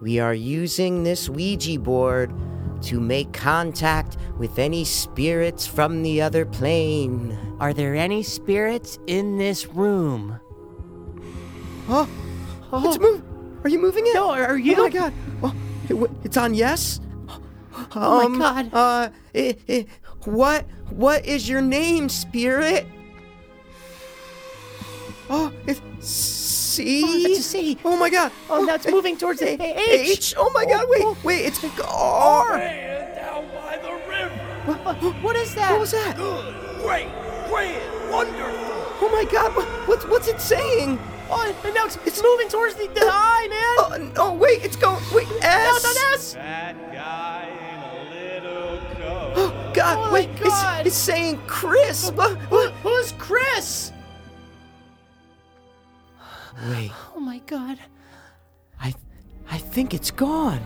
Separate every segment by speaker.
Speaker 1: We are using this Ouija board to make contact with any spirits from the other plane.
Speaker 2: Are there any spirits in this room?
Speaker 1: Oh, it's moving. Are you moving it?
Speaker 2: No, are you?
Speaker 1: Oh my god. Oh, it w- it's on yes.
Speaker 2: Oh my
Speaker 1: Um,
Speaker 2: God.
Speaker 1: Uh, eh, eh, what what is your name, spirit? Oh, it's C.
Speaker 2: Oh, it's a C.
Speaker 1: Oh my god.
Speaker 2: Oh, now it's
Speaker 1: eh,
Speaker 2: moving towards the
Speaker 1: eh,
Speaker 2: H.
Speaker 1: H. Oh my god. Wait, wait. It's R.
Speaker 3: And down by the river.
Speaker 2: What is that?
Speaker 1: What was that?
Speaker 3: Good, great, grand, wonderful.
Speaker 1: Oh my god. What, what's what's it saying?
Speaker 2: Oh, and now it's, it's moving towards the, the I, man.
Speaker 1: Oh, n- oh wait. It's going. Wait. S.
Speaker 2: Now it's on S.
Speaker 3: That guy in a little coat.
Speaker 1: God.
Speaker 2: Oh my
Speaker 1: wait. it's-
Speaker 2: God.
Speaker 1: It's, saying Chris. What-
Speaker 2: Who,
Speaker 1: what-
Speaker 2: who's Chris?
Speaker 1: Wait.
Speaker 2: Oh my god.
Speaker 1: I I think it's gone.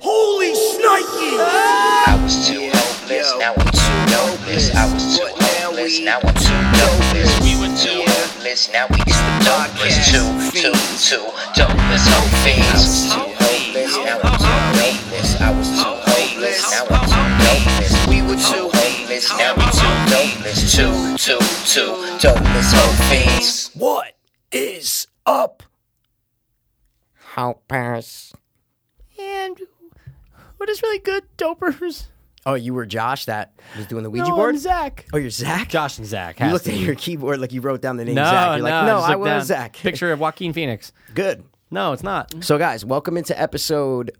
Speaker 3: Holy snikey!
Speaker 4: I was too hopeless, now I'm too hopeless. I was too hopeless, now I'm too hopeless. We were too hopeless, now we too hopeless. Two, two, two, dopeless, hope fiends. Too hopeless, now I'm too hopeless. I was too hopeless, now I'm too hopeless. We were too hopeless, now we too hopeless. Two, two, two, dopeless, hope fiends.
Speaker 3: What is up?
Speaker 1: Helpers.
Speaker 2: And what is really good, dopers?
Speaker 1: Oh, you were Josh that was doing the Ouija
Speaker 2: no,
Speaker 1: board?
Speaker 2: I'm Zach.
Speaker 1: Oh, you're Zach?
Speaker 5: Josh and Zach.
Speaker 1: You
Speaker 5: has
Speaker 1: looked
Speaker 5: to
Speaker 1: at
Speaker 5: be.
Speaker 1: your keyboard like you wrote down the name
Speaker 5: no,
Speaker 1: Zach. You're
Speaker 5: no,
Speaker 1: like,
Speaker 5: I
Speaker 1: no,
Speaker 5: just
Speaker 1: I
Speaker 5: looked
Speaker 1: was
Speaker 5: down.
Speaker 1: Zach.
Speaker 5: Picture of Joaquin Phoenix.
Speaker 1: Good.
Speaker 5: No, it's not.
Speaker 1: So, guys, welcome into episode.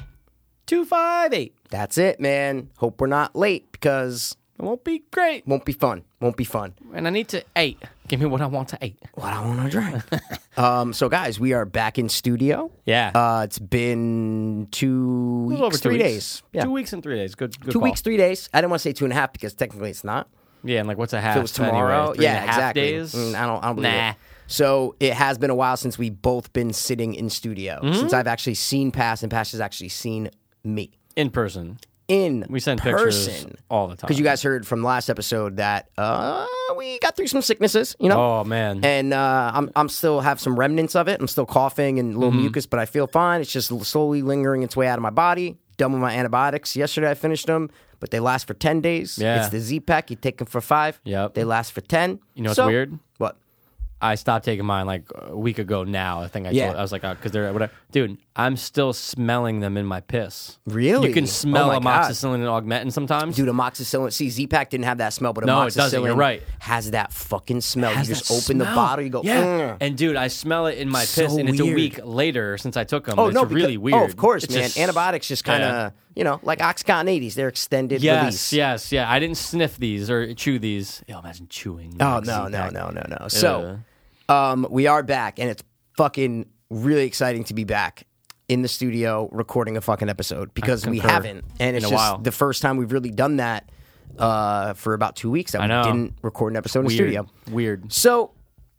Speaker 5: Two five eight.
Speaker 1: That's it, man. Hope we're not late because
Speaker 5: It won't be great.
Speaker 1: won't be fun. Won't be fun.
Speaker 5: And I need to eight. Give me what I want to eight.
Speaker 1: What I want to drink. um, so, guys, we are back in studio.
Speaker 5: Yeah.
Speaker 1: Uh, it's been two
Speaker 5: A
Speaker 1: weeks,
Speaker 5: little over two
Speaker 1: three
Speaker 5: weeks.
Speaker 1: days. Yeah.
Speaker 5: Two weeks and three days. Good. good
Speaker 1: Two
Speaker 5: call.
Speaker 1: weeks, three days. I didn't want to say two and a half because technically it's not.
Speaker 5: Yeah, and like what's a half?
Speaker 1: If it was tomorrow,
Speaker 5: Anyway, three
Speaker 1: yeah,
Speaker 5: and a half
Speaker 1: exactly.
Speaker 5: Days.
Speaker 1: Mm, I don't, I don't believe
Speaker 5: Nah.
Speaker 1: it. So it has been a while since we've both been sitting in studio.
Speaker 5: Mm-hmm.
Speaker 1: Since I've actually seen Pass and Pass has actually seen me
Speaker 5: In person.
Speaker 1: in
Speaker 5: We send pictures
Speaker 1: person.
Speaker 5: all the time.
Speaker 1: Because you guys heard from last episode that uh, we got through some sicknesses, you know.
Speaker 5: Oh man.
Speaker 1: And uh, I'm I'm still have some remnants of it. I'm still coughing and a little
Speaker 5: Mm-hmm.
Speaker 1: mucus, but I feel fine. It's just slowly lingering its way out of my body. Done with my antibiotics yesterday. I finished them, but they last for ten days.
Speaker 5: Yeah.
Speaker 1: It's the Z pack. You take them for five.
Speaker 5: Yep.
Speaker 1: They last for ten.
Speaker 5: You know what's
Speaker 1: So-
Speaker 5: weird?
Speaker 1: What?
Speaker 5: I stopped taking mine like a week ago. Now I think I
Speaker 1: Yeah.
Speaker 5: told, I was like, because they're whatever. Dude, I'm still smelling them in my piss.
Speaker 1: Really?
Speaker 5: You can smell
Speaker 1: Oh my God.
Speaker 5: amoxicillin and augmentin sometimes.
Speaker 1: Dude, amoxicillin. See, Z-Pack didn't have that smell, but
Speaker 5: No, it
Speaker 1: amoxicillin
Speaker 5: doesn't. You're right.
Speaker 1: has that fucking smell.
Speaker 5: Has
Speaker 1: you
Speaker 5: that
Speaker 1: just open the
Speaker 5: smell.
Speaker 1: bottle, you go,
Speaker 5: yeah.
Speaker 1: "Mm."
Speaker 5: And dude, I smell it in my
Speaker 1: So
Speaker 5: piss, and it's a
Speaker 1: weird.
Speaker 5: week later since I took them.
Speaker 1: Oh
Speaker 5: it's
Speaker 1: no!
Speaker 5: really
Speaker 1: because-
Speaker 5: weird.
Speaker 1: Oh, of course,
Speaker 5: It's
Speaker 1: man.
Speaker 5: just-
Speaker 1: Antibiotics just kind of,
Speaker 5: Yeah.
Speaker 1: you know, like OxyContin 80s. They're extended
Speaker 5: Yes,
Speaker 1: release.
Speaker 5: yes, yeah. I didn't sniff these or chew these. Yo, imagine chewing.
Speaker 1: Oh
Speaker 5: like
Speaker 1: no, no,
Speaker 5: Z-Pac.
Speaker 1: no, no, no. So, um, we are back, and it's fucking really exciting to be back in the studio recording a fucking episode because we
Speaker 5: concur.
Speaker 1: haven't, and it's
Speaker 5: a
Speaker 1: just
Speaker 5: while.
Speaker 1: the first time we've really done that uh, for about two weeks that we
Speaker 5: know.
Speaker 1: didn't record an episode in the
Speaker 5: Weird.
Speaker 1: studio.
Speaker 5: Weird.
Speaker 1: So,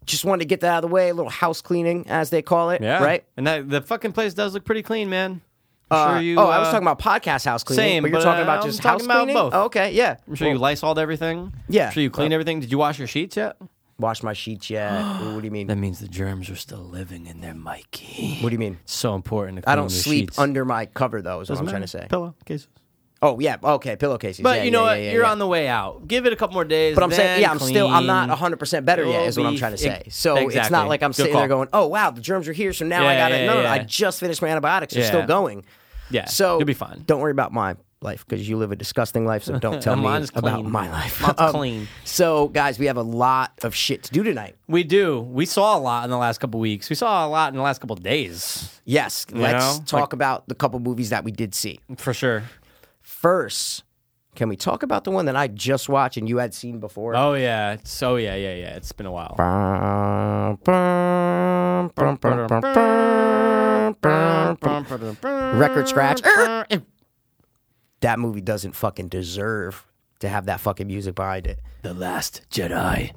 Speaker 1: just wanted to get that out of the way. A little house cleaning, as they call it.
Speaker 5: Yeah.
Speaker 1: Right.
Speaker 5: And that, the fucking place does look pretty clean, man.
Speaker 1: Uh,
Speaker 5: I'm sure you.
Speaker 1: oh, I was
Speaker 5: uh,
Speaker 1: talking about podcast house cleaning,
Speaker 5: same,
Speaker 1: but you're
Speaker 5: but,
Speaker 1: talking
Speaker 5: uh,
Speaker 1: about
Speaker 5: I'm
Speaker 1: just
Speaker 5: talking
Speaker 1: house
Speaker 5: about
Speaker 1: cleaning.
Speaker 5: both.
Speaker 1: Oh, okay, yeah.
Speaker 5: I'm sure you lysoled everything.
Speaker 1: Yeah. Uh,
Speaker 5: I'm sure you cleaned everything. Did you wash your sheets yet?
Speaker 1: Wash my sheets yet? Ooh, what do you mean?
Speaker 5: That means the germs are still living in there, Mikey.
Speaker 1: What do you mean?
Speaker 5: So important. To
Speaker 1: I
Speaker 5: clean
Speaker 1: don't
Speaker 5: your
Speaker 1: sleep
Speaker 5: sheets.
Speaker 1: under my cover though. Is what
Speaker 5: Doesn't
Speaker 1: I'm trying to
Speaker 5: matter.
Speaker 1: say.
Speaker 5: Pillow cases.
Speaker 1: Oh yeah, okay, pillowcases.
Speaker 5: But
Speaker 1: Yeah,
Speaker 5: you know
Speaker 1: yeah,
Speaker 5: what?
Speaker 1: yeah, yeah,
Speaker 5: You're
Speaker 1: yeah.
Speaker 5: on the way out. Give it a couple more days.
Speaker 1: But I'm saying,
Speaker 5: then
Speaker 1: yeah, I'm still, I'm not
Speaker 5: clean.
Speaker 1: 100 percent better yet,
Speaker 5: You'll
Speaker 1: is what I'm
Speaker 5: be-
Speaker 1: trying to say.
Speaker 5: e-
Speaker 1: So it's
Speaker 5: exactly.
Speaker 1: not like I'm
Speaker 5: Good
Speaker 1: sitting there
Speaker 5: call.
Speaker 1: going, oh wow, the germs are here, so now I
Speaker 5: Yeah,
Speaker 1: got to
Speaker 5: yeah,
Speaker 1: no, no, no,
Speaker 5: yeah,
Speaker 1: I
Speaker 5: yeah.
Speaker 1: just finished my antibiotics. They're
Speaker 5: Yeah.
Speaker 1: still going.
Speaker 5: Yeah,
Speaker 1: So
Speaker 5: you'll be fine.
Speaker 1: Don't worry about my life because you live a disgusting life. So don't tell me
Speaker 5: Mine's
Speaker 1: about
Speaker 5: clean.
Speaker 1: my life. Um,
Speaker 5: Mine's clean.
Speaker 1: So guys, we have a lot of shit to do tonight.
Speaker 5: We do. We saw a lot in the last couple weeks. We saw a lot in the last couple days,
Speaker 1: Yes, let's
Speaker 5: know,
Speaker 1: talk about the couple movies that we did see.
Speaker 5: for sure.
Speaker 1: First, can we talk about the one that I just watched and you had seen before?
Speaker 5: Oh yeah. It's, oh yeah, yeah, yeah. It's been a while.
Speaker 1: Record scratch. that movie doesn't fucking deserve to have that fucking music behind it.
Speaker 5: The Last Jedi.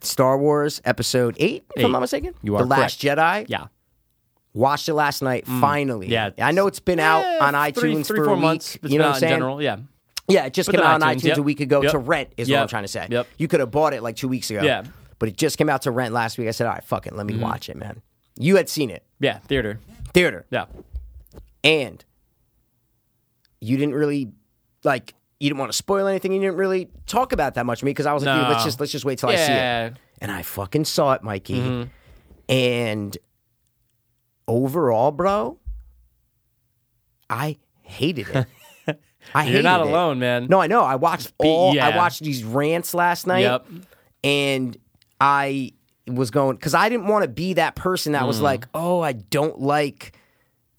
Speaker 1: Star Wars Episode 8, if I'm
Speaker 5: Eight.
Speaker 1: not mistaken.
Speaker 5: You
Speaker 1: The
Speaker 5: are
Speaker 1: Last Jedi.
Speaker 5: Yeah. Mm.
Speaker 1: Watched it last night, finally.
Speaker 5: Yeah.
Speaker 1: I know it's been out
Speaker 5: Eh,
Speaker 1: on
Speaker 5: three-
Speaker 1: iTunes
Speaker 5: three,
Speaker 1: for
Speaker 5: four
Speaker 1: a week.
Speaker 5: months. It's
Speaker 1: you
Speaker 5: been
Speaker 1: know
Speaker 5: out
Speaker 1: what I'm
Speaker 5: in
Speaker 1: saying?
Speaker 5: general, yeah.
Speaker 1: Yeah, it just
Speaker 5: But
Speaker 1: came
Speaker 5: then
Speaker 1: out on
Speaker 5: iTunes,
Speaker 1: iTunes a
Speaker 5: yep.
Speaker 1: week ago
Speaker 5: Yep.
Speaker 1: to rent, is what I'm
Speaker 5: Yep.
Speaker 1: trying to say.
Speaker 5: Yep.
Speaker 1: You could have bought it like two weeks ago.
Speaker 5: Yeah. Mm-hmm.
Speaker 1: but it just came out to rent last week. I said, all right, fuck it, let me watch it, man. You had seen it,
Speaker 5: Yeah, theater.
Speaker 1: theater,
Speaker 5: Yeah.
Speaker 1: and you didn't really like. You didn't want to spoil anything. You didn't really talk about it that much to me because I was like, dude,
Speaker 5: No.
Speaker 1: let's just let's just wait till I see it.
Speaker 5: Yeah. Mm-hmm.
Speaker 1: and I fucking saw it, Mikey. And overall, bro, I hated it. I hated
Speaker 5: You're not
Speaker 1: it.
Speaker 5: alone, man.
Speaker 1: No, I know. I watched
Speaker 5: Be-
Speaker 1: all. I
Speaker 5: yeah.
Speaker 1: watched these rants last night,
Speaker 5: Yep.
Speaker 1: and I was going because I didn't want to be that person that
Speaker 5: Mm.
Speaker 1: was like, "Oh, I don't like."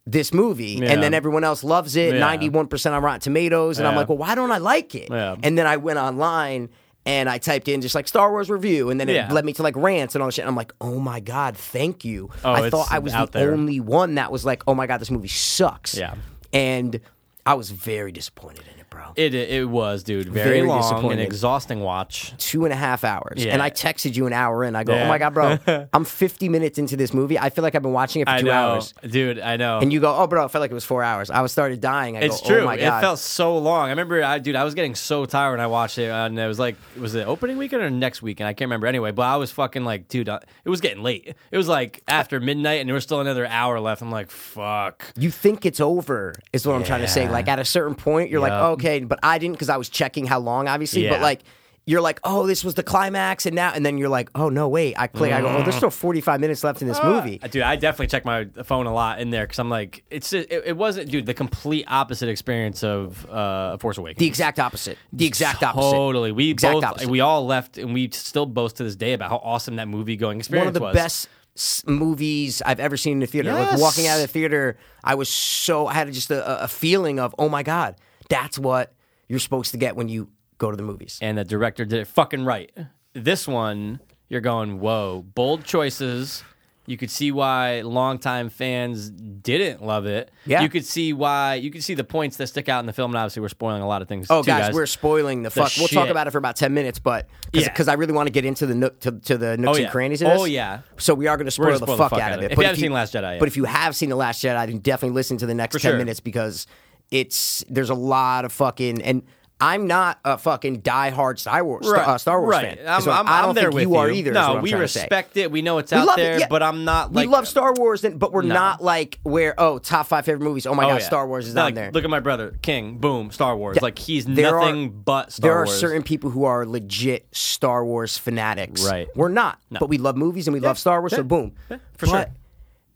Speaker 1: This movie,
Speaker 5: Yeah.
Speaker 1: and then everyone else loves it.
Speaker 5: Yeah.
Speaker 1: Ninety-one percent on Rotten Tomatoes, and I'm
Speaker 5: Yeah.
Speaker 1: like, well, why don't I like it?
Speaker 5: Yeah.
Speaker 1: And then I went online and I typed in just like Star Wars review, and then it
Speaker 5: Yeah.
Speaker 1: led me to like rants and all that shit. And I'm like, oh my god, thank you.
Speaker 5: Oh,
Speaker 1: I thought
Speaker 5: it's
Speaker 1: I was the
Speaker 5: out there.
Speaker 1: only one that was like, oh my god, this movie sucks.
Speaker 5: Yeah.
Speaker 1: and I was very disappointed in it, bro.
Speaker 5: It it was, dude.
Speaker 1: Very
Speaker 5: Very, long and
Speaker 1: disappointed.
Speaker 5: exhausting watch.
Speaker 1: two and a half hours.
Speaker 5: Yeah.
Speaker 1: And I texted you an hour in. I go,
Speaker 5: Yeah.
Speaker 1: oh my God, bro, I'm 50 minutes into this movie. I feel like I've been watching it for
Speaker 5: I
Speaker 1: two
Speaker 5: know,
Speaker 1: hours.
Speaker 5: dude. I know.
Speaker 1: And you go, oh, bro, it felt like it was four hours. I was started dying. I
Speaker 5: it's
Speaker 1: go,
Speaker 5: true.
Speaker 1: oh my
Speaker 5: it
Speaker 1: God.
Speaker 5: felt so long. I remember, I dude, I was getting so tired when I watched it, and it was like, was it opening weekend or next weekend? I can't remember. Anyway, but I was fucking like, dude, I, it was getting late. It was like after midnight, and there was still another hour left. I'm like, fuck.
Speaker 1: you think it's over, is what I'm trying to say.
Speaker 5: Yeah.
Speaker 1: Like at a certain point, you're
Speaker 5: Yup.
Speaker 1: like, okay, but I didn't because I was checking how long, obviously. But
Speaker 5: Yeah.
Speaker 1: like, you're like, oh, this was the climax, and now, and then you're like, oh no, wait, I click, I go, oh, there's still 45 minutes left in this movie.
Speaker 5: Dude, Uh, I definitely check my phone a lot in there because I'm like, it's it, it wasn't, dude, the complete opposite experience of uh, Force Awakens.
Speaker 1: The exact opposite. The exact opposite.
Speaker 5: Totally. We
Speaker 1: Exact
Speaker 5: both
Speaker 1: opposite.
Speaker 5: we all left and we still boast to this day about how awesome that movie going experience
Speaker 1: one of the
Speaker 5: was.
Speaker 1: best s- movies I've ever seen in the theater. Like
Speaker 5: Yes.
Speaker 1: walking out of the theater, I was so I had just a, a- a feeling of oh my god, that's what you're supposed to get when you go to the movies.
Speaker 5: And the director did it fucking right. This one, you're going, whoa, bold choices. You could see why longtime fans didn't love it.
Speaker 1: Yeah.
Speaker 5: You could see why you could see the points that stick out in the film, and obviously we're spoiling a lot of things.
Speaker 1: Oh,
Speaker 5: too,
Speaker 1: guys, we're spoiling the, fuck. We'll talk
Speaker 5: shit.
Speaker 1: about it for about ten minutes, but
Speaker 5: Yeah.
Speaker 1: because I really want to get into the nook to, to the nooks
Speaker 5: Oh,
Speaker 1: and
Speaker 5: yeah.
Speaker 1: crannies. Of
Speaker 5: Oh,
Speaker 1: this.
Speaker 5: yeah.
Speaker 1: So we are going to spoil,
Speaker 5: spoil
Speaker 1: the fuck, out of it.
Speaker 5: If
Speaker 1: But
Speaker 5: you haven't seen Last Jedi yet.
Speaker 1: but if you have seen the Last Jedi, then definitely listen to the next ten
Speaker 5: sure.
Speaker 1: minutes because it's there's a lot of fucking and. I'm not a fucking diehard Star Wars
Speaker 5: Right.
Speaker 1: uh, Star Wars
Speaker 5: right.
Speaker 1: fan.
Speaker 5: I'm,
Speaker 1: So
Speaker 5: I'm,
Speaker 1: I don't
Speaker 5: I'm there
Speaker 1: think
Speaker 5: with
Speaker 1: you are either. is
Speaker 5: No,
Speaker 1: what I'm
Speaker 5: we
Speaker 1: trying to say.
Speaker 5: respect it. We know it's
Speaker 1: We
Speaker 5: out
Speaker 1: love it,
Speaker 5: there,
Speaker 1: yeah.
Speaker 5: but I'm not like
Speaker 1: we love Star Wars, and, but we're not like where oh top five favorite movies. Oh my
Speaker 5: Oh,
Speaker 1: god,
Speaker 5: yeah.
Speaker 1: Star Wars is
Speaker 5: Like,
Speaker 1: on there.
Speaker 5: Look at my brother, King. Boom, Star Wars. Like he's
Speaker 1: There are-
Speaker 5: nothing but Star
Speaker 1: there are
Speaker 5: Wars.
Speaker 1: certain people who are legit Star Wars fanatics.
Speaker 5: Right.
Speaker 1: we're not, but we love movies and we love Star Wars. So
Speaker 5: yeah,
Speaker 1: boom,
Speaker 5: for
Speaker 1: But
Speaker 5: sure.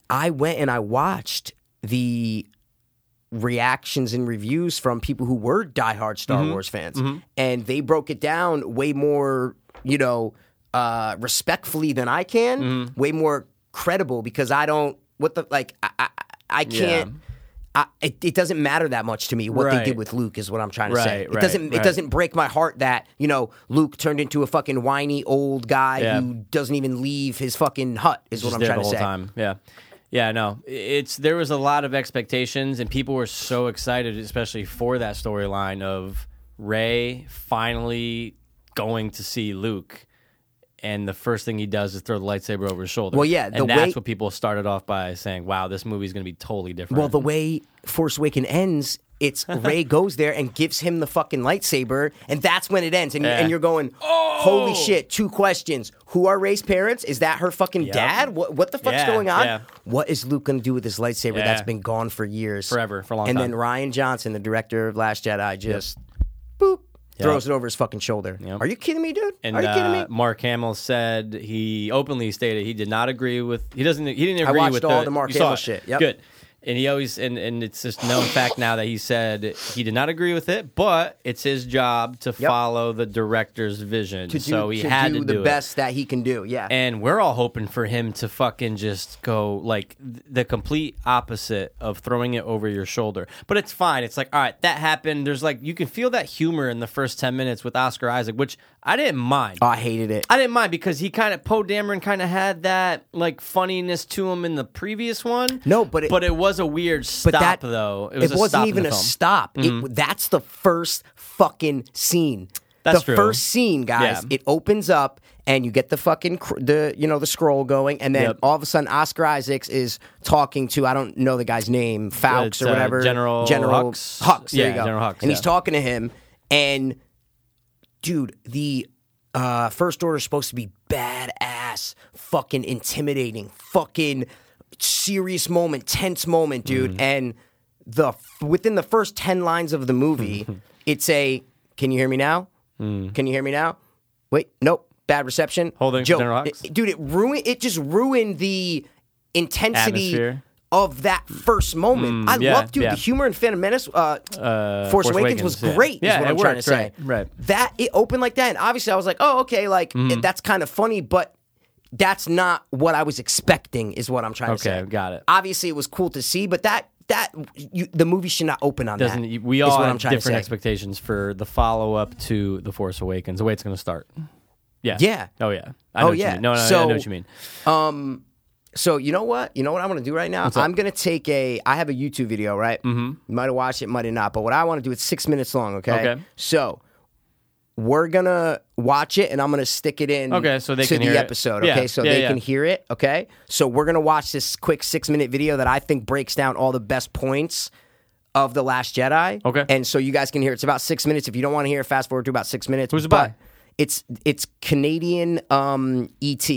Speaker 1: I went and I watched the reactions and reviews from people who were diehard Star
Speaker 5: Mm-hmm.
Speaker 1: Wars fans, and they broke it down way more, you know, uh, respectfully than I can,
Speaker 5: Mm-hmm.
Speaker 1: way more credible because I don't what the like I I, I can't. I, it, it doesn't matter that much to me what they did
Speaker 5: Right.
Speaker 1: with Luke is what I'm trying to say.
Speaker 5: Right,
Speaker 1: It
Speaker 5: right,
Speaker 1: doesn't it
Speaker 5: right.
Speaker 1: doesn't break my heart that you know Luke turned into a fucking whiny old guy
Speaker 5: Yeah.
Speaker 1: who doesn't even leave his fucking hut is what
Speaker 5: Just
Speaker 1: I'm
Speaker 5: there
Speaker 1: trying to
Speaker 5: the whole
Speaker 1: say.
Speaker 5: time. Yeah, yeah. No, it's there was a lot of expectations, and people were so excited, especially for that storyline of Ray finally going to see Luke. And the first thing he does is throw the lightsaber over his shoulder.
Speaker 1: Well, yeah,
Speaker 5: and
Speaker 1: the
Speaker 5: that's
Speaker 1: way-
Speaker 5: what people started off by saying, "Wow, this movie's going to be totally different."
Speaker 1: Well, the way Force Awaken ends, it's Ray goes there and gives him the fucking lightsaber, and that's when it ends. And,
Speaker 5: Yeah. Oh!
Speaker 1: and you're going, holy shit! Two questions: Who are Ray's parents? Is that her fucking dad? What what the fuck's
Speaker 5: Yeah,
Speaker 1: going on?
Speaker 5: yeah.
Speaker 1: What is Luke gonna do with his lightsaber
Speaker 5: Yeah.
Speaker 1: that's been gone for years,
Speaker 5: Forever, for a long
Speaker 1: and
Speaker 5: time.
Speaker 1: then Ryan Johnson, the director of Last Jedi, just boop throws it over his fucking shoulder. Are you kidding me, dude?
Speaker 5: And
Speaker 1: are you kidding me?
Speaker 5: uh, Mark Hamill said he openly stated he did not agree with he doesn't he didn't agree
Speaker 1: watched
Speaker 5: with
Speaker 1: all the Mark
Speaker 5: you saw
Speaker 1: Hamill
Speaker 5: it.
Speaker 1: shit. Yep.
Speaker 5: Good. And he always and, and it's just known fact now that he said he did not agree with it, but it's his job to follow the director's vision.
Speaker 1: To do-
Speaker 5: so he
Speaker 1: to
Speaker 5: had
Speaker 1: do
Speaker 5: to
Speaker 1: the
Speaker 5: do it.
Speaker 1: best that he can do. Yeah.
Speaker 5: And we're all hoping for him to fucking just go like th- the complete opposite of throwing it over your shoulder. But it's fine. It's like, all right, that happened. There's like you can feel that humor in the first ten minutes with Oscar Isaac, which I didn't mind.
Speaker 1: Oh, I hated it.
Speaker 5: I didn't mind because he kind of Poe Dameron kind of had that like funniness to him in the previous one.
Speaker 1: No, but it-
Speaker 5: but it was a weird stop though. It was a
Speaker 1: not
Speaker 5: stop in
Speaker 1: even
Speaker 5: the
Speaker 1: a
Speaker 5: film. Mm-hmm.
Speaker 1: stop. It, that's the first fucking scene.
Speaker 5: That's
Speaker 1: the
Speaker 5: true.
Speaker 1: first scene, guys.
Speaker 5: Yeah.
Speaker 1: It opens up and you get the fucking cr- the you know the scroll going, and then
Speaker 5: Yep.
Speaker 1: all of a sudden Oscar Isaacs is talking to I don't know the guy's name, Fawkes
Speaker 5: It's,
Speaker 1: or
Speaker 5: uh,
Speaker 1: whatever,
Speaker 5: General
Speaker 1: General
Speaker 5: Hux.
Speaker 1: Hux, there
Speaker 5: Yeah,
Speaker 1: you go,
Speaker 5: General Hux,
Speaker 1: and he's
Speaker 5: yeah.
Speaker 1: talking to him, and dude, the Uh, First Order is supposed to be badass, fucking intimidating, fucking serious moment, tense moment, dude.
Speaker 5: Mm-hmm.
Speaker 1: And the within the first ten lines of the movie, it's a "Can you hear me now? Can you hear me now? Wait, nope, bad reception.
Speaker 5: Mm. Holding
Speaker 1: Joe,
Speaker 5: Dinner Rocks?
Speaker 1: it- dude. It ruined. It just ruined the intensity
Speaker 5: Atmosphere. Mm,
Speaker 1: of that first moment. I
Speaker 5: yeah,
Speaker 1: love, dude,
Speaker 5: yeah.
Speaker 1: the humor in Phantom Menace. Uh, Force,
Speaker 5: Force
Speaker 1: Awakens,
Speaker 5: Awakens,
Speaker 1: was
Speaker 5: yeah.
Speaker 1: great.
Speaker 5: Yeah,
Speaker 1: is what
Speaker 5: it
Speaker 1: I'm trying to
Speaker 5: worked,
Speaker 1: say.
Speaker 5: right, right.
Speaker 1: That it opened like that, and obviously I was like, oh, okay, like
Speaker 5: Mm-hmm.
Speaker 1: it- that's kind of funny, but that's not what I was expecting. Is what I'm trying to say.
Speaker 5: Okay, got it.
Speaker 1: Obviously, it was cool to see, but that that you, the movie should not open on
Speaker 5: Doesn't
Speaker 1: that.
Speaker 5: we
Speaker 1: is
Speaker 5: all
Speaker 1: what
Speaker 5: have
Speaker 1: I'm trying to
Speaker 5: different
Speaker 1: say.
Speaker 5: expectations for the follow up to the Force Awakens? The way it's going to start. Yeah.
Speaker 1: Yeah.
Speaker 5: Oh yeah. I know
Speaker 1: Oh,
Speaker 5: what you
Speaker 1: yeah.
Speaker 5: mean. No, no, no, I
Speaker 1: So-
Speaker 5: know what you mean.
Speaker 1: So you know what? You know what I'm gonna do right now? I'm gonna take a. I have a YouTube video, right? Mm-hmm. You might have watched it, might have not. But what I want to do, it's six minutes long. Okay.
Speaker 5: Okay.
Speaker 1: So we're gonna watch it, and I'm gonna stick it in.
Speaker 5: Okay, so they
Speaker 1: to
Speaker 5: can
Speaker 1: the
Speaker 5: hear it.
Speaker 1: episode.
Speaker 5: Yeah,
Speaker 1: Okay, so
Speaker 5: yeah,
Speaker 1: they
Speaker 5: yeah.
Speaker 1: can hear it. Okay. So we're gonna watch this quick six minute video that I think breaks down all the best points of the Last Jedi.
Speaker 5: Okay.
Speaker 1: And so you guys can hear it. it's about six minutes. If you don't want to hear, it, fast forward to about six minutes.
Speaker 5: Who's it
Speaker 1: But
Speaker 5: by?
Speaker 1: It's it's Canadian um, ET.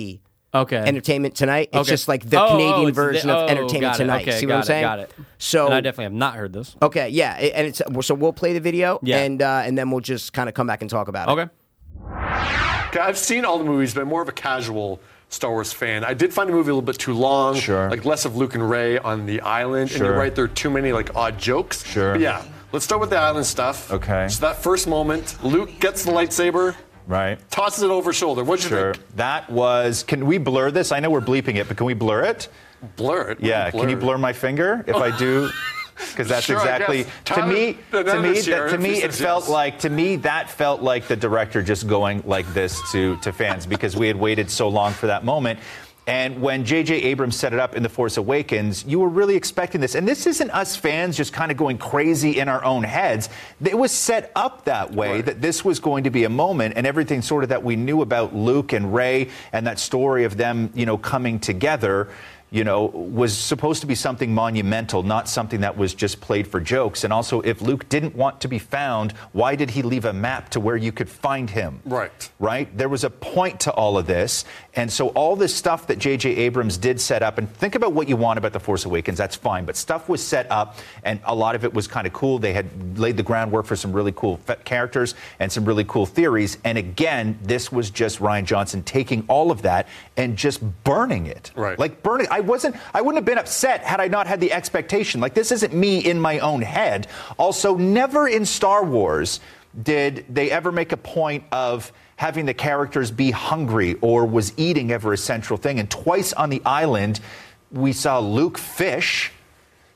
Speaker 5: Okay.
Speaker 1: Entertainment Tonight. It's
Speaker 5: Okay.
Speaker 1: just like the
Speaker 5: Oh, oh,
Speaker 1: Canadian
Speaker 5: it's the-
Speaker 1: version
Speaker 5: oh,
Speaker 1: of Entertainment
Speaker 5: got it.
Speaker 1: Tonight.
Speaker 5: Okay,
Speaker 1: See what I'm
Speaker 5: got it,
Speaker 1: saying?
Speaker 5: got it.
Speaker 1: So
Speaker 5: and I definitely have not heard this.
Speaker 1: okay, yeah, it- and it's so we'll play the video
Speaker 5: Yeah.
Speaker 1: and uh, and then we'll just kind of come back and talk about it.
Speaker 5: Okay.
Speaker 6: I've seen all the movies, but more of a casual Star Wars fan. I did find the movie a little bit too long.
Speaker 7: Sure.
Speaker 6: Like less of Luke and Ray on the island. And
Speaker 7: Sure.
Speaker 6: you're right, there are too many like odd jokes.
Speaker 7: Sure.
Speaker 6: But yeah. Let's start with the island stuff.
Speaker 7: Okay.
Speaker 6: So that first moment, Luke gets the lightsaber,
Speaker 7: Right.
Speaker 6: tosses it over his shoulder. What'd you
Speaker 7: Sure.
Speaker 6: think?
Speaker 7: That was. Can we blur this? I know we're bleeping it, but can we blur it?
Speaker 6: Blur it.
Speaker 7: Yeah. Can you blur my finger if I do? Because that's
Speaker 6: Sure, I
Speaker 7: exactly
Speaker 6: guess.
Speaker 7: to me.
Speaker 6: Tyler,
Speaker 7: To me,
Speaker 6: Bananas
Speaker 7: that,
Speaker 6: here,
Speaker 7: to
Speaker 6: if
Speaker 7: me,
Speaker 6: he
Speaker 7: it
Speaker 6: says
Speaker 7: felt
Speaker 6: yes.
Speaker 7: like to me that felt like the director just going like this to to fans because we had waited so long for that moment. And when J.J. Abrams set it up in The Force Awakens, you were really expecting this. And this isn't us fans just kind of going crazy in our own heads. It was set up that way that this was going to be a moment, and everything sort of that we knew about Luke and Ray and that story of them, you know, coming together you know, was supposed to be something monumental, not something that was just played for jokes. And also, if Luke didn't want to be found, why did he leave a map to where you could find him?
Speaker 6: Right.
Speaker 7: Right? There was a point to all of this. And so, all this stuff that J.J. Abrams did set up, and think about what you want about The Force Awakens, that's fine. But stuff was set up, and a lot of it was kind of cool. They had laid the groundwork for some really cool fe- characters and some really cool theories. And again, this was just Ryan Johnson taking all of that and just burning it.
Speaker 6: Right.
Speaker 7: Like, burning. I wasn't. I wouldn't have been upset had I not had the expectation. Like this isn't me in my own head. Also, never in Star Wars did they ever make a point of having the characters be hungry or was eating ever a central thing. And twice on the island, we saw Luke fish.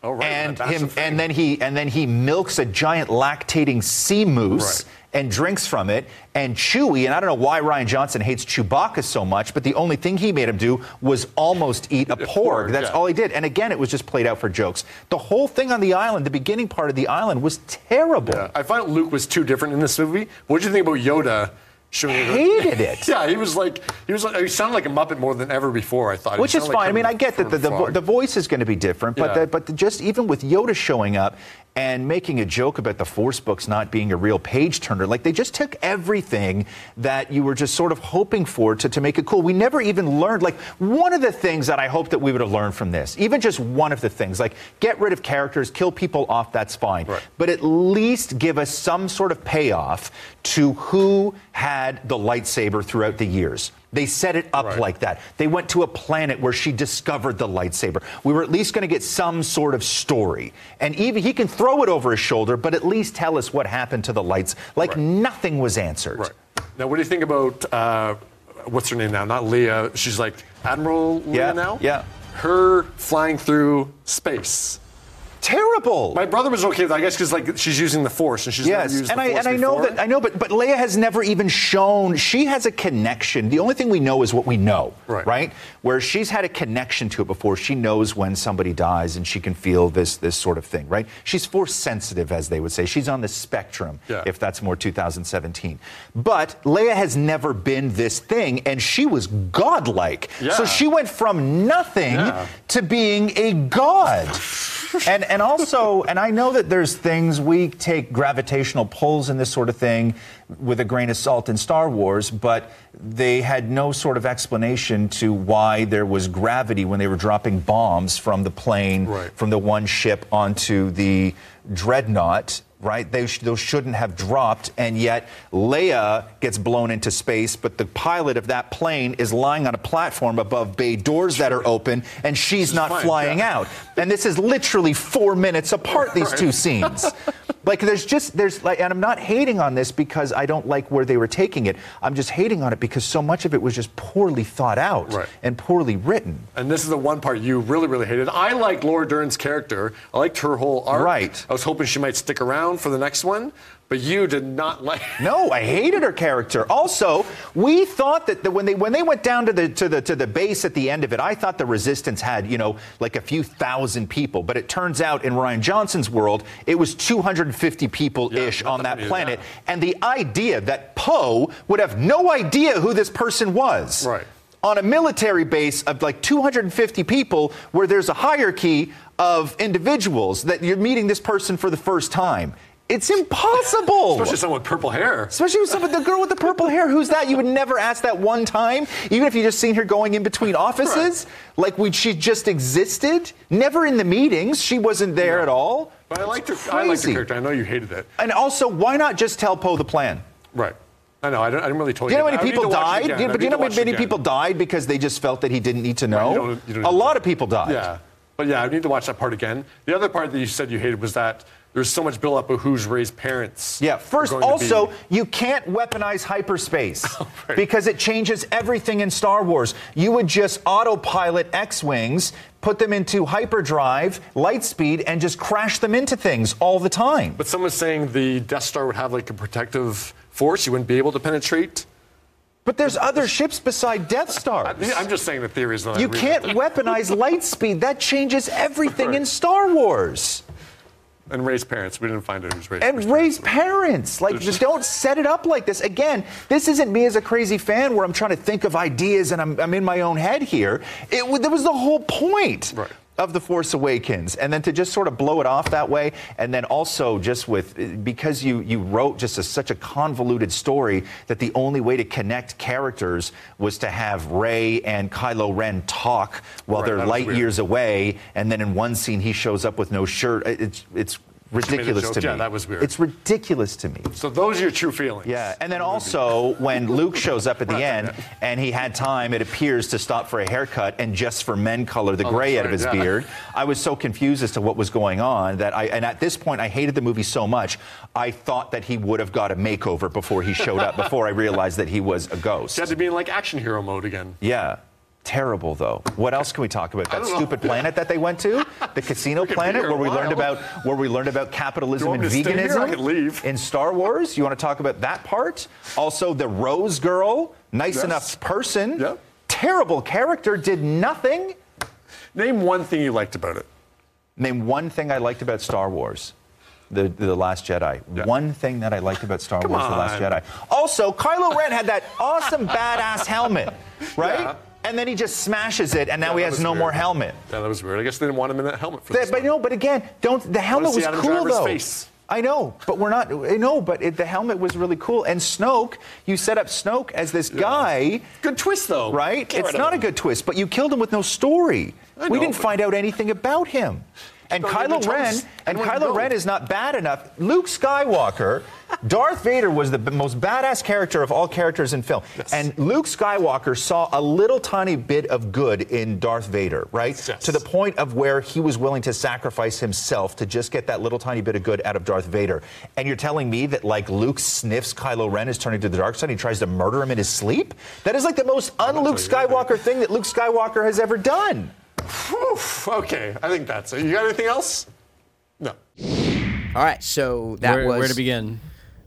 Speaker 6: Oh, right.
Speaker 7: And
Speaker 6: That's
Speaker 7: him,
Speaker 6: the thing.
Speaker 7: and then he, and then he milks a giant lactating sea moose
Speaker 6: Right.
Speaker 7: and drinks from it. And Chewie, and I don't know why Ryan Johnson hates Chewbacca so much, but the only thing he made him do was almost eat a porg.
Speaker 6: porg,
Speaker 7: That's
Speaker 6: yeah.
Speaker 7: all he did. And again, it was just played out for jokes. The whole thing on the island, the beginning part of the island, was terrible.
Speaker 6: I find Luke was too different in this movie. What'd you think about Yoda? Showing
Speaker 7: Hated it.
Speaker 6: Yeah, he was like he was like he sounded like a Muppet more than ever before. I thought, He
Speaker 7: Which is
Speaker 6: sounded like
Speaker 7: fine. I
Speaker 6: kind
Speaker 7: mean,
Speaker 6: of
Speaker 7: I
Speaker 6: a
Speaker 7: get that the, the, vo-
Speaker 6: frog.
Speaker 7: the voice is going to be different, but
Speaker 6: Yeah.
Speaker 7: the, but the, just even with Yoda showing up and making a joke about the Force books not being a real page turner, like they just took everything that you were just sort of hoping for to, to make it cool. We never even learned, like, one of the things that I hope that we would have learned from this, even just one of the things, like get rid of characters, kill people off, that's fine.
Speaker 6: Right.
Speaker 7: But at least give us some sort of payoff to who had the lightsaber throughout the years. They set it up
Speaker 6: Right.
Speaker 7: like that. They went to a planet where she discovered the lightsaber. We were at least going to get some sort of story. And even he can throw it over his shoulder, but at least tell us what happened to the lights. Like
Speaker 6: Right.
Speaker 7: nothing was answered.
Speaker 6: Right. Now, what do you think about uh, what's her name now? Not Leah. She's like Admiral Leah
Speaker 7: Yeah,
Speaker 6: now.
Speaker 7: yeah.
Speaker 6: Her flying through space.
Speaker 7: Terrible.
Speaker 6: My brother was okay with, that, I guess, because like she's using the force and she's never
Speaker 7: Yes,
Speaker 6: used
Speaker 7: and
Speaker 6: the
Speaker 7: I
Speaker 6: force
Speaker 7: and I know
Speaker 6: before.
Speaker 7: that I know, but but Leia has never even shown she has a connection. The only thing we know is what we know,
Speaker 6: Right.
Speaker 7: Where she's had a connection to it before. She knows when somebody dies, and she can feel this this sort of thing, right? She's force sensitive, as they would say. She's on the spectrum,
Speaker 6: Yeah.
Speaker 7: if that's more 2017. But Leia has never been this thing, and she was godlike.
Speaker 6: Yeah.
Speaker 7: So she went from nothing
Speaker 6: Yeah.
Speaker 7: to being a god. and and also, and I know that there's things we take gravitational pulls and this sort of thing with a grain of salt in Star Wars, but they had no sort of explanation to why there was gravity when they were dropping bombs from the plane,
Speaker 6: Right.
Speaker 7: from the one ship onto the dreadnought. Right, they sh- those shouldn't have dropped, and yet Leia gets blown into space. But the pilot of that plane is lying on a platform above bay doors that are open, and she's not
Speaker 6: fine,
Speaker 7: flying
Speaker 6: yeah.
Speaker 7: out out. And this is literally four minutes apart, these two scenes. Like there's just there's like and I'm not hating on this because I don't like where they were taking it. I'm just hating on it because so much of it was just poorly thought out
Speaker 6: Right.
Speaker 7: and poorly written.
Speaker 6: And this is the one part you really, really hated. I liked Laura Dern's character. I liked her whole arc.
Speaker 7: Right.
Speaker 6: I was hoping she might stick around for the next one, but you did not like.
Speaker 7: No, I hated her character. Also, we thought that the, when they when they went down to the to the to the base at the end of it, I thought the resistance had you know like a few thousand people, but it turns out in Ryan Johnson's world, it was 250 people ish
Speaker 6: Yeah,
Speaker 7: on that
Speaker 6: nothing new,
Speaker 7: planet.
Speaker 6: yeah.
Speaker 7: And the idea that Poe would have no idea who this person was.
Speaker 6: Right.
Speaker 7: On a military base of like 250 people, where there's a hierarchy of individuals that you're meeting this person for the first time, it's impossible.
Speaker 6: Especially someone with purple hair.
Speaker 7: Especially with someone, the girl with the purple hair, who's that? You would never ask that one time, even if you just seen her going in between offices. Like we, she just existed, never in the meetings. She wasn't there at all.
Speaker 6: But I liked her.
Speaker 7: It's
Speaker 6: I liked her
Speaker 7: crazy.
Speaker 6: character. I know you hated it.
Speaker 7: And also, why not just tell Poe the plan?
Speaker 6: Right. I know. I, don't, I didn't really tell
Speaker 7: Do you know how
Speaker 6: that. I
Speaker 7: many
Speaker 6: would need
Speaker 7: people
Speaker 6: to watch it
Speaker 7: died?
Speaker 6: again.
Speaker 7: Do you-
Speaker 6: I
Speaker 7: but
Speaker 6: need
Speaker 7: do you know
Speaker 6: to
Speaker 7: how
Speaker 6: watch it
Speaker 7: many
Speaker 6: again.
Speaker 7: people died because they just felt that he didn't need to know?
Speaker 6: you don't- you don't
Speaker 7: a
Speaker 6: need
Speaker 7: lot
Speaker 6: to.
Speaker 7: of people died.
Speaker 6: Yeah, but yeah, I need to watch that part again. The other part that you said you hated was that there's so much buildup of who's raised parents.
Speaker 7: Yeah.
Speaker 6: are
Speaker 7: First,
Speaker 6: going to
Speaker 7: also,
Speaker 6: be- Oh,
Speaker 7: you can't weaponize hyperspace
Speaker 6: right.
Speaker 7: because it changes everything in Star Wars. You would just autopilot X Wings, put them into hyperdrive, light speed, and just crash them into things all the time.
Speaker 6: but someone's saying the Death Star would have like a protective force. You wouldn't be able to penetrate.
Speaker 7: But there's other ships beside Death
Speaker 6: I,
Speaker 7: Stars.
Speaker 6: am just saying the theories. that I
Speaker 7: You
Speaker 6: read.
Speaker 7: can't weaponize light speed. That changes everything in Star Wars.
Speaker 6: And raised parents. We didn't find out who's raised.
Speaker 7: and
Speaker 6: who's
Speaker 7: raise parents. Like,
Speaker 6: There's-
Speaker 7: just don't set it up like this. Again, this isn't me as a crazy fan where I'm trying to think of ideas and I'm, I'm in my own head here. It wa- that was the whole point.
Speaker 6: Right.
Speaker 7: Of The Force Awakens, and then to just sort of blow it off that way, and then also just with because you you wrote just a, such a convoluted story that the only way to connect characters was to have Ray and Kylo Ren talk while
Speaker 6: Right,
Speaker 7: they're
Speaker 6: that was
Speaker 7: light
Speaker 6: weird.
Speaker 7: years away, and then in one scene he shows up with no shirt. It- It's it's
Speaker 6: made a
Speaker 7: ridiculous
Speaker 6: joke.
Speaker 7: to me.
Speaker 6: Yeah, that was weird.
Speaker 7: It's ridiculous to me.
Speaker 6: So those are your true feelings.
Speaker 7: Yeah, and then also when Luke shows up at the end and he had time, it appears, to stop for a haircut and just for men color the gray out of his
Speaker 6: Oh, right, yeah.
Speaker 7: beard. I was so confused as to what was going on that I, and at this point, I hated the movie so much, I thought that he would have got a makeover before he showed up, before I realized that he was a ghost.
Speaker 6: You had to be in like action hero mode again.
Speaker 7: Yeah. Terrible though. What else can we talk about? That
Speaker 6: don't know.
Speaker 7: stupid planet that they went to, the casino
Speaker 6: could be
Speaker 7: planet
Speaker 6: here
Speaker 7: where
Speaker 6: a
Speaker 7: we
Speaker 6: while.
Speaker 7: learned about where we learned about capitalism
Speaker 6: You
Speaker 7: and
Speaker 6: want me to stay here?
Speaker 7: veganism
Speaker 6: I could leave.
Speaker 7: in Star Wars. You want to talk about that part? Also, the Rose Girl, nice
Speaker 6: Yes.
Speaker 7: enough person,
Speaker 6: Yeah.
Speaker 7: terrible character, did nothing.
Speaker 6: Name one thing you liked about it.
Speaker 7: Name one thing I liked about Star Wars. The, the Last Jedi.
Speaker 6: Yeah.
Speaker 7: One thing that I liked about Star Wars The
Speaker 6: on.
Speaker 7: Last Jedi. Also, Kylo Ren had that awesome badass helmet, right?
Speaker 6: Yeah.
Speaker 7: And then he just smashes it, and now
Speaker 6: Yeah,
Speaker 7: he
Speaker 6: that
Speaker 7: has
Speaker 6: was
Speaker 7: no
Speaker 6: weird.
Speaker 7: more helmet.
Speaker 6: Yeah, that was weird. I guess they didn't want him in that helmet for
Speaker 7: That-
Speaker 6: this.
Speaker 7: but
Speaker 6: one.
Speaker 7: no, but again, don't the helmet
Speaker 6: see
Speaker 7: was
Speaker 6: Adam
Speaker 7: cool
Speaker 6: Driver's
Speaker 7: though.
Speaker 6: face.
Speaker 7: I know, but we're not. I know, but it, the helmet was really cool. And Snoke, you set up Snoke as this guy,
Speaker 6: Good twist though.
Speaker 7: right?
Speaker 6: Get
Speaker 7: it's
Speaker 6: rid of
Speaker 7: not a
Speaker 6: him.
Speaker 7: good twist, but you killed him with no story.
Speaker 6: I
Speaker 7: we
Speaker 6: know,
Speaker 7: didn't
Speaker 6: but-
Speaker 7: find out anything about him. And
Speaker 6: Don't
Speaker 7: Kylo
Speaker 6: even tell
Speaker 7: Ren,
Speaker 6: us.
Speaker 7: and
Speaker 6: Anyone
Speaker 7: Kylo
Speaker 6: know.
Speaker 7: Ren is not bad enough. Luke Skywalker, Darth Vader was the b- most badass character of all characters in film. And Luke Skywalker saw a little tiny bit of good in Darth Vader, right?
Speaker 6: Yes.
Speaker 7: To the point of where he was willing to sacrifice himself to just get that little tiny bit of good out of Darth Vader. And you're telling me that like Luke sniffs Kylo Ren is turning to the dark side, he tries to murder him in his sleep? That is like the most un-Luke
Speaker 6: tell you
Speaker 7: Skywalker thing that Luke Skywalker has ever done.
Speaker 6: Oof, okay, I think that's it. You got anything else? No.
Speaker 1: All right, so that
Speaker 5: where,
Speaker 1: was
Speaker 5: where to begin?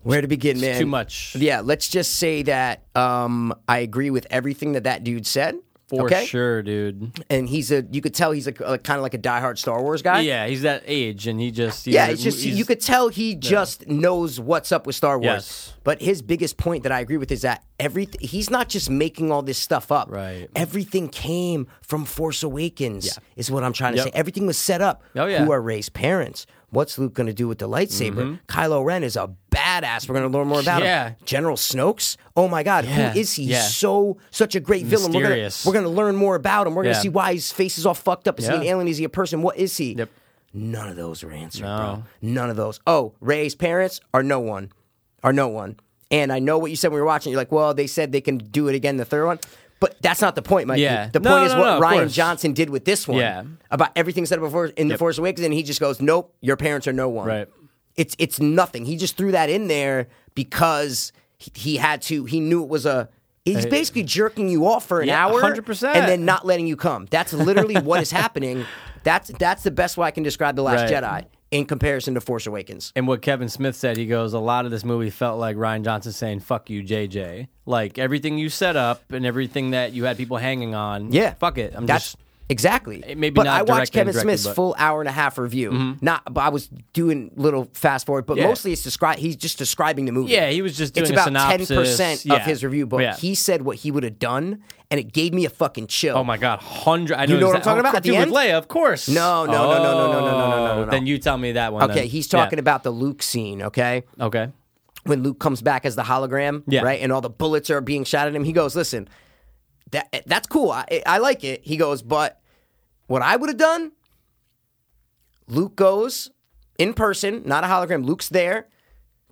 Speaker 1: Where to begin, man?
Speaker 5: too much.
Speaker 1: Yeah, let's just say that um, I agree with everything that that dude said.
Speaker 5: for
Speaker 1: Okay.
Speaker 5: sure, dude.
Speaker 1: and he's a you could tell he's a, kind of like a diehard Star Wars guy.
Speaker 5: Yeah, he's that age, and he just he's
Speaker 1: Yeah,
Speaker 5: a-
Speaker 1: it's just
Speaker 5: he's-
Speaker 1: you could tell he just knows what's up with Star Wars.
Speaker 5: Yes.
Speaker 1: But his biggest point that I agree with is that everything he's not just making all this stuff up.
Speaker 5: Right.
Speaker 1: Everything came from Force Awakens. Is what I'm trying to
Speaker 5: Yep.
Speaker 1: say. Everything was set up.
Speaker 5: Oh, yeah.
Speaker 1: Who are Ray's parents? What's Luke going to do with the lightsaber? Kylo Ren is a badass. We're going to learn more about
Speaker 5: Mm-hmm. Yeah.
Speaker 1: him. General Snokes. Oh my God,
Speaker 5: Yeah,
Speaker 1: who is he?
Speaker 5: yeah.
Speaker 1: So such a great villain. We're gonna,
Speaker 5: Mysterious.
Speaker 1: we're going to learn more about him. We're going to
Speaker 5: Yeah.
Speaker 1: see why his face is all fucked up. Is he an
Speaker 5: Yeah.
Speaker 1: alien? Is he a person? What is he?
Speaker 5: Yep.
Speaker 1: None of those were answered, bro. None of those. Oh, Ray's parents are no one. Are no one. And I know what you said when we were watching. You're like, well, they said they can do it again in the third one. But that's not the point, Mike.
Speaker 5: Yeah.
Speaker 1: The
Speaker 5: No,
Speaker 1: point
Speaker 5: no,
Speaker 1: is
Speaker 5: no,
Speaker 1: what
Speaker 5: no, of
Speaker 1: Ryan
Speaker 5: course.
Speaker 1: Johnson did with this one.
Speaker 5: Yeah.
Speaker 1: About everything said before in The Force Awakens, and he just goes, Nope, your parents are no one.
Speaker 5: Right.
Speaker 1: It's it's nothing. He just threw that in there because he, he had to, he knew it was a He's basically jerking you off for an
Speaker 5: Yeah,
Speaker 1: hour
Speaker 5: 100%.
Speaker 1: and then not letting you come. That's literally what is happening. That's that's the best way I can describe The Last
Speaker 5: Right. Eh,
Speaker 1: Jedi in comparison to Force Awakens.
Speaker 5: and what Kevin Smith said, he goes, a lot of this movie felt like Ryan Johnson saying "fuck you, JJ." Like everything you set up and everything that you had people hanging on.
Speaker 1: Yeah.
Speaker 5: fuck it. I'm
Speaker 1: That's
Speaker 5: just
Speaker 1: exactly.
Speaker 5: It may be
Speaker 1: but
Speaker 5: not
Speaker 1: I watched
Speaker 5: directed and
Speaker 1: Kevin
Speaker 5: directed,
Speaker 1: Smith's
Speaker 5: but- Mm-hmm.
Speaker 1: full hour and a half review. Not, but I was doing little fast forward, but
Speaker 5: Yeah.
Speaker 1: mostly it's descri- He's just describing the movie.
Speaker 5: Yeah, he was just doing
Speaker 1: It's
Speaker 5: a
Speaker 1: about
Speaker 5: synopsis.
Speaker 1: percent
Speaker 5: Yeah.
Speaker 1: of his review, but
Speaker 5: Yeah.
Speaker 1: he said what he would have done, and it gave me a fucking chill.
Speaker 5: Oh my god, hundred. I know,
Speaker 1: know what I'm
Speaker 5: exact-
Speaker 1: talking about
Speaker 5: Oh,
Speaker 1: at the
Speaker 5: dude,
Speaker 1: end?
Speaker 5: With Leia, of course.
Speaker 1: No, no, no, no, no, no, no, no, no, no,
Speaker 5: Oh,
Speaker 1: no.
Speaker 5: Then you tell me that one.
Speaker 1: Okay,
Speaker 5: then.
Speaker 1: he's
Speaker 5: Yeah.
Speaker 1: talking about the Luke scene. Okay,
Speaker 5: Okay.
Speaker 1: when Luke comes back as the hologram,
Speaker 5: Yeah.
Speaker 1: right, and all the bullets are being shot at him, he goes, "Listen, that that's cool. I, I like it." He goes, "But what I would have done, Luke goes in person, not a hologram. Luke's there.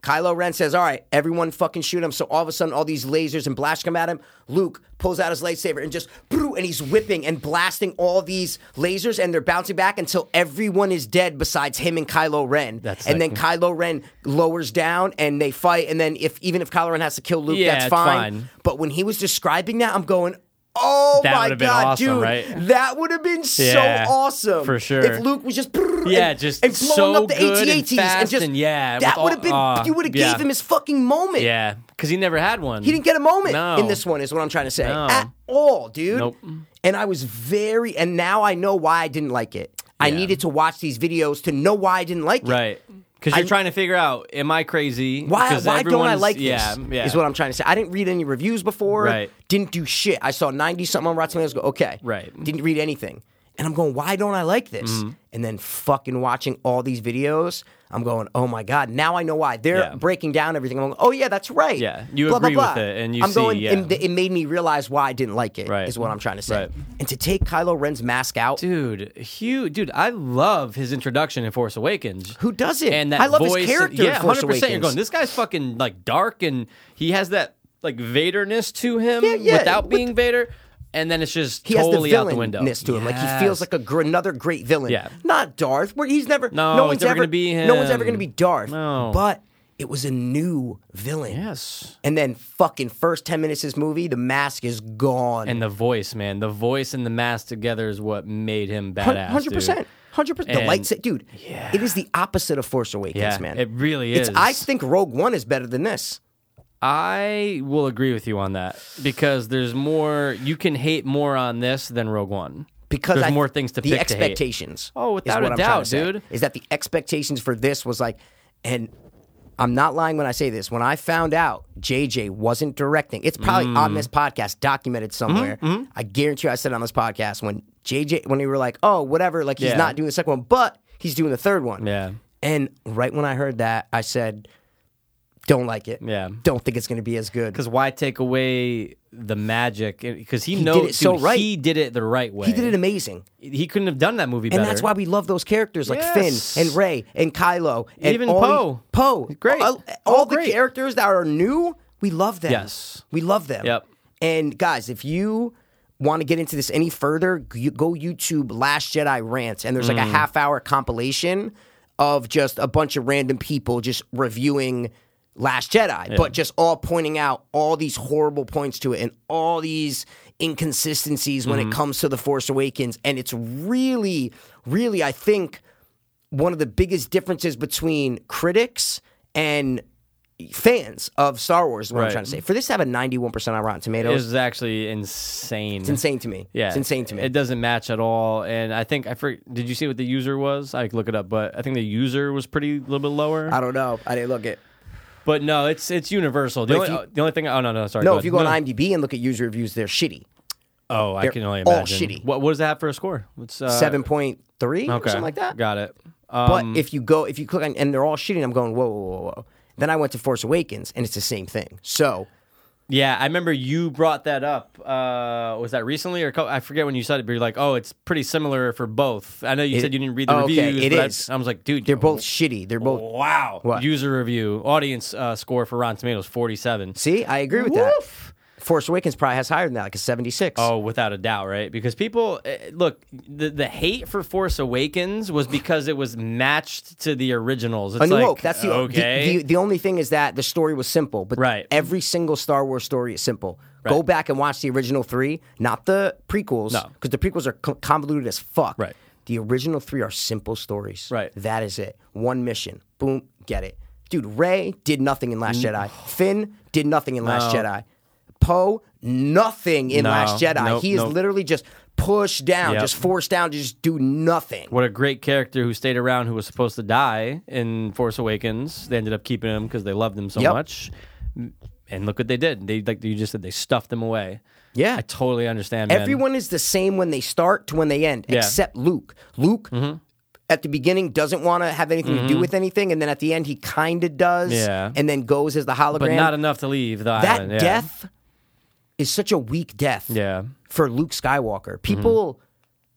Speaker 1: Kylo Ren says, "All right, everyone, fucking shoot him." So all of a sudden, all these lasers and blasts come at him. Luke pulls out his lightsaber and just, "Brew," and he's whipping and blasting all these lasers, and they're bouncing back until everyone is dead besides him and Kylo Ren.
Speaker 5: That's
Speaker 1: and
Speaker 5: like-
Speaker 1: then Kylo Ren lowers down, and they fight. And then if even if Kylo Ren has to kill Luke,
Speaker 5: Yeah,
Speaker 1: that's
Speaker 5: it's
Speaker 1: fine.
Speaker 5: fine.
Speaker 1: But when he was describing that, I'm going. Oh
Speaker 5: That
Speaker 1: my
Speaker 5: would've been
Speaker 1: god,
Speaker 5: awesome,
Speaker 1: dude!
Speaker 5: right?
Speaker 1: That would have been
Speaker 5: Yeah,
Speaker 1: so awesome
Speaker 5: for sure.
Speaker 1: If Luke was just "Brew,"
Speaker 5: Yeah,
Speaker 1: and,
Speaker 5: just
Speaker 1: and blowing
Speaker 5: so
Speaker 1: up the
Speaker 5: good and
Speaker 1: AT-ATs
Speaker 5: fast
Speaker 1: just
Speaker 5: and yeah, with
Speaker 1: that
Speaker 5: all-
Speaker 1: would have been
Speaker 5: aw,
Speaker 1: you would have
Speaker 5: yeah.
Speaker 1: gave him his fucking moment.
Speaker 5: Yeah, because he never had one.
Speaker 1: He didn't get a moment
Speaker 5: No.
Speaker 1: in this one, is what I'm trying to say.
Speaker 5: No.
Speaker 1: At all, dude.
Speaker 5: Nope.
Speaker 1: And I was very, and now I know why I didn't like it. I
Speaker 5: Yeah.
Speaker 1: needed to watch these videos to know why I didn't like it.
Speaker 5: Right. Because you're
Speaker 1: I-
Speaker 5: trying to figure out, am I crazy?
Speaker 1: Why,
Speaker 5: 'Cause
Speaker 1: why don't I
Speaker 5: everyone's-
Speaker 1: like
Speaker 5: yeah,
Speaker 1: this?
Speaker 5: Yeah.
Speaker 1: Is what I'm trying to say. I didn't read any reviews before.
Speaker 5: Right.
Speaker 1: Didn't do shit. I saw 90 something on Rotten Tomatoes. Go okay.
Speaker 5: Right. Mm-hmm.
Speaker 1: Didn't read anything. And I'm going, why don't I like this? And then fucking watching all these videos, I'm going, oh my god, now I know why they're
Speaker 5: Yeah.
Speaker 1: breaking down everything. I'm going, oh yeah, that's right.
Speaker 5: Yeah. You
Speaker 1: blah,
Speaker 5: agree
Speaker 1: blah,
Speaker 5: with
Speaker 1: blah.
Speaker 5: it and you
Speaker 1: I'm
Speaker 5: see,
Speaker 1: going,
Speaker 5: yeah.
Speaker 1: and th- it made me realize why I didn't like it. Is
Speaker 5: Right.
Speaker 1: what I'm trying to say.
Speaker 5: Right.
Speaker 1: And to take Kylo Ren's mask out,
Speaker 5: Dude, huge. Dude, I love his introduction in Force Awakens.
Speaker 1: who doesn't?
Speaker 5: and that
Speaker 1: I love
Speaker 5: voice
Speaker 1: his character.
Speaker 5: And, yeah,
Speaker 1: in Force
Speaker 5: 100%. You're
Speaker 1: Awakens.
Speaker 5: going, this guy's fucking like dark and he has that like Vaderness to him
Speaker 1: Yeah, yeah.
Speaker 5: without
Speaker 1: With-
Speaker 5: being Vader. And then it's just
Speaker 1: he
Speaker 5: totally
Speaker 1: has
Speaker 5: out
Speaker 1: the
Speaker 5: the window.
Speaker 1: villainness to him. Like
Speaker 5: Yes.
Speaker 1: he feels like a gr- another great villain.
Speaker 5: Yeah.
Speaker 1: Not Darth. Where he's never.
Speaker 5: No,
Speaker 1: no
Speaker 5: he's
Speaker 1: one's
Speaker 5: never
Speaker 1: ever
Speaker 5: gonna be
Speaker 1: No one's
Speaker 5: him.
Speaker 1: ever going to be Darth.
Speaker 5: No.
Speaker 1: But it was a new villain.
Speaker 5: Yes.
Speaker 1: And then fucking first ten minutes of this movie, the mask is gone.
Speaker 5: And the voice, man. The voice and the mask together is what made him
Speaker 1: Hun-
Speaker 5: badass.
Speaker 1: Hundred
Speaker 5: dude.
Speaker 1: percent. Hundred percent. The
Speaker 5: And-
Speaker 1: lights, dude. It is the opposite of Force Awakens,
Speaker 5: Yeah,
Speaker 1: man.
Speaker 5: it really
Speaker 1: It's,
Speaker 5: is.
Speaker 1: I think Rogue One is better than this.
Speaker 5: I will agree with you on that because there's more. You can hate more on this than Rogue One
Speaker 1: because
Speaker 5: there's
Speaker 1: I,
Speaker 5: more things
Speaker 1: the
Speaker 5: to pick To hate.
Speaker 1: expectations.
Speaker 5: Oh,
Speaker 1: is
Speaker 5: without
Speaker 1: what
Speaker 5: a
Speaker 1: I'm trying to
Speaker 5: doubt,
Speaker 1: say,
Speaker 5: dude.
Speaker 1: Is that the expectations for this was like, and I'm not lying when I say this. When I found out JJ wasn't directing, it's probably
Speaker 5: Mm.
Speaker 1: on this podcast, documented somewhere.
Speaker 5: Mm-hmm,
Speaker 1: I guarantee you, I said it on this podcast when JJ when they were like, oh, whatever, like he's
Speaker 5: Yeah.
Speaker 1: not doing the second one, but he's doing the third one.
Speaker 5: Yeah.
Speaker 1: And right when I heard that, I said, don't like it.
Speaker 5: Yeah.
Speaker 1: Don't think it's going to be as good.
Speaker 5: Because why take away the magic? Because he,
Speaker 1: did
Speaker 5: knows
Speaker 1: it so
Speaker 5: dude,
Speaker 1: right.
Speaker 5: He did it the right way.
Speaker 1: He did it amazing.
Speaker 5: He couldn't have done that movie better.
Speaker 1: And that's why we love those characters like
Speaker 5: Yes.
Speaker 1: Finn and Ray and Kylo and
Speaker 5: Even
Speaker 1: all the-
Speaker 5: Poe.
Speaker 1: Poe,
Speaker 5: Great.
Speaker 1: All, all
Speaker 5: All
Speaker 1: the
Speaker 5: great.
Speaker 1: characters that are new, we love them.
Speaker 5: Yes.
Speaker 1: we love them.
Speaker 5: Yep.
Speaker 1: And guys, if you want to get into this any further, you go YouTube Last Jedi rants, and there's like a half hour compilation of just a bunch of random people just reviewing. Last Jedi, but just all pointing out all these horrible points to it and all these inconsistencies when it comes to The Force Awakens. And it's really, really, I think, one of the biggest differences between critics and fans of Star Wars. Is what I'm
Speaker 5: Right.
Speaker 1: trying to say. For this to have a 91 percent on Rotten Tomatoes,
Speaker 5: This is actually insane.
Speaker 1: it's insane to me.
Speaker 5: Yeah,
Speaker 1: it's insane to me.
Speaker 5: It doesn't match at all. And I think I forget. Did you see what the user was? I could look it up, but I think the user was pretty a little bit lower.
Speaker 1: I don't know. I didn't look at.
Speaker 5: but no, it's it's universal. The,
Speaker 1: But
Speaker 5: only,
Speaker 1: if
Speaker 5: the only thing. Oh no, no, sorry.
Speaker 1: No,
Speaker 5: ahead.
Speaker 1: if you go on IMDb and look at user reviews, they're shitty.
Speaker 5: oh, I
Speaker 1: they're
Speaker 5: can only
Speaker 1: all
Speaker 5: imagine.
Speaker 1: shitty.
Speaker 5: What, what does that have for a score? It's uh,
Speaker 1: Seven point three or
Speaker 5: okay.
Speaker 1: something like that.
Speaker 5: Got it.
Speaker 1: But
Speaker 5: Um,
Speaker 1: if you go, if you click on, and they're all shitty, and I'm going, whoa, whoa, whoa, whoa. Then I went to Force Awakens, and it's the same thing. So
Speaker 5: yeah, I remember you brought that up. Uh, was that recently or a couple, I forget when you said it? But you're like, oh, it's pretty similar for both. I know you
Speaker 1: It-
Speaker 5: said you didn't read the
Speaker 1: oh, okay,
Speaker 5: reviews.
Speaker 1: it
Speaker 5: but I-
Speaker 1: is.
Speaker 5: I, was like, dude,
Speaker 1: they're both shitty. They're both.
Speaker 5: Wow.
Speaker 1: What?
Speaker 5: User review, audience uh, score for Rotten Tomatoes, 47.
Speaker 1: See, I agree with that. Force Awakens probably has higher than that, like a 76.
Speaker 5: Oh, without a doubt, right? Because people eh, look the the hate for Force Awakens was because it was matched to the originals. It's
Speaker 1: A New
Speaker 5: like,
Speaker 1: Hope. That's the,
Speaker 5: okay.
Speaker 1: the, the the only thing is that the story was simple, but
Speaker 5: Right.
Speaker 1: every single Star Wars story is simple. Go back and watch the original three, not the prequels,
Speaker 5: No.
Speaker 1: because the prequels are co- convoluted as fuck.
Speaker 5: Right.
Speaker 1: The original three are simple stories.
Speaker 5: Right.
Speaker 1: That is it. One mission. Boom. Get it, dude. Ray did nothing in Last Jedi. Finn did nothing in Last Jedi. Poe nothing in
Speaker 5: No.
Speaker 1: Last Jedi.
Speaker 5: Nope,
Speaker 1: he is
Speaker 5: nope.
Speaker 1: literally just pushed down,
Speaker 5: Yep.
Speaker 1: just forced down to just do nothing.
Speaker 5: what a great character who stayed around who was supposed to die in Force Awakens. They ended up keeping him because they loved him so
Speaker 1: Yep.
Speaker 5: much. And look what they did. They like you just said they stuffed him away.
Speaker 1: Yeah.
Speaker 5: I totally understand. man.
Speaker 1: Everyone is the same when they start to when they end,
Speaker 5: Yeah. Mm-hmm.
Speaker 1: except Luke. Luke at the beginning doesn't want to have anything to do with anything, and then at the end he kind of does,
Speaker 5: Yeah.
Speaker 1: and then goes as the hologram.
Speaker 5: but not enough to leave the
Speaker 1: that
Speaker 5: island. Yeah.
Speaker 1: death is such a weak death
Speaker 5: Yeah.
Speaker 1: for Luke Skywalker. People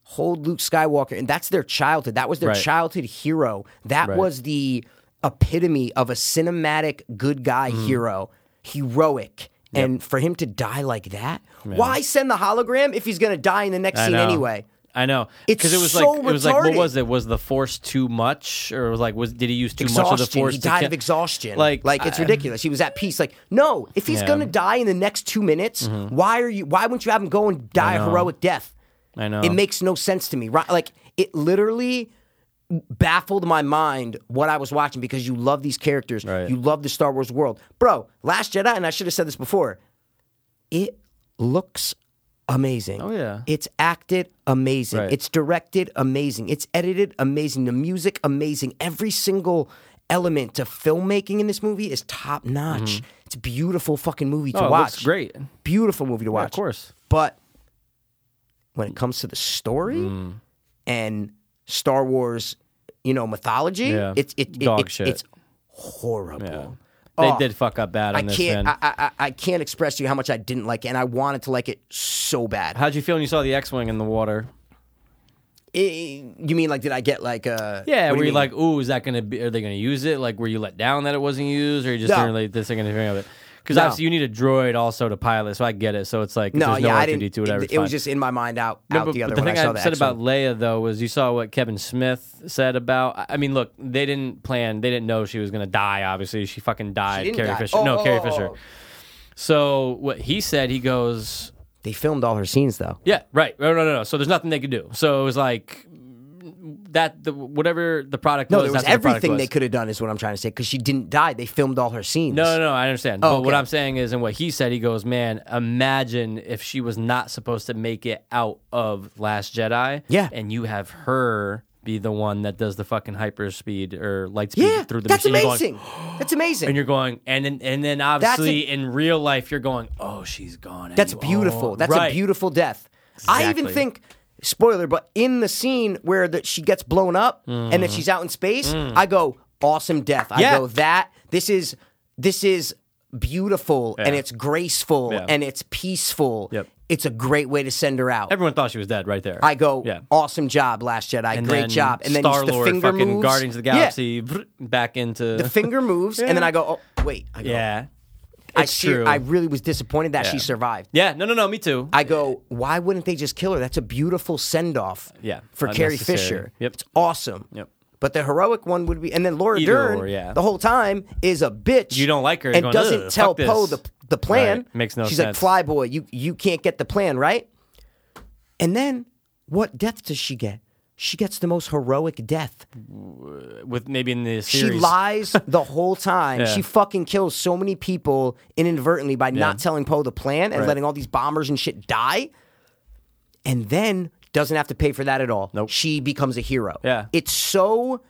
Speaker 1: hold Luke Skywalker, and that's their childhood. That was their
Speaker 5: Mm-hmm. Right.
Speaker 1: childhood hero. That
Speaker 5: Right.
Speaker 1: was the epitome of a cinematic good guy
Speaker 5: Mm-hmm.
Speaker 1: hero, heroic. And for him to die like that, why send the hologram if he's going to die in the next
Speaker 5: I
Speaker 1: scene
Speaker 5: know.
Speaker 1: anyway?
Speaker 5: I know
Speaker 1: It's
Speaker 5: because it was
Speaker 1: so
Speaker 5: like it was like what
Speaker 1: retarded.
Speaker 5: was it? Was the force too much, or was like was did he use too much of the
Speaker 1: Exhaustion.
Speaker 5: force?
Speaker 1: He
Speaker 5: to
Speaker 1: died
Speaker 5: ki-
Speaker 1: of exhaustion.
Speaker 5: Like,
Speaker 1: like it's
Speaker 5: I-
Speaker 1: ridiculous. He was at peace. Like, no, if he's
Speaker 5: Yeah. Mm-hmm.
Speaker 1: gonna die in the next two minutes, why are you? Why wouldn't you have him go and die a
Speaker 5: know.
Speaker 1: heroic death?
Speaker 5: I know.
Speaker 1: It makes no sense to me. Right? Like it literally baffled my mind what I was watching because you love these characters.
Speaker 5: Right.
Speaker 1: You love the Star Wars world. Bro, Last Jedi, and I should have said this before, it looks amazing.
Speaker 5: Oh, yeah.
Speaker 1: It's acted amazing.
Speaker 5: Right.
Speaker 1: It's directed amazing. It's edited amazing. The music amazing. Every single element to filmmaking in this movie is top notch. It's a beautiful fucking movie to
Speaker 5: Mm-hmm. Oh, it
Speaker 1: watch.
Speaker 5: looks great.
Speaker 1: Beautiful movie to watch.
Speaker 5: of course.
Speaker 1: But when it comes to the story
Speaker 5: Mm.
Speaker 1: and Star Wars, you know, mythology,
Speaker 5: Yeah.
Speaker 1: it's it, it,
Speaker 5: Dog
Speaker 1: it-
Speaker 5: shit.
Speaker 1: it's horrible.
Speaker 5: They
Speaker 1: Oh,
Speaker 5: did fuck up bad
Speaker 1: I
Speaker 5: on this.
Speaker 1: can't.
Speaker 5: man.
Speaker 1: I, I, I- I can't express to you how much I didn't like it, and I wanted to like it so bad.
Speaker 5: How'd you feel when you saw the X-wing in the water?
Speaker 1: It- you mean like did I get like a?
Speaker 5: Yeah,
Speaker 1: what do
Speaker 5: were you
Speaker 1: mean?
Speaker 5: like, ooh, is that gonna be? Are they gonna use it? Like, were you let down that it wasn't used, or you just
Speaker 1: No.
Speaker 5: didn't really this ain't gonna hear of it? Because
Speaker 1: No.
Speaker 5: obviously you need a droid also to pilot, so I get it. So it's like if
Speaker 1: No,
Speaker 5: there's
Speaker 1: yeah,
Speaker 5: no
Speaker 1: I
Speaker 5: R two
Speaker 1: didn't.
Speaker 5: D two, whatever.
Speaker 1: it
Speaker 5: it's
Speaker 1: it was
Speaker 5: fine.
Speaker 1: just in my mind out
Speaker 5: No,
Speaker 1: out
Speaker 5: but,
Speaker 1: the other
Speaker 5: but
Speaker 1: when
Speaker 5: the
Speaker 1: I
Speaker 5: thing
Speaker 1: saw
Speaker 5: I
Speaker 1: that.
Speaker 5: said about Leia though was you saw what Kevin Smith said about. I- I mean, look, they didn't plan. They didn't know she was gonna die. Obviously, she fucking died.
Speaker 1: didn't
Speaker 5: Carrie
Speaker 1: die.
Speaker 5: Fisher.
Speaker 1: Oh,
Speaker 5: no,
Speaker 1: oh,
Speaker 5: Carrie
Speaker 1: oh,
Speaker 5: Fisher.
Speaker 1: oh.
Speaker 5: So what he said, he goes,
Speaker 1: they filmed all her scenes though.
Speaker 5: yeah, right. No, no, no. no. So there's nothing they could do. So it was like that. The, whatever the product
Speaker 1: No,
Speaker 5: was,
Speaker 1: there was
Speaker 5: that's what the product
Speaker 1: everything
Speaker 5: was.
Speaker 1: they could have done, is what I'm trying to say, because she didn't die. They filmed all her scenes.
Speaker 5: No, no, no, I understand.
Speaker 1: Oh,
Speaker 5: but what
Speaker 1: okay.
Speaker 5: I'm saying is, and what he said, he goes, "Man, imagine if she was not supposed to make it out of Last Jedi,
Speaker 1: Yeah.
Speaker 5: and you have her be the one that does the fucking hyperspeed or light speed
Speaker 1: Yeah,
Speaker 5: through the
Speaker 1: that's
Speaker 5: machine." You're going,
Speaker 1: amazing. that's amazing.
Speaker 5: and you're going, and then and then obviously in real life, you're going, "Oh, she's gone." and
Speaker 1: That's
Speaker 5: you-
Speaker 1: beautiful.
Speaker 5: oh,
Speaker 1: That's
Speaker 5: right.
Speaker 1: a beautiful death. I even
Speaker 5: Exactly.
Speaker 1: think spoiler, but in the scene where that she gets blown up and then she's out in space, I go awesome death. I
Speaker 5: Mm. Yeah.
Speaker 1: go that this is this is beautiful and it's graceful
Speaker 5: Yeah.
Speaker 1: and it's peaceful.
Speaker 5: Yep.
Speaker 1: It's a great way to send her out.
Speaker 5: Everyone thought she was dead right there.
Speaker 1: I go
Speaker 5: yeah.
Speaker 1: awesome job, Last Jedi.
Speaker 5: And
Speaker 1: great
Speaker 5: then
Speaker 1: job. And then
Speaker 5: Star
Speaker 1: the
Speaker 5: Lord,
Speaker 1: finger
Speaker 5: fucking
Speaker 1: moves.
Speaker 5: Guardians of the
Speaker 1: Yeah.
Speaker 5: Galaxy, back into
Speaker 1: The finger moves, and then I go, oh wait, I go,
Speaker 5: yeah,
Speaker 1: I
Speaker 5: it's
Speaker 1: see.
Speaker 5: true.
Speaker 1: I really was disappointed that she
Speaker 5: Yeah.
Speaker 1: survived.
Speaker 5: yeah, no, no, no, me too.
Speaker 1: I go, why wouldn't they just kill her? That's a beautiful send off.
Speaker 5: Yeah,
Speaker 1: for Carrie
Speaker 5: unnecessary.
Speaker 1: Fisher.
Speaker 5: Yep.
Speaker 1: it's awesome.
Speaker 5: Yep.
Speaker 1: But the heroic one would be, and then Laura
Speaker 5: Either
Speaker 1: Dern,
Speaker 5: or, yeah.
Speaker 1: the whole time is a bitch.
Speaker 5: You don't like her. You're
Speaker 1: and
Speaker 5: going,
Speaker 1: doesn't
Speaker 5: "Ugh,
Speaker 1: tell
Speaker 5: fuck
Speaker 1: Poe
Speaker 5: this."
Speaker 1: the the plan.
Speaker 5: Right. Makes no
Speaker 1: She's
Speaker 5: sense.
Speaker 1: She's like, "Flyboy, you you can't get the plan right." And then, what death does she get? She gets the most heroic death.
Speaker 5: with maybe in the series.
Speaker 1: She lies the whole time.
Speaker 5: Yeah.
Speaker 1: She fucking kills so many people inadvertently by not telling Poe the plan and
Speaker 5: Right.
Speaker 1: letting all these bombers and shit die. And then doesn't have to pay for that at all.
Speaker 5: Nope.
Speaker 1: She becomes a hero.
Speaker 5: Yeah.
Speaker 1: It's so.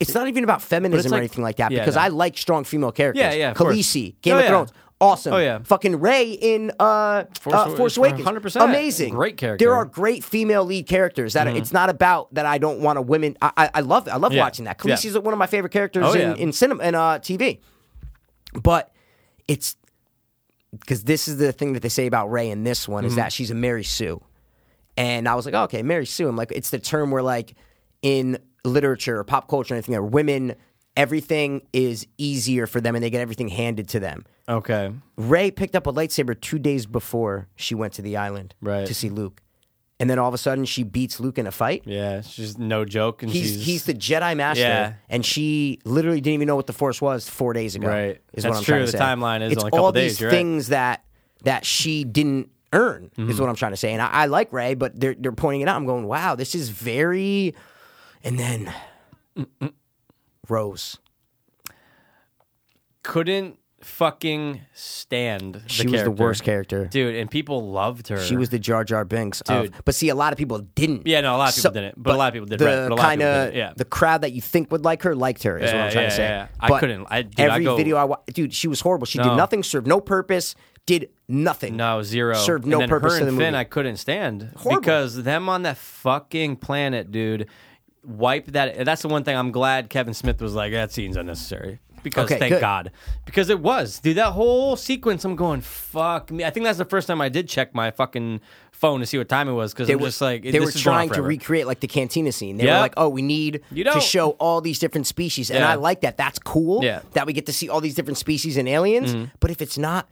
Speaker 1: It's not even about feminism or
Speaker 5: like-
Speaker 1: anything like that
Speaker 5: yeah,
Speaker 1: because
Speaker 5: no.
Speaker 1: I like strong female characters.
Speaker 5: Yeah, yeah, of course.
Speaker 1: Khaleesi, Game
Speaker 5: Oh,
Speaker 1: of
Speaker 5: yeah.
Speaker 1: Thrones. Awesome.
Speaker 5: Oh, yeah.
Speaker 1: Fucking Ray in uh, Force,
Speaker 5: Force
Speaker 1: uh,
Speaker 5: Awa-
Speaker 1: Force Awakens.
Speaker 5: 100%.
Speaker 1: Amazing.
Speaker 5: Great character. Mm-hmm.
Speaker 1: There are great female lead characters that are- it's not about that I don't want a women. I, I, I love I love
Speaker 5: Yeah.
Speaker 1: watching that.
Speaker 5: Yeah.
Speaker 1: Khaleesi's is one of my favorite characters
Speaker 5: Oh,
Speaker 1: in,
Speaker 5: yeah.
Speaker 1: in cinema and uh, TV. But it's because this is the thing that they say about Ray in this one
Speaker 5: Mm-hmm.
Speaker 1: is that she's a Mary Sue. And I was like, oh, okay, Mary Sue. I'm like, it's the term where like in literature or pop culture or anything where women everything is easier for them and they get everything handed to them.
Speaker 5: Okay.
Speaker 1: Ray picked up a lightsaber two days before she went to the island
Speaker 5: Right.
Speaker 1: to see Luke. And then all of a sudden she beats Luke in a fight.
Speaker 5: Yeah, she's no joke, and
Speaker 1: He's
Speaker 5: she's
Speaker 1: he's the Jedi Master,
Speaker 5: Yeah.
Speaker 1: and she literally didn't even know what the Force was four days ago.
Speaker 5: Right.
Speaker 1: is
Speaker 5: That's
Speaker 1: what I'm
Speaker 5: true.
Speaker 1: trying to
Speaker 5: The
Speaker 1: say.
Speaker 5: timeline is
Speaker 1: it's
Speaker 5: only a couple
Speaker 1: all
Speaker 5: days,
Speaker 1: these
Speaker 5: you're right.
Speaker 1: things that that she didn't earn
Speaker 5: Mm-hmm.
Speaker 1: is what I'm trying to say. And I, I like Ray, but they're they're pointing it out. I'm going, wow, this is very. And then Rose,
Speaker 5: couldn't fucking stand. The
Speaker 1: she was the worst character.
Speaker 5: dude, and people loved her.
Speaker 1: She was the Jar Jar Binks. of-
Speaker 5: Dude.
Speaker 1: but see, a lot of people didn't.
Speaker 5: Yeah, no, a lot of people didn't, but a lot of people did,
Speaker 1: The
Speaker 5: right, but a lot of people
Speaker 1: kinda-
Speaker 5: didn't, yeah.
Speaker 1: the crowd that you think would like her liked her. Is what
Speaker 5: Yeah,
Speaker 1: I'm trying
Speaker 5: yeah,
Speaker 1: to say.
Speaker 5: yeah. I
Speaker 1: But
Speaker 5: couldn't- I- dude, I
Speaker 1: every
Speaker 5: go-
Speaker 1: video I watched, dude, she was horrible. She did
Speaker 5: No.
Speaker 1: nothing, served no purpose, did nothing.
Speaker 5: no zero
Speaker 1: Served
Speaker 5: And
Speaker 1: no
Speaker 5: then
Speaker 1: purpose
Speaker 5: Her
Speaker 1: to
Speaker 5: and
Speaker 1: the
Speaker 5: Finn,
Speaker 1: movie.
Speaker 5: I couldn't stand
Speaker 1: Horrible.
Speaker 5: because them on that fucking planet, dude. Wipe that. That's the one thing I'm glad Kevin Smith was like that scene's unnecessary. Because
Speaker 1: Okay,
Speaker 5: thank
Speaker 1: good.
Speaker 5: God, because it was dude. That whole sequence, I'm going fuck me. I think that's the first time I did check my fucking phone to see what time it was because
Speaker 1: They
Speaker 5: I'm
Speaker 1: were
Speaker 5: just like
Speaker 1: they
Speaker 5: this
Speaker 1: were
Speaker 5: is going on
Speaker 1: trying to
Speaker 5: forever.
Speaker 1: recreate like the cantina scene. They were
Speaker 5: Yeah.
Speaker 1: like, "Oh, we need
Speaker 5: You
Speaker 1: to
Speaker 5: don't-
Speaker 1: show all these different species," and
Speaker 5: Yeah.
Speaker 1: I like that. That's cool.
Speaker 5: Yeah. Mm-hmm.
Speaker 1: that we get to see all these different species and aliens. But if it's not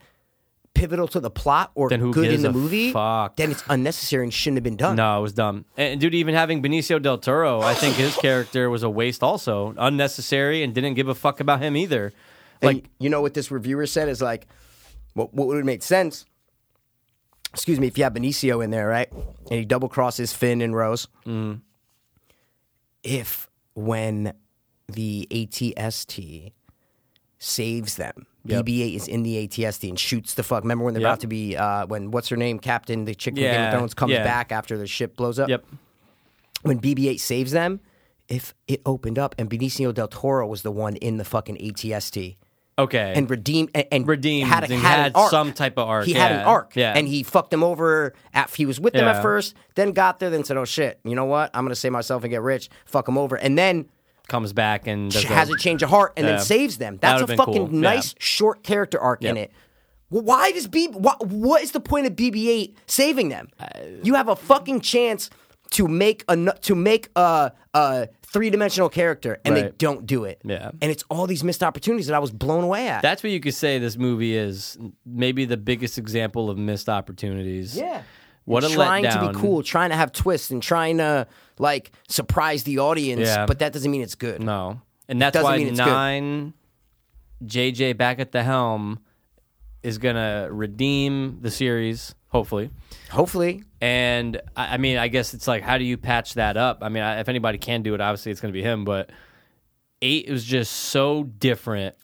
Speaker 1: pivotal to the plot or
Speaker 5: Then who
Speaker 1: good in
Speaker 5: gives
Speaker 1: the
Speaker 5: a
Speaker 1: movie,
Speaker 5: fuck?
Speaker 1: then it's unnecessary and shouldn't have been done.
Speaker 5: No, it was dumb. And and dude, even having Benicio del Toro, I think his character was a waste, also unnecessary, and didn't give a fuck about him either.
Speaker 1: And
Speaker 5: Like,
Speaker 1: you know what this reviewer said is like, what, what would have made sense? Excuse me, if you have Benicio in there, right? And he double crosses Finn and Rose.
Speaker 5: Mm-hmm.
Speaker 1: If when the ATST saves them,
Speaker 5: Yep.
Speaker 1: BB-8 is in the ATST and shoots the fuck. Remember when they're
Speaker 5: Yep.
Speaker 1: about to be uh, when what's her name, Captain, the chick from Game of
Speaker 5: Yeah,
Speaker 1: Thrones, comes
Speaker 5: yeah.
Speaker 1: back after the ship blows up
Speaker 5: yep,
Speaker 1: when BB-8 saves them, if it opened up and Benicio del Toro was the one in the fucking ATST
Speaker 5: okay,
Speaker 1: and redeemed and, and
Speaker 5: Redeemed
Speaker 1: had, a,
Speaker 5: and
Speaker 1: had, an
Speaker 5: had
Speaker 1: arc.
Speaker 5: some type of arc,
Speaker 1: He had an
Speaker 5: yeah,
Speaker 1: arc,
Speaker 5: yeah.
Speaker 1: and he fucked him over. After he was with them at
Speaker 5: Yeah.
Speaker 1: first, then got there, then said, "Oh shit, you know what? I'm gonna save myself and get rich. Fuck him over," and then
Speaker 5: comes back and does
Speaker 1: ch- has
Speaker 5: the-
Speaker 1: a change of heart and
Speaker 5: Yeah.
Speaker 1: then saves them.
Speaker 5: That
Speaker 1: That's a
Speaker 5: would've been
Speaker 1: fucking
Speaker 5: cool, yeah.
Speaker 1: nice short character arc in
Speaker 5: Yep.
Speaker 1: it. Well, why does BB? Why, what is the point of BB-8 saving them?
Speaker 5: Uh,
Speaker 1: you have a fucking chance to make a nu- to make a, a three dimensional character, and they
Speaker 5: Right.
Speaker 1: don't do it.
Speaker 5: Yeah.
Speaker 1: and it's all these missed opportunities that I was blown away at.
Speaker 5: That's what you could say. This movie is maybe the biggest example of missed opportunities.
Speaker 1: Yeah.
Speaker 5: what a
Speaker 1: trying
Speaker 5: letdown.
Speaker 1: to be cool, trying to have twists, and trying to like surprise the audience.
Speaker 5: Yeah.
Speaker 1: But that doesn't mean it's good.
Speaker 5: No, and that's
Speaker 1: Doesn't
Speaker 5: why
Speaker 1: mean it's good.
Speaker 5: nine JJ back at the helm is gonna redeem the series, hopefully.
Speaker 1: Hopefully,
Speaker 5: And I, I mean, I guess it's like, how do you patch that up? I mean, I, if anybody can do it, obviously it's going to be him. But eight was just so different.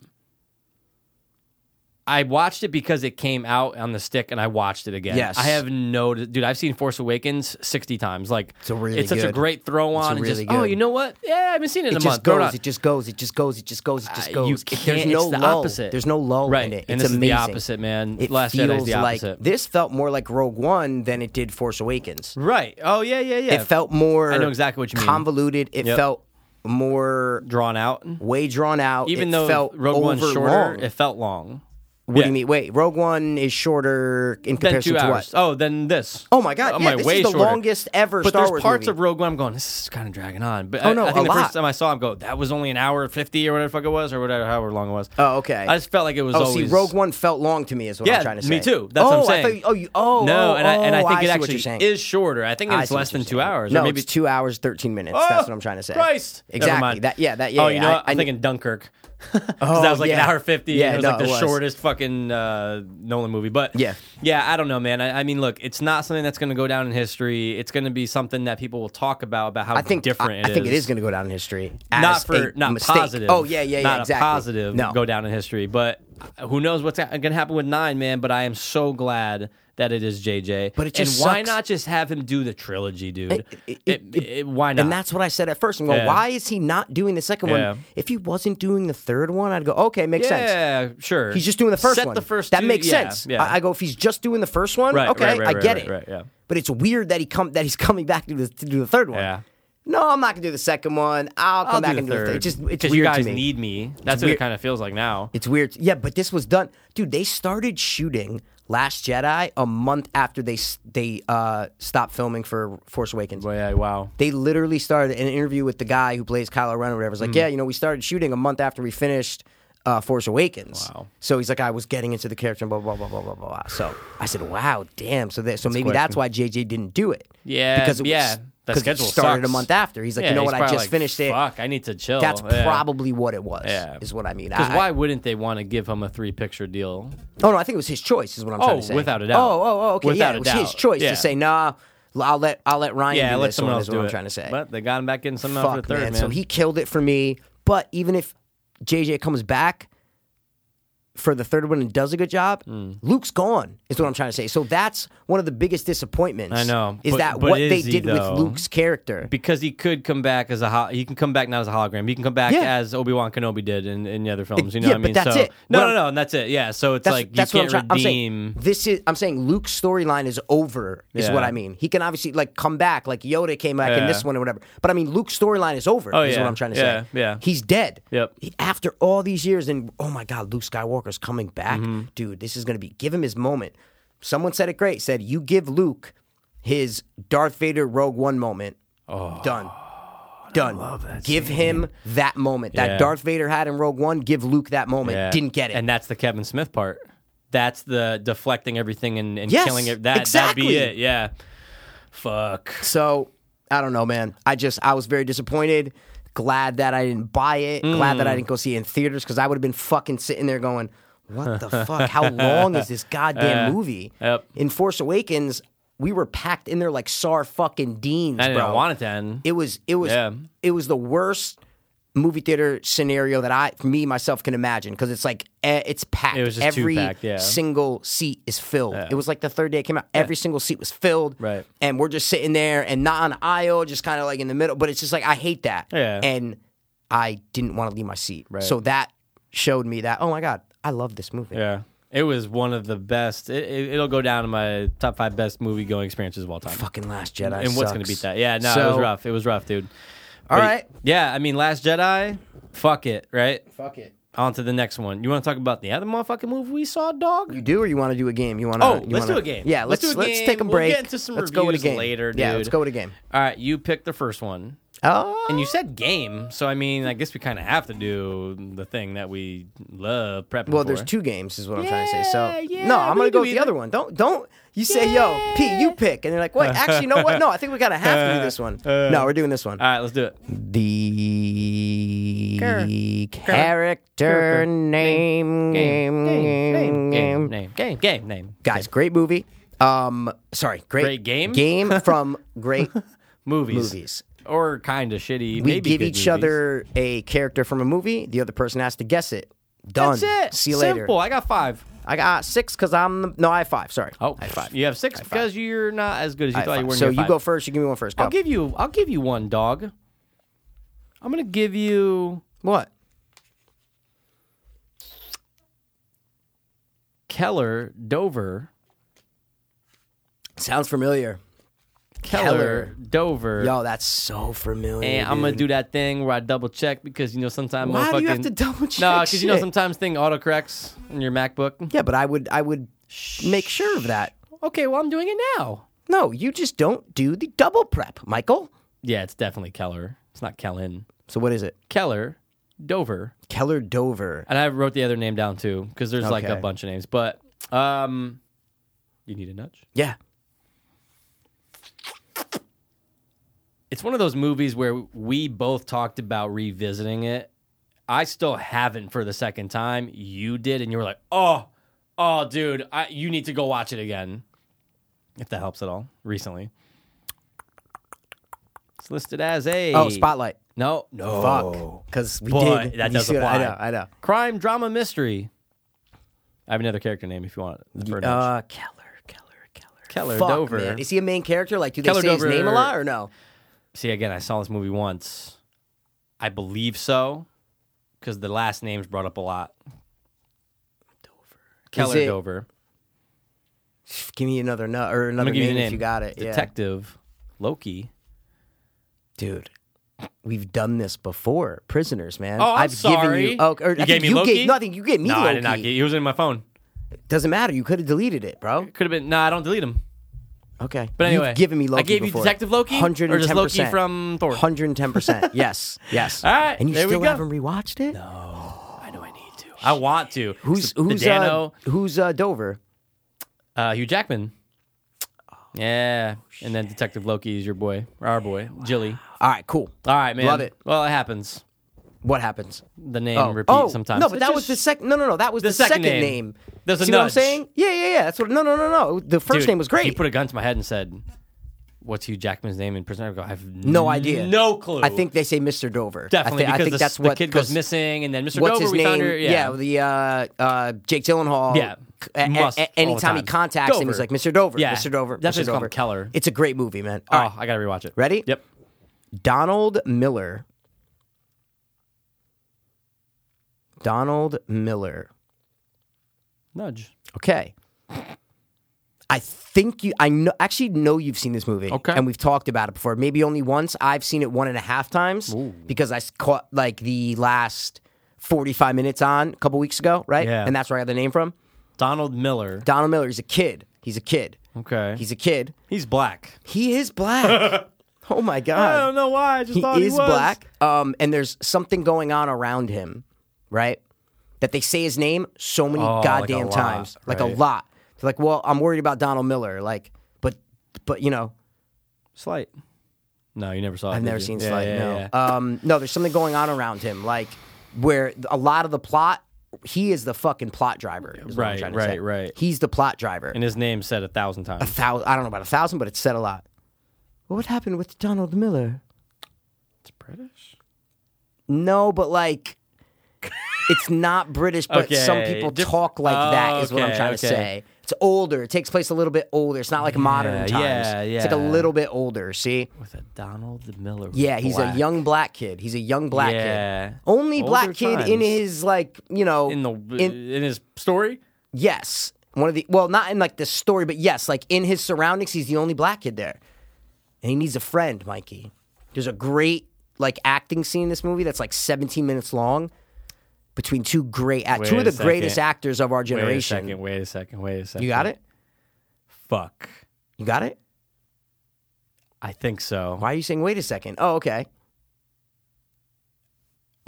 Speaker 5: I watched it because it came out on the stick, and I watched it again.
Speaker 1: Yes.
Speaker 5: I have no dude. I've seen Force Awakens sixty times. Like it's,
Speaker 1: a really
Speaker 5: such a
Speaker 1: good-
Speaker 5: great throw on.
Speaker 1: really
Speaker 5: and just, oh,
Speaker 1: good-
Speaker 5: you know what? Yeah, I haven't seen it in
Speaker 1: it
Speaker 5: a
Speaker 1: just
Speaker 5: month. Throw it
Speaker 1: goes.
Speaker 5: on.
Speaker 1: It just goes. It just goes. It just goes. It just
Speaker 5: I-
Speaker 1: goes.
Speaker 5: you
Speaker 1: It-
Speaker 5: can't-
Speaker 1: there's
Speaker 5: it's
Speaker 1: no
Speaker 5: the
Speaker 1: lull.
Speaker 5: opposite.
Speaker 1: There's no lull
Speaker 5: Right,
Speaker 1: in it. It's
Speaker 5: and this is the
Speaker 1: amazing.
Speaker 5: opposite, man.
Speaker 1: It
Speaker 5: Last Jedi is
Speaker 1: feels
Speaker 5: the
Speaker 1: like
Speaker 5: opposite.
Speaker 1: this felt more like Rogue One than it did Force Awakens.
Speaker 5: right. Oh yeah, yeah, yeah.
Speaker 1: It felt more.
Speaker 5: I know exactly what you mean.
Speaker 1: Convoluted. It
Speaker 5: Yep.
Speaker 1: felt more
Speaker 5: drawn out.
Speaker 1: way drawn out.
Speaker 5: Even
Speaker 1: It
Speaker 5: though
Speaker 1: felt
Speaker 5: Rogue One's
Speaker 1: over
Speaker 5: shorter,
Speaker 1: long.
Speaker 5: it felt long.
Speaker 1: what do
Speaker 5: yeah.
Speaker 1: you mean? Wait, Rogue One is shorter in
Speaker 5: Then
Speaker 1: comparison
Speaker 5: two
Speaker 1: to
Speaker 5: hours.
Speaker 1: what?
Speaker 5: Oh, then this.
Speaker 1: Oh my God, yeah,
Speaker 5: my,
Speaker 1: this
Speaker 5: way
Speaker 1: is the
Speaker 5: shorter.
Speaker 1: longest ever
Speaker 5: But
Speaker 1: Star
Speaker 5: there's
Speaker 1: Wars
Speaker 5: parts
Speaker 1: movie.
Speaker 5: of Rogue One I'm going, this is kind of dragging on. But
Speaker 1: Oh,
Speaker 5: I,
Speaker 1: no,
Speaker 5: I
Speaker 1: a
Speaker 5: think the
Speaker 1: lot.
Speaker 5: first time I saw it, I'm going, that was only an hour 50 or whatever the fuck it was, or whatever, however long it was.
Speaker 1: Oh, okay.
Speaker 5: I just felt like it was
Speaker 1: Oh,
Speaker 5: always.
Speaker 1: see, Rogue One felt long to me. Is what
Speaker 5: Yeah,
Speaker 1: I'm trying to say.
Speaker 5: me too. That's
Speaker 1: oh,
Speaker 5: what I'm
Speaker 1: I thought
Speaker 5: saying.
Speaker 1: you- oh, you, oh,
Speaker 5: No, and I, and I
Speaker 1: oh,
Speaker 5: think it
Speaker 1: see what
Speaker 5: actually
Speaker 1: you're saying.
Speaker 5: is shorter. I think
Speaker 1: I
Speaker 5: it's
Speaker 1: see what
Speaker 5: less than
Speaker 1: you're
Speaker 5: two
Speaker 1: saying.
Speaker 5: hours.
Speaker 1: No,
Speaker 5: or maybe
Speaker 1: it's two hours, thirteen minutes. That's
Speaker 5: Oh,
Speaker 1: what I'm trying to say.
Speaker 5: Christ. Never
Speaker 1: Exactly.
Speaker 5: mind.
Speaker 1: That. Yeah. That. Yeah.
Speaker 5: oh,
Speaker 1: yeah,
Speaker 5: you know
Speaker 1: I-
Speaker 5: what? I'm
Speaker 1: I-
Speaker 5: thinking Dunkirk. Because that was like an
Speaker 1: Oh, yeah.
Speaker 5: hour fifty.
Speaker 1: Yeah,
Speaker 5: and it was
Speaker 1: no,
Speaker 5: like the
Speaker 1: it was.
Speaker 5: shortest fucking uh, Nolan movie. But
Speaker 1: Yeah.
Speaker 5: yeah, I don't know, man. I, I mean, look, it's not something that's going to go down in history. It's going to be something that people will talk about about how
Speaker 1: I think
Speaker 5: different.
Speaker 1: I, I think it is going to go down in history. As
Speaker 5: not for
Speaker 1: a
Speaker 5: not
Speaker 1: mistake.
Speaker 5: positive.
Speaker 1: Oh yeah, yeah, yeah.
Speaker 5: not
Speaker 1: exactly.
Speaker 5: a positive.
Speaker 1: No,
Speaker 5: go down in history. But uh, who knows what's going to happen with nine, man? But I am so glad that it is JJ.
Speaker 1: But it just
Speaker 5: and why
Speaker 1: sucks.
Speaker 5: not just have him do the trilogy, dude?
Speaker 1: It- it- it-
Speaker 5: It- it- why not?
Speaker 1: And that's what I said at first. I'm going,
Speaker 5: Yeah.
Speaker 1: why is he not doing the second
Speaker 5: Yeah.
Speaker 1: one? If he wasn't doing the third one, I'd go, okay, makes sense.
Speaker 5: yeah, sure.
Speaker 1: He's just doing the first
Speaker 5: Set
Speaker 1: one.
Speaker 5: the first.
Speaker 1: that
Speaker 5: two-
Speaker 1: makes
Speaker 5: yeah,
Speaker 1: sense.
Speaker 5: Yeah.
Speaker 1: I, I go, if he's just doing the first one,
Speaker 5: Right,
Speaker 1: okay,
Speaker 5: right, right,
Speaker 1: I
Speaker 5: right,
Speaker 1: get
Speaker 5: right,
Speaker 1: it.
Speaker 5: right, yeah.
Speaker 1: But it's weird that he come that he's coming back to, the, to do the third one.
Speaker 5: Yeah.
Speaker 1: No, I'm not gonna do the second one. I'll come
Speaker 5: I'll
Speaker 1: back
Speaker 5: do
Speaker 1: and
Speaker 5: the
Speaker 1: do the
Speaker 5: third.
Speaker 1: third. It's just it's
Speaker 5: 'Cause
Speaker 1: weird
Speaker 5: you
Speaker 1: to
Speaker 5: guys
Speaker 1: me.
Speaker 5: need me. That's what it
Speaker 1: weird.
Speaker 5: kind of feels like now.
Speaker 1: It's weird. Yeah, but this was done, dude. They started shooting Last Jedi a month after they s- they uh, stopped filming for Force Awakens.
Speaker 5: Well, yeah, wow.
Speaker 1: They literally started an interview with the guy who plays Kylo Ren or whatever. It's
Speaker 5: Mm.
Speaker 1: like, yeah, you know, we started shooting a month after we finished uh, Force Awakens.
Speaker 5: Wow.
Speaker 1: So he's like, I was getting into the character and blah blah blah blah blah blah. blah. So I said, wow, damn. So that, so maybe that's why JJ didn't do it.
Speaker 5: Yeah,
Speaker 1: because it was,
Speaker 5: yeah. The
Speaker 1: because it
Speaker 5: schedule
Speaker 1: started
Speaker 5: sucks.
Speaker 1: a month after. He's like,
Speaker 5: Yeah,
Speaker 1: you know
Speaker 5: he's
Speaker 1: what? I
Speaker 5: probably
Speaker 1: just
Speaker 5: like,
Speaker 1: finished it.
Speaker 5: Fuck, I need to chill.
Speaker 1: That's
Speaker 5: Yeah.
Speaker 1: probably what it was.
Speaker 5: Yeah.
Speaker 1: Is what I mean.
Speaker 5: Because
Speaker 1: I-
Speaker 5: why wouldn't they want to give him a three picture deal?
Speaker 1: Oh no, I think it was his choice. Is what I'm trying
Speaker 5: Oh,
Speaker 1: to say.
Speaker 5: without a doubt.
Speaker 1: Oh, oh, oh, okay.
Speaker 5: Without
Speaker 1: yeah,
Speaker 5: a
Speaker 1: it was his
Speaker 5: doubt.
Speaker 1: choice
Speaker 5: Yeah.
Speaker 1: to say, nah, l- I'll let I'll let Ryan
Speaker 5: Yeah,
Speaker 1: do
Speaker 5: let
Speaker 1: this
Speaker 5: someone
Speaker 1: one,
Speaker 5: else
Speaker 1: is
Speaker 5: do
Speaker 1: what
Speaker 5: it.
Speaker 1: I'm trying to say.
Speaker 5: But they got him back in somehow for
Speaker 1: Fuck,
Speaker 5: the third, man.
Speaker 1: So he killed it for me. But even if JJ comes back for the third one and does a good job,
Speaker 5: Hmm.
Speaker 1: Luke's gone. Is what I'm trying to say. So that's one of the biggest disappointments.
Speaker 5: I know,
Speaker 1: Is
Speaker 5: but-
Speaker 1: that
Speaker 5: but
Speaker 1: what they
Speaker 5: is he,
Speaker 1: did
Speaker 5: though?
Speaker 1: with Luke's character?
Speaker 5: because he could come back as a ho- he can come back not as a hologram. He can come back
Speaker 1: Yeah.
Speaker 5: as Obi Wan Kenobi did in, in the other films. You know
Speaker 1: yeah,
Speaker 5: what I
Speaker 1: but
Speaker 5: mean?
Speaker 1: that's
Speaker 5: so
Speaker 1: it.
Speaker 5: no,
Speaker 1: Well,
Speaker 5: no, no, and that's it. Yeah, so it's like you
Speaker 1: that's
Speaker 5: can't
Speaker 1: what I'm trying- I'm
Speaker 5: redeem.
Speaker 1: saying, this is I'm saying Luke's storyline is over. Is
Speaker 5: Yeah.
Speaker 1: what I mean. He can obviously like come back, like Yoda came back
Speaker 5: Yeah.
Speaker 1: in this one or whatever. But I mean, Luke's storyline is over.
Speaker 5: Oh,
Speaker 1: is
Speaker 5: yeah.
Speaker 1: what I'm trying to
Speaker 5: Yeah,
Speaker 1: say.
Speaker 5: yeah.
Speaker 1: he's dead.
Speaker 5: Yep.
Speaker 1: He- after all these years, and oh my God, Luke Skywalker's coming back,
Speaker 5: Mm-hmm.
Speaker 1: dude. This is gonna be give him his moment. Someone said it great. Said you give Luke his Darth Vader Rogue One moment. Oh, done. Done. give him that moment
Speaker 5: Yeah.
Speaker 1: that Darth Vader had in Rogue One. Give Luke that moment.
Speaker 5: Yeah.
Speaker 1: Didn't get it.
Speaker 5: and that's the Kevin Smith part. That's the deflecting everything and, and
Speaker 1: Yes,
Speaker 5: killing it. That that'd
Speaker 1: exactly.
Speaker 5: be it. Yeah. Fuck.
Speaker 1: So I don't know, man. I just I was very disappointed. Glad that I didn't buy it. Glad
Speaker 5: Mm.
Speaker 1: that I didn't go see it in theaters because I would have been fucking sitting there going, "What the fuck? How long is this goddamn movie?"
Speaker 5: yep.
Speaker 1: In Force Awakens, we were packed in there like Sar fucking Deans,
Speaker 5: I didn't
Speaker 1: bro.
Speaker 5: want it to end.
Speaker 1: It was it was
Speaker 5: Yeah.
Speaker 1: it was the worst movie theater scenario that I me myself can imagine because it's like eh, it's packed.
Speaker 5: It was just too
Speaker 1: every
Speaker 5: packed, yeah.
Speaker 1: single seat is filled. It was like the third day it came out. Every single seat was filled.
Speaker 5: Right.
Speaker 1: And we're just sitting there and not on aisle, just kind of like in the middle. But it's just like I hate that.
Speaker 5: Yeah.
Speaker 1: And I didn't want to leave my seat. Right. So that showed me that oh my god, I love this movie.
Speaker 5: yeah. It was one of the best. It, it, it'll go down in my top five best movie going experiences of all time.
Speaker 1: Fucking Last Jedi.
Speaker 5: and what's
Speaker 1: sucks.
Speaker 5: gonna beat that? Yeah, no, it was
Speaker 1: So-
Speaker 5: rough. It was rough, dude.
Speaker 1: All
Speaker 5: All right.
Speaker 1: right.
Speaker 5: Yeah, I mean, Last Jedi. Fuck it, right? Fuck it. On to the next one. You want to talk about the other motherfucking movie we saw, dog?
Speaker 1: You do, or you want to do a game? You want to?
Speaker 5: Oh, let's do a game.
Speaker 1: Yeah,
Speaker 5: Let's
Speaker 1: let's
Speaker 5: do a game.
Speaker 1: take a
Speaker 5: We'll
Speaker 1: break.
Speaker 5: get into some
Speaker 1: let's go with a
Speaker 5: reviews
Speaker 1: game
Speaker 5: later,
Speaker 1: Yeah,
Speaker 5: dude.
Speaker 1: let's go with a game.
Speaker 5: All right, you picked the first one,
Speaker 1: Oh,
Speaker 5: and you said game. So I mean, I guess we kind of have to do the thing that we love prepping
Speaker 1: well,
Speaker 5: for.
Speaker 1: there's two games, is what I'm trying to say.
Speaker 5: Yeah,
Speaker 1: So
Speaker 5: yeah,
Speaker 1: no, I'm gonna go
Speaker 5: we can do
Speaker 1: with the
Speaker 5: either.
Speaker 1: other one. Don't don't. You say, yo, Pete, you pick, and they're like, wait, actually, you know what? No, I think we gotta have to do this one.
Speaker 5: Uh,
Speaker 1: no, we're doing this one.
Speaker 5: All right, let's do it.
Speaker 1: the
Speaker 5: character
Speaker 1: character name
Speaker 5: Game, game, game,
Speaker 1: game
Speaker 5: game, name, game, game, name.
Speaker 1: Guys, great movie. Um, sorry, great,
Speaker 5: Great game?
Speaker 1: Game from great
Speaker 5: Movies.
Speaker 1: movies.
Speaker 5: Or kind of shitty.
Speaker 1: We
Speaker 5: maybe
Speaker 1: give
Speaker 5: good
Speaker 1: each
Speaker 5: movies.
Speaker 1: other a character from a movie. The other person has to guess it. Done.
Speaker 5: That's it.
Speaker 1: See you
Speaker 5: Simple.
Speaker 1: later.
Speaker 5: I got five.
Speaker 1: I got six because I'm the, no. I have five. Sorry.
Speaker 5: Oh,
Speaker 1: I have five.
Speaker 5: You have six because you you're not as good as you
Speaker 1: I have
Speaker 5: thought you
Speaker 1: five.
Speaker 5: were.
Speaker 1: So
Speaker 5: and
Speaker 1: you
Speaker 5: got
Speaker 1: go
Speaker 5: five.
Speaker 1: first. You give me one first. Go.
Speaker 5: I'll give you. I'll give you one dog. I'm gonna give you
Speaker 1: what?
Speaker 5: Keller Dover.
Speaker 1: Sounds familiar.
Speaker 5: Keller,
Speaker 1: Keller.
Speaker 5: Dover.
Speaker 1: Yo, that's so familiar.
Speaker 5: and I'm gonna
Speaker 1: dude.
Speaker 5: do that thing where I double check because you know sometimes
Speaker 1: Why do you have
Speaker 5: motherfucking-
Speaker 1: to double check
Speaker 5: No, because you know
Speaker 1: shit?
Speaker 5: sometimes thing autocorrects in your MacBook.
Speaker 1: Yeah, but I would. I would make sure of that.
Speaker 5: Okay, well I'm doing it now.
Speaker 1: No, you just don't do the double prep, Michael.
Speaker 5: Yeah, it's definitely Keller. It's not Kellen.
Speaker 1: So what is it?
Speaker 5: Keller Dover.
Speaker 1: Keller Dover.
Speaker 5: And I wrote the other name down too because there's like a
Speaker 1: Okay.
Speaker 5: bunch of names. But um, you need a nudge.
Speaker 1: Yeah.
Speaker 5: it's one of those movies where we both talked about revisiting it I still haven't for the second time. You did, and you were like, oh, oh, dude, I, you need to go watch it again. If that helps at all, recently. It's listed as a
Speaker 1: Oh, Spotlight.
Speaker 5: No, no,
Speaker 1: Fuck. Because we
Speaker 5: But
Speaker 1: did.
Speaker 5: Oh. that
Speaker 1: You
Speaker 5: does
Speaker 1: see what- I know.
Speaker 5: apply.
Speaker 1: I know.
Speaker 5: crime drama mystery. I have another character name if you want. it for Nudge.
Speaker 1: Uh, Keller, Keller, Keller.
Speaker 5: Keller
Speaker 1: Fuck,
Speaker 5: Dover.
Speaker 1: man. Is he a main character? Like, do they
Speaker 5: Keller
Speaker 1: say
Speaker 5: Dover-
Speaker 1: his name a lot or no?
Speaker 5: See, again, I saw this movie once. I believe so, because the last name's brought up a lot. Dover. Keller
Speaker 1: Is it-
Speaker 5: Dover.
Speaker 1: Give me another nut or
Speaker 5: I'm
Speaker 1: another
Speaker 5: gonna give
Speaker 1: name,
Speaker 5: you the name.
Speaker 1: if you got it. Yeah.
Speaker 5: Detective Loki.
Speaker 1: Dude, we've done this before. Prisoners, man.
Speaker 5: Oh, I'm
Speaker 1: have
Speaker 5: sorry.
Speaker 1: given you. Oh, or I
Speaker 5: You
Speaker 1: think
Speaker 5: gave me
Speaker 1: you
Speaker 5: Loki?
Speaker 1: Gave, no, I think you gave me
Speaker 5: no,
Speaker 1: Loki.
Speaker 5: I did not get. He was in my phone.
Speaker 1: Doesn't matter. You could have deleted it, bro.
Speaker 5: Could have been. No, I don't delete him.
Speaker 1: Okay.
Speaker 5: But anyway,
Speaker 1: You've given me Loki.
Speaker 5: I gave you
Speaker 1: before.
Speaker 5: Detective Loki, or just
Speaker 1: 110%.
Speaker 5: Loki from Thor?
Speaker 1: 110%. yes. Yes.
Speaker 5: All right,
Speaker 1: And you
Speaker 5: there we
Speaker 1: still
Speaker 5: go.
Speaker 1: haven't rewatched it? No.
Speaker 5: I know I need to. I want to.
Speaker 1: Who's
Speaker 5: the
Speaker 1: who's uh,
Speaker 5: Dano,
Speaker 1: who's uh, Dover?
Speaker 5: uh, Hugh Jackman? Yeah, and then Detective Loki is your boy, our boy, Jilly.
Speaker 1: All right, cool.
Speaker 5: All right, man.
Speaker 1: Love it.
Speaker 5: Well, it happens.
Speaker 1: What happens?
Speaker 5: The name
Speaker 1: Oh,
Speaker 5: repeats
Speaker 1: oh,
Speaker 5: sometimes.
Speaker 1: No, but
Speaker 5: It's
Speaker 1: that
Speaker 5: just-
Speaker 1: was the second. No, no, no. That was
Speaker 5: The
Speaker 1: the,
Speaker 5: second
Speaker 1: second,
Speaker 5: name.
Speaker 1: name.
Speaker 5: There's a
Speaker 1: See what I'm
Speaker 5: nudge.
Speaker 1: saying? Yeah, yeah, yeah. That's what. No, no, no, no. The first
Speaker 5: Dude,
Speaker 1: name was great.
Speaker 5: He put a gun to my head and said, "What's Hugh Jackman's name in Prisoner?" I go, "I have
Speaker 1: no idea.
Speaker 5: no clue."
Speaker 1: I think they say Mr. Dover.
Speaker 5: definitely
Speaker 1: I, thi- I
Speaker 5: because
Speaker 1: think
Speaker 5: the,
Speaker 1: that's
Speaker 5: the
Speaker 1: what
Speaker 5: kid goes
Speaker 1: 'cause
Speaker 5: missing, and then Mr.
Speaker 1: What's
Speaker 5: Dover,
Speaker 1: his
Speaker 5: we
Speaker 1: name?
Speaker 5: found her. Yeah,
Speaker 1: the uh, uh, Jake Gyllenhaal.
Speaker 5: Yeah.
Speaker 1: c- a- a-
Speaker 5: Must
Speaker 1: a-
Speaker 5: all the
Speaker 1: anytime he
Speaker 5: time.
Speaker 1: contacts him, he's
Speaker 5: Dover.
Speaker 1: like Mr. Dover.
Speaker 5: Yeah.
Speaker 1: Mr. Dover.
Speaker 5: Definitely
Speaker 1: Mr.
Speaker 5: call him
Speaker 1: Dover.
Speaker 5: Keller.
Speaker 1: It's a great movie, man.
Speaker 5: Oh,
Speaker 1: All right,
Speaker 5: I gotta rewatch it.
Speaker 1: ready?
Speaker 5: Yep.
Speaker 1: Donald Miller. Donald Miller.
Speaker 5: Nudge.
Speaker 1: Okay. I think you. I know. Actually, know you've seen this movie.
Speaker 5: Okay.
Speaker 1: And we've talked about it before. Maybe only once. I've seen it one and a half times because I s- caught like the last forty-five minutes on a couple weeks ago, right?
Speaker 5: Yeah.
Speaker 1: And that's where I got the name from.
Speaker 5: Donald Miller.
Speaker 1: Donald Miller. He's a kid. He's a kid.
Speaker 5: okay. He's
Speaker 1: He's a kid.
Speaker 5: he's black.
Speaker 1: He is black. oh my god.
Speaker 5: I don't know why. I just
Speaker 1: He
Speaker 5: thought
Speaker 1: is
Speaker 5: he was.
Speaker 1: black. Um, and there's something going on around him, right? That they say his name so many
Speaker 5: Oh, like a
Speaker 1: goddamn
Speaker 5: lot,
Speaker 1: times, like
Speaker 5: right.
Speaker 1: a lot. They're like, well, I'm worried about Donald Miller, like, but, but you know,
Speaker 5: Slight. No, you never saw it.
Speaker 1: I've
Speaker 5: did
Speaker 1: never
Speaker 5: you?
Speaker 1: seen
Speaker 5: Yeah,
Speaker 1: Slide.
Speaker 5: yeah,
Speaker 1: no,
Speaker 5: yeah.
Speaker 1: um, no, there's something going on around him, like where a lot of the plot, he is the fucking plot driver. is what I'm
Speaker 5: Right,
Speaker 1: trying to
Speaker 5: right,
Speaker 1: say.
Speaker 5: right.
Speaker 1: He's the plot driver.
Speaker 5: and his name said a thousand times.
Speaker 1: thousand, I don't know about a thousand, but it said a lot. Well, what happened with Donald Miller?
Speaker 5: It's British.
Speaker 1: No, but like it's not British, but some
Speaker 5: Okay,
Speaker 1: people
Speaker 5: diff-
Speaker 1: talk like that
Speaker 5: Oh,
Speaker 1: is what I'm
Speaker 5: okay,
Speaker 1: trying
Speaker 5: okay.
Speaker 1: to say. It's older. It takes place a little bit older. It's not like modern times.
Speaker 5: Yeah, yeah,
Speaker 1: It's like a
Speaker 5: yeah.
Speaker 1: little bit older, see?
Speaker 5: With a Donald Miller.
Speaker 1: Yeah, he's
Speaker 5: black.
Speaker 1: a young black kid. He's a young black
Speaker 5: Yeah.
Speaker 1: kid. Only
Speaker 5: Older
Speaker 1: black kid in
Speaker 5: times.
Speaker 1: his like, you know,
Speaker 5: in the
Speaker 1: in-
Speaker 5: in, his story.
Speaker 1: yes. One of the well, not in like the story, but yes, like in his surroundings, he's the only black kid there. And he needs a friend, Mikey. There's a great like acting scene in this movie that's like 17 minutes long between two great act- two
Speaker 5: Wait
Speaker 1: of
Speaker 5: a
Speaker 1: the greatest
Speaker 5: second.
Speaker 1: actors of our
Speaker 5: Wait a
Speaker 1: generation.
Speaker 5: second. Wait a second. Wait a second.
Speaker 1: you got it?
Speaker 5: Fuck.
Speaker 1: You got it?
Speaker 5: I think so.
Speaker 1: Why are you saying wait a second? Oh, okay.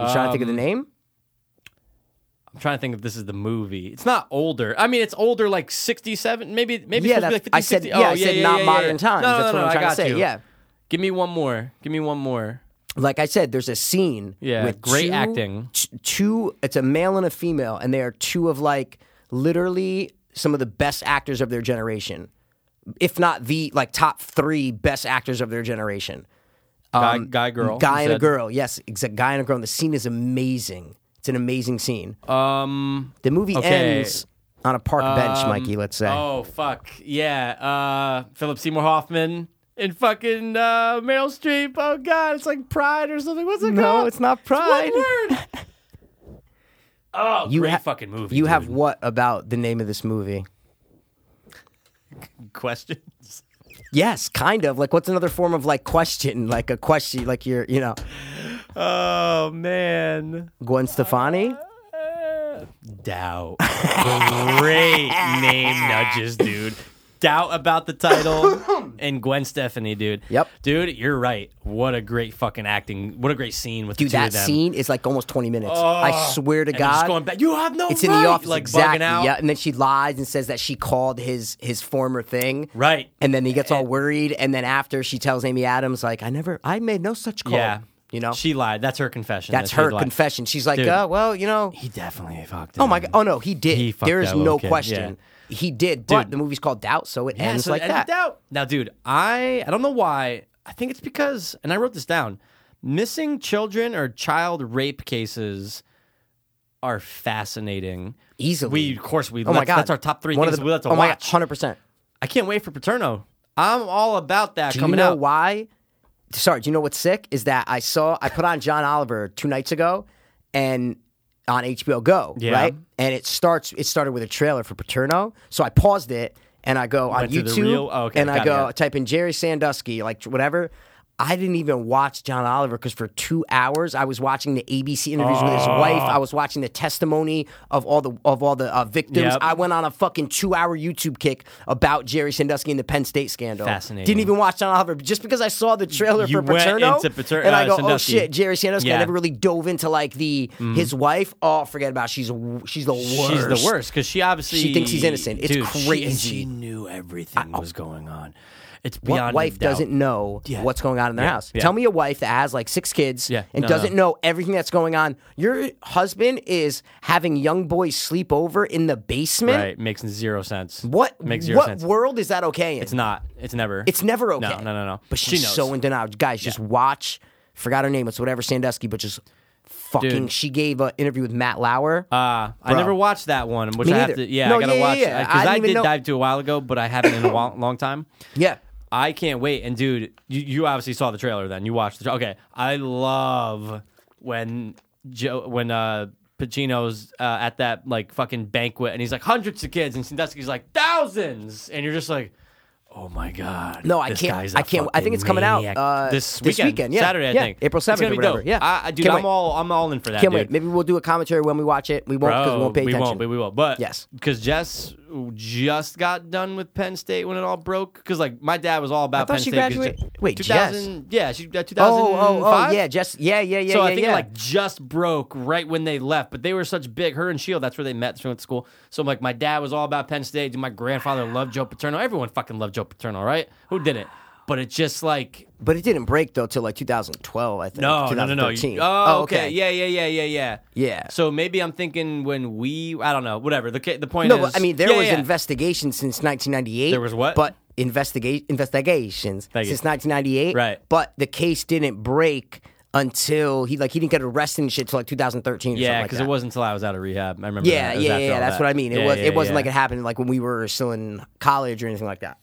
Speaker 1: You trying to think of the
Speaker 5: Um,
Speaker 1: name?
Speaker 5: I'm trying to think if this is the movie. It's not older. I mean, it's older, like 67, maybe maybe
Speaker 1: yeah,
Speaker 5: it's supposed to be like
Speaker 1: that's-
Speaker 5: 50,
Speaker 1: I said
Speaker 5: 60.
Speaker 1: yeah,
Speaker 5: oh,
Speaker 1: I
Speaker 5: yeah,
Speaker 1: said
Speaker 5: yeah,
Speaker 1: not
Speaker 5: yeah,
Speaker 1: modern
Speaker 5: yeah.
Speaker 1: times.
Speaker 5: No, no,
Speaker 1: that's
Speaker 5: no,
Speaker 1: what I'm
Speaker 5: I
Speaker 1: trying
Speaker 5: got
Speaker 1: to say.
Speaker 5: You.
Speaker 1: Yeah.
Speaker 5: Give me one more. Give me one more.
Speaker 1: like I said, there's a scene.
Speaker 5: Yeah,
Speaker 1: with
Speaker 5: great
Speaker 1: two-
Speaker 5: acting.
Speaker 1: t- two, it's a male and a female, and they are two of like literally some of the best actors of their generation, if not the like top three best actors of their generation.
Speaker 5: Guy, guy girl.
Speaker 1: Um, guy
Speaker 5: you
Speaker 1: and a
Speaker 5: said.
Speaker 1: girl. Yes, it's a guy and a girl. And the scene is amazing. It's an amazing scene.
Speaker 5: Um.
Speaker 1: The movie
Speaker 5: okay.
Speaker 1: ends on a park bench, Mikey. Let's say.
Speaker 5: Oh, fuck. Yeah. Uh, Philip Seymour Hoffman and fucking uh, Meryl Streep. Oh, God. It's like Pride or something. What's it
Speaker 1: no,
Speaker 5: called?
Speaker 1: it's not pride.
Speaker 5: One word. oh,
Speaker 1: You
Speaker 5: great
Speaker 1: ha-
Speaker 5: fucking movie.
Speaker 1: You
Speaker 5: dude.
Speaker 1: have what about the name of this movie?
Speaker 5: questions.
Speaker 1: Yes, kind of. Like, what's another form of like question? Like a question, like you're, you know,
Speaker 5: Oh man.
Speaker 1: Gwen Stefani.
Speaker 5: Doubt. Great name nudges, dude. Doubt about the title and Gwen Stephanie, dude.
Speaker 1: Yep.
Speaker 5: Dude, you're right. What a great fucking acting. What a great scene with
Speaker 1: Dude,
Speaker 5: the two
Speaker 1: that
Speaker 5: of them. Oh.
Speaker 1: scene is like almost 20 minutes. I swear to
Speaker 5: And they're
Speaker 1: God.
Speaker 5: just going back. You have no
Speaker 1: it's in
Speaker 5: right.
Speaker 1: the office.
Speaker 5: like
Speaker 1: exactly.
Speaker 5: bugging out.
Speaker 1: Yeah. And then she lies and says that she called his his former thing.
Speaker 5: Right.
Speaker 1: And then he gets all worried. And then after she tells Amy Adams, like, I never, I made no such call.
Speaker 5: Yeah.
Speaker 1: You know,
Speaker 5: She lied. That's her confession.
Speaker 1: that's
Speaker 5: that she
Speaker 1: her
Speaker 5: lied.
Speaker 1: confession. She's like,
Speaker 5: Dude.
Speaker 1: uh, well, you know,
Speaker 5: He definitely fucked.
Speaker 1: oh my
Speaker 5: him.
Speaker 1: god, oh no, he did.
Speaker 5: He fucked
Speaker 1: there is
Speaker 5: that little
Speaker 1: no
Speaker 5: kid, yeah.
Speaker 1: question. He did, but
Speaker 5: Dude.
Speaker 1: the movie's called Doubt, so it
Speaker 5: Yeah,
Speaker 1: ends
Speaker 5: so
Speaker 1: like
Speaker 5: I
Speaker 1: that.
Speaker 5: doubt- Now, dude, I I don't know why. I think it's because, and I wrote this down. Missing children or child rape cases are fascinating.
Speaker 1: Easily.
Speaker 5: We, of course, we.
Speaker 1: oh my
Speaker 5: that's-
Speaker 1: god,
Speaker 5: that's our top three things we like to
Speaker 1: oh my god,
Speaker 5: watch.
Speaker 1: hundred percent.
Speaker 5: I can't wait for Paterno. I'm all about that
Speaker 1: Do you
Speaker 5: coming
Speaker 1: know
Speaker 5: out.
Speaker 1: why? Sorry, do you know what's sick is that I saw I put on John Oliver two nights ago, and on HBO Go,
Speaker 5: Yeah.
Speaker 1: right? And it starts. It started with a trailer for Paterno, so I paused it and I go on
Speaker 5: Went to the
Speaker 1: YouTube
Speaker 5: real- oh, okay,
Speaker 1: and I
Speaker 5: got it,
Speaker 1: go
Speaker 5: got it.
Speaker 1: type in Jerry Sandusky, like whatever. I didn't even watch John Oliver because for two hours I was watching the ABC interviews with his
Speaker 5: Oh.
Speaker 1: wife. I was watching the testimony of all the of all the uh, victims.
Speaker 5: Yep.
Speaker 1: I went on a fucking two hour YouTube kick about Jerry Sandusky and the Penn State scandal.
Speaker 5: Fascinating.
Speaker 1: Oh. Didn't even watch John Oliver just because I saw the trailer
Speaker 5: You
Speaker 1: for
Speaker 5: went
Speaker 1: Paterno,
Speaker 5: into Pater-
Speaker 1: and
Speaker 5: uh,
Speaker 1: I go, oh
Speaker 5: Sandusky."
Speaker 1: shit, Jerry Sandusky.
Speaker 5: Yeah. Mm-hmm.
Speaker 1: I never really dove into like the his wife. Oh, forget about it. she's w- she's the worst.
Speaker 5: She's the worst because she obviously
Speaker 1: She thinks he's innocent. It's
Speaker 5: Dude, she- and She,
Speaker 1: crazy.
Speaker 5: knew everything was going on. It's
Speaker 1: What
Speaker 5: beyond a
Speaker 1: wife
Speaker 5: doubt.
Speaker 1: doesn't know
Speaker 5: Yeah.
Speaker 1: what's going on in their
Speaker 5: Yeah.
Speaker 1: house?
Speaker 5: Yeah.
Speaker 1: Tell me a wife that has like six kids
Speaker 5: Yeah.
Speaker 1: and
Speaker 5: No,
Speaker 1: doesn't
Speaker 5: no.
Speaker 1: know everything that's going on. Your husband is having young boys sleep over in the basement.
Speaker 5: Right, makes zero sense.
Speaker 1: What
Speaker 5: makes zero
Speaker 1: what
Speaker 5: sense?
Speaker 1: world is that okay in?
Speaker 5: It's not. It's never.
Speaker 1: It's never okay.
Speaker 5: No, no, no, no.
Speaker 1: But
Speaker 5: She
Speaker 1: she's
Speaker 5: knows.
Speaker 1: so in denial. Guys, just watch. Forgot her name. It's whatever Sandusky, but just fucking.
Speaker 5: Dude.
Speaker 1: She gave an interview with Matt Lauer.
Speaker 5: Uh, I
Speaker 1: Bro.
Speaker 5: never watched that one, which
Speaker 1: Me
Speaker 5: I have
Speaker 1: neither.
Speaker 5: to. Yeah,
Speaker 1: No,
Speaker 5: I gotta
Speaker 1: yeah, yeah,
Speaker 5: watch
Speaker 1: yeah. I
Speaker 5: because
Speaker 1: didn't
Speaker 5: I,
Speaker 1: even
Speaker 5: did
Speaker 1: know-
Speaker 5: dive to a while ago, but I haven't in a wa- long time.
Speaker 1: yeah.
Speaker 5: I can't wait. And dude, you, you obviously saw the trailer. Then you watched the. Tra- okay, I love when Joe when uh Pacino's uh, at that like fucking banquet, and he's like hundreds of kids, and Sandusky's like thousands, and you're just like. Oh my God!
Speaker 1: No, I
Speaker 5: this
Speaker 1: can't-
Speaker 5: guy's
Speaker 1: I
Speaker 5: a
Speaker 1: can't- I think
Speaker 5: fucking
Speaker 1: it's coming out,
Speaker 5: maniac.
Speaker 1: uh,
Speaker 5: this
Speaker 1: this
Speaker 5: weekend,
Speaker 1: weekend, yeah.
Speaker 5: Saturday. I
Speaker 1: Yeah,
Speaker 5: think
Speaker 1: April
Speaker 5: It's gonna
Speaker 1: 7th or
Speaker 5: be
Speaker 1: whatever,
Speaker 5: dope.
Speaker 1: yeah.
Speaker 5: I, I- dude,
Speaker 1: Can't
Speaker 5: I'm
Speaker 1: wait.
Speaker 5: all I'm all in for that.
Speaker 1: Can't
Speaker 5: dude.
Speaker 1: wait. Maybe we'll do a commentary when we watch it. We won't because we won't pay
Speaker 5: Bro,
Speaker 1: attention.
Speaker 5: We won't. We, we won't. But
Speaker 1: Yes.
Speaker 5: because Jess just got done with Penn State when it all broke. because like my dad was all about.
Speaker 1: thought
Speaker 5: Penn
Speaker 1: she
Speaker 5: State 'cause
Speaker 1: graduated-
Speaker 5: Je-
Speaker 1: wait,
Speaker 5: 2000 Yeah, she uh, two thousand.
Speaker 1: Oh, oh, oh, yeah, just yeah, yeah, yeah,
Speaker 5: So
Speaker 1: yeah.
Speaker 5: I think
Speaker 1: yeah.
Speaker 5: it like just broke right when they left, but they were such big. Her and Shield, that's where they met. She went to school. So like my dad was all about Penn State. Dude, my grandfather loved Joe Paterno. Everyone fucking loved Joe Paterno, right? Who didn't? But it just like
Speaker 1: but it didn't break though till like 2012, I think.
Speaker 5: no, no, no, no.
Speaker 1: 2013.
Speaker 5: You- oh, okay. Yeah, yeah, yeah, yeah, yeah.
Speaker 1: Yeah.
Speaker 5: So maybe I'm thinking when we, I don't know, whatever. The ca- the point
Speaker 1: No,
Speaker 5: is,
Speaker 1: but I mean there
Speaker 5: Yeah,
Speaker 1: was
Speaker 5: yeah.
Speaker 1: investigations since 1998.
Speaker 5: There was what?
Speaker 1: But investigate investigations
Speaker 5: Thank you.
Speaker 1: since 1998.
Speaker 5: Right.
Speaker 1: But the case didn't break until he like he didn't get arrested and shit till like 2013. Or
Speaker 5: Yeah,
Speaker 1: because
Speaker 5: because it wasn't until I was out of rehab. I remember.
Speaker 1: Yeah,
Speaker 5: that. It was
Speaker 1: yeah,
Speaker 5: after
Speaker 1: yeah.
Speaker 5: all
Speaker 1: That's
Speaker 5: that.
Speaker 1: what I mean. It
Speaker 5: Yeah,
Speaker 1: was.
Speaker 5: yeah,
Speaker 1: it wasn't
Speaker 5: yeah.
Speaker 1: like it happened like when we were still in college or anything like that.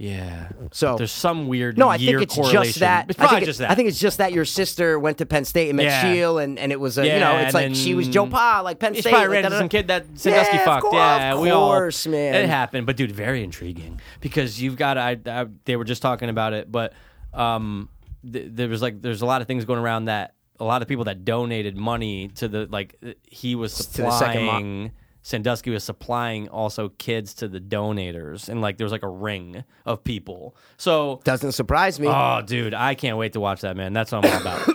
Speaker 5: Yeah.
Speaker 1: So-
Speaker 5: there's some weird.
Speaker 1: No, I
Speaker 5: year
Speaker 1: think it's
Speaker 5: correlation.
Speaker 1: just that.
Speaker 5: It's
Speaker 1: I
Speaker 5: probably
Speaker 1: think it-
Speaker 5: just that.
Speaker 1: I think it's just that your sister went to Penn State and met
Speaker 5: Yeah.
Speaker 1: Shiel, and, and it was a, you
Speaker 5: Yeah,
Speaker 1: know, it's
Speaker 5: and
Speaker 1: like
Speaker 5: then
Speaker 1: she was Joe Pa, like Penn
Speaker 5: It's
Speaker 1: State.
Speaker 5: probably
Speaker 1: like,
Speaker 5: ran into
Speaker 1: da-da-da.
Speaker 5: some kid that Sandusky
Speaker 1: yeah,
Speaker 5: fucked.
Speaker 1: Of course,
Speaker 5: yeah,
Speaker 1: of
Speaker 5: we all.
Speaker 1: course, man.
Speaker 5: It happened, but dude, very intriguing because you've got. I, I they were just talking about it, but um, th- there was like there's a lot of things going around that a lot of people that donated money to the like he was
Speaker 1: to the second mo-
Speaker 5: supplying. Sandusky was supplying also kids to the donators, and like there was like a ring of people. So
Speaker 1: Doesn't surprise me.
Speaker 5: Oh, dude, I can't wait to watch that, man. That's what I'm all about.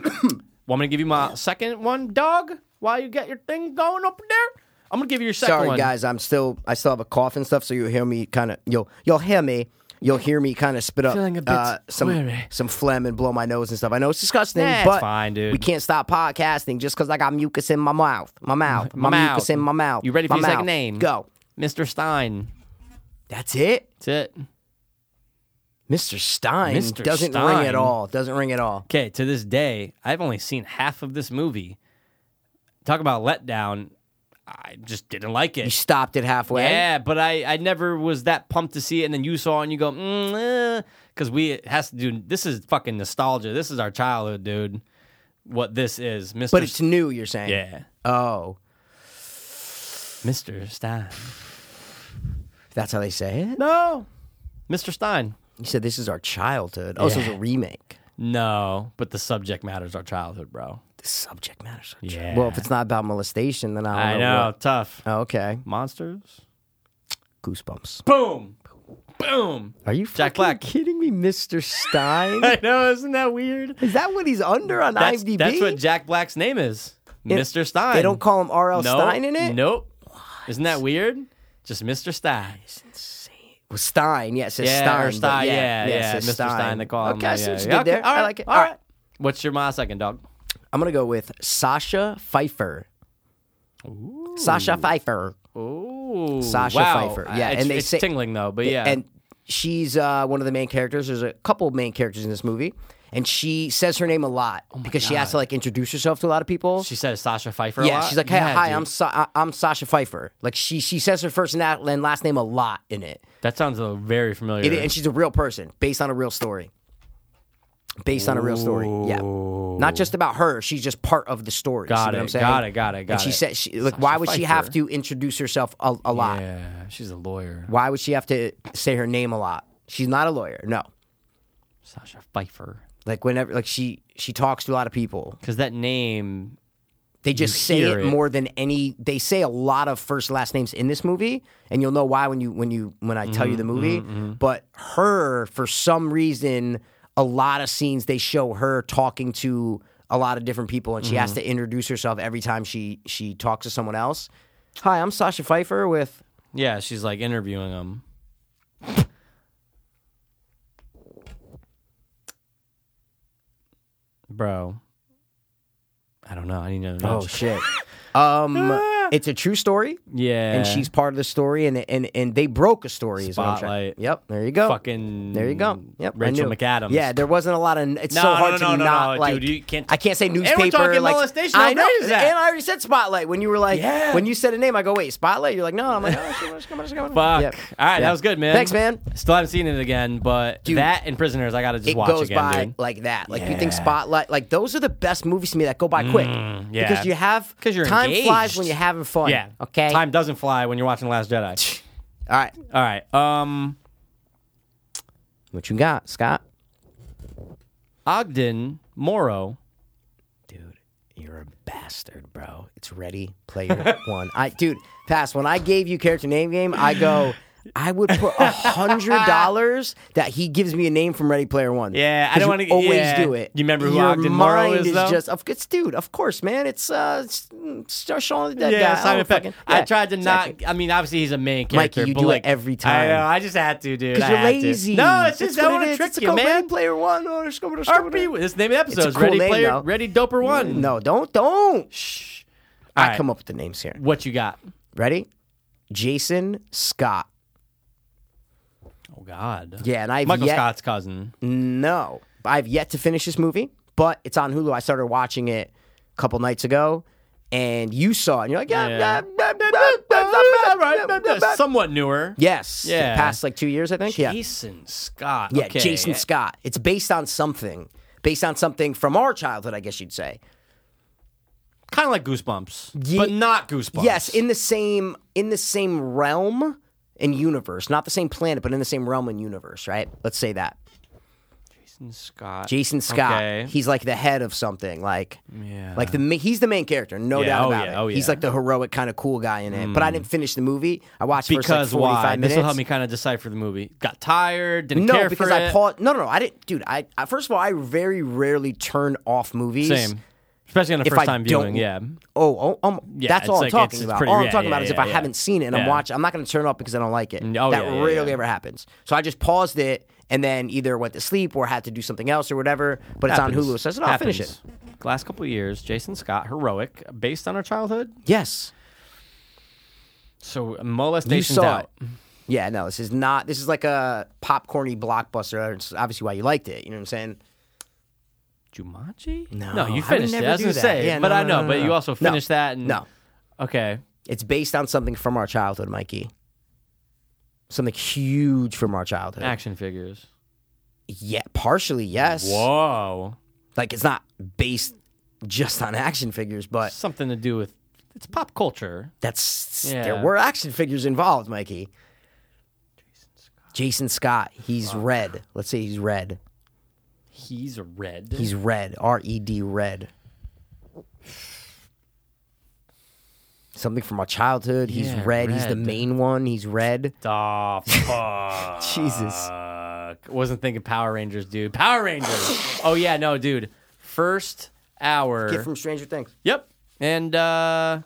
Speaker 5: Want me to give you my second one, dog? While you get your thing going up there, I'm gonna give you your second
Speaker 1: Sorry,
Speaker 5: one.
Speaker 1: guys, I'm still, I still have a cough and stuff, so you'll hear me kind of, you'll, you'll hear me. You'll hear me kind of spit up
Speaker 5: Feeling a bit
Speaker 1: uh, some
Speaker 5: weary.
Speaker 1: some phlegm and blow my nose and stuff. I know it's disgusting,
Speaker 5: Nah, it's
Speaker 1: but
Speaker 5: fine, dude.
Speaker 1: we can't stop podcasting just because I got mucus in my mouth, my mouth, my,
Speaker 5: My mouth.
Speaker 1: mucus in my mouth.
Speaker 5: You ready for
Speaker 1: my
Speaker 5: your second
Speaker 1: mouth.
Speaker 5: name?
Speaker 1: Go.
Speaker 5: Mr. Stein.
Speaker 1: That's it.
Speaker 5: That's it.
Speaker 1: Mr. Stein
Speaker 5: Mr.
Speaker 1: doesn't ring
Speaker 5: Stein.
Speaker 1: at all. Doesn't ring at all.
Speaker 5: Okay, to this day, I've only seen half of this movie. Talk about letdown. I just didn't like
Speaker 1: You
Speaker 5: it.
Speaker 1: stopped it halfway.
Speaker 5: Yeah, but I, I never was that pumped to see it, and then you saw it and you go, because we it has to do. This is fucking nostalgia. This is our childhood, dude. What this is, Mr.
Speaker 1: But it's new, you're saying.
Speaker 5: yeah,
Speaker 1: Oh,
Speaker 5: Mr. Stein.
Speaker 1: that's how they say it?
Speaker 5: No, Mr. Stein.
Speaker 1: You said this is our childhood. Oh, so it's a remake.
Speaker 5: No, but the subject matters our childhood, bro.
Speaker 1: The subject matters. are-
Speaker 5: Yeah.
Speaker 1: Well, if it's not about molestation, then I
Speaker 5: I
Speaker 1: don't
Speaker 5: know,
Speaker 1: what-
Speaker 5: tough.
Speaker 1: Oh, okay.
Speaker 5: Monsters.
Speaker 1: Goosebumps.
Speaker 5: Boom, boom.
Speaker 1: Are you
Speaker 5: Jack
Speaker 1: fucking
Speaker 5: Black.
Speaker 1: kidding me, Mr. Stein?
Speaker 5: I know, isn't that weird?
Speaker 1: is that what he's under on
Speaker 5: That's,
Speaker 1: IMDb?
Speaker 5: that's what Jack Black's name is, Mr. Stein.
Speaker 1: They don't call him R.L.
Speaker 5: Nope,
Speaker 1: Stein in it?
Speaker 5: Nope. is Isn't that weird? Just Mr. Stein.
Speaker 1: Well, Stein, yes, it's
Speaker 5: Yeah,
Speaker 1: Stein.
Speaker 5: or
Speaker 1: but
Speaker 5: Stein. Yeah, yeah,
Speaker 1: it says
Speaker 5: Mr. Stein. They call him.
Speaker 1: Okay, I
Speaker 5: yeah,
Speaker 1: see what you
Speaker 5: yeah.
Speaker 1: did there.
Speaker 5: All right,
Speaker 1: I like it.
Speaker 5: All right. What's your my second dog?
Speaker 1: I'm gonna go with Sasha Pfeiffer. Sasha Pfeiffer.
Speaker 5: Ooh,
Speaker 1: Sasha
Speaker 5: wow.
Speaker 1: Pfeiffer.
Speaker 5: I-
Speaker 1: Yeah,
Speaker 5: it's,
Speaker 1: and they
Speaker 5: it's
Speaker 1: say-
Speaker 5: tingling though. But yeah,
Speaker 1: And she's uh, one of the main characters. There's a couple of main characters in this movie. And she says her name a lot
Speaker 5: Oh
Speaker 1: because she has to like introduce herself to a lot of people.
Speaker 5: she says Sasha Pfeiffer. a
Speaker 1: yeah,
Speaker 5: lot.
Speaker 1: she's like, hey,
Speaker 5: Yeah,
Speaker 1: hi,
Speaker 5: dude.
Speaker 1: I'm Sa- I- I'm Sasha Pfeiffer. Like she she says her first and that- and last name a lot in it.
Speaker 5: That sounds uh, very familiar.
Speaker 1: It- and she's a real person based on a real story. Based on a real story, yeah. Not just about her; she's just part of the story. See
Speaker 5: Got
Speaker 1: what
Speaker 5: it,
Speaker 1: I'm saying?
Speaker 5: got it, got it,
Speaker 1: And
Speaker 5: got
Speaker 1: she
Speaker 5: it.
Speaker 1: said, she, "Like, why would she have to
Speaker 5: Pfeiffer.
Speaker 1: introduce herself a, a lot?
Speaker 5: yeah, she's a lawyer.
Speaker 1: Why would she have to say her name a lot? She's not a lawyer. No,
Speaker 5: Sasha Pfeiffer.
Speaker 1: like whenever, like she she talks to a lot of people.
Speaker 5: Because that name,
Speaker 1: They just say
Speaker 5: hear
Speaker 1: it,
Speaker 5: it.
Speaker 1: more than any. They say a lot of first last names in this movie, and you'll know why when you when you when I tell you
Speaker 5: Mm-hmm,
Speaker 1: the movie. But her, for some reason, a lot of scenes they show her talking to a lot of different people, and she
Speaker 5: Mm-hmm.
Speaker 1: has to introduce herself every time she she talks to someone else. Hi, I'm Sasha Pfeiffer with.
Speaker 5: yeah, she's like interviewing him. Bro, I don't know. I need to know.
Speaker 1: Oh shit. um, it's a true story.
Speaker 5: yeah,
Speaker 1: and she's part of the story, and and and they broke a story. Is what I'm trying-
Speaker 5: Spotlight.
Speaker 1: Yep, there you go.
Speaker 5: fucking.
Speaker 1: There you go. Yep, I
Speaker 5: Mm, Rachel
Speaker 1: knew.
Speaker 5: McAdams.
Speaker 1: Yeah, there wasn't a lot of. It's
Speaker 5: No,
Speaker 1: so
Speaker 5: no,
Speaker 1: hard
Speaker 5: no,
Speaker 1: to
Speaker 5: no, no,
Speaker 1: not
Speaker 5: no,
Speaker 1: like.
Speaker 5: dude, you can't-
Speaker 1: I can't say
Speaker 5: we're
Speaker 1: newspaper.
Speaker 5: talking
Speaker 1: like, I
Speaker 5: molestation, how
Speaker 1: know,
Speaker 5: great is that?
Speaker 1: and I already said spotlight when you were like,
Speaker 5: Yeah.
Speaker 1: when you said a name, I go wait, spotlight. You're like, no, I'm like, oh, shit, what's coming, what's coming?
Speaker 5: Fuck.
Speaker 1: Yep.
Speaker 5: All right,
Speaker 1: Yeah.
Speaker 5: that was good, man.
Speaker 1: Thanks, man.
Speaker 5: Still haven't seen it again, but
Speaker 1: Dude,
Speaker 5: that and Prisoners, I gotta just
Speaker 1: It
Speaker 5: watch
Speaker 1: goes
Speaker 5: again,
Speaker 1: by
Speaker 5: dude.
Speaker 1: like that. Like you think
Speaker 5: Yeah. Mm,
Speaker 1: spotlight, like those are the best movies to me that go by quick
Speaker 5: yeah.
Speaker 1: because you have
Speaker 5: 'Cause you're
Speaker 1: time flies
Speaker 5: engaged.
Speaker 1: when you're having fun.
Speaker 5: yeah.
Speaker 1: Okay.
Speaker 5: Time doesn't fly when you're watching Last Jedi.
Speaker 1: All right.
Speaker 5: All right. Um,
Speaker 1: What you got, Scott?
Speaker 5: Ogden Morrow.
Speaker 1: dude, you're a bastard, bro. It's Ready Player One. I, dude, pass. When I gave you character name game, I go. I would put a hundred dollars that he gives me a name from Ready Player One.
Speaker 5: Yeah, I
Speaker 1: 'Cause
Speaker 5: don't
Speaker 1: you
Speaker 5: wanna-
Speaker 1: always
Speaker 5: yeah.
Speaker 1: do it.
Speaker 5: You remember who
Speaker 1: Your
Speaker 5: Ogden
Speaker 1: mind
Speaker 5: Morrow is, though?
Speaker 1: Just, of, it's dude, of course, man. It's uh, it's, it's Shaun of the Dead guy. I
Speaker 5: Simon
Speaker 1: don't
Speaker 5: Peck.
Speaker 1: fucking-
Speaker 5: I
Speaker 1: yeah,
Speaker 5: tried to
Speaker 1: exactly.
Speaker 5: not. I mean, obviously he's a main
Speaker 1: Mikey,
Speaker 5: character.
Speaker 1: you
Speaker 5: but
Speaker 1: do it
Speaker 5: like,
Speaker 1: every
Speaker 5: I
Speaker 1: time.
Speaker 5: know. I just had to, dude. I
Speaker 1: Because you're
Speaker 5: had to.
Speaker 1: lazy.
Speaker 5: No, it's just
Speaker 1: That's what it
Speaker 5: I want to
Speaker 1: is.
Speaker 5: trick
Speaker 1: It's
Speaker 5: you,
Speaker 1: called
Speaker 5: man.
Speaker 1: Ready Player One. Oh, it's called- it's called-
Speaker 5: RP. This name of the episode
Speaker 1: It's a
Speaker 5: is
Speaker 1: cool
Speaker 5: Ready
Speaker 1: name,
Speaker 5: Player,
Speaker 1: though. Mm.
Speaker 5: Ready Doper One.
Speaker 1: No, don't, don't.
Speaker 5: Shh. All
Speaker 1: I
Speaker 5: right,
Speaker 1: come up with the names here.
Speaker 5: What you got?
Speaker 1: Ready? Jason Scott.
Speaker 5: Oh God.
Speaker 1: Yeah, and I've
Speaker 5: Michael
Speaker 1: yet-
Speaker 5: Scott's cousin.
Speaker 1: No, I've yet to finish this movie, but it's on Hulu. I started watching it a couple nights ago, and you saw it. And you're like, yeah, yeah.
Speaker 5: Yeah. Somewhat newer.
Speaker 1: yes,
Speaker 5: Yeah.
Speaker 1: past like two years, I think. Yeah,
Speaker 5: Jason Scott.
Speaker 1: yeah,
Speaker 5: Okay.
Speaker 1: Jason Scott. It's based on something, based on something from our childhood, I guess you'd say.
Speaker 5: Kind of like Goosebumps,
Speaker 1: Ye-
Speaker 5: but not Goosebumps.
Speaker 1: Yes, in the same in the same realm and universe, not the same planet, but in the same realm and universe, right? Let's say that.
Speaker 5: Jason Scott.
Speaker 1: Jason Scott.
Speaker 5: Okay.
Speaker 1: He's like the head of something. Like,
Speaker 5: Yeah.
Speaker 1: like the ma- he's the main character, no
Speaker 5: Yeah,
Speaker 1: doubt
Speaker 5: oh
Speaker 1: about
Speaker 5: yeah,
Speaker 1: it.
Speaker 5: oh
Speaker 1: He's
Speaker 5: yeah. Hmm.
Speaker 1: like the heroic kind of cool guy in it. But I didn't finish the movie. I watched the
Speaker 5: because
Speaker 1: first like forty
Speaker 5: why?
Speaker 1: five minutes.
Speaker 5: This will help me kind of decipher the movie. Got tired. Didn't
Speaker 1: no,
Speaker 5: care
Speaker 1: because
Speaker 5: for
Speaker 1: I
Speaker 5: it.
Speaker 1: paused. No, no, no. I didn't, dude. I, I first of all, I very rarely turn off movies.
Speaker 5: Same. Especially on a
Speaker 1: If I
Speaker 5: first time
Speaker 1: don't-
Speaker 5: viewing. Yeah.
Speaker 1: Oh, oh, um,
Speaker 5: Yeah,
Speaker 1: that's
Speaker 5: it's
Speaker 1: all
Speaker 5: like-
Speaker 1: I'm talking
Speaker 5: it's- it's
Speaker 1: about.
Speaker 5: pretty
Speaker 1: all I'm
Speaker 5: rare.
Speaker 1: talking
Speaker 5: Yeah,
Speaker 1: about is
Speaker 5: yeah,
Speaker 1: if I
Speaker 5: yeah.
Speaker 1: haven't seen it and I'm
Speaker 5: Yeah.
Speaker 1: watching, I'm not going to turn it off because I don't like it.
Speaker 5: oh,
Speaker 1: that
Speaker 5: yeah, yeah,
Speaker 1: rarely
Speaker 5: yeah.
Speaker 1: ever happens. So I just paused it and then either went to sleep or had to do something else or whatever. But it's
Speaker 5: Happens.
Speaker 1: on Hulu, so I said, "Oh, I'll finish it.
Speaker 5: Happens. Last couple of years, Jason Scott, heroic, based on our childhood.
Speaker 1: Yes.
Speaker 5: So
Speaker 1: You
Speaker 5: molestation's
Speaker 1: saw
Speaker 5: out.
Speaker 1: it. Yeah, no, this is not. This is like a popcorny blockbuster. It's obviously why you liked it. You know what I'm saying?
Speaker 5: Jumanji?
Speaker 1: No,
Speaker 5: no, you
Speaker 1: I would
Speaker 5: finished
Speaker 1: never
Speaker 5: it. I was
Speaker 1: do
Speaker 5: gonna
Speaker 1: that.
Speaker 5: say,
Speaker 1: Yeah,
Speaker 5: but
Speaker 1: no,
Speaker 5: I
Speaker 1: no,
Speaker 5: know.
Speaker 1: no,
Speaker 5: but
Speaker 1: no,
Speaker 5: you
Speaker 1: no.
Speaker 5: also
Speaker 1: No.
Speaker 5: finished that. And,
Speaker 1: No.
Speaker 5: okay.
Speaker 1: It's based on something from our childhood, Mikey. Something huge from our childhood.
Speaker 5: Action figures.
Speaker 1: Yeah, partially yes.
Speaker 5: Whoa.
Speaker 1: Like it's not based just on action figures, but
Speaker 5: Something to do with it's pop culture.
Speaker 1: that's there
Speaker 5: Yeah.
Speaker 1: were action figures involved, Mikey. Jason Scott, he's red. Let's say he's red.
Speaker 5: He's red.
Speaker 1: He's red. R E D red. Something from our childhood. He's
Speaker 5: Yeah,
Speaker 1: red. He's the
Speaker 5: red.
Speaker 1: main one. He's red.
Speaker 5: Oh, fuck.
Speaker 1: Jesus.
Speaker 5: Wasn't thinking Power Rangers, dude. Power Rangers. oh yeah, no, dude. First hour.
Speaker 1: Kid from Stranger Things.
Speaker 5: Yep. And uh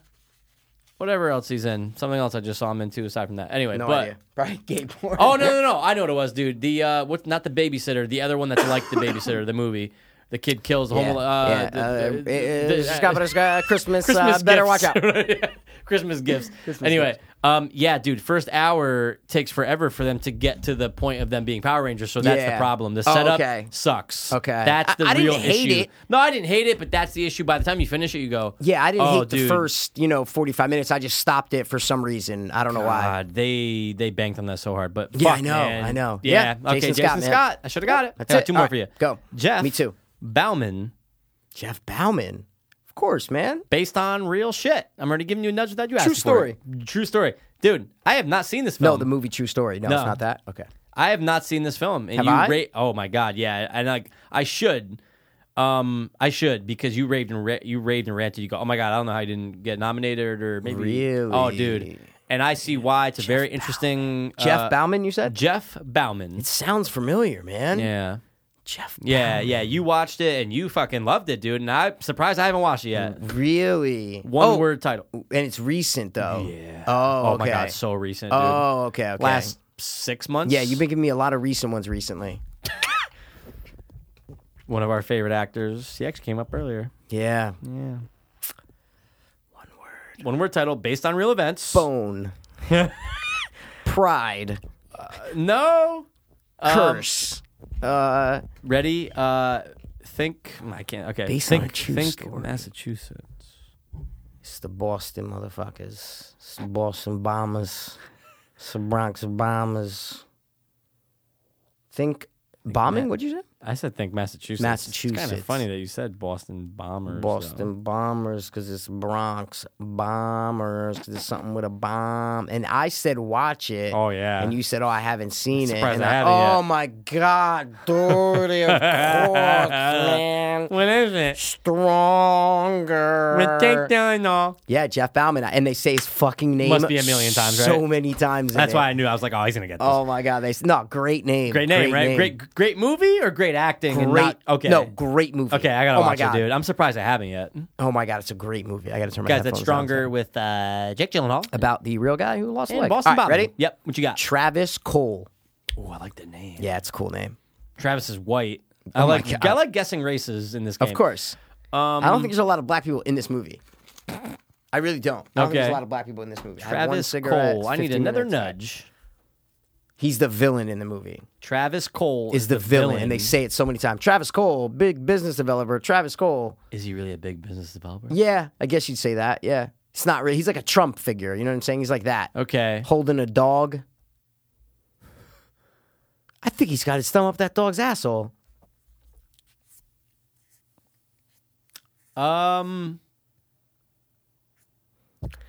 Speaker 5: whatever else he's in. Something else I just saw him into aside from that. Anyway,
Speaker 1: No
Speaker 5: but
Speaker 1: idea. Probably gay porn.
Speaker 5: Oh no no no! I know what it was, dude. The uh, what? Not the babysitter. The other one that's like the babysitter. The movie. the kid kills the home. Al- Uh,
Speaker 1: yeah.
Speaker 5: the-
Speaker 1: uh,
Speaker 5: the-
Speaker 1: uh,
Speaker 5: the-
Speaker 1: Scrabble, Scrabble, Christmas,
Speaker 5: Christmas
Speaker 1: uh, better watch
Speaker 5: gifts.
Speaker 1: out.
Speaker 5: Right? Christmas gifts. anyway, um, yeah, dude, first hour takes forever for them to get to the point of them being Power Rangers, so that's
Speaker 1: Yeah.
Speaker 5: the problem. The
Speaker 1: Oh,
Speaker 5: setup
Speaker 1: okay.
Speaker 5: sucks.
Speaker 1: Okay.
Speaker 5: that's
Speaker 1: I-
Speaker 5: the
Speaker 1: I didn't
Speaker 5: real
Speaker 1: hate
Speaker 5: issue.
Speaker 1: it.
Speaker 5: No, I didn't hate it, but that's the issue. By the time you finish it, you go,
Speaker 1: Yeah, I didn't
Speaker 5: oh,
Speaker 1: hate the
Speaker 5: dude,
Speaker 1: first, you know, 45 minutes. I just stopped it for some reason. I don't know why.
Speaker 5: God, they they banked on that so hard, but
Speaker 1: Yeah, I
Speaker 5: fuck,
Speaker 1: know,
Speaker 5: man.
Speaker 1: I know.
Speaker 5: Yeah,
Speaker 1: Yeah,
Speaker 5: okay,
Speaker 1: Jason
Speaker 5: Jason,
Speaker 1: Scott,
Speaker 5: Scott.
Speaker 1: man.
Speaker 5: I should have got it.
Speaker 1: That's
Speaker 5: I got
Speaker 1: it.
Speaker 5: Two more
Speaker 1: All right,
Speaker 5: for you.
Speaker 1: go.
Speaker 5: Jeff.
Speaker 1: Me too.
Speaker 5: Bauman,
Speaker 1: Jeff Bauman. Of course, man.
Speaker 5: based on real shit. I'm already giving you a nudge that you asked.
Speaker 1: True
Speaker 5: for it. True story, dude. I have not seen this film.
Speaker 1: No, the movie True Story. No,
Speaker 5: No.
Speaker 1: it's not that. Okay.
Speaker 5: I have not seen this film, and
Speaker 1: Have
Speaker 5: you
Speaker 1: I?
Speaker 5: rate. Oh my god, yeah, and like I should, um, I should because you raved and ra- you raved and ranted. You go, oh my god, I don't know how you didn't get nominated or maybe.
Speaker 1: Really?
Speaker 5: Oh, dude, and I see why. It's a very interesting.
Speaker 1: Jeff
Speaker 5: uh,
Speaker 1: Bauman, you said?
Speaker 5: Jeff Bauman.
Speaker 1: Sounds familiar, man.
Speaker 5: Yeah.
Speaker 1: Jeff
Speaker 5: Yeah, yeah, you watched it and you fucking loved it, dude. And I'm surprised I haven't watched it yet.
Speaker 1: Really?
Speaker 5: One
Speaker 1: Mm. oh,
Speaker 5: word title.
Speaker 1: And it's recent, though. Yeah. Oh,
Speaker 5: Oh
Speaker 1: okay.
Speaker 5: my god, so recent. Dude.
Speaker 1: Oh, okay, okay.
Speaker 5: Last six months.
Speaker 1: yeah, you've been giving me a lot of recent ones recently.
Speaker 5: one of our favorite actors. He actually came up earlier.
Speaker 1: Yeah.
Speaker 5: One word title based on real events.
Speaker 1: Bone. Pride.
Speaker 5: No. Um,
Speaker 1: Curse. uh,
Speaker 5: Ready? Uh, think. I can't. Okay.
Speaker 1: Based
Speaker 5: think.
Speaker 1: on a true
Speaker 5: think
Speaker 1: story.
Speaker 5: Massachusetts.
Speaker 1: it's the Boston motherfuckers. It's the Boston bombers. It's the Bronx bombers. Think bombing? What'd you say?
Speaker 5: I said think Massachusetts. It's kind
Speaker 1: Massachusetts.
Speaker 5: of funny that you said Boston bombers. though.
Speaker 1: Boston Bombers because it's Bronx Bombers because it's something with a bomb. And I said, watch it.
Speaker 5: Oh, yeah.
Speaker 1: And you said, oh, I haven't seen it.
Speaker 5: Surprised
Speaker 1: And
Speaker 5: I haven't
Speaker 1: oh
Speaker 5: yet.
Speaker 1: my God, dirty, of course, man.
Speaker 5: What is it?
Speaker 1: Stronger.
Speaker 5: Ridiculous.
Speaker 1: Yeah, Jeff Bauman. And they say his fucking name.
Speaker 5: Must be a million times,
Speaker 1: So
Speaker 5: right?
Speaker 1: many times. in
Speaker 5: That's
Speaker 1: it.
Speaker 5: why I knew. I was like, oh, he's gonna get this.
Speaker 1: Oh my God! They s- no great name.
Speaker 5: great name, right? Great, great movie or great acting?
Speaker 1: Great.
Speaker 5: and not- okay.
Speaker 1: No, great movie.
Speaker 5: Okay, I gotta
Speaker 1: oh my
Speaker 5: watch
Speaker 1: God.
Speaker 5: it, dude. I'm surprised I haven't yet.
Speaker 1: Oh my God, it's a great movie. I gotta turn my
Speaker 5: Guys, that's
Speaker 1: headphones on,
Speaker 5: stronger with uh, Jake Gyllenhaal.
Speaker 1: about the real guy who lost a
Speaker 5: And
Speaker 1: leg.
Speaker 5: Boston
Speaker 1: All right,
Speaker 5: Bob.
Speaker 1: Ready?
Speaker 5: Yep. What you got?
Speaker 1: Travis Cole.
Speaker 5: Oh, I like the name.
Speaker 1: Yeah, it's a cool name. Oh
Speaker 5: Travis is white. I
Speaker 1: my
Speaker 5: like.
Speaker 1: God.
Speaker 5: I like guessing races in this game. Um,
Speaker 1: Of course. I don't think there's a lot of black people in this movie. I really don't. I don't think there's
Speaker 5: Okay.
Speaker 1: a lot of black people in this movie. I had one
Speaker 5: Travis
Speaker 1: cigarette,
Speaker 5: Cole. I need
Speaker 1: 15
Speaker 5: another
Speaker 1: minutes.
Speaker 5: nudge.
Speaker 1: He's the villain in the movie.
Speaker 5: Travis Cole
Speaker 1: Is the, villain, and they say it so many times. Travis Cole, big business developer. Travis Cole.
Speaker 5: is he really a big business developer?
Speaker 1: Yeah, I guess you'd say that. Yeah, it's not really. He's like a Trump figure. You know what I'm saying? He's like that,
Speaker 5: Okay.
Speaker 1: holding a dog. I think he's got his thumb up that dog's asshole.
Speaker 5: Um.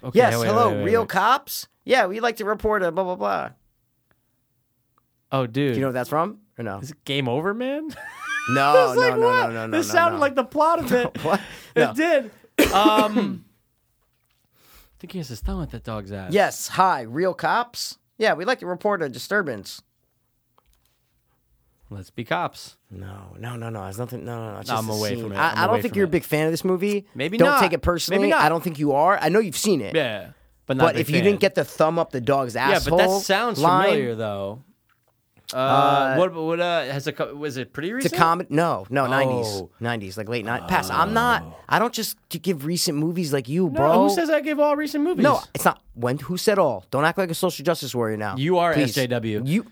Speaker 5: Okay,
Speaker 1: Yes,
Speaker 5: wait, wait,
Speaker 1: hello,
Speaker 5: wait, wait,
Speaker 1: real
Speaker 5: wait.
Speaker 1: cops. Yeah, we like to report a blah blah blah.
Speaker 5: Oh, dude.
Speaker 1: Do you know what that's from or no?
Speaker 5: is it Game Over, man? I
Speaker 1: No,
Speaker 5: was
Speaker 1: no,
Speaker 5: like,
Speaker 1: no, no,
Speaker 5: what?
Speaker 1: no, no.
Speaker 5: This
Speaker 1: no,
Speaker 5: sounded
Speaker 1: no.
Speaker 5: like the plot of it.
Speaker 1: What? No.
Speaker 5: It did. Um, I think he has his thumb at that dog's ass.
Speaker 1: Yes, hi, real cops. Yeah, we'd like to report a disturbance.
Speaker 5: Let's be cops.
Speaker 1: No, no, no, no. There's nothing. No, no, no. It's
Speaker 5: No,
Speaker 1: just
Speaker 5: I'm
Speaker 1: a
Speaker 5: away
Speaker 1: scene.
Speaker 5: from it.
Speaker 1: I,
Speaker 5: I'm
Speaker 1: I don't
Speaker 5: away
Speaker 1: think
Speaker 5: from
Speaker 1: you're a
Speaker 5: it.
Speaker 1: big fan of this movie.
Speaker 5: Maybe
Speaker 1: don't
Speaker 5: not.
Speaker 1: take it personally.
Speaker 5: Maybe not.
Speaker 1: I don't think you are. I know you've seen it.
Speaker 5: Yeah. But not a
Speaker 1: But
Speaker 5: big
Speaker 1: if you
Speaker 5: fan.
Speaker 1: didn't get the thumb up the dog's
Speaker 5: Yeah,
Speaker 1: asshole,
Speaker 5: but that sounds
Speaker 1: line,
Speaker 5: familiar though. Uh, what what uh has a co- was it pretty
Speaker 1: It's
Speaker 5: recent?
Speaker 1: a comment. No, no, nineties,
Speaker 5: Oh.
Speaker 1: nineties, like late night. Pass. I'm not. I don't just to give recent movies like you,
Speaker 5: No,
Speaker 1: bro.
Speaker 5: who says I give all recent movies?
Speaker 1: No, it's not. When who said all? Don't act like a social justice warrior now.
Speaker 5: You are
Speaker 1: Please.
Speaker 5: SJW.
Speaker 1: You.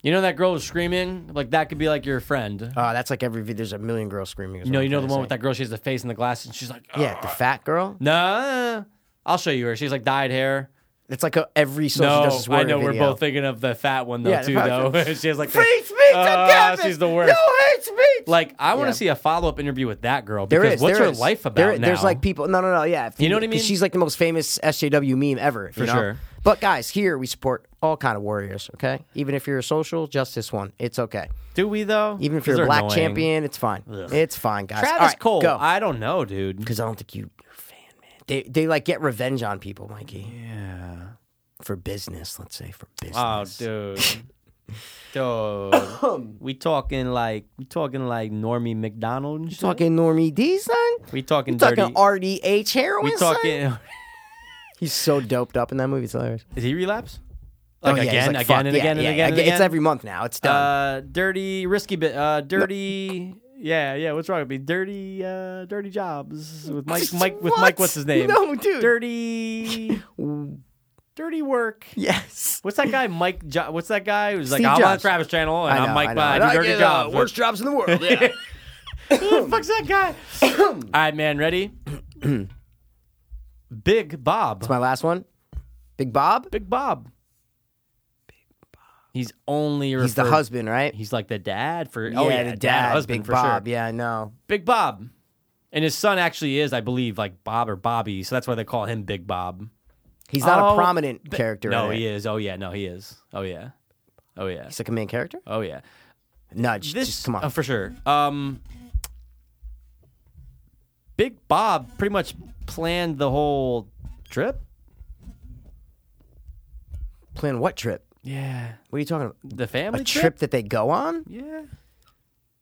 Speaker 5: You know that girl was screaming? Like that could be like your friend.
Speaker 1: Uh, that's like every video. There's a million girls screaming. is
Speaker 5: you know,
Speaker 1: what I'm
Speaker 5: you know the
Speaker 1: trying
Speaker 5: one with
Speaker 1: to
Speaker 5: that girl, she has the face in the glass and she's like, "Uh,
Speaker 1: say. Yeah, the fat girl.
Speaker 5: Nah. I'll show you her. She's like dyed hair.
Speaker 1: It's like a, every social
Speaker 5: no,
Speaker 1: justice warrior
Speaker 5: I know
Speaker 1: video.
Speaker 5: we're both thinking of the fat one though
Speaker 1: Yeah, the
Speaker 5: too
Speaker 1: fat
Speaker 5: though.
Speaker 1: girl.
Speaker 5: she has like the-
Speaker 1: Free speech,
Speaker 5: Ah,
Speaker 1: damn it!
Speaker 5: She's the worst.
Speaker 1: No hate speech.
Speaker 5: Like I want to
Speaker 1: Yeah.
Speaker 5: see a follow up interview with that girl
Speaker 1: there
Speaker 5: because
Speaker 1: is.
Speaker 5: what's
Speaker 1: there
Speaker 5: her
Speaker 1: is.
Speaker 5: life about
Speaker 1: There-
Speaker 5: now?
Speaker 1: There's like people. No, no, no. Yeah, if
Speaker 5: You know what I
Speaker 1: 'cause
Speaker 5: mean?
Speaker 1: She's like the most famous SJW meme ever. For
Speaker 5: sure.
Speaker 1: But guys, here we support all kind of warriors. Okay, even if you're a social justice one, it's okay.
Speaker 5: Do we though?
Speaker 1: Even if
Speaker 5: 'Cause
Speaker 1: you're a
Speaker 5: they're
Speaker 1: black
Speaker 5: annoying.
Speaker 1: champion, it's fine. It's fine, guys.
Speaker 5: Travis
Speaker 1: All right,
Speaker 5: Cole.
Speaker 1: go.
Speaker 5: I don't know, dude.
Speaker 1: Because I don't think you, you're a fan, man. They, they like get revenge on people, Mikey. Yeah. For business, let's say for business.
Speaker 5: Oh, dude. dude. we talking like we talking like Normie McDonald and shit?
Speaker 1: Talking Normie D, son.
Speaker 5: we talking
Speaker 1: You talking
Speaker 5: dirty.
Speaker 1: RDH heroin,
Speaker 5: we
Speaker 1: son?
Speaker 5: talking
Speaker 1: He's so doped up in that movie. It's hilarious.
Speaker 5: Is he relapse? Like
Speaker 1: Oh, yeah, he's
Speaker 5: again,
Speaker 1: like,
Speaker 5: again
Speaker 1: fuck,
Speaker 5: and
Speaker 1: yeah,
Speaker 5: again Uh,
Speaker 1: yeah,
Speaker 5: and again
Speaker 1: yeah.
Speaker 5: and again.
Speaker 1: It's every month now. It's done.
Speaker 5: uh dirty risky bit uh dirty Yeah, yeah. What's wrong with me? Dirty, uh, dirty jobs with Mike. Mike with Mike. What's his name?
Speaker 1: No, dude.
Speaker 5: Dirty, dirty work.
Speaker 1: Yes.
Speaker 5: What's that guy, Mike? Jo- what's that guy who's like,
Speaker 1: Steve
Speaker 5: I'm on
Speaker 1: Jobs.
Speaker 5: Travis Channel and
Speaker 1: I
Speaker 5: I'm
Speaker 1: know,
Speaker 5: Mike
Speaker 1: I know.
Speaker 5: Bye. I
Speaker 1: And
Speaker 5: do
Speaker 1: I
Speaker 5: dirty
Speaker 1: get, uh,
Speaker 5: jobs.
Speaker 1: worst jobs in the world. Yeah.
Speaker 5: Who the fuck's that guy? All right, man. Ready? Big Bob.
Speaker 1: My last one. Big Bob.
Speaker 5: Big Bob. He's only referred,
Speaker 1: He's the husband, right?
Speaker 5: He's like the dad for oh yeah,
Speaker 1: the dad,
Speaker 5: husband
Speaker 1: Big
Speaker 5: for
Speaker 1: Bob.
Speaker 5: sure.
Speaker 1: Yeah, I know.
Speaker 5: Big Bob, and his son actually is, I believe, like Bob or Bobby, so that's why they call him Big Bob.
Speaker 1: He's not
Speaker 5: Oh,
Speaker 1: a prominent character.
Speaker 5: No,
Speaker 1: in
Speaker 5: he
Speaker 1: it.
Speaker 5: is. Oh yeah, no, he is. Oh yeah, oh yeah,
Speaker 1: He's like a main character.
Speaker 5: oh yeah.
Speaker 1: Nudge.
Speaker 5: This
Speaker 1: just come on.
Speaker 5: oh, for sure. Um, Big Bob pretty much planned the whole trip.
Speaker 1: Plan what trip?
Speaker 5: Yeah,
Speaker 1: What are you talking about?
Speaker 5: the family
Speaker 1: A trip that they go on?
Speaker 5: Yeah.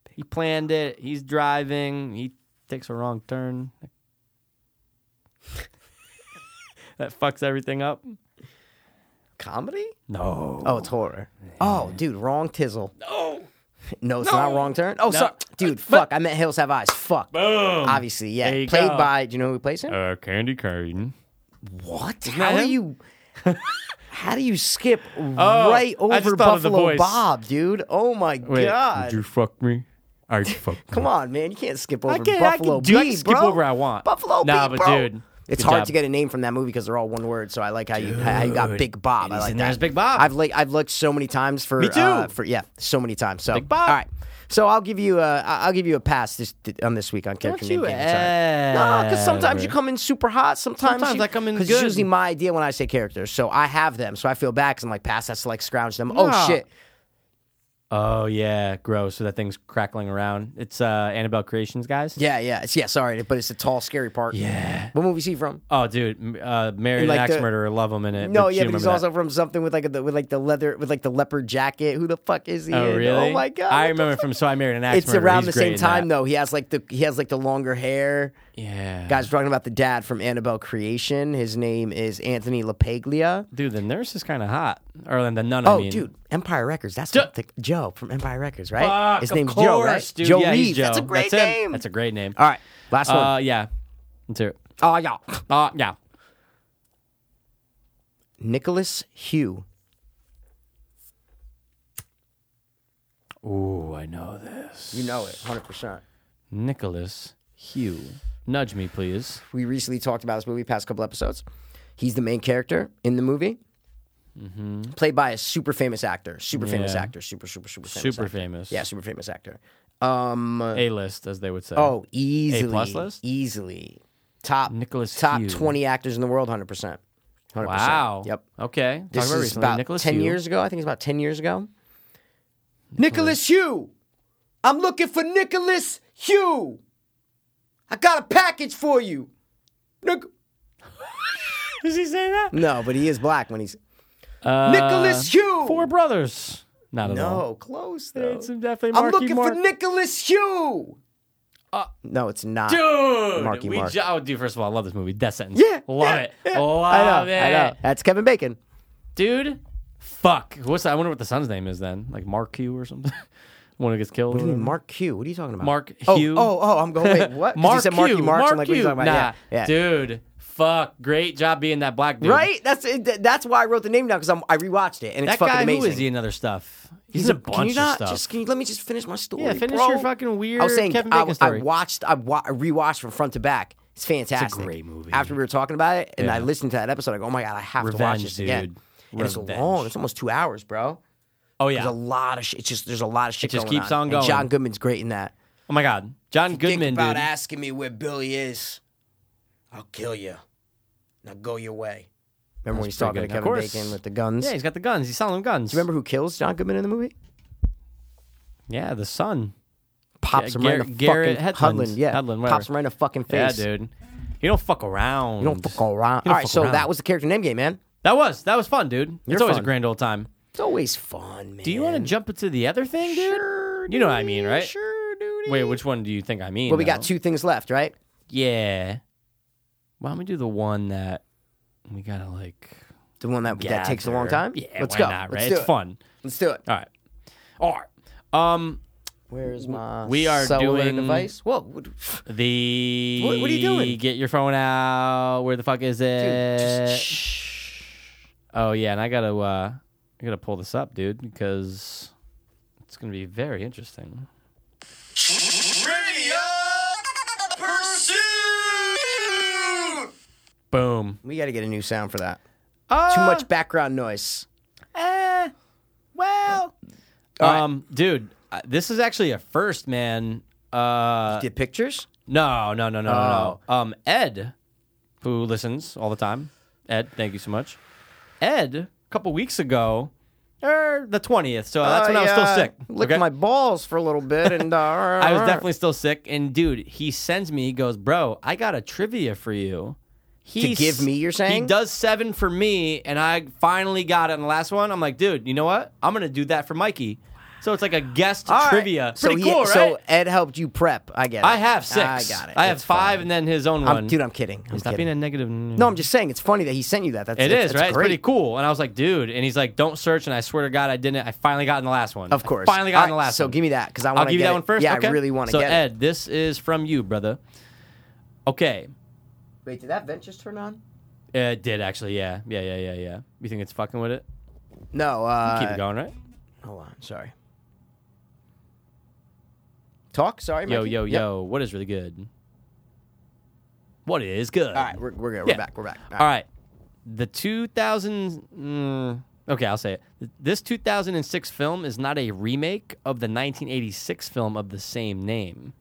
Speaker 5: He planned it. He's driving. He takes a wrong turn. that fucks everything up.
Speaker 1: Comedy?
Speaker 5: No.
Speaker 1: Oh, it's horror. Oh, dude, wrong tizzle. No. No, it's not wrong turn. Oh, sorry, dude. fuck, I meant Hills Have Eyes. Fuck. Boom. Obviously, yeah.
Speaker 5: There you
Speaker 1: Played
Speaker 5: go.
Speaker 1: by. Do you know who plays him?
Speaker 5: Uh, candy cane.
Speaker 1: what? How
Speaker 5: him?
Speaker 1: do you? How do you skip
Speaker 5: Oh,
Speaker 1: right
Speaker 5: I just
Speaker 1: over
Speaker 5: thought of the
Speaker 1: Buffalo
Speaker 5: voice.
Speaker 1: Bob, dude? Oh my god!
Speaker 5: fuck me? I fuck.
Speaker 1: Come on, man, you can't skip over
Speaker 5: I can. I
Speaker 1: Buffalo
Speaker 5: can, do, I
Speaker 1: Bee,
Speaker 5: can skip
Speaker 1: bro.
Speaker 5: over. I want
Speaker 1: Buffalo
Speaker 5: Nah,
Speaker 1: Bee,
Speaker 5: but
Speaker 1: bro.
Speaker 5: dude,
Speaker 1: It's
Speaker 5: good
Speaker 1: hard
Speaker 5: job.
Speaker 1: to get a name from that movie because they're all one word. So I like how you how you got Big Bob. I
Speaker 5: He's
Speaker 1: like
Speaker 5: in
Speaker 1: that.
Speaker 5: there as Big Bob.
Speaker 1: I've like I've looked so many times for
Speaker 5: Me too.
Speaker 1: uh, for yeah, so many times. So
Speaker 5: Big Bob.
Speaker 1: All right, so I'll give you a I- I'll give you a pass this on this week on character name
Speaker 5: Don't you
Speaker 1: game. Sorry. No, because sometimes you
Speaker 5: ever.
Speaker 1: come in super hot. Sometimes,
Speaker 5: Sometimes
Speaker 1: you,
Speaker 5: I come in
Speaker 1: because
Speaker 5: good.
Speaker 1: it's usually my idea when I say characters. So I have them. So I feel bad because I'm like, pass. That's like scrounge them.
Speaker 5: No.
Speaker 1: Oh shit,
Speaker 5: Oh yeah, gross. So that thing's crackling around. It's uh, Annabelle Creations, guys.
Speaker 1: yeah, yeah, it's, yeah. Sorry, but it's a tall, scary part.
Speaker 5: Yeah.
Speaker 1: What movie is he from?
Speaker 5: Oh, dude, m- uh, married
Speaker 1: And, like,
Speaker 5: an axe
Speaker 1: the-
Speaker 5: murderer. Love him in it.
Speaker 1: No,
Speaker 5: you
Speaker 1: yeah, but he's
Speaker 5: remember that.
Speaker 1: also from something with like the with like the leather with like the leopard jacket. Who the fuck is he?
Speaker 5: Oh
Speaker 1: in?
Speaker 5: really?
Speaker 1: Oh my god! what
Speaker 5: I
Speaker 1: the
Speaker 5: remember
Speaker 1: fuck?
Speaker 5: from So I Married an Axe
Speaker 1: It's
Speaker 5: Murderer.
Speaker 1: around
Speaker 5: He's
Speaker 1: the
Speaker 5: great
Speaker 1: same
Speaker 5: in
Speaker 1: time
Speaker 5: that.
Speaker 1: though. He has like the he has like the longer hair.
Speaker 5: Yeah,
Speaker 1: Guys, we're talking about the dad from Annabelle Creation. His name is Anthony LaPaglia.
Speaker 5: dude, the nurse is kind of hot. Or then the nun. I
Speaker 1: Oh,
Speaker 5: mean.
Speaker 1: dude, Empire Records. That's
Speaker 5: Duh.
Speaker 1: what the, Joe from Empire Records, right?
Speaker 5: Fuck,
Speaker 1: His
Speaker 5: of
Speaker 1: name's
Speaker 5: course,
Speaker 1: Joe, right?
Speaker 5: Dude.
Speaker 1: Joe
Speaker 5: yeah, he's
Speaker 1: Reeves.
Speaker 5: Joe.
Speaker 1: That's a great
Speaker 5: That's him.
Speaker 1: name.
Speaker 5: That's a great name.
Speaker 1: All right, last one.
Speaker 5: Uh, yeah, let's hear it.
Speaker 1: oh yeah,
Speaker 5: Uh, yeah.
Speaker 1: Nicholas Hugh.
Speaker 5: Ooh, I know this.
Speaker 1: You know it, hundred percent.
Speaker 5: Nicholas Hugh. Nudge me, please.
Speaker 1: we recently talked about this movie past couple episodes. He's the main character in the movie, played by a super famous actor, super famous
Speaker 5: Mm-hmm. Yeah.
Speaker 1: actor, super super super famous,
Speaker 5: Super
Speaker 1: actor.
Speaker 5: famous.
Speaker 1: yeah, super famous actor. Um,
Speaker 5: A list, as they would say.
Speaker 1: oh, easily,
Speaker 5: A-plus list?
Speaker 1: easily, top
Speaker 5: Nicholas
Speaker 1: top
Speaker 5: Hugh.
Speaker 1: twenty actors in the world, hundred percent, hundred percent.
Speaker 5: wow.
Speaker 1: Yep,
Speaker 5: Okay. Talk
Speaker 1: this
Speaker 5: about
Speaker 1: is
Speaker 5: recently.
Speaker 1: about
Speaker 5: Nicholas
Speaker 1: ten
Speaker 5: Hugh.
Speaker 1: years ago. I think it's about ten years ago. Nicholas Hugh, I'm looking for Nicholas Hugh. I got a package for you. Nic-
Speaker 5: Does he say that?
Speaker 1: No, but he is black when he's
Speaker 5: Uh,
Speaker 1: Nicholas Hugh.
Speaker 5: Four brothers. Not at all.
Speaker 1: no, close though.
Speaker 5: It's definitely
Speaker 1: I'm
Speaker 5: Marky
Speaker 1: looking
Speaker 5: Mark.
Speaker 1: for Nicholas Hugh.
Speaker 5: Uh,
Speaker 1: no, it's not.
Speaker 5: Dude, Oh,
Speaker 1: Marky
Speaker 5: we
Speaker 1: Mark.
Speaker 5: ju- oh, dude. First of all, I love this movie. Death Sentence.
Speaker 1: Yeah,
Speaker 5: love
Speaker 1: yeah,
Speaker 5: it.
Speaker 1: yeah.
Speaker 5: Love
Speaker 1: I know,
Speaker 5: it,
Speaker 1: I know. That's Kevin Bacon.
Speaker 5: dude. Fuck. What's that? I wonder what the son's name is then. Like Mark Hugh or something. One who gets killed.
Speaker 1: What do
Speaker 5: or
Speaker 1: you mean,
Speaker 5: whatever.
Speaker 1: Mark Hugh? What are you talking about?
Speaker 5: Mark
Speaker 1: oh,
Speaker 5: Hugh.
Speaker 1: Oh, oh, I'm going. Wait, what? 'Cause
Speaker 5: Mark
Speaker 1: you said Marky
Speaker 5: Hugh,
Speaker 1: Marks.
Speaker 5: Mark
Speaker 1: I'm like, what are you
Speaker 5: Hugh.
Speaker 1: talking about?
Speaker 5: Nah,
Speaker 1: yeah, yeah.
Speaker 5: dude. Fuck. Great job being that black dude.
Speaker 1: Right? That's it, that's why I wrote the name down because I rewatched it and it's
Speaker 5: That
Speaker 1: fucking
Speaker 5: guy.
Speaker 1: amazing.
Speaker 5: Who is he in other stuff? He's,
Speaker 1: He's
Speaker 5: in a
Speaker 1: a-
Speaker 5: bunch
Speaker 1: can you not
Speaker 5: of stuff.
Speaker 1: Just, can you let me just finish my story?
Speaker 5: Yeah, finish
Speaker 1: bro?
Speaker 5: your fucking weird
Speaker 1: I was saying,
Speaker 5: Kevin
Speaker 1: I-
Speaker 5: Bacon story.
Speaker 1: I watched, I, wa- I rewatched from front to back. It's fantastic.
Speaker 5: great movie.
Speaker 1: After we were talking about it, and I
Speaker 5: Yeah.
Speaker 1: listened to that episode, I go, "Oh my god, I have to watch
Speaker 5: Revenge,
Speaker 1: this again."
Speaker 5: dude.
Speaker 1: And it's
Speaker 5: Revenge.
Speaker 1: long. It's almost two hours, bro.
Speaker 5: oh
Speaker 1: There's
Speaker 5: yeah.
Speaker 1: a lot of shit. It's just there's a lot of shit.
Speaker 5: It just
Speaker 1: going
Speaker 5: keeps on
Speaker 1: And
Speaker 5: going.
Speaker 1: John Goodman's great in that.
Speaker 5: oh my God. John Goodman,
Speaker 1: Think about
Speaker 5: dude.
Speaker 1: asking me where Billy is. I'll kill you. Now go your way. Remember when he's
Speaker 5: pretty
Speaker 1: talking to
Speaker 5: good.
Speaker 1: Kevin
Speaker 5: Of course.
Speaker 1: Bacon with the guns?
Speaker 5: Yeah, he's got the guns. He's selling guns.
Speaker 1: Remember who kills John Goodman in the movie?
Speaker 5: Yeah, the son.
Speaker 1: pops him
Speaker 5: Yeah,
Speaker 1: right
Speaker 5: Garrett-
Speaker 1: in the
Speaker 5: Garrett
Speaker 1: fucking
Speaker 5: Hedlund.
Speaker 1: Hudlin, yeah,
Speaker 5: Hedlund, whatever.
Speaker 1: pops him right in the fucking
Speaker 5: Yeah,
Speaker 1: face.
Speaker 5: dude. You don't fuck around.
Speaker 1: You don't fuck around.
Speaker 5: You don't
Speaker 1: All right,
Speaker 5: fuck
Speaker 1: so
Speaker 5: around.
Speaker 1: that was the character name game, man.
Speaker 5: That was that was fun, dude.
Speaker 1: You're
Speaker 5: it's always a
Speaker 1: fun.
Speaker 5: grand old time.
Speaker 1: It's always fun, man.
Speaker 5: Do you want to jump into the other thing, dude?
Speaker 1: Sure,
Speaker 5: You know what I mean,
Speaker 1: dude,
Speaker 5: right?
Speaker 1: Sure, dude.
Speaker 5: Wait, which one do you think I mean?
Speaker 1: Well, we
Speaker 5: though?
Speaker 1: got two things left, right?
Speaker 5: Yeah. Why don't we do the one that we gotta like?
Speaker 1: The one that that takes a long
Speaker 5: gather?
Speaker 1: time.
Speaker 5: Yeah,
Speaker 1: let's
Speaker 5: why
Speaker 1: go.
Speaker 5: Not, right?
Speaker 1: Let's do
Speaker 5: it's
Speaker 1: it.
Speaker 5: fun.
Speaker 1: Let's do it.
Speaker 5: All right. All right. Um,
Speaker 1: Where is my
Speaker 5: We are
Speaker 1: cellular
Speaker 5: doing-
Speaker 1: device? Whoa, what-
Speaker 5: The
Speaker 1: What- what are you doing?
Speaker 5: Get your phone out. Where the fuck is it?
Speaker 1: just shh.
Speaker 5: oh yeah, and I gotta uh, I gotta pull this up, dude, because it's gonna be very interesting. Boom.
Speaker 1: We got to get a new sound for that. Too
Speaker 5: Uh,
Speaker 1: much background noise. Eh,
Speaker 5: Well, um, dude, uh, this is actually a first, man. Uh,
Speaker 1: Did pictures?
Speaker 5: no, no, no, no, no,
Speaker 1: Oh.
Speaker 5: no. Um, Ed, who listens all the time, Ed, thank you so much. Ed, a couple weeks ago, er, the twentieth, so that's when I was
Speaker 1: Uh,
Speaker 5: still sick.
Speaker 1: Licked
Speaker 5: okay?
Speaker 1: my balls for a little bit, and uh,
Speaker 5: I was definitely still sick. And dude, he sends me. He goes, "Bro, I got a trivia for you."
Speaker 1: To
Speaker 5: He
Speaker 1: give me, you're saying?
Speaker 5: he does seven for me, and I finally got it on the last one. I'm like, dude, you know what? I'm gonna do that for Mikey. So it's like a guest
Speaker 1: All right.
Speaker 5: trivia.
Speaker 1: So
Speaker 5: Pretty
Speaker 1: he-
Speaker 5: cool, right?
Speaker 1: So Ed helped you prep. I get. It.
Speaker 5: I have six.
Speaker 1: I got it.
Speaker 5: I have
Speaker 1: It's
Speaker 5: five,
Speaker 1: fine.
Speaker 5: and then his own
Speaker 1: I'm-
Speaker 5: one.
Speaker 1: dude, I'm kidding. I'm
Speaker 5: Stop
Speaker 1: kidding.
Speaker 5: being a negative.
Speaker 1: no, I'm just saying it's funny that he sent you that. That's
Speaker 5: It
Speaker 1: it's-
Speaker 5: is
Speaker 1: it's
Speaker 5: right. It's
Speaker 1: Great.
Speaker 5: pretty cool. And I was like, dude. And he's like, don't search. And I swear to God, I didn't. I finally got in the last one.
Speaker 1: Of
Speaker 5: I
Speaker 1: course.
Speaker 5: finally got
Speaker 1: All
Speaker 5: in the
Speaker 1: right,
Speaker 5: last
Speaker 1: So
Speaker 5: one.
Speaker 1: give me that because I want.
Speaker 5: I'll give you that
Speaker 1: it.
Speaker 5: one first.
Speaker 1: Yeah,
Speaker 5: okay.
Speaker 1: I really want to
Speaker 5: So
Speaker 1: get it.
Speaker 5: Ed, this is from you, brother. Okay,
Speaker 1: Wait, did that vent just turn on?
Speaker 5: it did actually. Yeah, yeah, yeah, yeah, yeah. You think it's fucking with it?
Speaker 1: No. Uh,
Speaker 5: Keep it going, right?
Speaker 1: Hold on. Sorry. Talk. Sorry.
Speaker 5: Yo,
Speaker 1: Mikey?
Speaker 5: yo,
Speaker 1: Yep.
Speaker 5: yo. What is really good? What is good?
Speaker 1: All right, we're, we're good. We're
Speaker 5: Yeah.
Speaker 1: back. We're back. All
Speaker 5: All right. The 2000. Mm, okay, I'll say it. This 2006 film is not a remake of the 1986 film of the same name.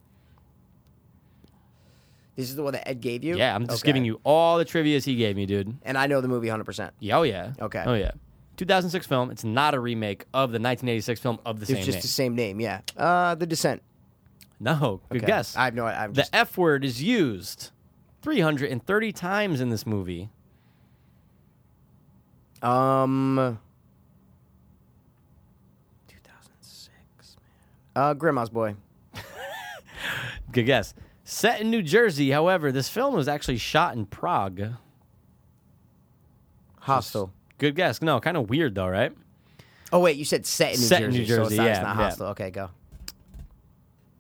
Speaker 1: This is the one that Ed gave you.
Speaker 5: Yeah, I'm just
Speaker 1: Okay.
Speaker 5: giving you all the trivias he gave me, dude.
Speaker 1: And I know the movie 100. percent
Speaker 5: Yeah, oh yeah.
Speaker 1: Okay.
Speaker 5: Oh yeah. 2006 film. It's not a remake of the 1986 film of the
Speaker 1: It's
Speaker 5: same
Speaker 1: just
Speaker 5: name.
Speaker 1: the same name. Yeah. Uh, The Descent.
Speaker 5: No, good
Speaker 1: Okay.
Speaker 5: guess.
Speaker 1: I have no. I'm
Speaker 5: the
Speaker 1: just.
Speaker 5: F word is used 330 times in this movie.
Speaker 1: um. 2006, man. Uh, Grandma's Boy.
Speaker 5: Good guess. Set in New Jersey, however, this film was actually shot in Prague.
Speaker 1: Hostel.
Speaker 5: Good guess. No, kind of weird though, right?
Speaker 1: Oh wait, you said set in New
Speaker 5: Set in
Speaker 1: Jersey.
Speaker 5: New
Speaker 1: so it's
Speaker 5: Jersey,
Speaker 1: not, it's
Speaker 5: yeah,
Speaker 1: not
Speaker 5: yeah.
Speaker 1: hostile. Okay, go.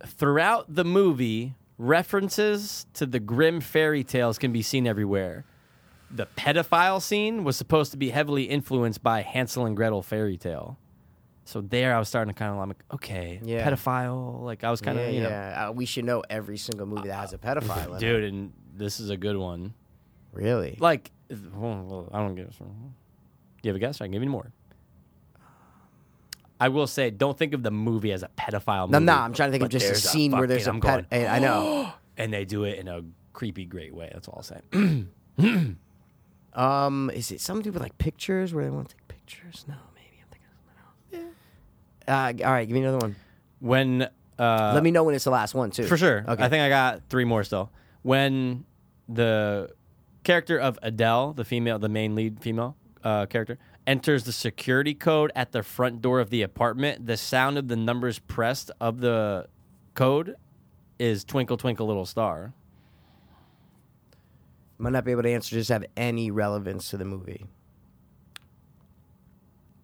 Speaker 5: Throughout the movie, references to the grim fairy tales can be seen everywhere. The pedophile scene was supposed to be heavily influenced by Hansel and Gretel fairy tale. So there I was starting to kind of like, okay,
Speaker 1: Yeah.
Speaker 5: pedophile. Like I was kind of,
Speaker 1: yeah,
Speaker 5: you know,
Speaker 1: yeah. Uh, we should know every single movie that has a pedophile. in it.
Speaker 5: dude, and this is a good one.
Speaker 1: Really?
Speaker 5: Like, I don't get it. You have a guess? I can give you more. I will say, don't think of the movie as a pedophile movie.
Speaker 1: No, no. I'm trying to think of
Speaker 5: but
Speaker 1: just a
Speaker 5: there's
Speaker 1: scene where
Speaker 5: fucking-
Speaker 1: there's a
Speaker 5: I'm
Speaker 1: ped.
Speaker 5: going,
Speaker 1: I I know.
Speaker 5: and they do it in a creepy, great way. That's all I'll say.
Speaker 1: Um, is it something to do with like pictures where they want to take pictures? No, maybe I'm thinking of something else. Yeah. Uh, all right, give me another one.
Speaker 5: When, uh,
Speaker 1: Let me know when it's the last one too.
Speaker 5: for sure.
Speaker 1: Okay.
Speaker 5: I think I got three more still. When the character of Adele, the female, the main lead female uh, character, enters the security code at the front door of the apartment, the sound of the numbers pressed of the code is "Twinkle Twinkle Little Star."
Speaker 1: might not be able to answer. Just have any relevance to the movie?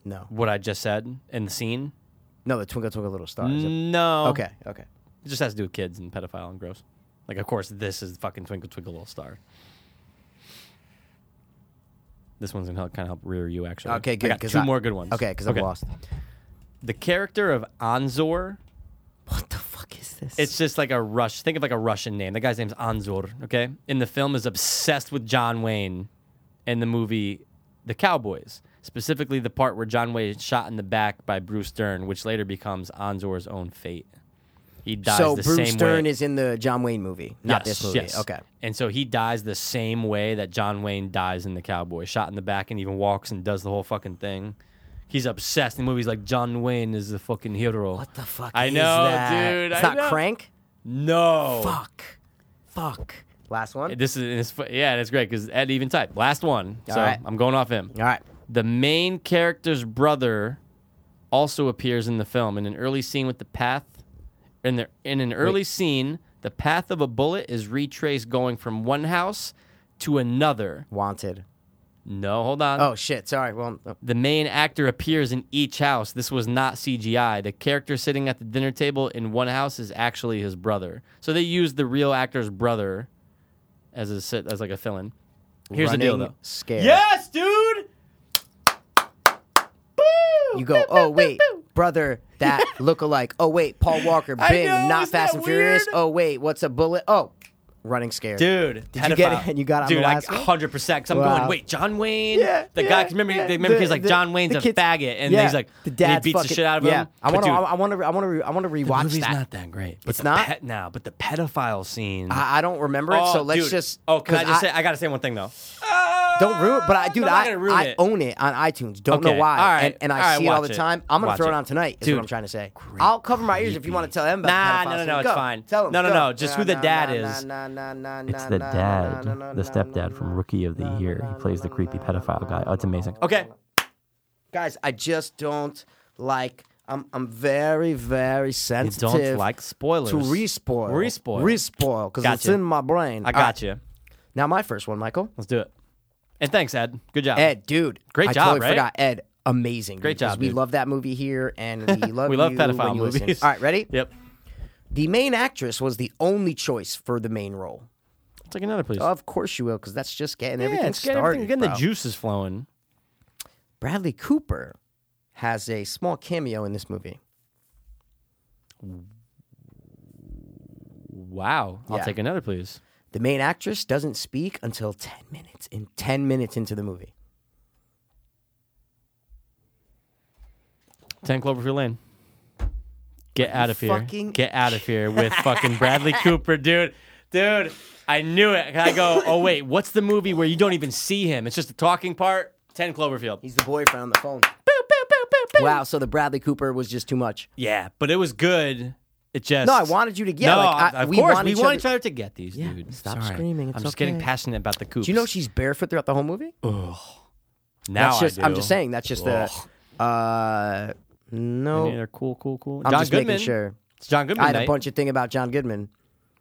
Speaker 1: No,
Speaker 5: What I just said in the scene.
Speaker 1: no. The Twinkle Twinkle Little Star. is it?
Speaker 5: No.
Speaker 1: Okay, okay.
Speaker 5: It just has to do with kids and pedophile and gross. Like, of course, this is fucking Twinkle Twinkle Little Star. This one's gonna help, kind of help rear you, actually.
Speaker 1: Okay,
Speaker 5: I
Speaker 1: good.
Speaker 5: got
Speaker 1: 'cause
Speaker 5: two
Speaker 1: I-
Speaker 5: more good ones.
Speaker 1: Okay, because I'm lost.
Speaker 5: The character of Anzor,
Speaker 1: What the fuck is this?
Speaker 5: it's just like a rush. Think of like a Russian name. The guy's name's Anzor. Okay, in the film is obsessed with John Wayne, and the movie, The Cowboys, specifically the part where John Wayne is shot in the back by Bruce Dern, which later becomes Anzor's own fate. He dies
Speaker 1: so
Speaker 5: the
Speaker 1: Bruce
Speaker 5: same
Speaker 1: Stern
Speaker 5: way.
Speaker 1: is in the John Wayne movie, not
Speaker 5: Yes,
Speaker 1: this movie.
Speaker 5: yes.
Speaker 1: Okay.
Speaker 5: And so he dies the same way that John Wayne dies in The Cowboy, shot in the back and even walks and does the whole fucking thing. He's obsessed in movies like John Wayne is the fucking hero.
Speaker 1: What the fuck?
Speaker 5: I
Speaker 1: is
Speaker 5: know,
Speaker 1: that?
Speaker 5: dude,
Speaker 1: It's
Speaker 5: I
Speaker 1: not
Speaker 5: know.
Speaker 1: Crank.
Speaker 5: No.
Speaker 1: Fuck. Fuck. Last one.
Speaker 5: This is it's, yeah, that's great because Ed even typed last one. So
Speaker 1: All right.
Speaker 5: I'm going off him.
Speaker 1: All right.
Speaker 5: The main character's brother also appears in the film in an early scene with the path. In the in an early scene, the path of a bullet is retraced going from one house to another.
Speaker 1: Wanted.
Speaker 5: No, hold on.
Speaker 1: Oh shit! Sorry. Well, oh,
Speaker 5: The main actor appears in each house. This was not CGI. The character sitting at the dinner table in one house is actually his brother. So they used the real actor's brother as a sit- as like a fill-in. Here's the deal,
Speaker 1: running
Speaker 5: though.
Speaker 1: Scared.
Speaker 5: Yes, dude.
Speaker 1: You go. Oh wait, brother. That look-alike. Oh wait, Paul Walker.
Speaker 5: I
Speaker 1: Bing.
Speaker 5: know,
Speaker 1: not
Speaker 5: isn't that
Speaker 1: Fast and Furious.
Speaker 5: weird?
Speaker 1: Oh wait, what's a bullet? Oh, running scared.
Speaker 5: Dude,
Speaker 1: Did you get
Speaker 5: pedophile.
Speaker 1: it? You got it on
Speaker 5: dude,
Speaker 1: the last one?
Speaker 5: like hundred percent. Because I'm
Speaker 1: Wow.
Speaker 5: going, wait, John Wayne.
Speaker 1: Yeah,
Speaker 5: the
Speaker 1: yeah,
Speaker 5: guy. Cause remember,
Speaker 1: yeah.
Speaker 5: they remember
Speaker 1: The-
Speaker 5: he's like
Speaker 1: the-
Speaker 5: John Wayne's
Speaker 1: the
Speaker 5: a
Speaker 1: kid's-
Speaker 5: faggot, and
Speaker 1: yeah,
Speaker 5: he's like,
Speaker 1: the
Speaker 5: and he
Speaker 1: dad's
Speaker 5: beats
Speaker 1: fucking-
Speaker 5: the shit out of
Speaker 1: yeah.
Speaker 5: him.
Speaker 1: I want
Speaker 5: But
Speaker 1: to.
Speaker 5: dude,
Speaker 1: I want to. I want to. I want to
Speaker 5: the
Speaker 1: rewatch
Speaker 5: movie's
Speaker 1: that.
Speaker 5: not that great. But
Speaker 1: It's
Speaker 5: the
Speaker 1: not?
Speaker 5: Pet, now, but the pedophile scene.
Speaker 1: I, I don't remember it. So let's
Speaker 5: dude.
Speaker 1: just.
Speaker 5: Oh, can I
Speaker 1: 'cause
Speaker 5: just say? I gotta say one thing though.
Speaker 1: Don't ruin. But I,
Speaker 5: I'm
Speaker 1: dude,
Speaker 5: not
Speaker 1: I,
Speaker 5: gonna ruin
Speaker 1: I
Speaker 5: it.
Speaker 1: own it on iTunes. Don't know
Speaker 5: Okay,
Speaker 1: why.
Speaker 5: all right,
Speaker 1: And, and I
Speaker 5: all right,
Speaker 1: see it all the
Speaker 5: watch it.
Speaker 1: time. I'm gonna
Speaker 5: Watch
Speaker 1: throw it
Speaker 5: it.
Speaker 1: on tonight. Is
Speaker 5: Dude,
Speaker 1: what I'm trying to say. I'll cover my ears if you want to tell them. About pedophiles.
Speaker 5: Nah, no, no, no,
Speaker 1: Go.
Speaker 5: it's fine.
Speaker 1: Tell them.
Speaker 5: No, no,
Speaker 1: go.
Speaker 5: no, just who the dad is.
Speaker 1: It's
Speaker 8: It's the dad, the stepdad from Rookie of the Year. He plays the creepy pedophile guy. Oh, it's amazing.
Speaker 5: Okay.
Speaker 1: Guys, I just don't like. I'm I'm very very
Speaker 5: You
Speaker 1: sensitive.
Speaker 5: don't like spoilers.
Speaker 1: to respoil.
Speaker 5: Respoil.
Speaker 1: Respoil because it's
Speaker 5: Gotcha.
Speaker 1: in my brain.
Speaker 5: I
Speaker 1: All
Speaker 5: got
Speaker 1: right,
Speaker 5: you.
Speaker 1: Now my first one, Michael.
Speaker 5: Let's do it. And thanks, Ed. Good job.
Speaker 1: Ed, dude.
Speaker 5: Great
Speaker 1: I
Speaker 5: job,
Speaker 1: totally
Speaker 5: right?
Speaker 1: forgot. Ed, amazing.
Speaker 5: Great
Speaker 1: because
Speaker 5: job,
Speaker 1: We
Speaker 5: dude.
Speaker 1: love that movie here, and we love
Speaker 5: We love
Speaker 1: you
Speaker 5: pedophile
Speaker 1: when you
Speaker 5: movies.
Speaker 1: listen. All right, ready?
Speaker 5: Yep.
Speaker 1: The main actress was the only choice for the main role.
Speaker 5: Take another, please.
Speaker 1: Of course you will, because that's just getting
Speaker 5: yeah,
Speaker 1: everything
Speaker 5: it's getting,
Speaker 1: Oh, started.
Speaker 5: everything- getting the
Speaker 1: bro.
Speaker 5: juices flowing.
Speaker 1: Bradley Cooper has a small cameo in this movie.
Speaker 5: Wow. I'll
Speaker 1: Yeah.
Speaker 5: take another, please.
Speaker 1: The main actress doesn't speak until ten minutes in ten minutes into the movie.
Speaker 5: 10 Cloverfield Lane. Get out of here.
Speaker 1: fucking
Speaker 5: Get out of here with fucking Bradley Cooper, dude. Dude, I knew it. I go, oh, wait, what's the movie where you don't even see him? It's just the talking part? 10 Cloverfield.
Speaker 1: He's the boyfriend on the phone. Wow, so the Bradley Cooper was just too much.
Speaker 5: Yeah, but it was good. It just.
Speaker 1: No, I wanted you to- yeah,
Speaker 5: No,
Speaker 1: like, I-
Speaker 5: of
Speaker 1: we
Speaker 5: course.
Speaker 1: want
Speaker 5: we
Speaker 1: each
Speaker 5: want
Speaker 1: other-
Speaker 5: each other to get these,
Speaker 1: Yeah,
Speaker 5: dude.
Speaker 1: stop
Speaker 5: Sorry.
Speaker 1: screaming, it's
Speaker 5: I'm just getting
Speaker 1: okay.
Speaker 5: passionate about the coops.
Speaker 1: Do you know she's barefoot throughout the whole movie?
Speaker 5: now
Speaker 1: that's just
Speaker 5: I Oh,
Speaker 1: I'm just saying that's just the uh no.
Speaker 5: They're cool, cool, cool.
Speaker 1: I'm
Speaker 5: John
Speaker 1: just
Speaker 5: Goodman.
Speaker 1: making sure.
Speaker 5: It's John Goodman.
Speaker 1: I had a
Speaker 5: night.
Speaker 1: bunch of thing about John Goodman.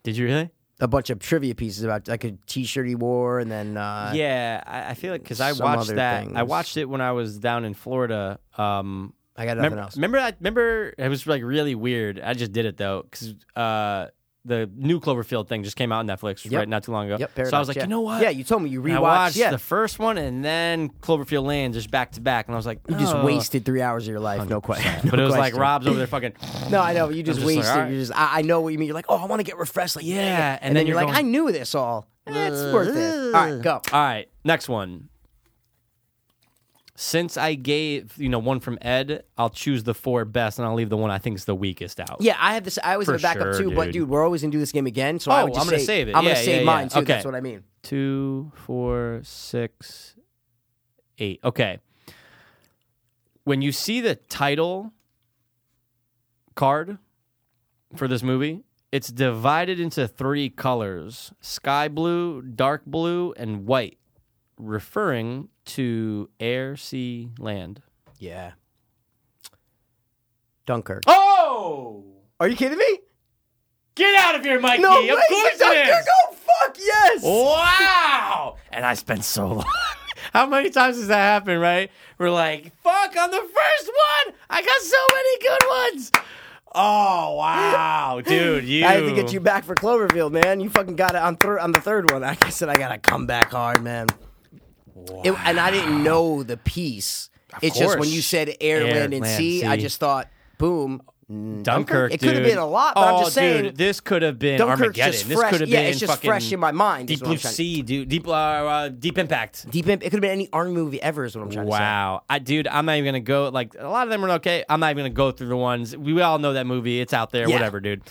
Speaker 5: Did you really?
Speaker 1: A bunch of trivia pieces about like a T-shirt he wore, and then uh,
Speaker 5: yeah, I, I feel like because I
Speaker 1: some
Speaker 5: watched
Speaker 1: other
Speaker 5: that. I
Speaker 1: things.
Speaker 5: watched it when I was down in Florida. Um,
Speaker 1: I got nothing
Speaker 5: remember,
Speaker 1: else.
Speaker 5: remember that? Remember it was like really weird. I just did it though because uh, the new Cloverfield thing just came out on Netflix
Speaker 1: Yep.
Speaker 5: right not too long ago.
Speaker 1: Yep,
Speaker 5: so I
Speaker 1: Paradox,
Speaker 5: was like,
Speaker 1: yeah.
Speaker 5: you know what?
Speaker 1: Yeah, you told me you
Speaker 5: And I
Speaker 1: rewatched.
Speaker 5: watched
Speaker 1: Yeah,
Speaker 5: the first one and then Cloverfield Lane just back to back, and I was like,
Speaker 1: you just
Speaker 5: oh.
Speaker 1: wasted three hours of your life, no question.
Speaker 5: But it
Speaker 1: no
Speaker 5: was like
Speaker 1: question.
Speaker 5: Rob's over there fucking.
Speaker 1: No, I know. but You just,
Speaker 5: just like,
Speaker 1: wasted.
Speaker 5: alright.
Speaker 1: You just. I, I know what you mean. You're like, oh, I want to get refreshed. Like, yeah.
Speaker 5: Yeah,
Speaker 1: And,
Speaker 5: and
Speaker 1: then,
Speaker 5: then
Speaker 1: you're
Speaker 5: you're
Speaker 1: like, I
Speaker 5: going-
Speaker 1: knew this all. Eh, It's worth it. All right, go.
Speaker 5: All right, next one. Since I gave you know one from Ed, I'll choose the four best, and I'll leave the one I think is the weakest out.
Speaker 1: Yeah, I have this. I always
Speaker 5: For
Speaker 1: have a backup
Speaker 5: sure,
Speaker 1: too. But
Speaker 5: dude.
Speaker 1: dude, we're always gonna do this game again. So
Speaker 5: Oh,
Speaker 1: I would just
Speaker 5: I'm gonna
Speaker 1: say-
Speaker 5: save it.
Speaker 1: I'm gonna
Speaker 5: Yeah,
Speaker 1: save
Speaker 5: yeah,
Speaker 1: mine
Speaker 5: yeah.
Speaker 1: too. That's
Speaker 5: Okay.
Speaker 1: what I mean.
Speaker 5: two, four, six, eight. Okay. When you see the title card for this movie, it's divided into three colors sky blue, dark blue, and white, referring to air, sea, land.
Speaker 1: Yeah. Dunkirk.
Speaker 5: Oh!
Speaker 1: Are you kidding me?
Speaker 5: Get out of here, Mikey!
Speaker 1: No
Speaker 5: of
Speaker 1: way.
Speaker 5: course it
Speaker 1: Dunkirk.
Speaker 5: is!
Speaker 1: Oh fuck yes.
Speaker 5: Wow! And I spent so long. How many times does that happen, right? We're like, fuck, on the first one, I got so many good ones. Oh, wow, dude, you.
Speaker 1: I had to get you back for Cloverfield, man. You fucking got it on third on the third one. Like I said, I gotta come back hard, man. It- and I didn't know the piece. it's just when
Speaker 5: course.
Speaker 1: you said air,
Speaker 5: Air,
Speaker 1: land, and
Speaker 5: land,
Speaker 1: sea, I
Speaker 5: sea.
Speaker 1: just thought, boom, mm,
Speaker 5: Dunkirk,
Speaker 1: It could have
Speaker 5: dude.
Speaker 1: been a lot, but
Speaker 5: oh,
Speaker 1: I'm just saying,
Speaker 5: Dude, this could have been
Speaker 1: Dunkirk's
Speaker 5: Armageddon.
Speaker 1: just
Speaker 5: this
Speaker 1: fresh.
Speaker 5: could have
Speaker 1: Yeah,
Speaker 5: been
Speaker 1: it's just
Speaker 5: fucking
Speaker 1: fresh in my mind, is
Speaker 5: Deep
Speaker 1: what I'm
Speaker 5: Blue
Speaker 1: trying to-
Speaker 5: Sea, dude. Deep, uh, uh, deep Impact.
Speaker 1: deep impact. It could have been any army movie ever. Is what I'm trying to say.
Speaker 5: Wow, I, dude, I'm not even gonna go. Like a lot of them are okay. I'm not even gonna go through the ones we all know that movie. It's out there,
Speaker 1: Yeah.
Speaker 5: whatever, dude.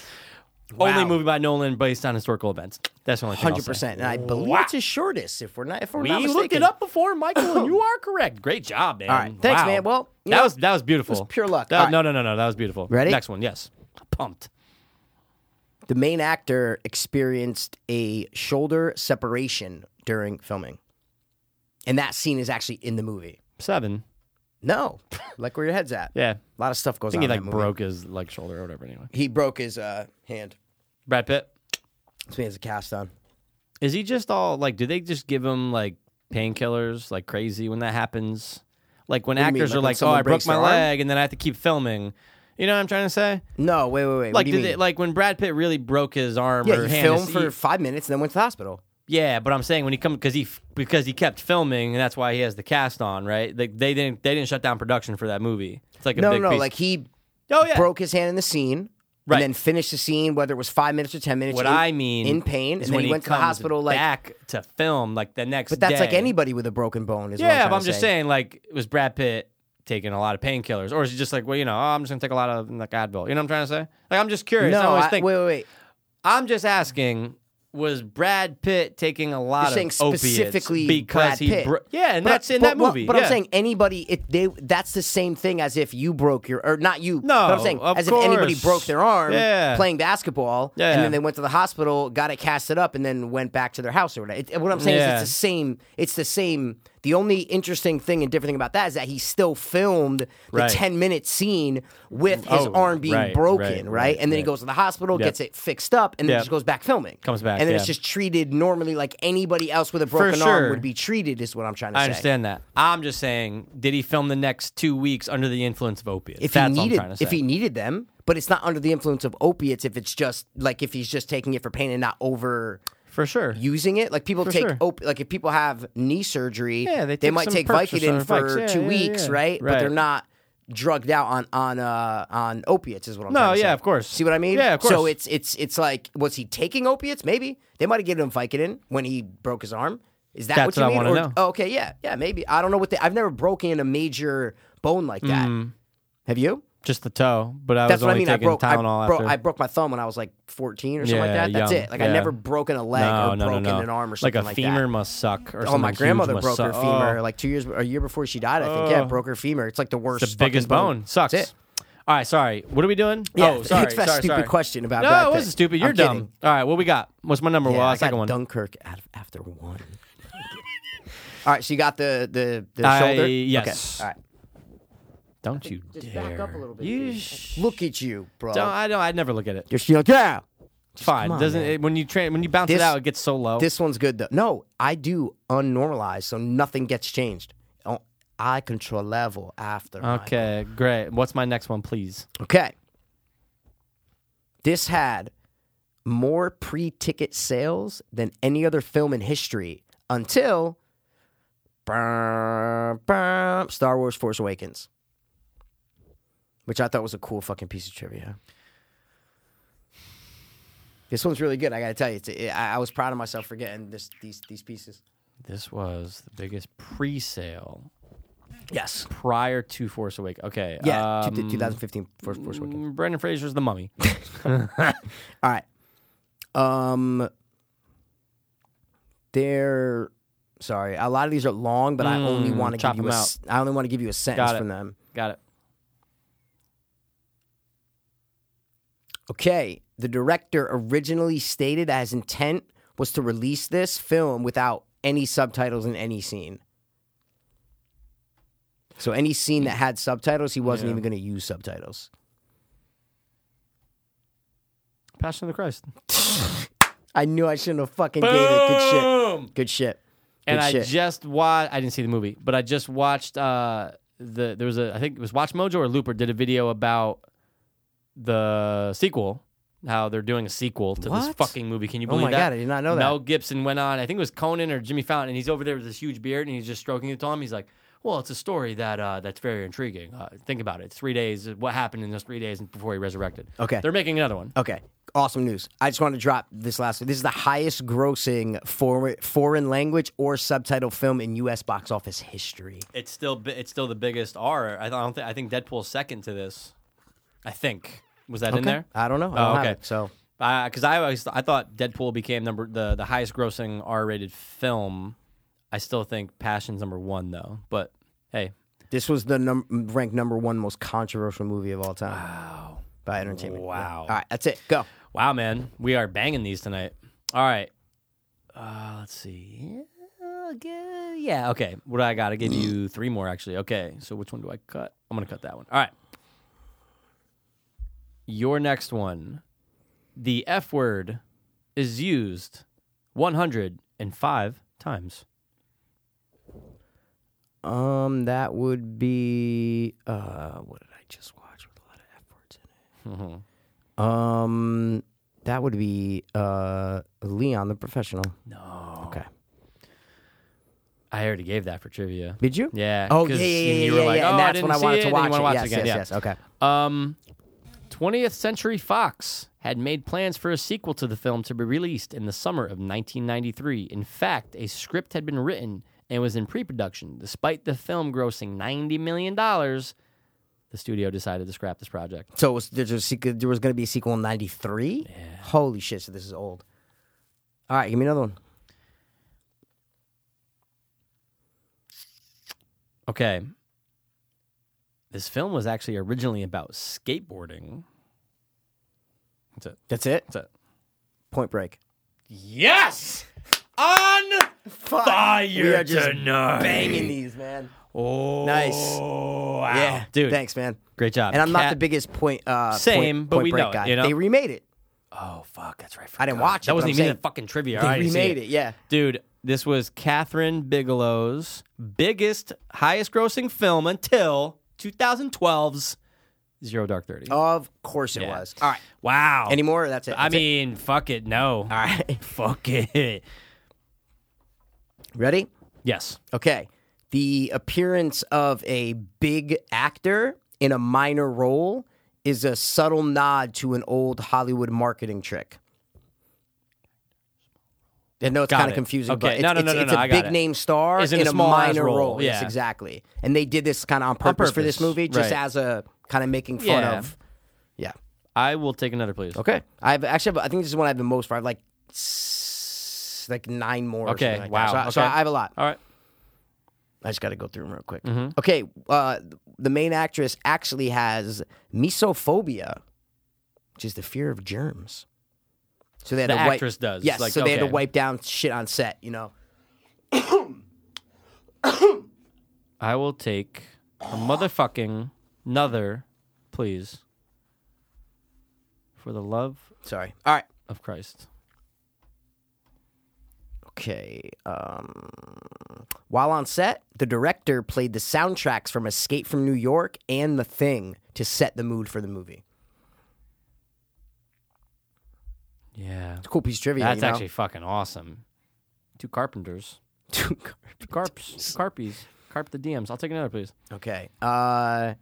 Speaker 5: Only movie by Nolan based on historical events. That's the only thing I'll
Speaker 1: Hundred
Speaker 5: say.
Speaker 1: percent, and I believe it's his shortest. If we're not, if we're
Speaker 5: We
Speaker 1: not mistaken,
Speaker 5: looked it up before, Michael, and you are correct. Great job, man.
Speaker 1: All right. Thanks,
Speaker 5: Wow.
Speaker 1: man. Well, you
Speaker 5: that
Speaker 1: know,
Speaker 5: was that was beautiful.
Speaker 1: pure luck.
Speaker 5: That-
Speaker 1: All right.
Speaker 5: No, no, no, no. That was beautiful.
Speaker 1: Ready?
Speaker 5: Next one. Yes. Pumped.
Speaker 1: The main actor experienced a shoulder separation during filming, and that scene is actually in the movie.
Speaker 5: Seven.
Speaker 1: No, like where your head's at.
Speaker 5: Yeah.
Speaker 1: A lot of stuff goes
Speaker 5: I think
Speaker 1: on.
Speaker 5: he
Speaker 1: in
Speaker 5: like
Speaker 1: that movie.
Speaker 5: broke his like shoulder or whatever. Anyway,
Speaker 1: He broke his uh, hand.
Speaker 5: Brad Pitt.
Speaker 1: So he has a cast on.
Speaker 5: Is he just all like? Do they just give him like painkillers like crazy when that happens. Like when
Speaker 1: do you mean?
Speaker 5: actors
Speaker 1: Like
Speaker 5: are
Speaker 1: when
Speaker 5: like, "Oh,
Speaker 1: someone
Speaker 5: I broke
Speaker 1: breaks
Speaker 5: my
Speaker 1: their arm?"
Speaker 5: leg," and then I have to keep filming. You know what I'm trying to say?
Speaker 1: No, wait, wait, wait.
Speaker 5: Like,
Speaker 1: what do you
Speaker 5: did
Speaker 1: mean?
Speaker 5: it, like when Brad Pitt really broke his arm
Speaker 1: yeah,
Speaker 5: or
Speaker 1: you
Speaker 5: hand.
Speaker 1: filmed
Speaker 5: it's-
Speaker 1: for
Speaker 5: you-
Speaker 1: five minutes and then went to the hospital.
Speaker 5: yeah, but I'm saying when he come because he f- because he kept filming, and that's why he has the cast on, right? Like they didn't they didn't shut down production for that movie. It's like a
Speaker 1: No,
Speaker 5: big
Speaker 1: no,
Speaker 5: piece.
Speaker 1: like he
Speaker 5: oh yeah,
Speaker 1: broke his hand in the scene.
Speaker 5: Right.
Speaker 1: And then finished the scene, whether it was five minutes or ten minutes.
Speaker 5: What
Speaker 1: in-
Speaker 5: I mean
Speaker 1: in pain,
Speaker 5: is
Speaker 1: and then
Speaker 5: when
Speaker 1: he went to the
Speaker 5: comes
Speaker 1: hospital. Like,
Speaker 5: back to film like the next.
Speaker 1: but that's like
Speaker 5: day.
Speaker 1: anybody with a broken bone. Is what
Speaker 5: Yeah,
Speaker 1: I'm
Speaker 5: but
Speaker 1: trying
Speaker 5: I'm
Speaker 1: to
Speaker 5: just
Speaker 1: say.
Speaker 5: saying, like, was Brad Pitt taking a lot of painkillers, or is he just like, well, you know, oh, I'm just gonna take a lot of like Advil? You know what I'm trying to say? Like, I'm just curious. I
Speaker 1: No,
Speaker 5: always
Speaker 1: I-
Speaker 5: think-
Speaker 1: wait, wait, wait.
Speaker 5: I'm just asking. Was Brad Pitt taking a lot
Speaker 1: You're saying
Speaker 5: of opiates
Speaker 1: specifically
Speaker 5: because
Speaker 1: Brad
Speaker 5: he
Speaker 1: Pitt.
Speaker 5: bro- yeah, and
Speaker 1: But-
Speaker 5: that's in
Speaker 1: but-
Speaker 5: that
Speaker 1: well,
Speaker 5: movie.
Speaker 1: But
Speaker 5: yeah.
Speaker 1: I'm saying anybody, it, they that's the same thing as if you broke your or not you. but I'm saying
Speaker 5: No, of
Speaker 1: as if anybody
Speaker 5: course.
Speaker 1: broke their arm
Speaker 5: Yeah.
Speaker 1: playing basketball,
Speaker 5: Yeah.
Speaker 1: and then they went to the hospital, got it casted up, and then went back to their house or whatever. It- what I'm saying
Speaker 5: Yeah.
Speaker 1: is it's the same. It's the same. The only interesting thing and different thing about that is that he still filmed the
Speaker 5: Right.
Speaker 1: 10 minute scene with his
Speaker 5: Oh,
Speaker 1: arm being
Speaker 5: right,
Speaker 1: broken,
Speaker 5: right,
Speaker 1: right?
Speaker 5: right,
Speaker 1: And then he
Speaker 5: right.
Speaker 1: goes to the hospital,
Speaker 5: Yep.
Speaker 1: gets it fixed up, and then
Speaker 5: Yep.
Speaker 1: just goes back filming.
Speaker 5: Comes back,
Speaker 1: and then it's
Speaker 5: yeah.
Speaker 1: just treated normally like anybody else with a broken
Speaker 5: sure.
Speaker 1: arm would be treated. Is what I'm trying to
Speaker 5: I
Speaker 1: say.
Speaker 5: understand that. I'm just saying, did he film the next two weeks under the influence of opiates?
Speaker 1: if he
Speaker 5: that's what I'm
Speaker 1: needed
Speaker 5: trying to say.
Speaker 1: if he needed them but it's not under the influence of opiates if it's just like if he's just taking it for pain and not over
Speaker 5: for sure,
Speaker 1: using it like people
Speaker 5: For
Speaker 1: take
Speaker 5: sure.
Speaker 1: op- like if people have knee surgery
Speaker 5: Yeah, they take
Speaker 1: might
Speaker 5: some
Speaker 1: take
Speaker 5: perks or
Speaker 1: Vicodin
Speaker 5: something.
Speaker 1: for
Speaker 5: Vicks, yeah,
Speaker 1: two
Speaker 5: yeah,
Speaker 1: weeks
Speaker 5: yeah.
Speaker 1: right? but
Speaker 5: Right.
Speaker 1: they're not drugged out on on uh on opiates is what I'm
Speaker 5: No,
Speaker 1: trying to
Speaker 5: yeah,
Speaker 1: say.
Speaker 5: of course.
Speaker 1: see what I mean
Speaker 5: Yeah, of course.
Speaker 1: so it's it's it's like was he taking opiates maybe they might have given him Vicodin when he broke his arm is that
Speaker 5: That's
Speaker 1: you
Speaker 5: what I
Speaker 1: mean
Speaker 5: wanna
Speaker 1: Or-
Speaker 5: know.
Speaker 1: oh, okay yeah yeah maybe I don't know what they, I've never broken a major bone like that
Speaker 5: Mm.
Speaker 1: have you
Speaker 5: just the toe. But I
Speaker 1: that's
Speaker 5: was
Speaker 1: what I
Speaker 5: only
Speaker 1: mean. I
Speaker 5: taking
Speaker 1: broke, I,
Speaker 5: Tylenol
Speaker 1: broke-
Speaker 5: after.
Speaker 1: I broke my thumb when I was like 14 or something
Speaker 5: Yeah,
Speaker 1: like that. That's
Speaker 5: young.
Speaker 1: it. Like
Speaker 5: Yeah.
Speaker 1: I never broken a leg
Speaker 5: no,
Speaker 1: or
Speaker 5: no,
Speaker 1: broken
Speaker 5: no, no.
Speaker 1: an arm or
Speaker 5: like
Speaker 1: something
Speaker 5: a
Speaker 1: like
Speaker 5: femur
Speaker 1: that.
Speaker 5: must suck. Or
Speaker 1: Oh,
Speaker 5: something
Speaker 1: my
Speaker 5: huge
Speaker 1: grandmother
Speaker 5: must
Speaker 1: broke her
Speaker 5: suck.
Speaker 1: femur
Speaker 5: Oh.
Speaker 1: like two years, a year before she died. I think. yeah,
Speaker 5: Oh.
Speaker 1: broke her femur. It's like the worst,
Speaker 5: It's the biggest
Speaker 1: fucking
Speaker 5: bone. Sucks.
Speaker 1: That's it.
Speaker 5: All right, sorry. What are we doing?
Speaker 1: Yeah,
Speaker 5: oh, sorry.
Speaker 1: it's that
Speaker 5: sorry,
Speaker 1: stupid
Speaker 5: sorry.
Speaker 1: question about
Speaker 5: No,
Speaker 1: Brad
Speaker 5: it wasn't
Speaker 1: Pitt.
Speaker 5: stupid. You're
Speaker 1: I'm
Speaker 5: dumb.
Speaker 1: kidding.
Speaker 5: All right, what we got? What's my number?
Speaker 1: Yeah,
Speaker 5: well,
Speaker 1: I
Speaker 5: second
Speaker 1: got
Speaker 5: one.
Speaker 1: Dunkirk out of- after one. All right, so you got the the, the
Speaker 5: I-
Speaker 1: shoulder.
Speaker 5: yes.
Speaker 1: Okay. All right.
Speaker 5: Don't you dare.
Speaker 1: back up a little bit,
Speaker 5: You
Speaker 1: dude.
Speaker 5: sh-
Speaker 1: Look at you, bro.
Speaker 5: don't. I don't. I never look at it.
Speaker 1: You're still like, yeah.
Speaker 5: Fine.
Speaker 1: come on,
Speaker 5: Doesn't
Speaker 1: man.
Speaker 5: it, when you tra- when you bounce it
Speaker 1: This-
Speaker 5: out, it gets so low.
Speaker 1: This one's good though. No, I do unnormalize, so nothing gets changed. Oh, I control level after. my-
Speaker 5: okay, great. What's my next one, please?
Speaker 1: Okay. This had more pre-ticket sales than any other film in history until Brum, brum, Star Wars Force Awakens. Which I thought was a cool fucking piece of trivia. This one's really good. I gotta tell you, it's, I, I was proud of myself for getting this, these these pieces.
Speaker 5: This was the biggest pre-sale
Speaker 1: Yes.
Speaker 5: prior to Force Awakens. Okay.
Speaker 1: Yeah. two-
Speaker 5: um,
Speaker 1: 2015 Force, Force Awakens.
Speaker 5: mm, Brandon Fraser's the mummy.
Speaker 1: All right. Um they're sorry. A lot of these are long, but I only
Speaker 5: Mm,
Speaker 1: want to
Speaker 5: chop
Speaker 1: give you a,
Speaker 5: them
Speaker 1: s- I only want to give you a sentence
Speaker 5: Got it.
Speaker 1: from them.
Speaker 5: got it.
Speaker 1: Okay. The director originally stated that his intent was to release this film without any subtitles in any scene. So any scene that had subtitles, he wasn't
Speaker 5: Yeah.
Speaker 1: even going to use subtitles.
Speaker 5: Passion of the Christ.
Speaker 1: I knew I shouldn't have fucking gave it. Good shit.
Speaker 5: Boom!
Speaker 1: Good shit.
Speaker 5: and
Speaker 1: Good
Speaker 5: I
Speaker 1: shit.
Speaker 5: just watched. I didn't see the movie, but I just watched. Uh, the there was a I think it was Watch Mojo or Looper did a video about the sequel, how they're doing a sequel to this
Speaker 1: What?
Speaker 5: fucking movie. Can you
Speaker 1: Oh
Speaker 5: believe
Speaker 1: my
Speaker 5: that?
Speaker 1: God, I did not know that.
Speaker 5: Mel Gibson went on. I think it was Conan or Jimmy Fallon, and he's over there with this huge beard, and he's just stroking it to him. He's like. Well, it's a story that uh, that's very intriguing. Uh, think about it. Three days. What happened in those three days before he resurrected?
Speaker 1: Okay.
Speaker 5: They're making another one.
Speaker 1: Okay. Awesome news. I just want to drop this last This is the highest grossing for, foreign language or subtitle film in U.S. box office history.
Speaker 5: It's still bi- it's still the biggest R. I don't think I think Deadpool's second to this. I think was that in there?
Speaker 1: I don't know. I
Speaker 5: Oh,
Speaker 1: don't
Speaker 5: okay.
Speaker 1: have it. So,
Speaker 5: Because I always I thought Deadpool became number the the highest grossing R rated film. I still think Passion's number one though. But hey,
Speaker 1: this was the num- ranked number one most controversial movie of all time. Wow. By entertainment. Yeah.
Speaker 5: Wow.
Speaker 1: All right. That's it. Go.
Speaker 5: wow, man, we are banging these tonight. All right, uh, let's see. Yeah, okay, Yeah, okay. What do I got? I give you three more actually. Okay, so which one do I cut? I'm gonna cut that one. All right. Your next one, the F word, is used 105 times.
Speaker 1: Um, that would be uh, what did I just watch with a lot of F words in it? Um, that would be uh, Leon the Professional.
Speaker 5: No.
Speaker 1: Okay,
Speaker 5: I already gave that for trivia.
Speaker 1: did you?
Speaker 5: Yeah.
Speaker 1: Oh yeah,
Speaker 5: 'cause
Speaker 1: yeah, yeah,
Speaker 5: you
Speaker 1: yeah,
Speaker 5: were like,
Speaker 1: yeah.
Speaker 5: "Oh,
Speaker 1: and
Speaker 5: I
Speaker 1: that's
Speaker 5: didn't
Speaker 1: when I
Speaker 5: see
Speaker 1: wanted
Speaker 5: it,"
Speaker 1: to
Speaker 5: and you
Speaker 1: watch
Speaker 5: wanna
Speaker 1: it.
Speaker 5: watch it
Speaker 1: yes,
Speaker 5: again,
Speaker 1: yes,
Speaker 5: yeah.
Speaker 1: yes. Okay.
Speaker 5: Um, 20th Century Fox had made plans for a sequel to the film to be released in the summer of 1993. In fact, a script had been written and was in pre production. Despite the film grossing $90 million, the studio decided to scrap this project.
Speaker 1: So it was, there was, a sequel- there was going to be a sequel in '93. Holy shit! So this is old. All right, give me another one.
Speaker 5: Okay. This film was actually originally about skateboarding. That's it.
Speaker 1: That's it.
Speaker 5: That's it.
Speaker 1: Point Break.
Speaker 5: Yes! On fire
Speaker 1: We are just
Speaker 5: tonight.
Speaker 1: Banging these, man.
Speaker 5: Oh,
Speaker 1: Nice.
Speaker 5: Wow.
Speaker 1: Yeah,
Speaker 5: dude.
Speaker 1: Thanks, man.
Speaker 5: Great job.
Speaker 1: And I'm not
Speaker 5: Cat-
Speaker 1: the biggest point. Uh, point-
Speaker 5: Same,
Speaker 1: point,
Speaker 5: but we
Speaker 1: break
Speaker 5: know it,
Speaker 1: guy.
Speaker 5: you know?
Speaker 1: They remade it.
Speaker 5: Oh fuck, that's right.
Speaker 1: I didn't
Speaker 5: forgot.
Speaker 1: watch it,
Speaker 5: That
Speaker 1: but
Speaker 5: wasn't
Speaker 1: I'm
Speaker 5: even
Speaker 1: saying-
Speaker 5: in fucking trivia.
Speaker 1: They
Speaker 5: All right, I see
Speaker 1: remade it. Yeah.
Speaker 5: dude. This was Catherine Bigelow's biggest, highest-grossing film until 2012's Zero Dark Thirty.
Speaker 1: Of course it
Speaker 5: Yeah.
Speaker 1: was. All right.
Speaker 5: wow.
Speaker 1: Oh. Any more? That's it.
Speaker 5: I
Speaker 1: That's it.
Speaker 5: mean, fuck it. No. All right. Fuck it.
Speaker 1: ready?
Speaker 5: Yes.
Speaker 1: Okay. The appearance of a big actor in a minor role is a subtle nod to an old Hollywood marketing trick. I know it's
Speaker 5: Got
Speaker 1: kind
Speaker 5: it.
Speaker 1: of confusing,
Speaker 5: Okay.
Speaker 1: but it's,
Speaker 5: No, no,
Speaker 1: it's-
Speaker 5: no, no,
Speaker 1: it's
Speaker 5: no,
Speaker 1: a
Speaker 5: I got
Speaker 1: big
Speaker 5: it.
Speaker 1: name star
Speaker 5: Is in a
Speaker 1: in
Speaker 5: small-ass
Speaker 1: minor
Speaker 5: role,
Speaker 1: role. Yes,
Speaker 5: yeah.
Speaker 1: exactly. And they did this kind of on purpose, for this
Speaker 5: purpose,
Speaker 1: movie, just
Speaker 5: right.
Speaker 1: as a kind of making fun
Speaker 5: Yeah.
Speaker 1: of. Yeah.
Speaker 5: I will take another, please.
Speaker 1: Okay. I've actually, I think this is one I have the most for. I have like s- like nine more. or
Speaker 5: Okay,
Speaker 1: something like that.
Speaker 5: wow,
Speaker 1: So, I- so
Speaker 5: okay.
Speaker 1: I have a lot.
Speaker 5: All right.
Speaker 1: I just got to go through them real quick.
Speaker 5: Mm-hmm.
Speaker 1: Okay, uh, the main actress actually has mesophobia, which is the fear of germs. So they had
Speaker 5: The
Speaker 1: to wipe,
Speaker 5: actress does.
Speaker 1: Yes,
Speaker 5: Like,
Speaker 1: so they had to
Speaker 5: okay.
Speaker 1: wipe down shit on set. You know,
Speaker 5: I will take a motherfucking another, please. For the love
Speaker 1: sorry. All right.
Speaker 5: of Christ.
Speaker 1: Okay. Um, while on set, the director played the soundtracks from Escape from New York and The Thing to set the mood for the movie.
Speaker 5: Yeah.
Speaker 1: Cool piece of trivia.
Speaker 5: That's
Speaker 1: you know?
Speaker 5: actually fucking awesome. Two carpenters. Two carps. Carpies. Carp the DMs. I'll take another, please.
Speaker 1: Okay. Uh,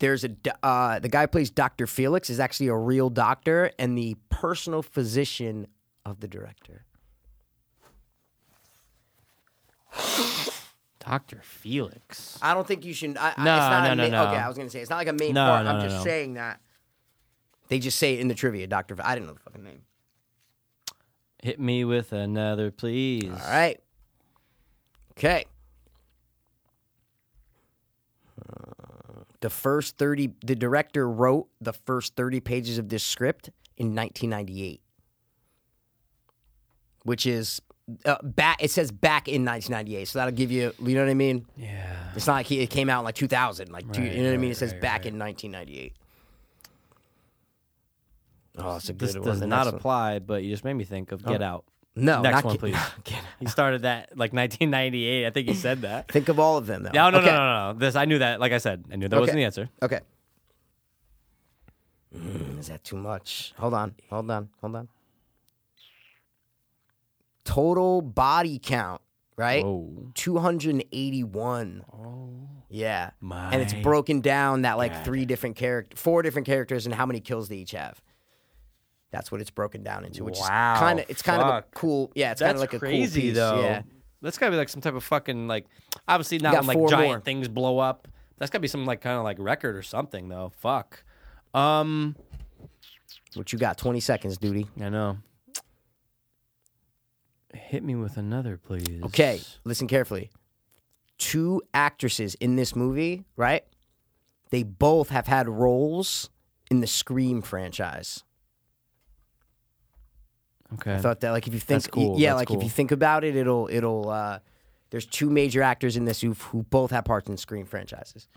Speaker 1: there's a do- uh, the guy who plays Doctor Felix is actually a real doctor and the personal physician of the director.
Speaker 5: Dr. Felix.
Speaker 1: I don't think you should. I, I,
Speaker 5: No,
Speaker 1: it's not
Speaker 5: no,
Speaker 1: a
Speaker 5: no,
Speaker 1: main,
Speaker 5: no.
Speaker 1: Okay, I was gonna say it's not like a main
Speaker 5: No,
Speaker 1: part.
Speaker 5: no,
Speaker 1: I'm
Speaker 5: no,
Speaker 1: just
Speaker 5: no.
Speaker 1: saying that they just say it in the trivia. Doctor, I didn't know the fucking name.
Speaker 5: Hit me with another, please.
Speaker 1: All right. Okay. The first 30, the director wrote the first 30 pages of this script in 1998, which is uh, back, it says back in 1998. So that'll give you, you know what I mean?
Speaker 5: Yeah.
Speaker 1: It's not like he, it came out in like 2000. Like, two, you
Speaker 5: Right,
Speaker 1: know what I mean?
Speaker 5: right,
Speaker 1: It says
Speaker 5: right,
Speaker 1: back
Speaker 5: right.
Speaker 1: in 1998. Oh, it's a good
Speaker 5: This
Speaker 1: one.
Speaker 5: does
Speaker 1: The
Speaker 5: not
Speaker 1: next one. Oh.
Speaker 5: apply, but you just made me think of Get Out.
Speaker 1: No,
Speaker 5: Next
Speaker 1: not
Speaker 5: one,
Speaker 1: Get-
Speaker 5: please.
Speaker 1: Get Out.
Speaker 5: He started that like 1998. I think he said that.
Speaker 1: Think of all of them, though.
Speaker 5: No, no,
Speaker 1: Okay.
Speaker 5: no, no, no. This I knew that. Like I said, I knew that wasn't the answer.
Speaker 1: Okay. Mm, is that too much? Hold on, hold on, hold on. Total body count, right?
Speaker 5: Whoa.
Speaker 1: 281. Oh. Yeah.
Speaker 5: My
Speaker 1: and it's broken down that like three different character, four different characters and how many kills they each have. That's what it's broken down into, which
Speaker 5: Wow,
Speaker 1: is kind of it's kind of a
Speaker 5: fuck.
Speaker 1: cool, yeah, it's kind
Speaker 5: That's
Speaker 1: of like a
Speaker 5: crazy
Speaker 1: cool piece,
Speaker 5: though.
Speaker 1: Yeah.
Speaker 5: That's gotta be like some type of fucking like obviously not
Speaker 1: got
Speaker 5: when like
Speaker 1: four
Speaker 5: giant
Speaker 1: more.
Speaker 5: things blow up. That's gotta be some like kind of like record or something though. Fuck. Um
Speaker 1: What you got? 20 seconds, duty.
Speaker 5: I know. Hit me with another, please.
Speaker 1: Okay, listen carefully. Two actresses in this movie, right? They both have had roles in the Scream franchise.
Speaker 5: Okay.
Speaker 1: I thought that, like, if you think,
Speaker 5: That's cool,
Speaker 1: yeah,
Speaker 5: that's
Speaker 1: like if
Speaker 5: cool.
Speaker 1: you think about it, it'll, it'll. uh There's two major actors in this who who both have parts in Scream franchises.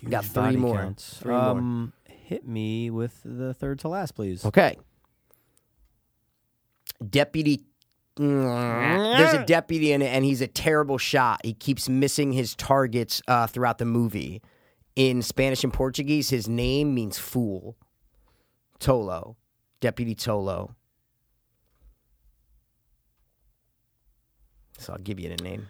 Speaker 5: Huge
Speaker 1: got three
Speaker 5: body
Speaker 1: more.
Speaker 5: counts.
Speaker 1: Three more.
Speaker 5: um, Hit me with the third to last, please.
Speaker 1: Okay. deputy. mm, There's a deputy in it, and he's a terrible shot. He keeps missing his targets uh, throughout the movie. In Spanish and Portuguese, his name means fool. Tolo, Deputy Tolo. So I'll give you the name.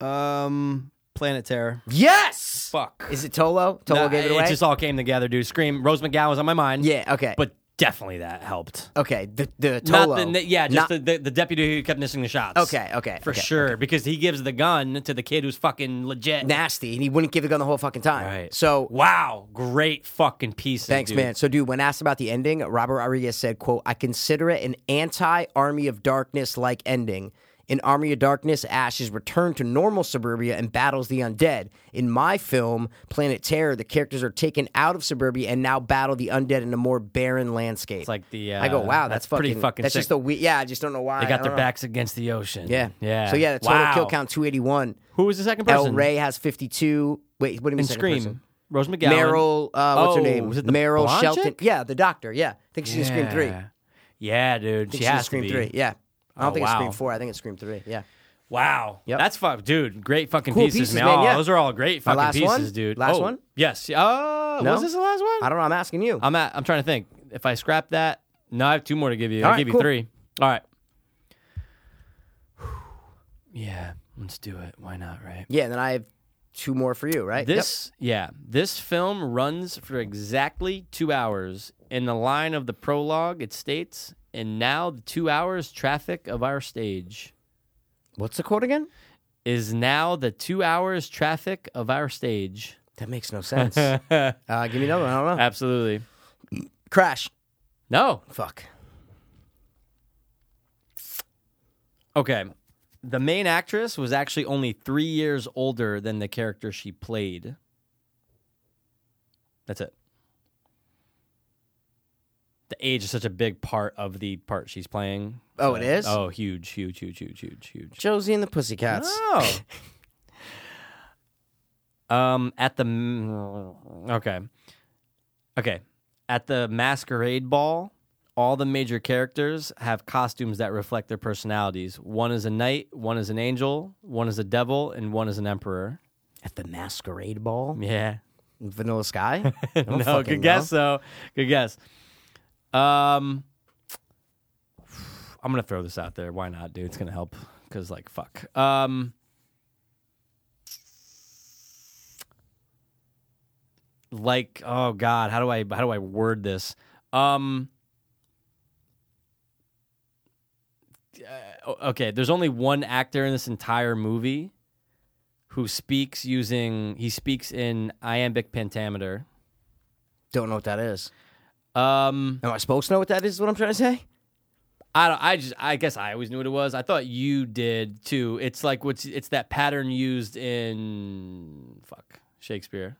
Speaker 5: Um, Planet Terror.
Speaker 1: Yes.
Speaker 5: Fuck.
Speaker 1: Is it Tolo? Tolo
Speaker 5: Nah,
Speaker 1: gave it away.
Speaker 5: just all came together, dude. Scream. Rose McGowan was on my mind.
Speaker 1: yeah. Okay.
Speaker 5: but definitely that helped.
Speaker 1: okay. The the
Speaker 5: Not
Speaker 1: Tolo.
Speaker 5: the- yeah, just
Speaker 1: Not-
Speaker 5: the, the, the deputy who kept missing the shots.
Speaker 1: okay. Okay.
Speaker 5: For
Speaker 1: okay.
Speaker 5: sure, because he gives the gun to the kid who's fucking legit.
Speaker 1: Nasty, and he wouldn't give a gun the whole fucking time.
Speaker 5: Right.
Speaker 1: So
Speaker 5: wow, great fucking piece.
Speaker 1: Thanks,
Speaker 5: dude.
Speaker 1: man. So, dude, when asked about the ending, Robert Rodriguez said, "quote I consider it an anti-Army of Darkness like ending. In Army of Darkness, Ash is returned to normal suburbia and battles the undead. In my film, Planet Terror, the characters are taken out of suburbia and now battle the undead in a more barren landscape.
Speaker 5: It's like the. Uh,
Speaker 1: I go, wow, that's, fucking,
Speaker 5: pretty fucking.
Speaker 1: That's
Speaker 5: sick.
Speaker 1: just a we- yeah. I just don't know why
Speaker 5: They
Speaker 1: I
Speaker 5: got
Speaker 1: don't
Speaker 5: their
Speaker 1: know.
Speaker 5: backs against the ocean.
Speaker 1: Yeah,
Speaker 5: yeah.
Speaker 1: So yeah, the total
Speaker 5: wow.
Speaker 1: kill count two eighty one.
Speaker 5: Who was the second person?
Speaker 1: El Rey has fifty two. Wait, what do you mean?
Speaker 5: in
Speaker 1: second
Speaker 5: Scream.
Speaker 1: person?
Speaker 5: Rose McGowan.
Speaker 1: Meryl, uh, what's
Speaker 5: Oh,
Speaker 1: her name?
Speaker 5: was it the
Speaker 1: Meryl
Speaker 5: blonde
Speaker 1: Shelton.
Speaker 5: chick?
Speaker 1: Yeah, the doctor. Yeah, I think she's in Scream three. I
Speaker 5: Yeah. Yeah, dude.
Speaker 1: think
Speaker 5: she
Speaker 1: she's in
Speaker 5: has
Speaker 1: Scream
Speaker 5: to be.
Speaker 1: three. Yeah, I don't
Speaker 5: Oh,
Speaker 1: think it's Scream
Speaker 5: wow.
Speaker 1: four. I think it's Scream three. Yeah,
Speaker 5: Wow.
Speaker 1: Yep.
Speaker 5: That's fuck, dude. Great fucking
Speaker 1: Cool
Speaker 5: pieces,
Speaker 1: pieces,
Speaker 5: man.
Speaker 1: man,
Speaker 5: Oh,
Speaker 1: yeah.
Speaker 5: Those are all great
Speaker 1: My
Speaker 5: fucking
Speaker 1: last
Speaker 5: pieces,
Speaker 1: one?
Speaker 5: dude.
Speaker 1: Last
Speaker 5: one?
Speaker 1: one?
Speaker 5: Yes. Uh,
Speaker 1: No?
Speaker 5: Was this the last one?
Speaker 1: I don't know. I'm asking you.
Speaker 5: I'm at, I'm trying to think. If I scrap that, no, I have two more to give you. I'll
Speaker 1: right,
Speaker 5: give you
Speaker 1: cool.
Speaker 5: three. All right. Yeah, let's do it. Why not, right?
Speaker 1: yeah, and then I have two more for you. Right?
Speaker 5: This, yeah, this film runs for exactly two hours. In the line of the prologue, it states, "And now the two hours traffic of our stage
Speaker 1: Yep. What's the quote again?
Speaker 5: is now the two hours traffic of our stage."
Speaker 1: That makes no sense. uh, give me another one. I don't know.
Speaker 5: Uh, Absolutely.
Speaker 1: Crash.
Speaker 5: No.
Speaker 1: Fuck.
Speaker 5: Okay. The main actress was actually only three years older than the character she played. That's it. The age is such a big part of the part she's playing.
Speaker 1: Oh, it is?
Speaker 5: Oh, huge, huge, huge, huge, huge, huge.
Speaker 1: Josie and the Pussycats.
Speaker 5: Oh. um, at the okay, okay, at the masquerade ball, all the major characters have costumes that reflect their personalities. One is a knight, one is an angel, one is a devil, and one is an emperor.
Speaker 1: At the masquerade ball.
Speaker 5: Yeah.
Speaker 1: Vanilla Sky. I don't
Speaker 5: no,
Speaker 1: fucking
Speaker 5: good guess though. Good guess. Um, I'm gonna throw this out there. Why not, dude? It's gonna help. Cause like, fuck. Um, like, oh god, how do I how do I word this? Um. uh, o- Okay, there's only one actor in this entire movie who speaks using he speaks in iambic pentameter.
Speaker 1: Don't know what that is.
Speaker 5: Um,
Speaker 1: Am I supposed to know what that is? Is what I'm trying to say?
Speaker 5: I don't. I just. I guess I always knew what it was. I thought you did too. It's like what's. It's that pattern used in fuck Shakespeare.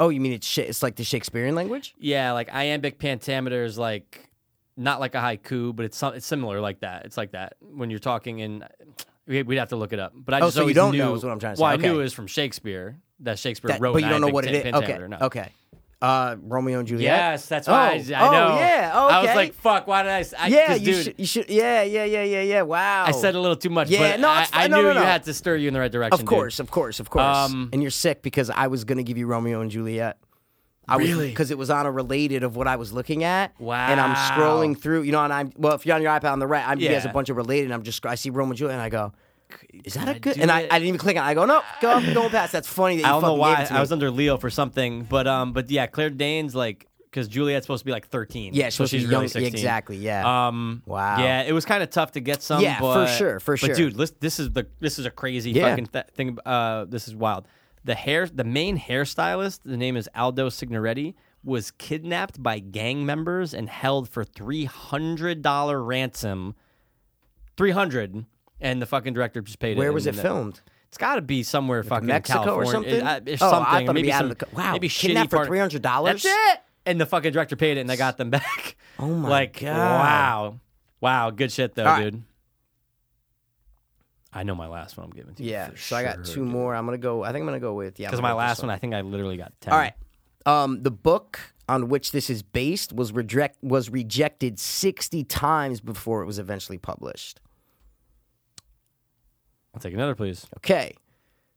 Speaker 1: Oh, you mean it's shit? It's like the Shakespearean language.
Speaker 5: Yeah, like iambic pentameter is like not like a haiku, but it's some, it's similar like that. It's like that when you're talking in. we- We'd have to look it up, but I
Speaker 1: Oh,
Speaker 5: just
Speaker 1: so you
Speaker 5: always
Speaker 1: don't
Speaker 5: knew,
Speaker 1: know is what I'm trying to
Speaker 5: Well,
Speaker 1: say.
Speaker 5: I
Speaker 1: Okay.
Speaker 5: knew it was from Shakespeare. That Shakespeare
Speaker 1: That-
Speaker 5: wrote,
Speaker 1: but you don't know
Speaker 5: iambic
Speaker 1: what it is.
Speaker 5: ten-
Speaker 1: Okay.
Speaker 5: pentameter, no.
Speaker 1: Okay. Uh, Romeo and Juliet.
Speaker 5: Yes, that's why I,
Speaker 1: Oh,
Speaker 5: I
Speaker 1: oh,
Speaker 5: know.
Speaker 1: yeah,
Speaker 5: I was
Speaker 1: okay.
Speaker 5: like, "Fuck! Why did I?" s- I
Speaker 1: yeah,
Speaker 5: 'cause,
Speaker 1: you
Speaker 5: dude,
Speaker 1: should, you should. Yeah, yeah, yeah, yeah, yeah. Wow.
Speaker 5: I said a little too much,
Speaker 1: Yeah,
Speaker 5: but
Speaker 1: no,
Speaker 5: I,
Speaker 1: it's
Speaker 5: I
Speaker 1: fine. No,
Speaker 5: knew
Speaker 1: no, no.
Speaker 5: you had to stir you in the right direction.
Speaker 1: Of
Speaker 5: dude.
Speaker 1: course, of course, of course.
Speaker 5: Um,
Speaker 1: and you're sick because I was gonna give you Romeo and Juliet. I really? Because it was on a related of what I was looking at. And I'm
Speaker 5: Wow.
Speaker 1: scrolling through, you know, and I'm well, if you're on your iPad on the right, I'm yeah. has a
Speaker 5: Yeah.
Speaker 1: bunch of related. And I'm just I see Romeo and Juliet, and I go, is that
Speaker 5: Can
Speaker 1: a
Speaker 5: I
Speaker 1: good?
Speaker 5: do
Speaker 1: And I, I
Speaker 5: it?
Speaker 1: didn't even click on. it. I go, no, go, go past. That's funny. That you
Speaker 5: I don't know
Speaker 1: fucking gave
Speaker 5: why
Speaker 1: it to
Speaker 5: I
Speaker 1: me.
Speaker 5: was under Leo for something, but um, but yeah, Claire Danes like because Juliet's supposed to be like thirteen.
Speaker 1: yeah,
Speaker 5: so
Speaker 1: supposed to
Speaker 5: she's
Speaker 1: be
Speaker 5: really
Speaker 1: young-
Speaker 5: sixteen.
Speaker 1: Exactly. Yeah.
Speaker 5: Um.
Speaker 1: Wow.
Speaker 5: Yeah, it was kind of tough to get some.
Speaker 1: Yeah, for
Speaker 5: but-
Speaker 1: sure, for sure.
Speaker 5: But dude, listen, this is the this is a crazy
Speaker 1: Yeah.
Speaker 5: fucking th- thing. Uh, this is wild. The hair, the main hairstylist, the name is Aldo Signoretti, was kidnapped by gang members and held for three hundred dollar ransom. Three hundred, and the fucking director just paid it.
Speaker 1: Where was it
Speaker 5: and the-
Speaker 1: filmed?
Speaker 5: It's got to be somewhere fucking
Speaker 1: Mexico or
Speaker 5: California.
Speaker 1: something?
Speaker 5: I- it's
Speaker 1: Oh, I
Speaker 5: something.
Speaker 1: thought it'd
Speaker 5: maybe
Speaker 1: be out
Speaker 5: some,
Speaker 1: of the co- wow,
Speaker 5: Maybe
Speaker 1: kidnapped
Speaker 5: shitty
Speaker 1: for
Speaker 5: part-
Speaker 1: $300?
Speaker 5: That's it. And the fucking director paid it, and they got them back.
Speaker 1: Oh my
Speaker 5: like,
Speaker 1: God.
Speaker 5: Wow, wow, good shit though,
Speaker 1: All right.
Speaker 5: dude. I know my last one. I'm giving to you.
Speaker 1: Yeah. So I got two more. I'm gonna go. I think I'm gonna go with yeah. I'm
Speaker 5: Because
Speaker 1: gonna
Speaker 5: my
Speaker 1: go with this
Speaker 5: last one, I think I literally got ten.
Speaker 1: All right. Um, the book on which this is based was reject was rejected sixty times before it was eventually published.
Speaker 5: I'll take another, please.
Speaker 1: Okay,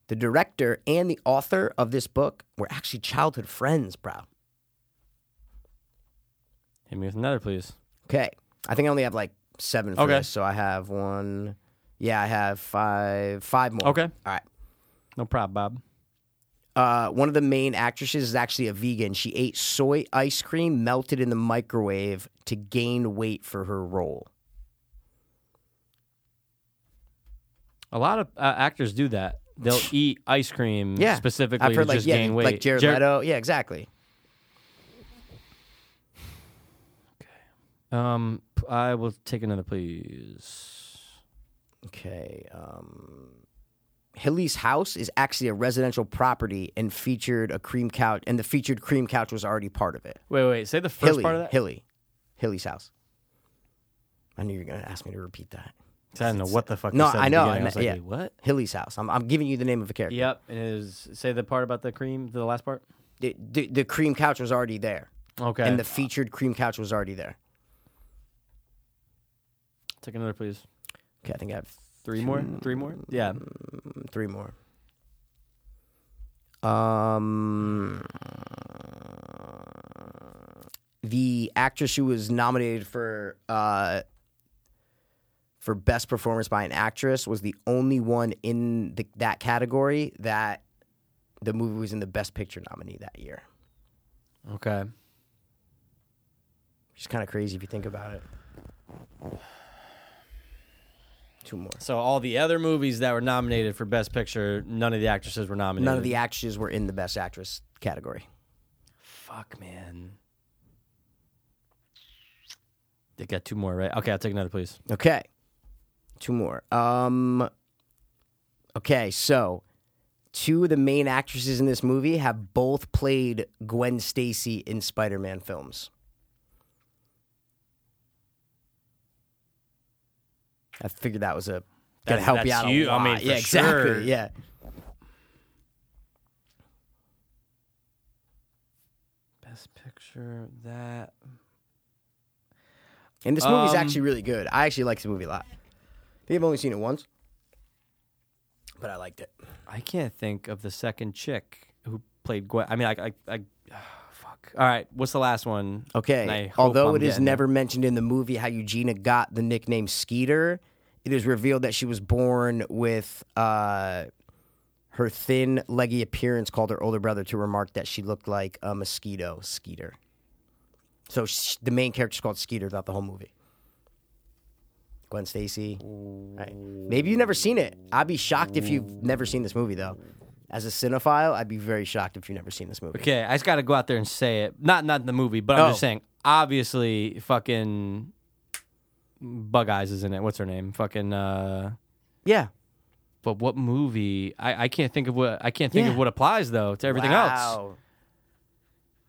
Speaker 1: the director and the author of this book were actually childhood friends, bro.
Speaker 5: Hit me with another, please.
Speaker 1: Okay. I think I only have like seven for
Speaker 5: Okay.
Speaker 1: this, so I have one. Yeah, I have five five more.
Speaker 5: Okay.
Speaker 1: All right.
Speaker 5: No problem, Bob.
Speaker 1: Uh, one of the main actresses is actually a vegan. She ate soy ice cream melted in the microwave to gain weight for her role.
Speaker 5: A lot of uh, actors do that. They'll eat ice cream
Speaker 1: Yeah.
Speaker 5: specifically
Speaker 1: I've heard
Speaker 5: to
Speaker 1: like,
Speaker 5: just
Speaker 1: yeah,
Speaker 5: gain weight.
Speaker 1: like Jared
Speaker 5: Jar-
Speaker 1: Leto. Yeah, exactly.
Speaker 5: Um, p- I will take another, please.
Speaker 1: Okay. Um, Hilly's house is actually a residential property and featured a cream couch, and the featured cream couch was already part of it.
Speaker 5: Wait, wait. Say the first
Speaker 1: Hilly,
Speaker 5: part of that.
Speaker 1: Hilly, Hilly's house. I knew you were gonna ask me to repeat that.
Speaker 5: 'Cause I don't know what the fuck.
Speaker 1: No,
Speaker 5: you said in
Speaker 1: I
Speaker 5: the
Speaker 1: know,
Speaker 5: beginning.
Speaker 1: I
Speaker 5: I was
Speaker 1: know,
Speaker 5: like,
Speaker 1: yeah.
Speaker 5: wait, what?
Speaker 1: Hilly's house. I'm, I'm giving you the name of the character.
Speaker 5: Yep. And it is say the part about the cream. The last part.
Speaker 1: The, the, the cream couch was already there,
Speaker 5: Okay.
Speaker 1: and the featured cream couch was already there.
Speaker 5: take another, please.
Speaker 1: Okay, I think I have
Speaker 5: Three more. Three more. Yeah.
Speaker 1: Mm. three more. Um, the actress who was nominated for uh, for best performance by an actress was the only one in the, that category that the movie was in the best picture nominee that year.
Speaker 5: Okay.
Speaker 1: Which is kind of crazy if you think about it. Two more.
Speaker 5: So all the other movies that were nominated for Best Picture, none of the actresses were nominated.
Speaker 1: None of the actresses were in the best actress category.
Speaker 5: Fuck, man. They got two more, right? Okay, I'll take another, please.
Speaker 1: Okay. Two more. Um Okay, so two of the main actresses in this movie have both played Gwen Stacy in Spider-Man films. I figured that was a gonna
Speaker 5: That's-
Speaker 1: help you
Speaker 5: that's
Speaker 1: out a
Speaker 5: you. I
Speaker 1: lot.
Speaker 5: mean, for
Speaker 1: yeah, exactly.
Speaker 5: sure.
Speaker 1: Yeah.
Speaker 5: Best Picture, that.
Speaker 1: And this movie's
Speaker 5: Um,
Speaker 1: actually really good. I actually like this movie a lot. I think I've only seen it once, but I liked it.
Speaker 5: I can't think of the second chick who played Gwen. I mean, I, I, I fuck. All right, what's the last one? And I
Speaker 1: Okay.
Speaker 5: hope
Speaker 1: Although
Speaker 5: I'm
Speaker 1: it is
Speaker 5: getting
Speaker 1: never mentioned in the movie how Eugenia got the nickname Skeeter, it is revealed that she was born with uh, her thin, leggy appearance called her older brother to remark that she looked like a mosquito, Skeeter. So sh the main character's called Skeeter throughout the whole movie. Gwen Stacy. Right. Maybe you've never seen it. I'd be shocked if you've never seen this movie, though. As a cinephile, I'd be very shocked if you've never seen this movie.
Speaker 5: Okay, I just got to go out there and say it. Not not in the movie, but I'm
Speaker 1: Oh.
Speaker 5: just saying. Obviously, fucking Bug Eyes is in it. What's her name? Fucking. uh
Speaker 1: Yeah.
Speaker 5: But what movie? I, I can't think of what I can't think of
Speaker 1: Yeah.
Speaker 5: what applies though to everything else.
Speaker 1: Wow.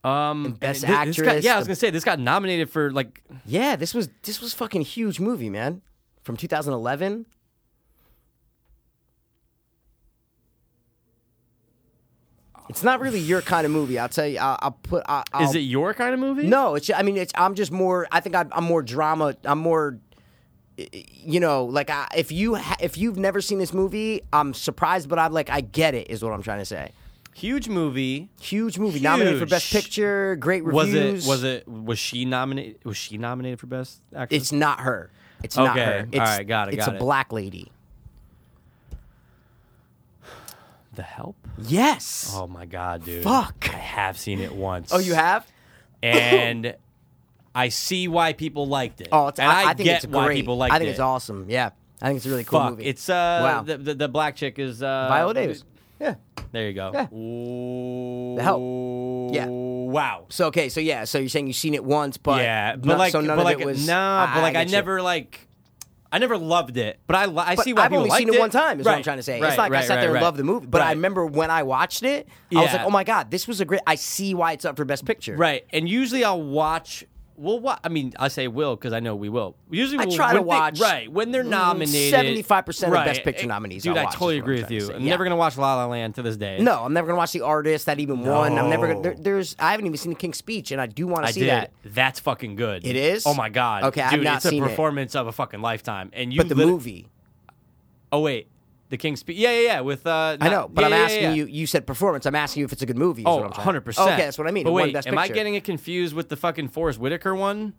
Speaker 5: Um, and
Speaker 1: Best
Speaker 5: thi- this got-
Speaker 1: Actress,
Speaker 5: yeah, I was
Speaker 1: the-
Speaker 5: gonna say this got nominated for like
Speaker 1: Yeah, this was this was fucking huge movie, man. From 2011. It's not really your kind of movie. I'll tell you. I'll, I'll put. I'll,
Speaker 5: Is it your kind of movie?
Speaker 1: No, it's. I mean, it's. I'm just more. I think I'm, I'm more drama. I'm more. y- y- You know, like I, if you ha- if you've never seen this movie, I'm surprised, but I'm like I get it. Is what I'm trying to say.
Speaker 5: Huge movie.
Speaker 1: Huge movie, nominated for best
Speaker 5: Huge.
Speaker 1: picture, great
Speaker 5: Was
Speaker 1: reviews.
Speaker 5: it? Was it? Was she nominated? Was she nominated for best actress?
Speaker 1: It's not her. It's not
Speaker 5: Okay.
Speaker 1: her.
Speaker 5: All
Speaker 1: It's,
Speaker 5: right, got it,
Speaker 1: It's
Speaker 5: got
Speaker 1: a
Speaker 5: it.
Speaker 1: black lady.
Speaker 5: The Help.
Speaker 1: Yes.
Speaker 5: Oh my god, dude!
Speaker 1: Fuck.
Speaker 5: I have seen it once.
Speaker 1: Oh, you have?
Speaker 5: And I see why people liked it.
Speaker 1: Oh, it's,
Speaker 5: and
Speaker 1: I,
Speaker 5: I,
Speaker 1: I think
Speaker 5: get
Speaker 1: it's great.
Speaker 5: why people liked it.
Speaker 1: I think it's awesome. Yeah, I think it's a really cool
Speaker 5: Fuck!
Speaker 1: movie.
Speaker 5: It's uh,
Speaker 1: Wow.
Speaker 5: the, the the black chick is uh,
Speaker 1: Viola Davis. Yeah.
Speaker 5: There you go.
Speaker 1: Yeah.
Speaker 5: Ooh,
Speaker 1: The Help. Yeah.
Speaker 5: Wow.
Speaker 1: So okay, so yeah, so you're saying you've seen it once, but
Speaker 5: yeah, but
Speaker 1: no-
Speaker 5: like,
Speaker 1: so none
Speaker 5: but
Speaker 1: of
Speaker 5: like,
Speaker 1: it was.
Speaker 5: nah, but like, I,
Speaker 1: get you.
Speaker 5: never like, I never loved it, but I, li- I
Speaker 1: But
Speaker 5: see why
Speaker 1: I've
Speaker 5: people
Speaker 1: only seen
Speaker 5: liked
Speaker 1: it one time. Is what I'm
Speaker 5: Right,
Speaker 1: trying to say.
Speaker 5: right,
Speaker 1: it's not like
Speaker 5: right,
Speaker 1: I sat
Speaker 5: right,
Speaker 1: there and
Speaker 5: right.
Speaker 1: loved the movie, but I
Speaker 5: Right.
Speaker 1: remember when I watched it, I was
Speaker 5: Yeah.
Speaker 1: like, oh my god, this was a great. I see why it's up for best picture.
Speaker 5: Right. And usually I'll watch we'll wa- I mean, I say will because I know we will. Usually,
Speaker 1: I
Speaker 5: we'll,
Speaker 1: try to
Speaker 5: when they-
Speaker 1: watch,
Speaker 5: right when they're
Speaker 1: mm,
Speaker 5: nominated.
Speaker 1: 75% of
Speaker 5: right,
Speaker 1: Best Picture
Speaker 5: eh,
Speaker 1: nominees
Speaker 5: Dude,
Speaker 1: I'll
Speaker 5: I
Speaker 1: watch is
Speaker 5: totally
Speaker 1: what
Speaker 5: agree
Speaker 1: I'm trying
Speaker 5: with
Speaker 1: to
Speaker 5: you.
Speaker 1: say.
Speaker 5: I'm
Speaker 1: Yeah.
Speaker 5: never gonna watch La La Land to this day.
Speaker 1: No, I'm never gonna watch the artist that even won. I'm never gonna. There,
Speaker 5: No.
Speaker 1: there's. I haven't even seen the King's Speech, and I do want
Speaker 5: I
Speaker 1: to see
Speaker 5: did.
Speaker 1: that.
Speaker 5: That's fucking good.
Speaker 1: It is?
Speaker 5: Oh my god.
Speaker 1: Okay, I've
Speaker 5: dude,
Speaker 1: not
Speaker 5: it's a
Speaker 1: seen it.
Speaker 5: performance of a fucking lifetime. And you,
Speaker 1: But the
Speaker 5: lit-
Speaker 1: movie,
Speaker 5: Oh wait, The King's Speech. Yeah, yeah, yeah. With uh,
Speaker 1: I know. But
Speaker 5: yeah,
Speaker 1: I'm
Speaker 5: yeah,
Speaker 1: asking
Speaker 5: yeah.
Speaker 1: you. You said performance. I'm asking you if it's a good movie. is what
Speaker 5: Oh,
Speaker 1: I'm trying-
Speaker 5: 100 percent.
Speaker 1: Okay, that's what I mean.
Speaker 5: But
Speaker 1: It won
Speaker 5: wait,
Speaker 1: Best
Speaker 5: am I
Speaker 1: Picture.
Speaker 5: getting it confused with the fucking Forrest Whitaker one?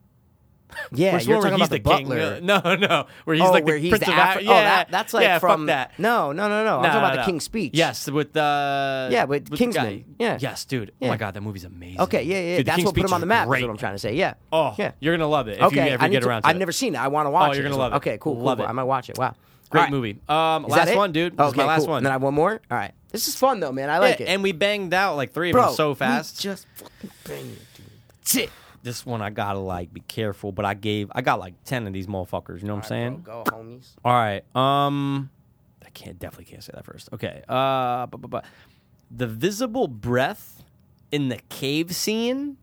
Speaker 1: Yeah,
Speaker 5: Which
Speaker 1: you're
Speaker 5: one where
Speaker 1: talking about the
Speaker 5: he's
Speaker 1: butler.
Speaker 5: king? uh, No, no, no, where he's
Speaker 1: oh,
Speaker 5: like
Speaker 1: where
Speaker 5: the
Speaker 1: he's
Speaker 5: Prince
Speaker 1: the
Speaker 5: of
Speaker 1: Afri-
Speaker 5: Af-
Speaker 1: Oh,
Speaker 5: yeah,
Speaker 1: that, that's like
Speaker 5: yeah, fuck
Speaker 1: from
Speaker 5: that.
Speaker 1: No, no, no, no. I'm
Speaker 5: No,
Speaker 1: talking
Speaker 5: no,
Speaker 1: about
Speaker 5: no.
Speaker 1: the King's Speech.
Speaker 5: Yes, with uh,
Speaker 1: Yeah, with
Speaker 5: the
Speaker 1: Kingsman.
Speaker 5: guy.
Speaker 1: Yeah.
Speaker 5: Yes, dude. Oh
Speaker 1: Yeah.
Speaker 5: my god, that movie's amazing.
Speaker 1: Okay. Yeah, yeah.
Speaker 5: Dude,
Speaker 1: that's
Speaker 5: King's
Speaker 1: what put
Speaker 5: Speech
Speaker 1: him on the map.
Speaker 5: Great.
Speaker 1: Is what I'm trying to say. Yeah.
Speaker 5: Oh,
Speaker 1: yeah.
Speaker 5: you're gonna love it if
Speaker 1: okay.
Speaker 5: you ever
Speaker 1: I need
Speaker 5: get
Speaker 1: to-
Speaker 5: around to
Speaker 1: I've
Speaker 5: it.
Speaker 1: never seen it. I want to watch.
Speaker 5: you're
Speaker 1: it.
Speaker 5: gonna
Speaker 1: So-
Speaker 5: love it.
Speaker 1: Okay. Cool. cool,
Speaker 5: Love
Speaker 1: cool.
Speaker 5: it.
Speaker 1: I might watch it. Wow.
Speaker 5: Great
Speaker 1: All right.
Speaker 5: movie. Um,
Speaker 1: Is
Speaker 5: last
Speaker 1: that it?
Speaker 5: one, dude. This
Speaker 1: Okay.
Speaker 5: is my last
Speaker 1: cool.
Speaker 5: one.
Speaker 1: And then I have one more. All right. This is fun though, man. I like
Speaker 5: Yeah,
Speaker 1: it.
Speaker 5: And we banged out like three of
Speaker 1: bro,
Speaker 5: them so fast.
Speaker 1: we just fucking bang it, dude. That's it.
Speaker 5: this one I gotta like be careful, but I gave I got like ten of these motherfuckers. You know what I'm saying?
Speaker 1: Bro, go, homies.
Speaker 5: All right. Um, I can't definitely can't say that first. Okay. Uh, but, but, but the visible breath in the cave scene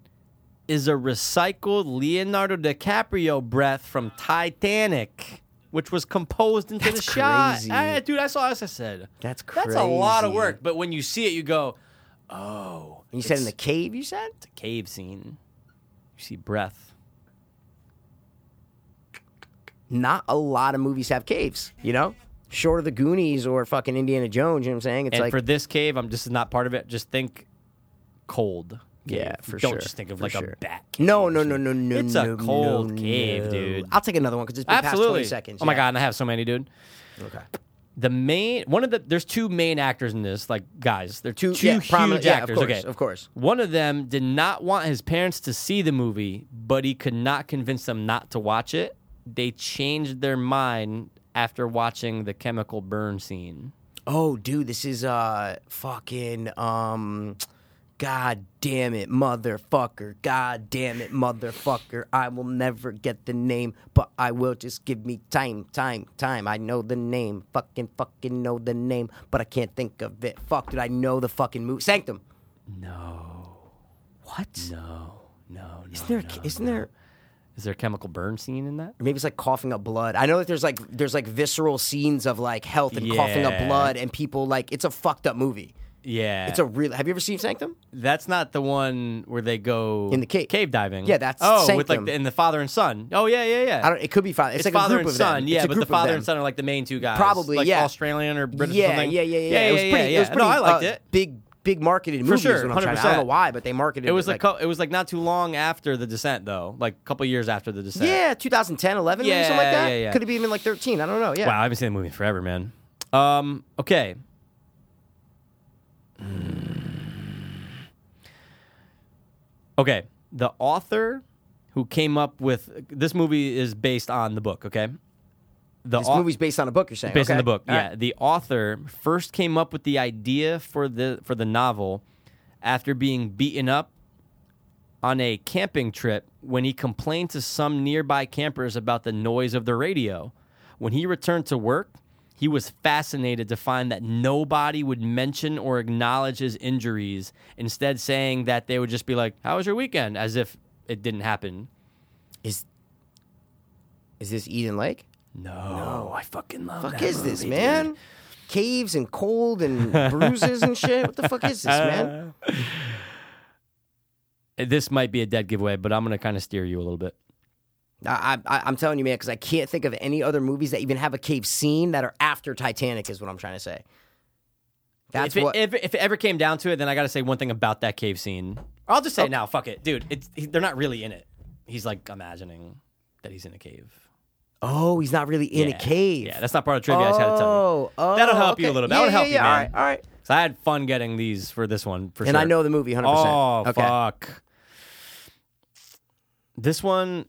Speaker 5: is a recycled Leonardo DiCaprio breath from Titanic, which was composed into
Speaker 1: That's
Speaker 5: the shot.
Speaker 1: crazy.
Speaker 5: I- dude, I saw this. I said
Speaker 1: That's crazy.
Speaker 5: that's a lot of work, but when you see it, you go, "Oh,
Speaker 1: You said in the
Speaker 5: it's
Speaker 1: cave. You said.
Speaker 5: a cave scene." You see breath.
Speaker 1: not a lot of movies have caves, you know? Short of the Goonies or fucking Indiana Jones, you know what I'm saying? It's
Speaker 5: and
Speaker 1: like
Speaker 5: for this cave, I'm just not part of it. Just think cold. cave.
Speaker 1: Yeah, for
Speaker 5: Don't
Speaker 1: sure,
Speaker 5: just think of
Speaker 1: for
Speaker 5: like
Speaker 1: sure.
Speaker 5: a bat. Cave
Speaker 1: No,
Speaker 5: or
Speaker 1: no, no,
Speaker 5: something.
Speaker 1: no, no.
Speaker 5: It's
Speaker 1: no,
Speaker 5: a cold
Speaker 1: no,
Speaker 5: cave,
Speaker 1: no.
Speaker 5: dude.
Speaker 1: I'll take another one because it's been
Speaker 5: Absolutely.
Speaker 1: past 20 seconds.
Speaker 5: Oh my
Speaker 1: yeah.
Speaker 5: god, and I have so many, dude.
Speaker 1: Okay.
Speaker 5: The main one of the there's two main actors in this, like guys. They're two,
Speaker 1: yeah,
Speaker 5: huge
Speaker 1: prominent- yeah, of
Speaker 5: actors.
Speaker 1: course,
Speaker 5: okay,
Speaker 1: of course.
Speaker 5: One of them did not want his parents to see the movie, but he could not convince them not to watch it. They changed their mind after watching the chemical burn scene.
Speaker 1: Oh, dude, this is uh fucking um God damn it, motherfucker. God damn it, motherfucker. I will never get the name, but I will just give me time, time, time. I know the name. Fucking fucking know the name, but I can't think of it. Fuck, did I know the fucking movie? Sanctum. No. What?
Speaker 5: No, no, no.
Speaker 1: Isn't there,
Speaker 5: no,
Speaker 1: isn't
Speaker 5: no.
Speaker 1: there
Speaker 5: Is there a chemical burn scene in that?
Speaker 1: maybe it's like coughing up blood. I know that there's like there's like visceral scenes of like health and coughing up
Speaker 5: Yeah.
Speaker 1: blood and people like it's a fucked up movie.
Speaker 5: Yeah,
Speaker 1: It's a real. Have you ever seen Sanctum?
Speaker 5: That's not the one where they go
Speaker 1: In the cave.
Speaker 5: cave diving.
Speaker 1: Yeah, that's
Speaker 5: oh, with
Speaker 1: Sanctum.
Speaker 5: like the, and the father and son. Oh yeah, yeah, yeah.
Speaker 1: I don't. It could be father. It's,
Speaker 5: it's
Speaker 1: like
Speaker 5: father
Speaker 1: a group
Speaker 5: and
Speaker 1: of
Speaker 5: son.
Speaker 1: Them.
Speaker 5: Yeah,
Speaker 1: it's a
Speaker 5: but
Speaker 1: group
Speaker 5: the
Speaker 1: of
Speaker 5: father
Speaker 1: them.
Speaker 5: and son are like the main two guys.
Speaker 1: Probably,
Speaker 5: like
Speaker 1: yeah.
Speaker 5: Australian or British. or
Speaker 1: yeah,
Speaker 5: something.
Speaker 1: yeah, yeah, yeah,
Speaker 5: yeah.
Speaker 1: It was
Speaker 5: yeah,
Speaker 1: pretty.
Speaker 5: yeah.
Speaker 1: It was pretty.
Speaker 5: No, I liked
Speaker 1: uh,
Speaker 5: it.
Speaker 1: Big, big marketed
Speaker 5: For
Speaker 1: movies.
Speaker 5: sure,
Speaker 1: is what I'm trying to- I
Speaker 5: 100%.
Speaker 1: don't know why, but they marketed.
Speaker 5: It was
Speaker 1: like.
Speaker 5: a cou- it was like not too long after the descent though, like a couple years after the descent.
Speaker 1: yeah, 2010, 11, maybe something like
Speaker 5: Yeah,
Speaker 1: that.
Speaker 5: yeah, yeah.
Speaker 1: Could have even like 13. I don't know. Yeah.
Speaker 5: Wow, I haven't seen the movie in forever, man. Um, okay. Hmm. Okay, the author who came up with this movie is based on the book. Okay, the
Speaker 1: This
Speaker 5: au-
Speaker 1: movie's based on a book. You're saying
Speaker 5: based on
Speaker 1: Okay.
Speaker 5: the book.
Speaker 1: All
Speaker 5: yeah,
Speaker 1: right.
Speaker 5: the author first came up with the idea for the for the novel after being beaten up on a camping trip when he complained to some nearby campers about the noise of the radio. When he returned to work, he was fascinated to find that nobody would mention or acknowledge his injuries, instead saying that they would just be like, "How was your weekend?" as if it didn't happen.
Speaker 1: Is is this Eden Lake?
Speaker 5: No, I fucking love
Speaker 1: Fuck
Speaker 5: that
Speaker 1: is this,
Speaker 5: movie, dude.
Speaker 1: man? Caves and cold and bruises and shit. What the fuck is this, man?
Speaker 5: This might be a dead giveaway, but I'm gonna kind of steer you a little bit.
Speaker 1: I, I, I'm telling you, man, because I can't think of any other movies that even have a cave scene that are after Titanic. Is what I'm trying to say. That's
Speaker 5: if, it,
Speaker 1: what.
Speaker 5: if, if it ever came down to it, then I gotta say one thing about that cave scene. I'll just say
Speaker 1: Oh.
Speaker 5: it now, fuck it, dude. It's he, they're not really in it. He's like imagining that he's in a cave.
Speaker 1: Oh, he's not really in
Speaker 5: Yeah.
Speaker 1: a cave.
Speaker 5: Yeah, that's not part of trivia. I just had to tell you.
Speaker 1: Oh, oh,
Speaker 5: That'll help you a
Speaker 1: okay.
Speaker 5: little bit.
Speaker 1: Yeah,
Speaker 5: that would
Speaker 1: yeah,
Speaker 5: help
Speaker 1: yeah,
Speaker 5: you,
Speaker 1: all
Speaker 5: man.
Speaker 1: right, all right.
Speaker 5: So I had fun getting these for this one for
Speaker 1: And
Speaker 5: sure.
Speaker 1: I know the movie 100%.
Speaker 5: Oh
Speaker 1: okay.
Speaker 5: fuck. This one.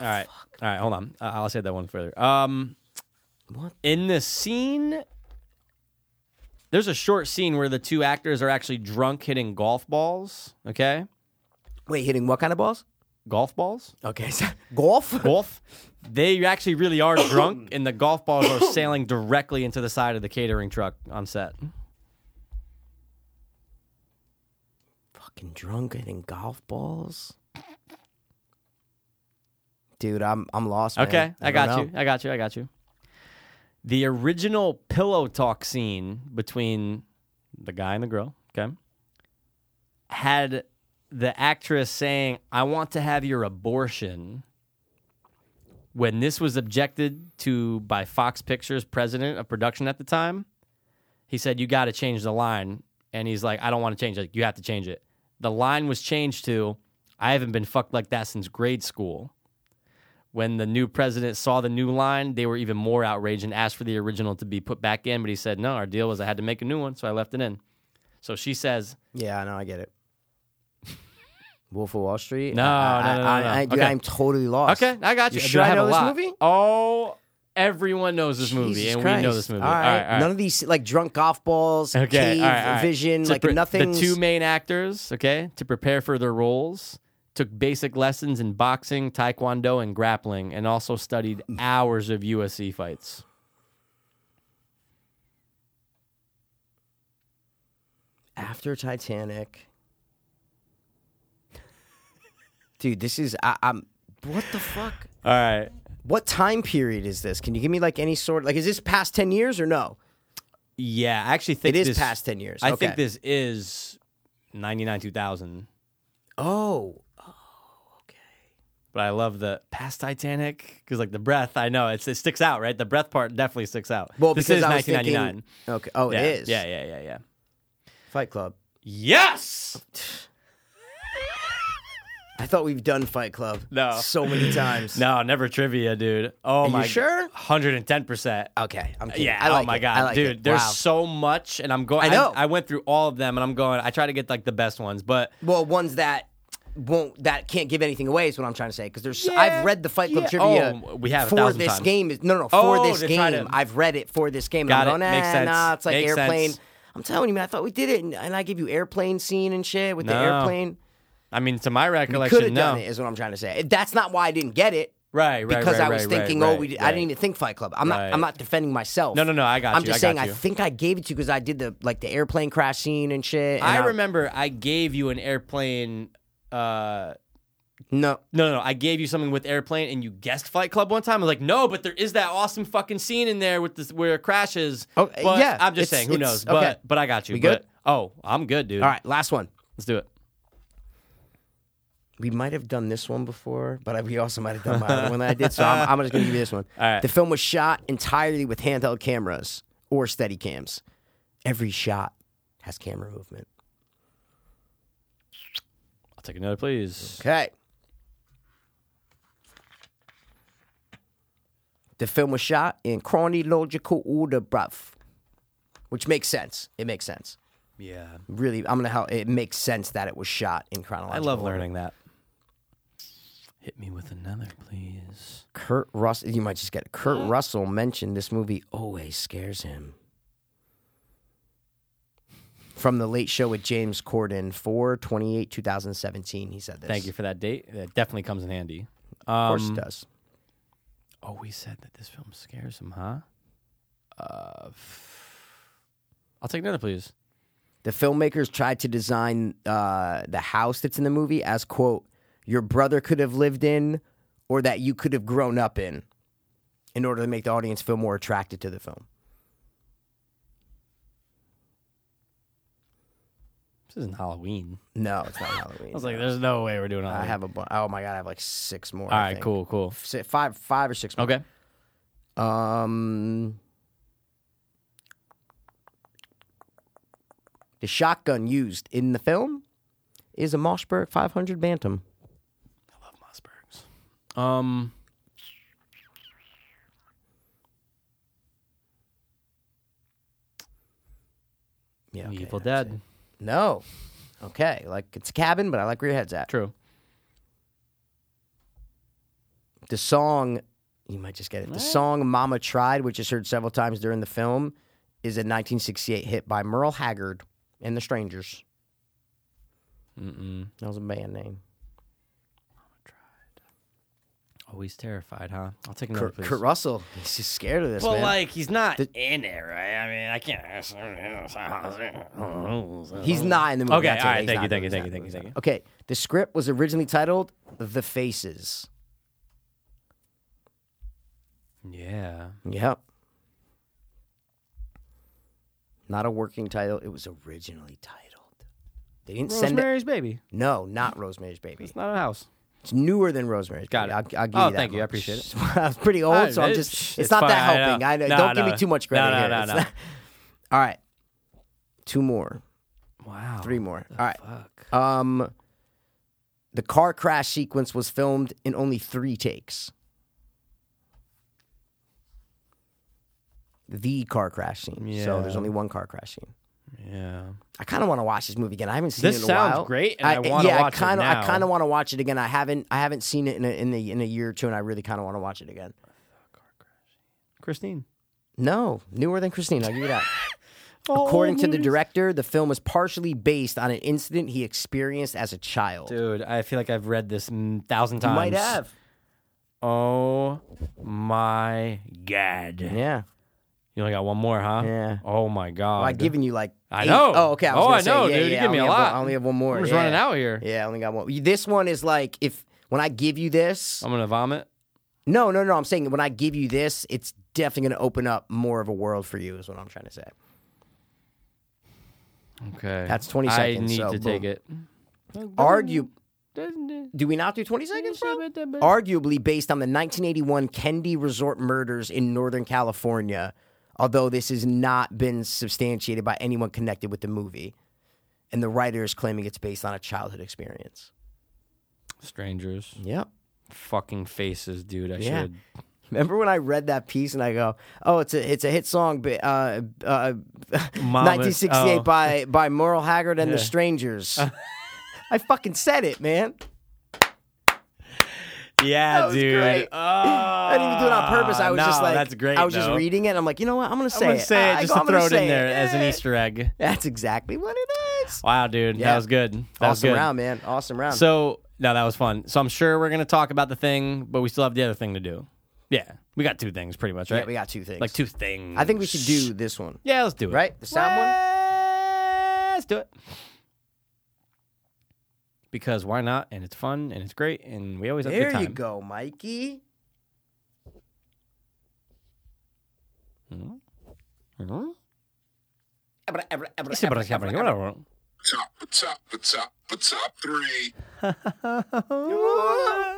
Speaker 5: All right, all right. Hold on. Uh, I'll say that one further. Um,
Speaker 1: What?
Speaker 5: in the scene? There's a short scene where the two actors are actually drunk hitting golf balls. Okay,
Speaker 1: Wait, hitting what kind of balls?
Speaker 5: golf balls.
Speaker 1: Okay. so- golf?
Speaker 5: Golf. They actually really are drunk, and the golf balls are sailing directly into the side of the catering truck on set.
Speaker 1: Fucking fucking drunker than golf balls. Dude, I'm I'm lost. man.
Speaker 5: Okay, I,
Speaker 1: don't
Speaker 5: got you.
Speaker 1: know.
Speaker 5: I got you. I got you. The original pillow talk scene between the guy and the girl, okay, had the actress saying, "I want to have your abortion." When this was objected to by Fox Pictures president of production at the time, he said, "You got to change the line." And he's like, "I don't want to change it. You have to change it." The line was changed to, "I haven't been fucked like that since grade school." when the new president saw the new line, they were even more outraged and asked for the original to be put back in. But he said, no, our deal was I had to make a new one, so I left it in. So she says,
Speaker 1: Yeah, I know. I get it. Wolf of Wall Street.
Speaker 5: No,
Speaker 1: I,
Speaker 5: no, no, no,
Speaker 1: I,
Speaker 5: no.
Speaker 1: I, dude,
Speaker 5: Okay.
Speaker 1: I'm totally lost.
Speaker 5: okay, I got you.
Speaker 1: Should
Speaker 5: I
Speaker 1: I
Speaker 5: have
Speaker 1: know
Speaker 5: a
Speaker 1: this
Speaker 5: lot.
Speaker 1: movie?
Speaker 5: Oh, everyone knows this movie,
Speaker 1: Jesus
Speaker 5: and
Speaker 1: Christ.
Speaker 5: we know this movie.
Speaker 1: All right. None of these like drunk golf balls,
Speaker 5: okay,
Speaker 1: cave
Speaker 5: all right, all right.
Speaker 1: vision,
Speaker 5: To
Speaker 1: like
Speaker 5: pre-
Speaker 1: nothing.
Speaker 5: The two main actors, okay, to prepare for their roles, took basic lessons in boxing, taekwondo, and grappling, and also studied
Speaker 1: Mm.
Speaker 5: hours of USC fights.
Speaker 1: after Titanic. Dude, this is I, I'm. What the fuck?
Speaker 5: All right.
Speaker 1: What time period is this? Can you give me like any sort? Like, is this past ten years or no?
Speaker 5: Yeah, I actually think
Speaker 1: It is
Speaker 5: this-
Speaker 1: past ten years.
Speaker 5: I
Speaker 1: okay.
Speaker 5: think this is 99 2000.
Speaker 1: Oh,
Speaker 5: But I love the past Titanic because, like, the breath, I know it's, it sticks out, right? The breath part definitely sticks out.
Speaker 1: well,
Speaker 5: this
Speaker 1: because
Speaker 5: is
Speaker 1: I was
Speaker 5: 1999.
Speaker 1: Thinking, okay. Oh,
Speaker 5: yeah,
Speaker 1: it is.
Speaker 5: Yeah, yeah, yeah, yeah.
Speaker 1: Fight Club.
Speaker 5: Yes!
Speaker 1: I thought we've done Fight Club.
Speaker 5: No.
Speaker 1: So many times.
Speaker 5: No, never trivia, dude. Oh,
Speaker 1: Are
Speaker 5: my.
Speaker 1: you sure?
Speaker 5: 110%.
Speaker 1: Okay. I'm kidding.
Speaker 5: Yeah.
Speaker 1: I like
Speaker 5: oh my
Speaker 1: it.
Speaker 5: god,
Speaker 1: I like
Speaker 5: dude.
Speaker 1: it.
Speaker 5: There's
Speaker 1: Wow.
Speaker 5: so much, and I'm going.
Speaker 1: I know.
Speaker 5: I, went through all of them, and I'm going. I try to get like the best ones, but
Speaker 1: well ones that won't that can't give anything away is what I'm trying to say because there's
Speaker 5: Yeah,
Speaker 1: I've read the Fight Club
Speaker 5: yeah.
Speaker 1: trivia.
Speaker 5: Oh, we have a
Speaker 1: for
Speaker 5: thousand
Speaker 1: this
Speaker 5: times.
Speaker 1: game is no no, no for
Speaker 5: Oh,
Speaker 1: this
Speaker 5: to
Speaker 1: game
Speaker 5: try to-
Speaker 1: I've read it for this game. and
Speaker 5: Got
Speaker 1: I'm
Speaker 5: it.
Speaker 1: going,
Speaker 5: Makes
Speaker 1: "Nah,
Speaker 5: sense.
Speaker 1: Nah, it's like
Speaker 5: Makes
Speaker 1: airplane.
Speaker 5: sense.
Speaker 1: I'm telling you, man. I thought we did it, and, and I give you airplane scene and shit with the
Speaker 5: No.
Speaker 1: airplane.
Speaker 5: I mean, to my
Speaker 1: You could have
Speaker 5: recollection, no.
Speaker 1: done it is what I'm trying to say. That's not why I didn't get it.
Speaker 5: Right, right,
Speaker 1: because I
Speaker 5: right,
Speaker 1: was
Speaker 5: right,
Speaker 1: thinking,
Speaker 5: right,
Speaker 1: oh, we
Speaker 5: right,
Speaker 1: did, I didn't
Speaker 5: right.
Speaker 1: even think Fight Club. I'm not.
Speaker 5: Right.
Speaker 1: I'm not defending myself.
Speaker 5: No, no, no, I got
Speaker 1: I'm
Speaker 5: you,
Speaker 1: just
Speaker 5: I
Speaker 1: saying.
Speaker 5: got
Speaker 1: I
Speaker 5: you.
Speaker 1: think I gave it to you because I did the like the airplane crash scene and shit. and
Speaker 5: I remember I gave you an airplane. Uh,
Speaker 1: No,
Speaker 5: no, no, no, I gave you something with airplane, and you guessed Flight Club one time. I was like, no, but there is that awesome fucking scene in there with this where it crashes.
Speaker 1: Oh,
Speaker 5: but
Speaker 1: yeah,
Speaker 5: I'm
Speaker 1: it's-
Speaker 5: just saying, who
Speaker 1: it's-
Speaker 5: knows?
Speaker 1: okay.
Speaker 5: But but I got you.
Speaker 1: We good?
Speaker 5: But, oh, I'm good, dude.
Speaker 1: All right, last one.
Speaker 5: let's do it.
Speaker 1: We might have done this one before, but we also might have done my other one that I did. So I'm, I'm just going to give you this one.
Speaker 5: All right.
Speaker 1: The film was shot entirely with handheld cameras or steady cams. Every shot has camera movement.
Speaker 5: I'll take another, please.
Speaker 1: Okay. The film was shot in chronological order, bruv. Which makes sense. It makes sense.
Speaker 5: Yeah,
Speaker 1: Really, I'm gonna help. It makes sense that it was shot in
Speaker 5: I
Speaker 1: chronological.
Speaker 5: love
Speaker 1: order.
Speaker 5: learning that. Hit me with another, please.
Speaker 1: Kurt Russell. You might just get it. Kurt Russell mentioned this movie always scares him. From the Late Show with James Corden, four twenty eight 2017. He said this.
Speaker 5: Thank you for that date. That definitely comes in handy. Um,
Speaker 1: Of course, it does.
Speaker 5: Oh, we said that this film scares him, huh? Uh, I'll take another, please.
Speaker 1: The filmmakers tried to design uh, the house that's in the movie as quote your brother could have lived in, or that you could have grown up in, in order to make the audience feel more attracted to the film.
Speaker 5: This isn't Halloween.
Speaker 1: No, it's not Halloween.
Speaker 5: I was like, there's no way we're doing Halloween.
Speaker 1: I have a bu- oh my god, I have like six more.
Speaker 5: All
Speaker 1: I
Speaker 5: right,
Speaker 1: think.
Speaker 5: cool, cool.
Speaker 1: Si- five five or six. more.
Speaker 5: Okay.
Speaker 1: Um, the shotgun used in the film is a Mossberg 500 Bantam.
Speaker 5: I love Mossbergs. Um,
Speaker 1: Yeah, okay,
Speaker 5: Evil
Speaker 1: that's
Speaker 5: Dead.
Speaker 1: it. No, okay, like it's a cabin, but I like where your head's at.
Speaker 5: True.
Speaker 1: The song, you might just get it. The song "Mama Tried," which is heard several times during the film, is a 1968 hit by Merle Haggard and the Strangers.
Speaker 5: Mm-mm.
Speaker 1: That was a band name.
Speaker 5: Oh, he's terrified, huh? I'll take another,
Speaker 1: Kurt,
Speaker 5: please.
Speaker 1: Kurt Russell, he's just scared of this.
Speaker 5: well,
Speaker 1: man.
Speaker 5: like he's not in it, right? I mean, I can't.
Speaker 1: He's not in the movie.
Speaker 5: Okay,
Speaker 1: That's it.
Speaker 5: all right,
Speaker 1: He's not in
Speaker 5: thank you, thank
Speaker 1: the
Speaker 5: you,
Speaker 1: movie.
Speaker 5: thank you,
Speaker 1: He's
Speaker 5: thank
Speaker 1: not
Speaker 5: you,
Speaker 1: in the movie. Okay, the script was originally titled "The Faces."
Speaker 5: Yeah.
Speaker 1: Yep. Not a working title. It was originally titled. They didn't send it.
Speaker 5: Rosemary's Baby.
Speaker 1: No, not Rosemary's Baby.
Speaker 5: It's not a house.
Speaker 1: It's newer than Rosemary's
Speaker 5: Got
Speaker 1: Baby.
Speaker 5: it.
Speaker 1: I'll, I'll give
Speaker 5: Oh,
Speaker 1: you that.
Speaker 5: thank you. I
Speaker 1: much.
Speaker 5: appreciate it.
Speaker 1: I was pretty old, so I'm
Speaker 5: it's-
Speaker 1: just. It's,
Speaker 5: it's
Speaker 1: not that
Speaker 5: fine, I know.
Speaker 1: helping. I know.
Speaker 5: No,
Speaker 1: Don't give
Speaker 5: no.
Speaker 1: me too much credit
Speaker 5: No, no,
Speaker 1: here.
Speaker 5: no,
Speaker 1: It's
Speaker 5: no.
Speaker 1: not- All right. Two more.
Speaker 5: Wow.
Speaker 1: Three more. All right.
Speaker 5: Fuck.
Speaker 1: Um, the car crash sequence was filmed in only three takes. The car crash scene. So there's
Speaker 5: Yeah.
Speaker 1: only one car crash scene.
Speaker 5: Yeah.
Speaker 1: I kind of want to watch this movie again. I haven't seen
Speaker 5: This
Speaker 1: it in a
Speaker 5: sounds
Speaker 1: while.
Speaker 5: great, and I wanna
Speaker 1: yeah,
Speaker 5: watch it
Speaker 1: I kinda, I
Speaker 5: now.
Speaker 1: kind of want to watch it again. I haven't. I haven't seen it in a, in a, in a year or two, and I really kind of want to watch it again.
Speaker 5: Christine.
Speaker 1: No, newer than Christine. I'll give you that.
Speaker 5: Oh,
Speaker 1: According to the director, the film is partially based on an incident he experienced as a child.
Speaker 5: Dude, I feel like I've read this mm, thousand
Speaker 1: You
Speaker 5: times.
Speaker 1: might have.
Speaker 5: Oh my god. You
Speaker 1: Yeah.
Speaker 5: only got one more, huh?
Speaker 1: Yeah.
Speaker 5: Oh my god.
Speaker 1: Well, I've given you like.
Speaker 5: I
Speaker 1: eight-
Speaker 5: know.
Speaker 1: Oh, okay. I was
Speaker 5: Oh,
Speaker 1: gonna
Speaker 5: I know,
Speaker 1: say, yeah,
Speaker 5: dude. You
Speaker 1: yeah, I
Speaker 5: give me a
Speaker 1: only have one-
Speaker 5: lot.
Speaker 1: I only have one more.
Speaker 5: I'm just
Speaker 1: yeah.
Speaker 5: running out here.
Speaker 1: Yeah, I only got one. This one is like if when I give you this,
Speaker 5: I'm gonna vomit.
Speaker 1: No, no, no. I'm saying when I give you this, it's definitely going to open up more of a world for you. Is what I'm trying to say.
Speaker 5: Okay.
Speaker 1: That's 20
Speaker 5: I
Speaker 1: seconds,
Speaker 5: need
Speaker 1: so
Speaker 5: to
Speaker 1: boom.
Speaker 5: take it.
Speaker 1: Argue. Do we not do 20 seconds, bro? Arguably based on the 1981 Kendi Resort murders in Northern California, although this has not been substantiated by anyone connected with the movie, and the writer is claiming it's based on a childhood experience.
Speaker 5: Strangers.
Speaker 1: Yep.
Speaker 5: Fucking faces, dude. I
Speaker 1: Yeah.
Speaker 5: should.
Speaker 1: Remember when I read that piece and I go, "Oh, it's a it's a hit song, but, uh, uh, 1968
Speaker 5: oh.
Speaker 1: by by Merle Haggard and the
Speaker 5: Yeah.
Speaker 1: Strangers." I fucking said it, man.
Speaker 5: Yeah,
Speaker 1: That was dude. great. I didn't even do it on purpose. I was
Speaker 5: no,
Speaker 1: just like,
Speaker 5: Ah, that's great.
Speaker 1: I was just
Speaker 5: though.
Speaker 1: reading it. and I'm like, you know what? I'm gonna say
Speaker 5: I'm gonna
Speaker 1: it.
Speaker 5: say it
Speaker 1: I
Speaker 5: just
Speaker 1: go,
Speaker 5: to
Speaker 1: I'm gonna
Speaker 5: throw it
Speaker 1: say
Speaker 5: in there as an
Speaker 1: Yeah.
Speaker 5: Easter egg.
Speaker 1: That's exactly what it is.
Speaker 5: Wow, dude,
Speaker 1: Yeah.
Speaker 5: that was good. That was
Speaker 1: awesome
Speaker 5: good.
Speaker 1: round, man. Awesome round.
Speaker 5: So no, that was fun. So I'm sure we're gonna talk about the thing, but we still have the other thing to do. Yeah, we got two things pretty much, right?
Speaker 1: yeah, we got two things.
Speaker 5: like two things.
Speaker 1: I think we should do this one,
Speaker 5: Yeah, let's do it.
Speaker 1: right? The sound one.
Speaker 5: Let's do it. Because why not? And it's fun and it's great and we always have a good
Speaker 1: There
Speaker 5: time.
Speaker 1: you go, Mikey.
Speaker 5: Mm-hmm.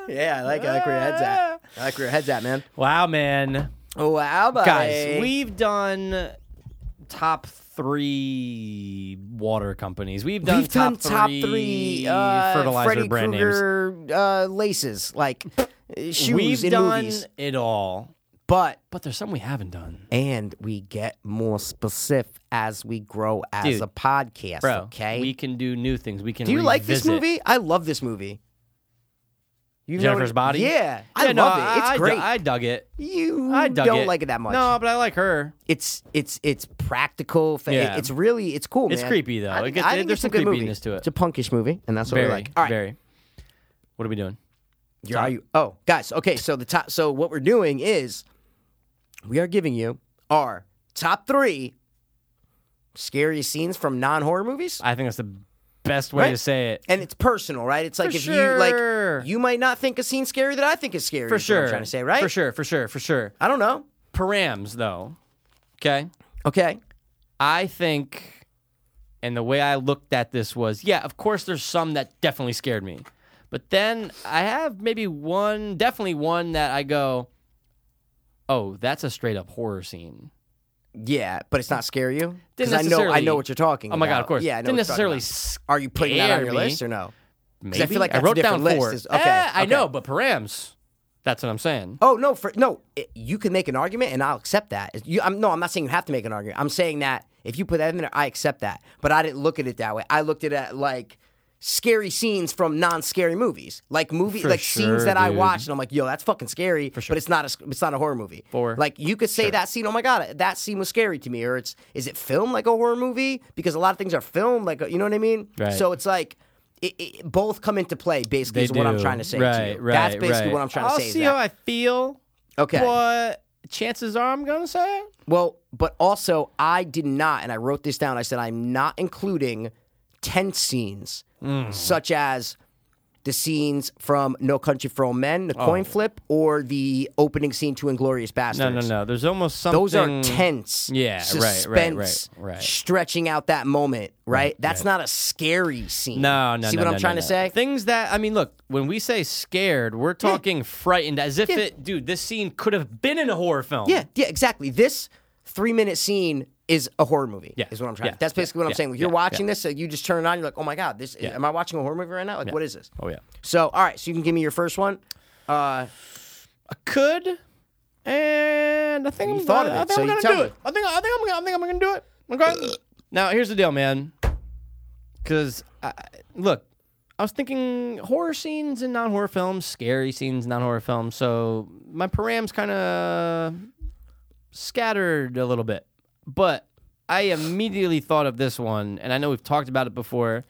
Speaker 1: Yeah, I like, I like where your head's at.
Speaker 5: Ah.
Speaker 1: I like where your head's at, man.
Speaker 5: Wow, man.
Speaker 1: Wow, buddy.
Speaker 5: Guys, we've done top three water companies. We've done,
Speaker 1: We've done top
Speaker 5: three,
Speaker 1: three uh,
Speaker 5: fertilizer
Speaker 1: Freddy
Speaker 5: brand names.
Speaker 1: Krueger uh, laces, like uh, shoes
Speaker 5: We've
Speaker 1: in
Speaker 5: done
Speaker 1: movies.
Speaker 5: it all,
Speaker 1: But
Speaker 5: but there's some we haven't done.
Speaker 1: and we get more specific as we grow as
Speaker 5: Dude,
Speaker 1: a podcast.
Speaker 5: Bro,
Speaker 1: okay.
Speaker 5: we can do new things. We can.
Speaker 1: Do you like this
Speaker 5: revisit.
Speaker 1: movie? I love this movie. You know
Speaker 5: Jennifer's
Speaker 1: what-
Speaker 5: Body?
Speaker 1: Yeah, I
Speaker 5: Yeah, no,
Speaker 1: love it. It's
Speaker 5: I- I-
Speaker 1: great.
Speaker 5: I dug it.
Speaker 1: you
Speaker 5: I dug
Speaker 1: don't
Speaker 5: it.
Speaker 1: like it that much.
Speaker 5: No, but I like her.
Speaker 1: it's it's it's practical. fa-
Speaker 5: Yeah.
Speaker 1: It's really it's cool.
Speaker 5: It's
Speaker 1: man.
Speaker 5: creepy, though.
Speaker 1: I
Speaker 5: It
Speaker 1: think-
Speaker 5: gets-
Speaker 1: I think
Speaker 5: there's
Speaker 1: it's
Speaker 5: some
Speaker 1: a good movie.
Speaker 5: creepiness to it.
Speaker 1: It's a punkish movie, and that's what
Speaker 5: Very,
Speaker 1: I like. All right,
Speaker 5: very. What are we doing?
Speaker 1: You're- are you- oh, guys. Okay, so the top. So what we're doing is, we are giving you our top three scariest scenes from non-horror movies,
Speaker 5: I think that's the best way
Speaker 1: Right?
Speaker 5: to say it.
Speaker 1: and it's personal, right? It's like
Speaker 5: For
Speaker 1: if you
Speaker 5: sure.
Speaker 1: like, you might not think a scene scary that I think is scary.
Speaker 5: For
Speaker 1: is what I'm
Speaker 5: sure.
Speaker 1: trying to say right.
Speaker 5: For sure. For sure. For sure.
Speaker 1: I don't know.
Speaker 5: Params though. Okay.
Speaker 1: Okay.
Speaker 5: I think, and the way I looked at this was, yeah, of course, there's some that definitely scared me. But then I have maybe one, definitely one that I go, oh, that's a straight up horror scene.
Speaker 1: Yeah, but it's not scare you because
Speaker 5: Didn't
Speaker 1: I know I
Speaker 5: necessarily-
Speaker 1: know what you're talking.
Speaker 5: Oh my God,
Speaker 1: about.
Speaker 5: of course.
Speaker 1: Yeah, I know
Speaker 5: Didn't
Speaker 1: what you're talking
Speaker 5: necessarily
Speaker 1: about. Are you putting that on your
Speaker 5: scare me.
Speaker 1: list or no?
Speaker 5: Maybe
Speaker 1: I feel like that's a
Speaker 5: wrote
Speaker 1: different
Speaker 5: down
Speaker 1: list
Speaker 5: four.
Speaker 1: is- okay,
Speaker 5: Eh, I
Speaker 1: okay.
Speaker 5: know, but params. That's what I'm saying.
Speaker 1: Oh no, for no, it- you can make an argument, and I'll accept that. It's- You, I'm, no, I'm not saying you have to make an argument. I'm saying that if you put that in there, I accept that. But I didn't look at it that way. I looked at it at, like scary scenes from non-scary movies, like movie,
Speaker 5: For
Speaker 1: like scenes
Speaker 5: sure,
Speaker 1: that I
Speaker 5: dude.
Speaker 1: watched, and I'm like, yo, that's fucking scary. For
Speaker 5: sure.
Speaker 1: But it's not a, sc- it's not a horror movie.
Speaker 5: For
Speaker 1: like you could say that scene. Oh my god, that scene was scary to me. Or it's is it filmed like a horror movie? Because a lot of things are filmed like a- you know what I mean.
Speaker 5: Right.
Speaker 1: So it's like. it, it, both come into play. Basically,
Speaker 5: They
Speaker 1: is what I'm
Speaker 5: do.
Speaker 1: trying to say. to
Speaker 5: Right,
Speaker 1: you. That's
Speaker 5: right,
Speaker 1: basically
Speaker 5: right.
Speaker 1: what I'm trying
Speaker 5: I'll
Speaker 1: to say. is
Speaker 5: see
Speaker 1: that-
Speaker 5: how I feel.
Speaker 1: Okay.
Speaker 5: But chances are I'm gonna say it.
Speaker 1: Well, but also I did not, and I wrote this down. I said I'm not including tense scenes
Speaker 5: Mm.
Speaker 1: such as the scenes from No Country for Old Men, the coin flip, or the opening scene to Inglorious
Speaker 5: Oh. No,
Speaker 1: Bastards.
Speaker 5: no, no. There's almost something.
Speaker 1: Those are tense.
Speaker 5: Yeah, right,
Speaker 1: suspense,
Speaker 5: right, right, right.
Speaker 1: Stretching out that moment, right? That's not a scary scene.
Speaker 5: No, no,
Speaker 1: See
Speaker 5: no,
Speaker 1: what
Speaker 5: no,
Speaker 1: I'm
Speaker 5: no,
Speaker 1: trying
Speaker 5: no.
Speaker 1: to say?
Speaker 5: Things that I mean, look, when we say scared, we're talking frightened, as if it, dude, this scene could have been in a horror film.
Speaker 1: Yeah, yeah, exactly. This three minute scene is a horror movie.
Speaker 5: Yeah,
Speaker 1: is what I'm trying.
Speaker 5: yeah,
Speaker 1: That's basically what I'm
Speaker 5: yeah,
Speaker 1: saying. Like, you're
Speaker 5: yeah,
Speaker 1: watching this, so you just turn it on. You're like, oh my god, this am I watching a horror movie right now? Like, what is this?
Speaker 5: Oh yeah.
Speaker 1: So, all right, so you can give me your first one. Uh,
Speaker 5: Could, and I think
Speaker 1: You
Speaker 5: I'm
Speaker 1: thought of
Speaker 5: gonna, I
Speaker 1: it,
Speaker 5: think
Speaker 1: so
Speaker 5: I'm
Speaker 1: you
Speaker 5: gonna
Speaker 1: tell
Speaker 5: do
Speaker 1: me.
Speaker 5: it. I think I think I'm gonna I think I'm gonna do it. Okay. now here's the deal, man. Because look, I was thinking horror scenes and non horror films, scary scenes, non horror films. So my params kind of scattered a little bit. But I immediately thought of this one, and I know we've talked about it before,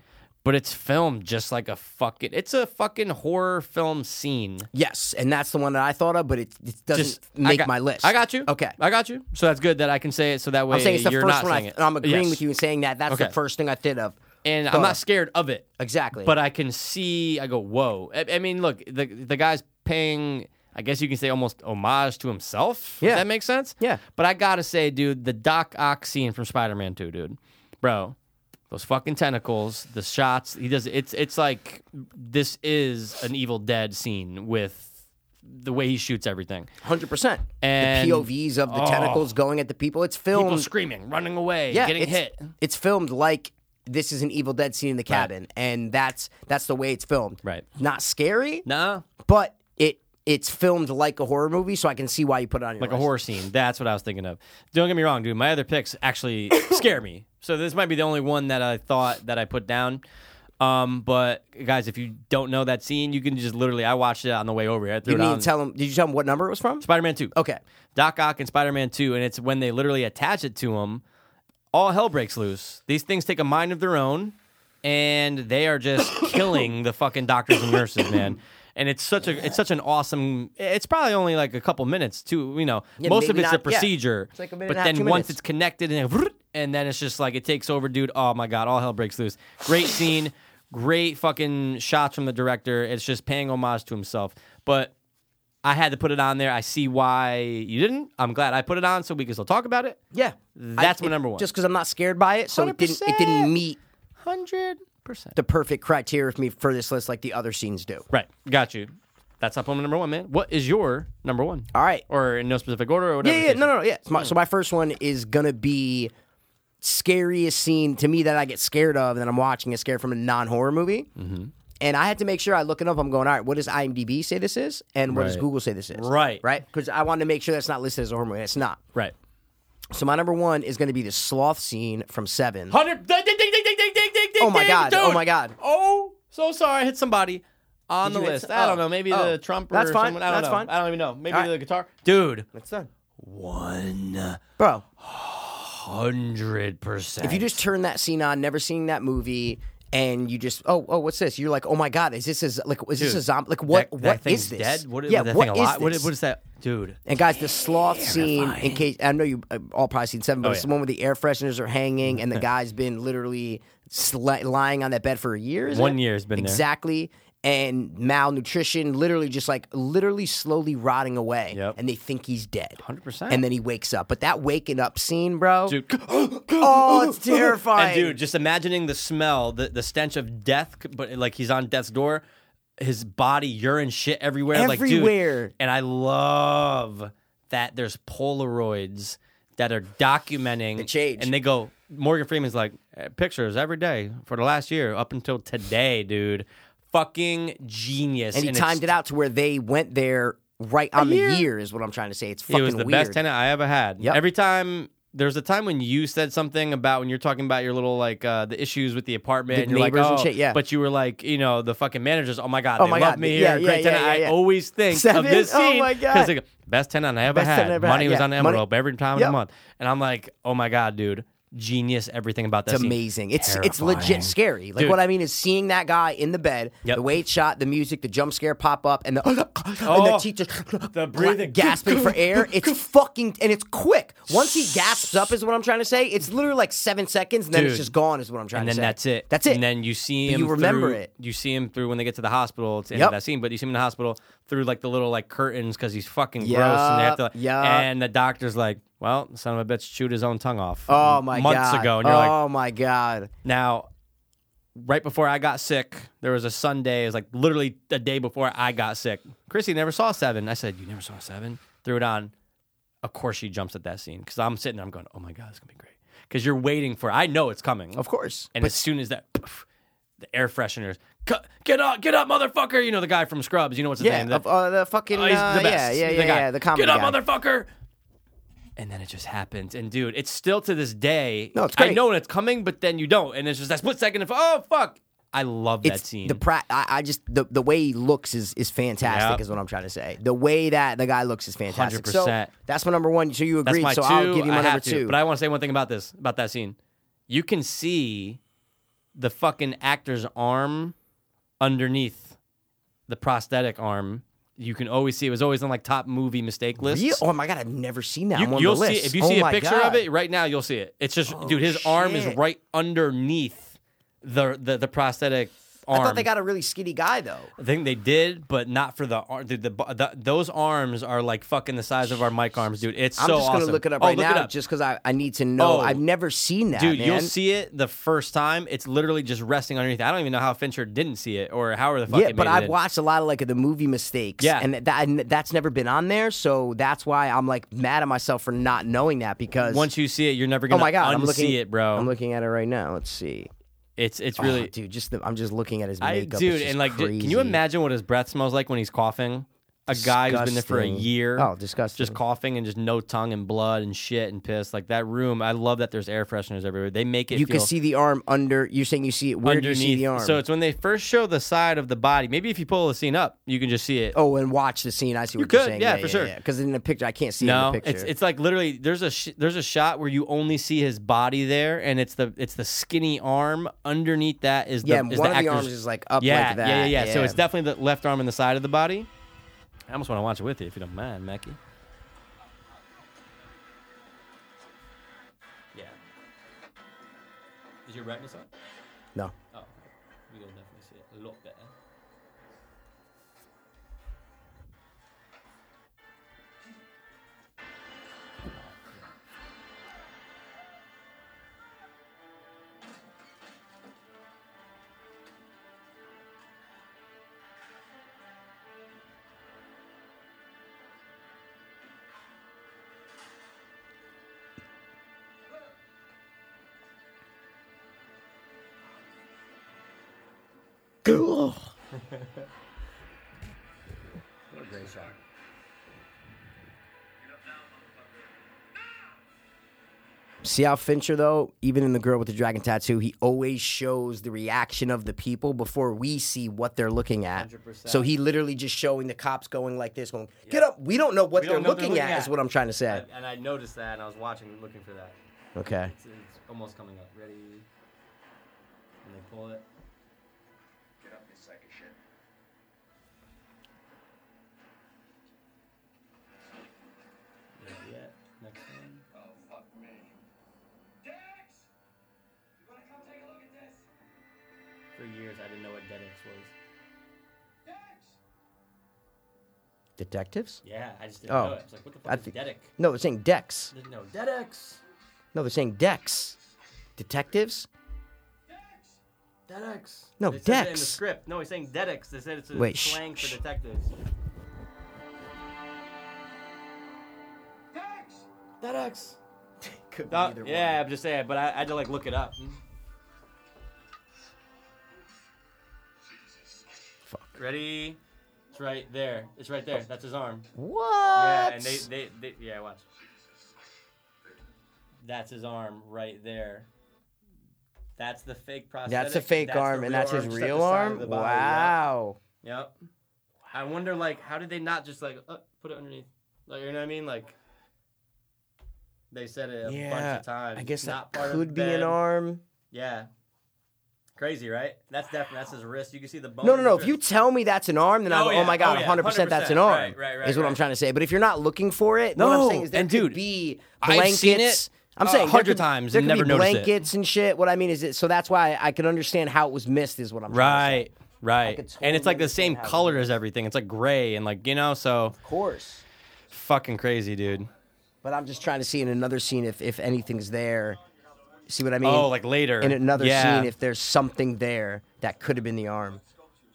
Speaker 5: but it's filmed just like a fucking. It's a fucking horror film scene.
Speaker 1: yes, and that's the one that I thought of, but it, it doesn't
Speaker 5: Just I
Speaker 1: make
Speaker 5: got-
Speaker 1: my list.
Speaker 5: I got you.
Speaker 1: Okay.
Speaker 5: I got you. So that's good that I can say it. So that way
Speaker 1: I'm saying it's the
Speaker 5: you're
Speaker 1: first
Speaker 5: not
Speaker 1: one, I,
Speaker 5: saying it.
Speaker 1: and I'm agreeing
Speaker 5: Yes.
Speaker 1: with you in saying that. That's the
Speaker 5: Okay.
Speaker 1: first thing I did of.
Speaker 5: And
Speaker 1: Thought
Speaker 5: I'm
Speaker 1: of.
Speaker 5: not scared of it.
Speaker 1: Exactly.
Speaker 5: But I can see. I go, whoa. I, I mean, look, the the guy's paying. I guess you can say almost homage to himself.
Speaker 1: Yeah.
Speaker 5: if that makes sense.
Speaker 1: Yeah.
Speaker 5: But I gotta say, dude, the Doc Ock scene from Spider-Man Two, dude, bro, those fucking tentacles, the shots he does. It's it's like this is an Evil Dead scene with the way he shoots everything.
Speaker 1: hundred percent.
Speaker 5: And- Oh.
Speaker 1: the POVs of the tentacles going at the people. It's filmed.
Speaker 5: People screaming, running away,
Speaker 1: yeah,
Speaker 5: getting
Speaker 1: it's,
Speaker 5: hit.
Speaker 1: It's filmed like this is an Evil Dead scene in the cabin, and that's that's the way it's filmed.
Speaker 5: Right.
Speaker 1: Not scary,
Speaker 5: Nah,
Speaker 1: but it it's filmed like a horror movie, so I can see why you put it on your
Speaker 5: like a
Speaker 1: list.
Speaker 5: horror scene. That's what I was thinking of. Don't get me wrong, dude. My other picks actually scare me. So this might be the only one that I thought that I put down. Um, but guys, if you don't know that scene, you can just literally I watched it on the way over here. I threw
Speaker 1: You
Speaker 5: it
Speaker 1: didn't
Speaker 5: on
Speaker 1: even tell him. Did you tell him what number it was from?
Speaker 5: Spider-Man Two.
Speaker 1: Okay.
Speaker 5: Doc Ock and Spider-Man Two, and it's when they literally attach it to him. All hell breaks loose. These things take a mind of their own, and they are just killing the fucking doctors and nurses, man. And it's such a it's such an awesome. It's probably only like a couple minutes too. You know,
Speaker 1: Yeah,
Speaker 5: most of
Speaker 1: maybe
Speaker 5: it's a
Speaker 1: not- yeah.
Speaker 5: procedure.
Speaker 1: It's like a minute
Speaker 5: but
Speaker 1: and a half,
Speaker 5: then
Speaker 1: two
Speaker 5: once
Speaker 1: minutes.
Speaker 5: it's connected and then, and then it's just like it takes over, dude. Oh my god, all hell breaks loose. Great scene, great fucking shots from the director. It's just paying homage to himself. But I had to put it on there. I see why you didn't. I'm glad I put it on so we can still talk about it.
Speaker 1: Yeah,
Speaker 5: That's
Speaker 1: I-
Speaker 5: my
Speaker 1: it-
Speaker 5: number one.
Speaker 1: Just because I'm not scared by it, so it didn't it didn't
Speaker 5: 100%.
Speaker 1: meet
Speaker 5: hundred percent.
Speaker 1: the perfect criteria for me for this list, like the other scenes do.
Speaker 5: Right, got you. That's supplement number one, man. What is your number one?
Speaker 1: All right.
Speaker 5: or in no specific order or whatever.
Speaker 1: Yeah,
Speaker 5: the
Speaker 1: yeah,
Speaker 5: case
Speaker 1: no,
Speaker 5: is.
Speaker 1: no, no, yeah. So my, so my first one is gonna be scariest scene to me that I get scared of, and then I'm watching it scared from a non horror movie.
Speaker 5: Mm-hmm.
Speaker 1: And I had to make sure I look it up. I'm going, all right, what does IMDb say this is, and what does
Speaker 5: Right.
Speaker 1: Google say this is?
Speaker 5: Right.
Speaker 1: right, because I wanted to make sure that's not listed as a horror movie. It's not.
Speaker 5: Right,
Speaker 1: So my number one is gonna be the sloth scene from Seven.
Speaker 5: hundred. Ding, ding, ding, ding, ding, ding, ding, ding,
Speaker 1: Oh my
Speaker 5: ding,
Speaker 1: God, oh
Speaker 5: dude.
Speaker 1: my God.
Speaker 5: Oh, so sorry. I hit somebody on
Speaker 1: Did
Speaker 5: the
Speaker 1: you hit
Speaker 5: list.
Speaker 1: some-
Speaker 5: I don't
Speaker 1: oh,
Speaker 5: know. Maybe
Speaker 1: oh.
Speaker 5: the Trump or
Speaker 1: That's fine,
Speaker 5: someone. I don't
Speaker 1: that's
Speaker 5: know.
Speaker 1: fine.
Speaker 5: I don't even know. Maybe
Speaker 1: All right.
Speaker 5: the guitar, dude.
Speaker 1: It's done,
Speaker 5: One
Speaker 1: bro.
Speaker 5: hundred percent.
Speaker 1: If you just turn that scene on, never seeing that movie, and you just oh oh what's this? You're like oh my god, is this a like is this a
Speaker 5: Dude,
Speaker 1: zombie? Like what
Speaker 5: that,
Speaker 1: what
Speaker 5: that
Speaker 1: is
Speaker 5: thing's
Speaker 1: this?
Speaker 5: Dead? What,
Speaker 1: yeah,
Speaker 5: that
Speaker 1: what
Speaker 5: thing
Speaker 1: is
Speaker 5: alive? What
Speaker 1: this?
Speaker 5: is- what is that, dude?
Speaker 1: And guys, the sloth scene. In case I know you uh, all probably seen seven, but
Speaker 5: Oh,
Speaker 1: it's the
Speaker 5: yeah.
Speaker 1: one where the air fresheners are hanging, and the guy's been literally sli lying on that bed for a year. is
Speaker 5: One
Speaker 1: it?
Speaker 5: year's been there.
Speaker 1: exactly. And malnutrition, literally just like literally slowly rotting away,
Speaker 5: Yep.
Speaker 1: and they think he's dead.
Speaker 5: 100%.
Speaker 1: And then he wakes up, but that waking up scene, bro.
Speaker 5: Dude.
Speaker 1: Oh, it's terrifying.
Speaker 5: And dude, just imagining the smell, the, the stench of death, but like he's on death's door, his body, urine, shit everywhere. Like,
Speaker 1: Everywhere.
Speaker 5: dude, and I love that there's Polaroids that are documenting the
Speaker 1: change.
Speaker 5: And they go, Morgan Freeman's like, "Eh, pictures every day for the last year up until today, dude. Fucking genius.
Speaker 1: and he
Speaker 5: it's-
Speaker 1: timed it out to where they went there right on the year is what I'm trying to say. It's fucking
Speaker 5: It was the
Speaker 1: weird.
Speaker 5: best tenant I ever had.
Speaker 1: Yep.
Speaker 5: Every time there's a time when you said something about when you're talking about your little like uh, the issues with the apartment
Speaker 1: The
Speaker 5: and you're like,
Speaker 1: neighbors
Speaker 5: oh,
Speaker 1: and shit, yeah.
Speaker 5: But you were like, you know, the fucking managers. Oh my god,
Speaker 1: Oh
Speaker 5: they
Speaker 1: my
Speaker 5: love
Speaker 1: God,
Speaker 5: me
Speaker 1: yeah,
Speaker 5: here.
Speaker 1: yeah,
Speaker 5: Great
Speaker 1: yeah,
Speaker 5: tenant.
Speaker 1: yeah,
Speaker 5: I
Speaker 1: yeah.
Speaker 5: always think
Speaker 1: Seven?
Speaker 5: of this
Speaker 1: Oh
Speaker 5: scene
Speaker 1: my God.
Speaker 5: they go, best tenant I ever
Speaker 1: Best
Speaker 5: had.
Speaker 1: tenant I ever
Speaker 5: Money
Speaker 1: had,
Speaker 5: was
Speaker 1: yeah.
Speaker 5: on the
Speaker 1: Money-
Speaker 5: envelope every time
Speaker 1: Yep.
Speaker 5: of the month, and I'm like, oh my god, dude. genius everything about that
Speaker 1: It's
Speaker 5: scene.
Speaker 1: amazing. It's it's
Speaker 5: Terrifying.
Speaker 1: legit scary. Like
Speaker 5: Dude.
Speaker 1: what I mean is seeing that guy in the bed,
Speaker 5: Yep.
Speaker 1: the way it's shot, the music, the jump scare pop up, and the and the
Speaker 5: Oh,
Speaker 1: teacher
Speaker 5: the breathing.
Speaker 1: gasping for air. It's fucking and it's quick. Once he gasps up is what I'm trying to say. It's literally like seven seconds, and then it's
Speaker 5: Dude.
Speaker 1: just gone. Is what I'm trying
Speaker 5: and
Speaker 1: to
Speaker 5: then
Speaker 1: say.
Speaker 5: that's it.
Speaker 1: That's it.
Speaker 5: And then you see
Speaker 1: But
Speaker 5: him.
Speaker 1: you remember
Speaker 5: through-
Speaker 1: it.
Speaker 5: You see him through when they get to the hospital. It's the end
Speaker 1: Yep.
Speaker 5: of that scene. But you see him in the hospital through like the little like curtains because he's fucking gross. And they have to.
Speaker 1: Yup, yup.
Speaker 5: And the doctor's like, "Well, the son of a bitch chewed his own tongue off."
Speaker 1: oh my
Speaker 5: months
Speaker 1: god.
Speaker 5: ago, and you're like,
Speaker 1: oh my god.
Speaker 5: now, right before I got sick, there was a Sunday. It was like literally the day before I got sick. Chrissy never saw Seven. I said, "You never saw Seven? Threw it on. Of course, she jumps at that scene because I'm sitting there. I'm going, "Oh my god, it's gonna be great." Because you're waiting for. I know it's coming.
Speaker 1: Of course.
Speaker 5: And as soon as that, poof, the air fresheners, "Cu- get up, get up, motherfucker. You know the guy from Scrubs. You know what's his
Speaker 1: yeah.
Speaker 5: name?
Speaker 1: of, uh, the fucking
Speaker 5: Oh, he's
Speaker 1: uh,
Speaker 5: the
Speaker 1: yeah
Speaker 5: best.
Speaker 1: yeah
Speaker 5: He's
Speaker 1: yeah
Speaker 5: the guy.
Speaker 1: yeah the comedy
Speaker 5: Get up,
Speaker 1: guy.
Speaker 5: motherfucker! And then it just happens. And dude, it's still to this day.
Speaker 1: No, it's
Speaker 5: I
Speaker 1: great.
Speaker 5: know when it's coming, but then you don't. And it's just that split second of oh fuck. I love that
Speaker 1: it's
Speaker 5: scene.
Speaker 1: The pra- I, I just the, the way he looks is is fantastic.
Speaker 5: Yep.
Speaker 1: Is what I'm trying to say. The way that the guy looks is fantastic. So
Speaker 5: 100%.
Speaker 1: that's my number one. So you
Speaker 5: That's
Speaker 1: agreed.
Speaker 5: my
Speaker 1: So
Speaker 5: two.
Speaker 1: I'll give you my
Speaker 5: I
Speaker 1: number
Speaker 5: have to,
Speaker 1: two.
Speaker 5: But I want to say one thing about this, about that scene. You can see the fucking actor's arm underneath the prosthetic arm. You can always see it was always on like top movie mistake lists.
Speaker 1: Real- oh my god, I've never seen that.
Speaker 5: You,
Speaker 1: I'm on
Speaker 5: will
Speaker 1: the
Speaker 5: see
Speaker 1: list.
Speaker 5: it. if you
Speaker 1: Oh
Speaker 5: see a
Speaker 1: my
Speaker 5: picture
Speaker 1: God. Oh,
Speaker 5: of it right now. You'll see it. It's just, dude, his arm is
Speaker 1: shit.
Speaker 5: right underneath the the, the prosthetic
Speaker 1: I
Speaker 5: arm.
Speaker 1: thought they got a really skinny guy though.
Speaker 5: I think they did, but not for the arm. Dude, the, the those arms are like fucking the size of our mic arms, dude. It's
Speaker 1: I'm
Speaker 5: so
Speaker 1: just gonna
Speaker 5: awesome.
Speaker 1: look it up
Speaker 5: Oh,
Speaker 1: right
Speaker 5: look
Speaker 1: now,
Speaker 5: it up.
Speaker 1: just because I, I need to know.
Speaker 5: Oh.
Speaker 1: I've never seen that,
Speaker 5: Dude, you'll
Speaker 1: man.
Speaker 5: see it the first time. It's literally just resting underneath. I don't even know how Fincher didn't see it or however the fuck.
Speaker 1: Yeah,
Speaker 5: it
Speaker 1: but
Speaker 5: made it
Speaker 1: I've
Speaker 5: in.
Speaker 1: watched a lot of like the movie mistakes,
Speaker 5: Yeah.
Speaker 1: and that and that's never been on there, so that's why I'm like mad at myself for not knowing that because
Speaker 5: Once you see it, you're never
Speaker 1: oh
Speaker 5: gonna
Speaker 1: my god,
Speaker 5: unsee
Speaker 1: I'm looking
Speaker 5: it, bro.
Speaker 1: I'm looking at it right now. Let's see.
Speaker 5: it's it's
Speaker 1: Oh,
Speaker 5: really.
Speaker 1: dude. Just the, I'm just looking at his
Speaker 5: I
Speaker 1: makeup. It's
Speaker 5: dude,
Speaker 1: just
Speaker 5: and like, dude, can you
Speaker 1: crazy.
Speaker 5: imagine what his breath smells like when he's coughing? A guy who's been there for a
Speaker 1: Disgusting.
Speaker 5: year.
Speaker 1: Oh, disgusting.
Speaker 5: Just coughing and just no tongue and blood and shit and piss. Like that room, I love that there's air fresheners everywhere. They make it
Speaker 1: You
Speaker 5: feel
Speaker 1: can see the arm under. You're saying you see it. Where do you
Speaker 5: underneath.
Speaker 1: see the arm?
Speaker 5: So it's when they first show the side of the body. Maybe if you pull the scene up, you can just see it.
Speaker 1: oh, and watch the scene. I see what
Speaker 5: You
Speaker 1: you're
Speaker 5: could,
Speaker 1: saying.
Speaker 5: yeah, for sure.
Speaker 1: Because in the picture, I can't see it
Speaker 5: no,
Speaker 1: in the picture.
Speaker 5: it's it's like literally there's a sh- there's a shot where you only see his body there, and it's the it's the skinny arm underneath that is the
Speaker 1: yeah, and
Speaker 5: is
Speaker 1: one
Speaker 5: the
Speaker 1: of the
Speaker 5: actor's-
Speaker 1: arms is like up
Speaker 5: yeah,
Speaker 1: like that.
Speaker 5: Yeah, yeah, yeah. So it's definitely the left arm and the side of the body. I almost want to watch it with you if you don't mind, Mackie. Yeah. Is your redness up?
Speaker 1: no.
Speaker 5: Oh, we can definitely see it a lot better.
Speaker 1: See how Fincher though, even in the girl with the dragon tattoo, he always shows the reaction of the people before we see what they're looking at. So he literally just showing the cops going like this, going, "Get up!" We don't know what
Speaker 5: We
Speaker 1: they're,
Speaker 5: don't know what
Speaker 1: looking
Speaker 5: they're
Speaker 1: at,
Speaker 5: looking
Speaker 1: Is
Speaker 5: at.
Speaker 1: what I'm trying to say.
Speaker 5: and I noticed that, and I was watching, looking for that.
Speaker 1: Okay.
Speaker 5: It's, it's almost coming up. Ready? And they pull it. Get up, you psycho shit. Yeah, yeah. Next one. For years, I didn't know what Dead X was.
Speaker 1: Detectives?
Speaker 5: Yeah, I just didn't
Speaker 1: Oh.
Speaker 5: know it. I was like, what the fuck
Speaker 1: I
Speaker 5: is
Speaker 1: think-
Speaker 5: Dead X?
Speaker 1: No, they're saying Dex.
Speaker 5: Didn't know Dead X.
Speaker 1: No, they're saying Dex. Detectives?
Speaker 5: Dead X.
Speaker 1: No,
Speaker 5: They said it In
Speaker 1: Dex.
Speaker 5: the script. No, he's saying Dead X. They said it's a
Speaker 1: Wait, shh,
Speaker 5: slang
Speaker 1: shh.
Speaker 5: for detectives. Dead X.
Speaker 1: Could
Speaker 5: Uh, yeah, I'm just saying, but I, I had to like look it up. Hmm. Fuck. Ready? It's right there. It's right there. That's his arm.
Speaker 1: What?
Speaker 5: Yeah, and they, they, they yeah, watch. That's his arm right there. That's the fake prosthetic.
Speaker 1: that's a fake
Speaker 5: the
Speaker 1: arm, and
Speaker 5: real
Speaker 1: that's his
Speaker 5: arm stuck
Speaker 1: real
Speaker 5: to the side
Speaker 1: arm?
Speaker 5: of the body, yep.
Speaker 1: wow.
Speaker 5: Yep. I wonder, like, how did they not just like uh, put it underneath? Like, you know what I mean? Like,
Speaker 9: They said it a bunch
Speaker 1: Yeah,
Speaker 9: of times.
Speaker 1: I guess
Speaker 9: Not
Speaker 1: that
Speaker 9: part of
Speaker 1: could
Speaker 9: the
Speaker 1: be an
Speaker 9: bed.
Speaker 1: arm.
Speaker 9: Yeah. Crazy, right? That's definitely that's his wrist. You can see the
Speaker 5: Oh,
Speaker 9: bone.
Speaker 1: No,
Speaker 9: in his
Speaker 1: no, no. If
Speaker 9: wrist.
Speaker 1: you tell me that's an arm, then
Speaker 9: Oh,
Speaker 1: I'm,
Speaker 9: yeah.
Speaker 1: oh my god,
Speaker 9: Oh, yeah.
Speaker 1: 100%, that's an
Speaker 9: 100%.
Speaker 1: arm.
Speaker 9: Right, right, right,
Speaker 1: Is what I'm
Speaker 9: right.
Speaker 1: trying to say. But if you're not looking for it, what
Speaker 5: No,
Speaker 1: I'm saying is there
Speaker 5: and
Speaker 1: could
Speaker 5: dude,
Speaker 1: be
Speaker 5: I've
Speaker 1: blankets.
Speaker 5: seen it
Speaker 1: I'm
Speaker 5: a
Speaker 1: saying there
Speaker 5: hundred
Speaker 1: could-
Speaker 5: times
Speaker 1: there
Speaker 5: and
Speaker 1: could
Speaker 5: never
Speaker 1: be
Speaker 5: noticed it.
Speaker 1: blankets and shit. What I mean is it. So that's why I can understand how it was missed. Is what I'm trying to say.
Speaker 5: Right, right.
Speaker 1: could
Speaker 5: and it's like
Speaker 1: totally
Speaker 5: the same
Speaker 1: understand how it
Speaker 5: color as everything. It's like gray and like you know, so
Speaker 1: Of course.
Speaker 5: fucking crazy, dude.
Speaker 1: But I'm just trying to see in another scene if if anything's there. See what I mean?
Speaker 5: Oh, like later
Speaker 1: in another
Speaker 5: yeah.
Speaker 1: scene if there's something there that could have been the arm.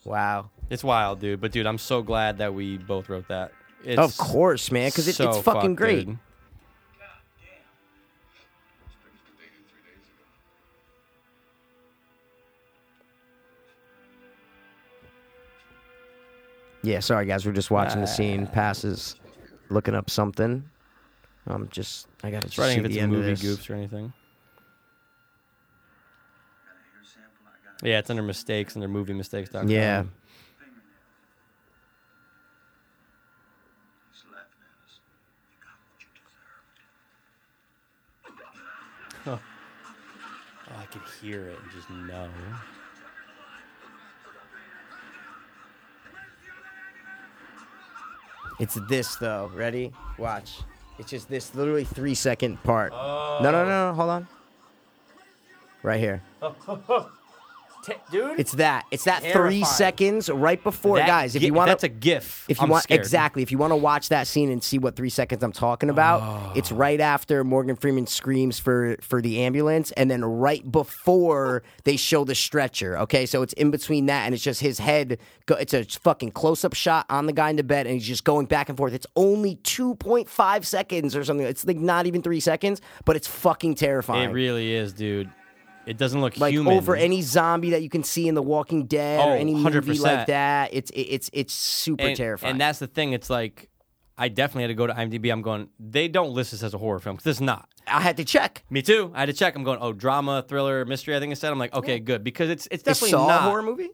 Speaker 1: Wow.
Speaker 5: It's wild, dude. But dude, I'm so glad that we both wrote that. It's
Speaker 1: of course, man, because it,
Speaker 5: so
Speaker 1: it's fucking
Speaker 5: fucked,
Speaker 1: great.
Speaker 5: dude.
Speaker 1: Yeah, sorry guys, we're just watching the scene. Passes, looking up something. I'm just, I gotta just
Speaker 5: Writing
Speaker 1: see
Speaker 5: if it's
Speaker 1: the end
Speaker 5: movie
Speaker 1: of this.
Speaker 5: goofs or anything. Yeah, it's under mistakes under movie mistakes.
Speaker 1: Yeah,
Speaker 5: Oh, I could hear it and just know.
Speaker 1: it's this though. Ready? Watch. It's just this literally three second part. No, no, no, no. Hold on. Right here.
Speaker 9: dude,
Speaker 1: It's that. It's that three
Speaker 9: Terrifying.
Speaker 1: seconds right before. guys, if you want
Speaker 5: that's a GIF.
Speaker 1: If you
Speaker 5: I'm
Speaker 1: want
Speaker 5: scared.
Speaker 1: exactly, if you want to watch that scene and see what three seconds I'm talking about,
Speaker 5: Oh.
Speaker 1: it's right after Morgan Freeman screams for for the ambulance, and then right before they show the stretcher. Okay, so it's in between that, and it's just his head. Go, it's a fucking close up shot on the guy in the bed, and he's just going back and forth. It's only two point five seconds or something. It's like not even three seconds, but it's fucking terrifying.
Speaker 5: it really is, dude. It doesn't look
Speaker 1: like
Speaker 5: human.
Speaker 1: over any zombie that you can see in The Walking Dead
Speaker 5: Oh,
Speaker 1: or any movie
Speaker 5: 100%.
Speaker 1: like that. It's it, it's it's super
Speaker 5: and,
Speaker 1: terrifying.
Speaker 5: And that's the thing. It's like I definitely had to go to IMDb. I'm going. They don't list this as a horror film because it's not.
Speaker 1: I had to check.
Speaker 5: Me too. I had to check. I'm going. Oh, drama, thriller, mystery. I think I said. I'm like, okay, good because it's it's
Speaker 1: It's
Speaker 5: definitely
Speaker 1: Saw
Speaker 5: not
Speaker 1: a horror movie?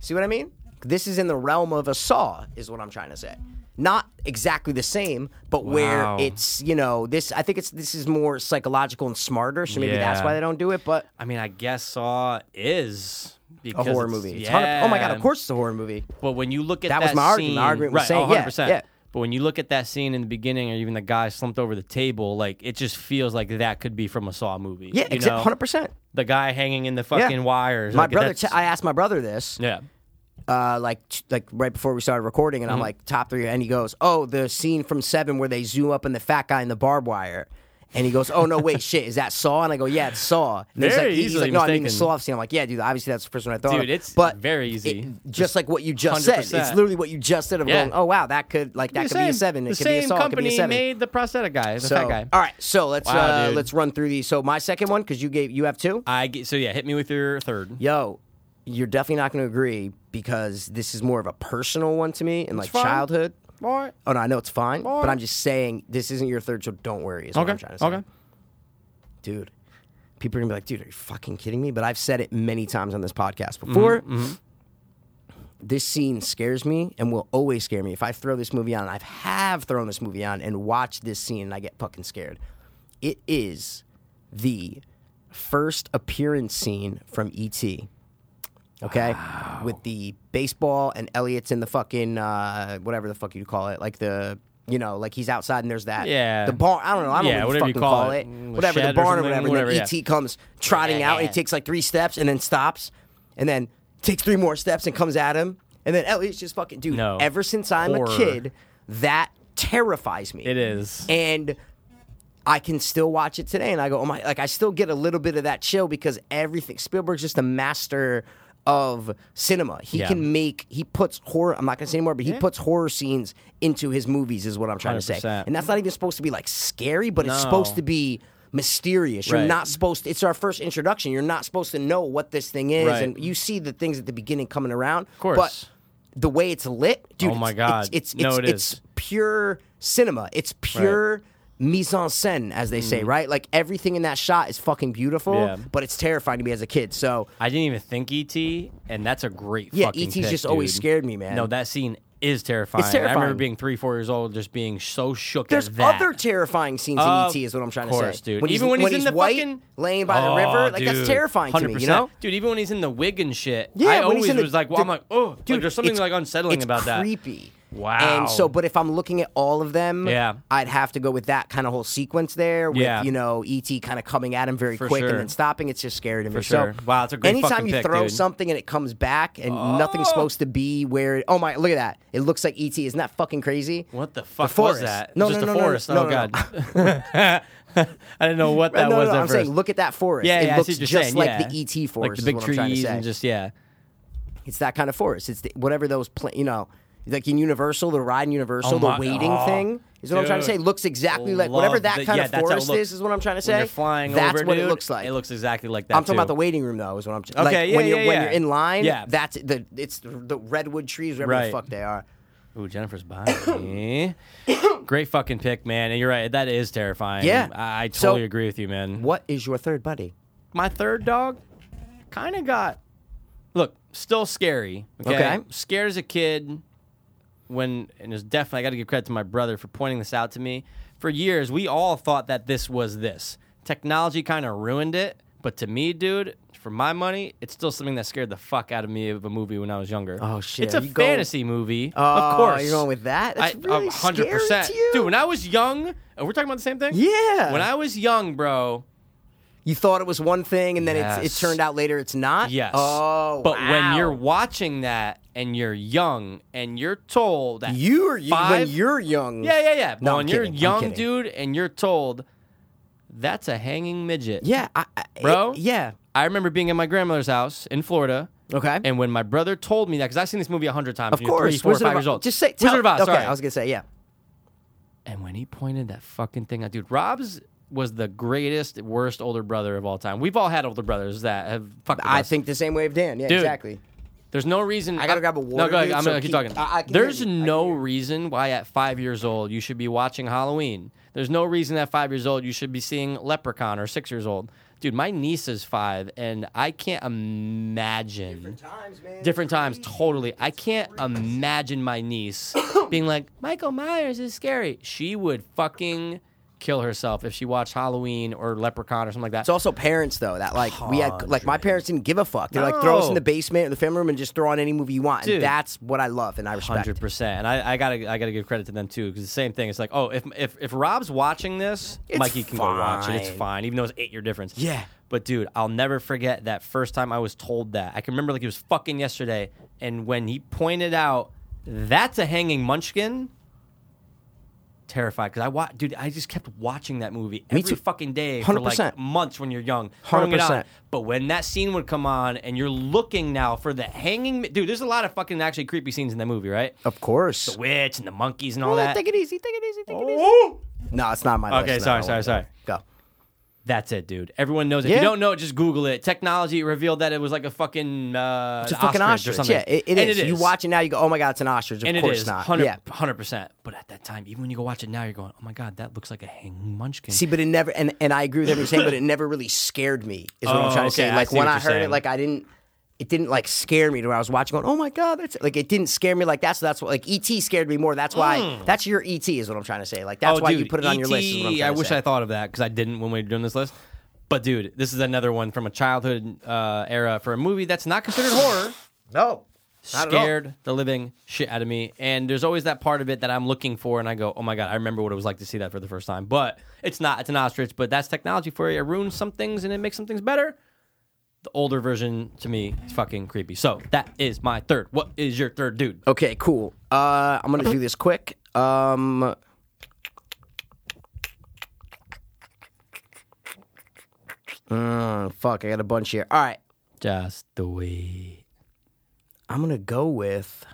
Speaker 1: See what I mean? This is in the realm of a Saw, is what I'm trying to say. Not exactly the same, but
Speaker 5: Wow.
Speaker 1: where it's you know this. I think it's this is more psychological and smarter, so maybe that's
Speaker 5: Yeah.
Speaker 1: why they don't do it. But
Speaker 5: I mean, I guess Saw is
Speaker 1: a
Speaker 5: because
Speaker 1: horror
Speaker 5: it's-
Speaker 1: movie. It's 100
Speaker 5: Yeah.
Speaker 1: oh my god! Of course, it's a horror movie.
Speaker 5: But when you look at
Speaker 1: That was my argument.
Speaker 5: scene,
Speaker 1: My argument was
Speaker 5: right,
Speaker 1: saying, yeah,
Speaker 5: 100%.
Speaker 1: yeah.
Speaker 5: But when you look at that scene in the beginning, or even the guy slumped over the table, like it just feels like that could be from a Saw movie.
Speaker 1: Yeah,
Speaker 5: you know?
Speaker 1: hundred percent.
Speaker 5: The guy hanging in the
Speaker 1: Yeah.
Speaker 5: fucking wires.
Speaker 1: My
Speaker 5: like,
Speaker 1: brother,
Speaker 5: that's-
Speaker 1: t- I asked my brother this.
Speaker 5: yeah.
Speaker 1: uh, like t- like right before we started recording,
Speaker 5: Mm-hmm.
Speaker 1: and I'm like top three, and he goes, "Oh, the scene from Seven where they zoom up on the fat guy in the barbed wire." And he goes, "Oh no, wait, shit, is that Saw?" And I go, "Yeah, it's Saw." And he's
Speaker 5: Very
Speaker 1: like, he- he's
Speaker 5: easily
Speaker 1: like, "No, I mean the
Speaker 5: mistaken.
Speaker 1: Saw scene." I'm like, "Yeah, dude, obviously that's the first one I thought."
Speaker 5: Dude,
Speaker 1: of."
Speaker 5: it's
Speaker 1: but
Speaker 5: very
Speaker 1: it-
Speaker 5: easy.
Speaker 1: just like what you just said. It's
Speaker 5: 100%.
Speaker 1: literally what you just said of
Speaker 5: Yeah.
Speaker 1: going, "Oh wow, that could like that could be a seven. It
Speaker 5: the
Speaker 1: could
Speaker 5: same
Speaker 1: be a Saw. It could
Speaker 5: company
Speaker 1: be a seven.
Speaker 5: made the prosthetic guy, the
Speaker 1: so,
Speaker 5: fat guy.
Speaker 1: all right, so let's
Speaker 5: Wow,
Speaker 1: uh,
Speaker 5: dude.
Speaker 1: let's run through these. So my second one because you gave you have two.
Speaker 5: I get, so yeah, hit me with your third.
Speaker 1: yo, you're definitely not going to agree because this is more of a personal one to me and like
Speaker 5: fine.
Speaker 1: childhood.
Speaker 5: All right.
Speaker 1: Oh no, I know it's fine,
Speaker 5: All
Speaker 1: but
Speaker 5: right.
Speaker 1: I'm just saying this isn't your third, so don't worry. Is what I'm
Speaker 5: Okay.
Speaker 1: trying to say.
Speaker 5: Okay.
Speaker 1: dude. People are gonna be like, dude, are you fucking kidding me? But I've said it many times on this podcast before. This scene scares me and will always scare me. If I throw this movie on, and I have thrown this movie on and watched this scene, and I get fucking scared. It is the first appearance scene from E.T. Okay, with the baseball and Elliot's in the fucking uh, whatever the fuck you call it, like the you know, like he's outside and there's that
Speaker 5: Yeah.
Speaker 1: the barn. I don't know. I don't
Speaker 5: Yeah,
Speaker 1: know what you
Speaker 5: whatever
Speaker 1: fucking
Speaker 5: you
Speaker 1: call,
Speaker 5: call
Speaker 1: it,
Speaker 5: it. Mm,
Speaker 1: whatever the
Speaker 5: shed or
Speaker 1: barn or
Speaker 5: something,
Speaker 1: whatever.
Speaker 5: whatever,
Speaker 1: and
Speaker 5: yeah.
Speaker 1: then ET comes trotting out, and he takes like three steps, and then stops, and then takes three more steps and comes at him, and then Elliot's just fucking dude.
Speaker 5: No.
Speaker 1: Ever since I'm a
Speaker 5: Horror.
Speaker 1: kid, that terrifies me.
Speaker 5: It is.
Speaker 1: and. I can still watch it today, and I go, "Oh my!" Like I still get a little bit of that chill because everything Spielberg's just a master of cinema. He
Speaker 5: Yeah.
Speaker 1: can make he puts horror. I'm not gonna say anymore, but he puts horror scenes into his movies. Is what I'm trying to say,
Speaker 5: 100%.
Speaker 1: and that's not even supposed to be like scary, but it's
Speaker 5: No.
Speaker 1: supposed to be mysterious. You're
Speaker 5: Right.
Speaker 1: not supposed. it's our first introduction. You're not supposed to know what this thing is,
Speaker 5: Right.
Speaker 1: and you see the things at the beginning coming around. Of
Speaker 5: course.
Speaker 1: but the way it's lit, dude.
Speaker 5: Oh my
Speaker 1: it's-
Speaker 5: God.
Speaker 1: It's it's,
Speaker 5: No,
Speaker 1: it's,
Speaker 5: it
Speaker 1: it's
Speaker 5: is.
Speaker 1: pure cinema. It's pure mise en scène, as they say, right? Like everything in that shot is fucking beautiful,
Speaker 5: Mm. Yeah.
Speaker 1: but it's terrifying to me as a kid. So
Speaker 5: I didn't even think ET, and that's a great
Speaker 1: yeah,
Speaker 5: fucking
Speaker 1: ET's
Speaker 5: pick,
Speaker 1: just always
Speaker 5: dude.
Speaker 1: scared me, man.
Speaker 5: No, that scene is terrifying.
Speaker 1: It's
Speaker 5: I remember
Speaker 1: terrifying.
Speaker 5: being three, four years old, just being so shook
Speaker 1: There's
Speaker 5: at that.
Speaker 1: other terrifying scenes in
Speaker 5: Of
Speaker 1: ET, is what I'm trying to
Speaker 5: course,
Speaker 1: say.
Speaker 5: dude.
Speaker 1: When
Speaker 5: Even when he's in the
Speaker 1: white,
Speaker 5: fucking-
Speaker 1: laying by the
Speaker 5: Oh,
Speaker 1: river, like
Speaker 5: dude.
Speaker 1: that's terrifying to me. You
Speaker 5: 100%.
Speaker 1: know,
Speaker 5: dude. Even when he's in the wig and shit,
Speaker 1: Yeah,
Speaker 5: I
Speaker 1: when
Speaker 5: always
Speaker 1: he's in the-
Speaker 5: was like, well, I'm like, oh, dude, there's something
Speaker 1: it's-
Speaker 5: like unsettling
Speaker 1: it's
Speaker 5: about that.
Speaker 1: Creepy.
Speaker 5: Wow.
Speaker 1: And so, but if I'm looking at all of them,
Speaker 5: Yeah.
Speaker 1: I'd have to go with that kind of whole sequence there, with
Speaker 5: Yeah.
Speaker 1: you know ET kind of coming at him very
Speaker 5: For
Speaker 1: quick
Speaker 5: sure.
Speaker 1: and then stopping. It's just scary to me.
Speaker 5: For sure.
Speaker 1: So,
Speaker 5: Wow, it's a great
Speaker 1: Anytime
Speaker 5: fucking
Speaker 1: you
Speaker 5: pick,
Speaker 1: throw
Speaker 5: dude. Oh.
Speaker 1: something and it comes back and nothing's supposed to be where. It, oh my! Look at that. It looks like E ET. Isn't that fucking crazy?
Speaker 5: What the fuck was
Speaker 1: forest.
Speaker 5: that?
Speaker 1: No,
Speaker 5: just
Speaker 1: no,
Speaker 5: a
Speaker 1: no, no,
Speaker 5: forest.
Speaker 1: no, no,
Speaker 5: oh
Speaker 1: no.
Speaker 5: god, I didn't know what that
Speaker 1: no,
Speaker 5: was.
Speaker 1: no,
Speaker 5: at
Speaker 1: I'm
Speaker 5: first.
Speaker 1: saying, look at that forest.
Speaker 5: yeah,
Speaker 1: it
Speaker 5: yeah, I
Speaker 1: looks
Speaker 5: see what you're
Speaker 1: just
Speaker 5: saying,
Speaker 1: like
Speaker 5: yeah.
Speaker 1: the ET forest.
Speaker 5: like the big
Speaker 1: is what
Speaker 5: trees
Speaker 1: I'm trying to say.
Speaker 5: and just yeah.
Speaker 1: It's that kind of forest. It's the, whatever those, pla- you know, like in Universal, the ride in Universal,
Speaker 5: Oh
Speaker 1: the
Speaker 5: my-
Speaker 1: waiting
Speaker 5: oh,
Speaker 1: thing is what I'm trying to say.
Speaker 5: dude.
Speaker 1: Looks exactly like whatever
Speaker 5: Love
Speaker 1: that
Speaker 5: the-
Speaker 1: kind
Speaker 5: yeah,
Speaker 1: of
Speaker 5: that's how it
Speaker 1: forest
Speaker 5: looks.
Speaker 1: is. Is what I'm trying to say.
Speaker 5: When you're flying
Speaker 1: that's
Speaker 5: over,
Speaker 1: what
Speaker 5: dude,
Speaker 1: it looks like.
Speaker 5: It looks exactly like that.
Speaker 1: I'm talking
Speaker 5: too.
Speaker 1: about the waiting room though. Is what I'm t-
Speaker 5: Okay,
Speaker 1: like
Speaker 5: yeah,
Speaker 1: when you're
Speaker 5: yeah,
Speaker 1: when
Speaker 5: yeah.
Speaker 1: you're in line.
Speaker 5: Yeah.
Speaker 1: that's the it's the, the redwood trees, whatever
Speaker 5: Right.
Speaker 1: the fuck they are.
Speaker 5: Ooh, Jennifer's body. Great fucking pick, man. And you're right. That is terrifying.
Speaker 1: Yeah.
Speaker 5: I, I
Speaker 1: So-
Speaker 5: totally agree with you, man.
Speaker 1: What is your third buddy?
Speaker 5: My third dog kind of got. Look, still scary. Okay?
Speaker 1: Okay.
Speaker 5: Scared as a kid when, and it's definitely, I got to give credit to my brother for pointing this out to me. For years, we all thought that this was this. Technology kind of ruined it. But to me, dude, for my money, it's still something that scared the fuck out of me of a movie when I was younger.
Speaker 1: Oh, shit.
Speaker 5: It's a
Speaker 1: You go-
Speaker 5: fantasy movie.
Speaker 1: Oh,
Speaker 5: of course.
Speaker 1: you're going with that. That's
Speaker 5: I-
Speaker 1: really
Speaker 5: a hundred
Speaker 1: scary
Speaker 5: percent.
Speaker 1: to you?
Speaker 5: Dude, when I was young, and we're talking about the same thing.
Speaker 1: Yeah.
Speaker 5: When I was young, bro.
Speaker 1: you thought it was one thing, and then it's,
Speaker 5: Yes.
Speaker 1: it turned out later it's not.
Speaker 5: Yes.
Speaker 1: Oh,
Speaker 5: But when
Speaker 1: wow.
Speaker 5: you're watching that and you're young and you're told that
Speaker 1: you're
Speaker 5: five,
Speaker 1: when you're young.
Speaker 5: yeah yeah yeah.
Speaker 1: No,
Speaker 5: when
Speaker 1: I'm
Speaker 5: you're
Speaker 1: kidding, I'm
Speaker 5: young,
Speaker 1: kidding.
Speaker 5: dude, and you're told that's a hanging midget.
Speaker 1: Yeah, I, I,
Speaker 5: Bro?
Speaker 1: it- yeah.
Speaker 5: I remember being at my grandmother's house in Florida.
Speaker 1: Okay.
Speaker 5: And when my brother told me that, because I've seen this movie a hundred times,
Speaker 1: of
Speaker 5: when you're
Speaker 1: course,
Speaker 5: three, four,
Speaker 1: Wizard
Speaker 5: five
Speaker 1: of
Speaker 5: years
Speaker 1: Oz-
Speaker 5: old.
Speaker 1: Just say
Speaker 5: Wizard of Oz.
Speaker 1: Okay,
Speaker 5: sorry.
Speaker 1: I was gonna say yeah.
Speaker 5: And when he pointed that fucking thing out, dude, Rob's was the greatest, worst older brother of all time. We've all had older brothers that have fucked. with
Speaker 1: I
Speaker 5: us.
Speaker 1: think the same way of Dan. Yeah,
Speaker 5: Dude.
Speaker 1: exactly.
Speaker 5: there's no reason.
Speaker 1: I gotta grab a
Speaker 5: No,
Speaker 1: water,
Speaker 5: go ahead.
Speaker 1: dude,
Speaker 5: I'm
Speaker 1: so
Speaker 5: gonna keep
Speaker 1: keep-
Speaker 5: talking.
Speaker 1: I- I can hear
Speaker 5: there's
Speaker 1: you. I can
Speaker 5: no
Speaker 1: hear you.
Speaker 5: reason why at five years old you should be watching Halloween. There's no reason at five years old you should be seeing Leprechaun or six years old. Dude, my niece is five, and I can't imagine
Speaker 1: Times, man.
Speaker 5: different times totally i can't imagine my niece being like michael myers is scary she would fucking kill herself if she watched halloween or leprechaun or something like that
Speaker 1: It's also parents though that like we had like my parents didn't give a fuck. They're like throw us
Speaker 5: Oh, No.
Speaker 1: in the basement or the family room and just throw on any movie you want.
Speaker 5: Dude.
Speaker 1: And that's what I love and I respect.
Speaker 5: Hundred percent, and I, I gotta, I gotta give credit to them too, because the same thing. It's like, oh, if if, if Rob's watching this,
Speaker 1: It's
Speaker 5: Mikey can go watch it. It's
Speaker 1: fine.
Speaker 5: fine, even though it's eight year difference.
Speaker 1: Yeah.
Speaker 5: but dude, I'll never forget that first time I was told that. I can remember like it was fucking yesterday, and when he pointed out that's a hanging munchkin, terrified because I watched, dude, I just kept watching that movie
Speaker 1: Me
Speaker 5: every
Speaker 1: too.
Speaker 5: fucking day for like
Speaker 1: 100%.
Speaker 5: months when you're young. throwing it on.
Speaker 1: 100%.
Speaker 5: But when that scene would come on, and you're looking now for the hanging, dude, there's a lot of fucking actually creepy scenes in that movie, right?
Speaker 1: Of course.
Speaker 5: witch and the monkeys and all
Speaker 2: Yeah,
Speaker 5: that.
Speaker 2: Take it easy. Take it easy. Take it easy.
Speaker 1: No, it's not my
Speaker 5: Okay,
Speaker 1: list. No,
Speaker 5: sorry,
Speaker 1: I
Speaker 5: sorry,
Speaker 1: won't.
Speaker 5: sorry.
Speaker 1: Go.
Speaker 5: That's it, dude. Everyone knows. It. If
Speaker 1: e- Yeah.
Speaker 5: you don't know it, just Google it. Technology revealed that it was like a fucking uh,
Speaker 1: It's a fucking
Speaker 5: or
Speaker 1: ostrich.
Speaker 5: something.
Speaker 1: Yeah, it, it,
Speaker 5: and
Speaker 1: is.
Speaker 5: it is.
Speaker 1: You watch it now, you go, oh my god, it's an ostrich. Of
Speaker 5: and it
Speaker 1: course
Speaker 5: is
Speaker 1: not.
Speaker 5: 100,
Speaker 1: Yeah.
Speaker 5: percent But at that time, even when you go watch it now, you're going, "Oh my god, that looks like a hanging munchkin."
Speaker 1: See, but it never, and, and I agree with everything you're saying, but it never really scared me, is what
Speaker 5: Oh,
Speaker 1: I'm trying to
Speaker 5: okay,
Speaker 1: say.
Speaker 5: I
Speaker 1: Like,
Speaker 5: see
Speaker 1: when
Speaker 5: what
Speaker 1: I
Speaker 5: you're
Speaker 1: heard
Speaker 5: saying.
Speaker 1: it, like, I didn't, it didn't, like, scare me to where I was watching going, oh my God, that's, like, it didn't scare me like that's That's what, like, E.T. scared me more. That's why, that's your E.T., is what I'm trying to say. Like, that's
Speaker 5: Hmm. oh,
Speaker 1: why
Speaker 5: dude,
Speaker 1: you put it on your
Speaker 5: ET,
Speaker 1: list. Is what I'm trying
Speaker 5: I
Speaker 1: to
Speaker 5: wish
Speaker 1: say.
Speaker 5: I thought of that because I didn't when we were doing this list. But dude, this is another one from a childhood uh, era for a movie that's not considered horror.
Speaker 1: No. Not at all.
Speaker 5: scared the living shit out of me. And there's always that part of it that I'm looking for, and I go, "Oh my god, I remember what it was like to see that for the first time." But it's not; it's an ostrich. But that's technology for you. It ruins some things and it makes some things better. The older version to me is fucking creepy. So that is my third. What is your third, dude?
Speaker 1: Okay, cool. Uh, I'm gonna do this quick. Um, mm, fuck, I got a bunch here. All right,
Speaker 5: Just the way.
Speaker 1: I'm gonna go with.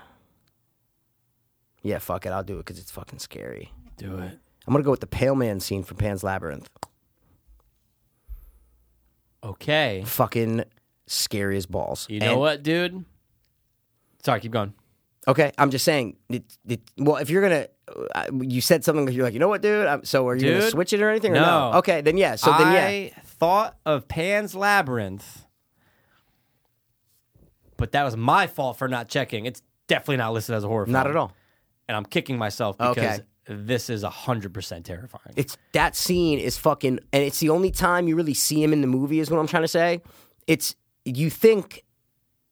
Speaker 1: Yeah, fuck it. I'll do it because it's fucking scary.
Speaker 5: Do it.
Speaker 1: I'm gonna go with the Pale Man scene from Pan's Labyrinth.
Speaker 5: Okay.
Speaker 1: Fucking scary as balls.
Speaker 5: You know
Speaker 1: And-
Speaker 5: what, dude? Sorry, keep going.
Speaker 1: Okay, I'm just saying. It, it, well, if you're gonna, uh, you said something. You're like, you know what, dude? i so are you gonna
Speaker 5: Dude,
Speaker 1: switch it or anything? Or
Speaker 5: no.
Speaker 1: no. Okay, then yeah. So then yeah.
Speaker 5: I thought of Pan's Labyrinth, but that was my fault for not checking. It's definitely not listed as a horror film.
Speaker 1: Not at all.
Speaker 5: And I'm kicking myself because
Speaker 1: Okay.
Speaker 5: this is 100% terrifying.
Speaker 1: It's that scene is fucking, and it's the only time you really see him in the movie. Is what I'm trying to say. It's you think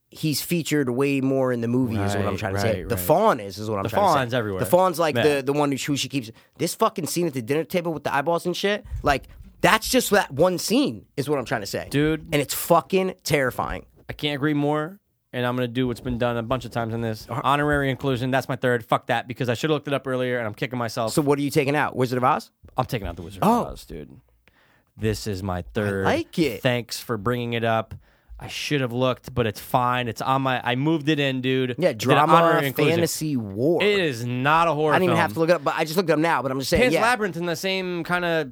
Speaker 1: he's featured way more in the movie. is what I'm
Speaker 5: Right,
Speaker 1: trying to say.
Speaker 5: right,
Speaker 1: The
Speaker 5: right.
Speaker 1: fawn is is what I'm
Speaker 5: The
Speaker 1: trying to say.
Speaker 5: fawn's everywhere.
Speaker 1: The fawn's like
Speaker 5: Yeah.
Speaker 1: the the one who, who she keeps. This fucking scene at the dinner table with the eyeballs and shit. Like that's just that one scene is what I'm trying to say,
Speaker 5: Dude.
Speaker 1: And it's fucking terrifying.
Speaker 5: I can't agree more. And I'm going to do what's been done a bunch of times in this. Honorary inclusion. That's my third. Fuck that because I should have looked it up earlier and I'm kicking myself.
Speaker 1: So what are you taking out? Wizard of Oz?
Speaker 5: I'm taking out the Wizard
Speaker 1: Oh.
Speaker 5: of Oz, dude. This is my third.
Speaker 1: like it.
Speaker 5: Thanks for bringing it up. I should have looked, but it's fine. It's on my. I moved it in, dude.
Speaker 1: Yeah,
Speaker 5: Did
Speaker 1: drama,
Speaker 5: honorary inclusion.
Speaker 1: fantasy, war.
Speaker 5: It is not a horror.
Speaker 1: I didn't even
Speaker 5: film.
Speaker 1: have to look it up, but I just looked it up now. But I'm just saying,
Speaker 5: Pan's
Speaker 1: yeah.
Speaker 5: Labyrinth in the same kind of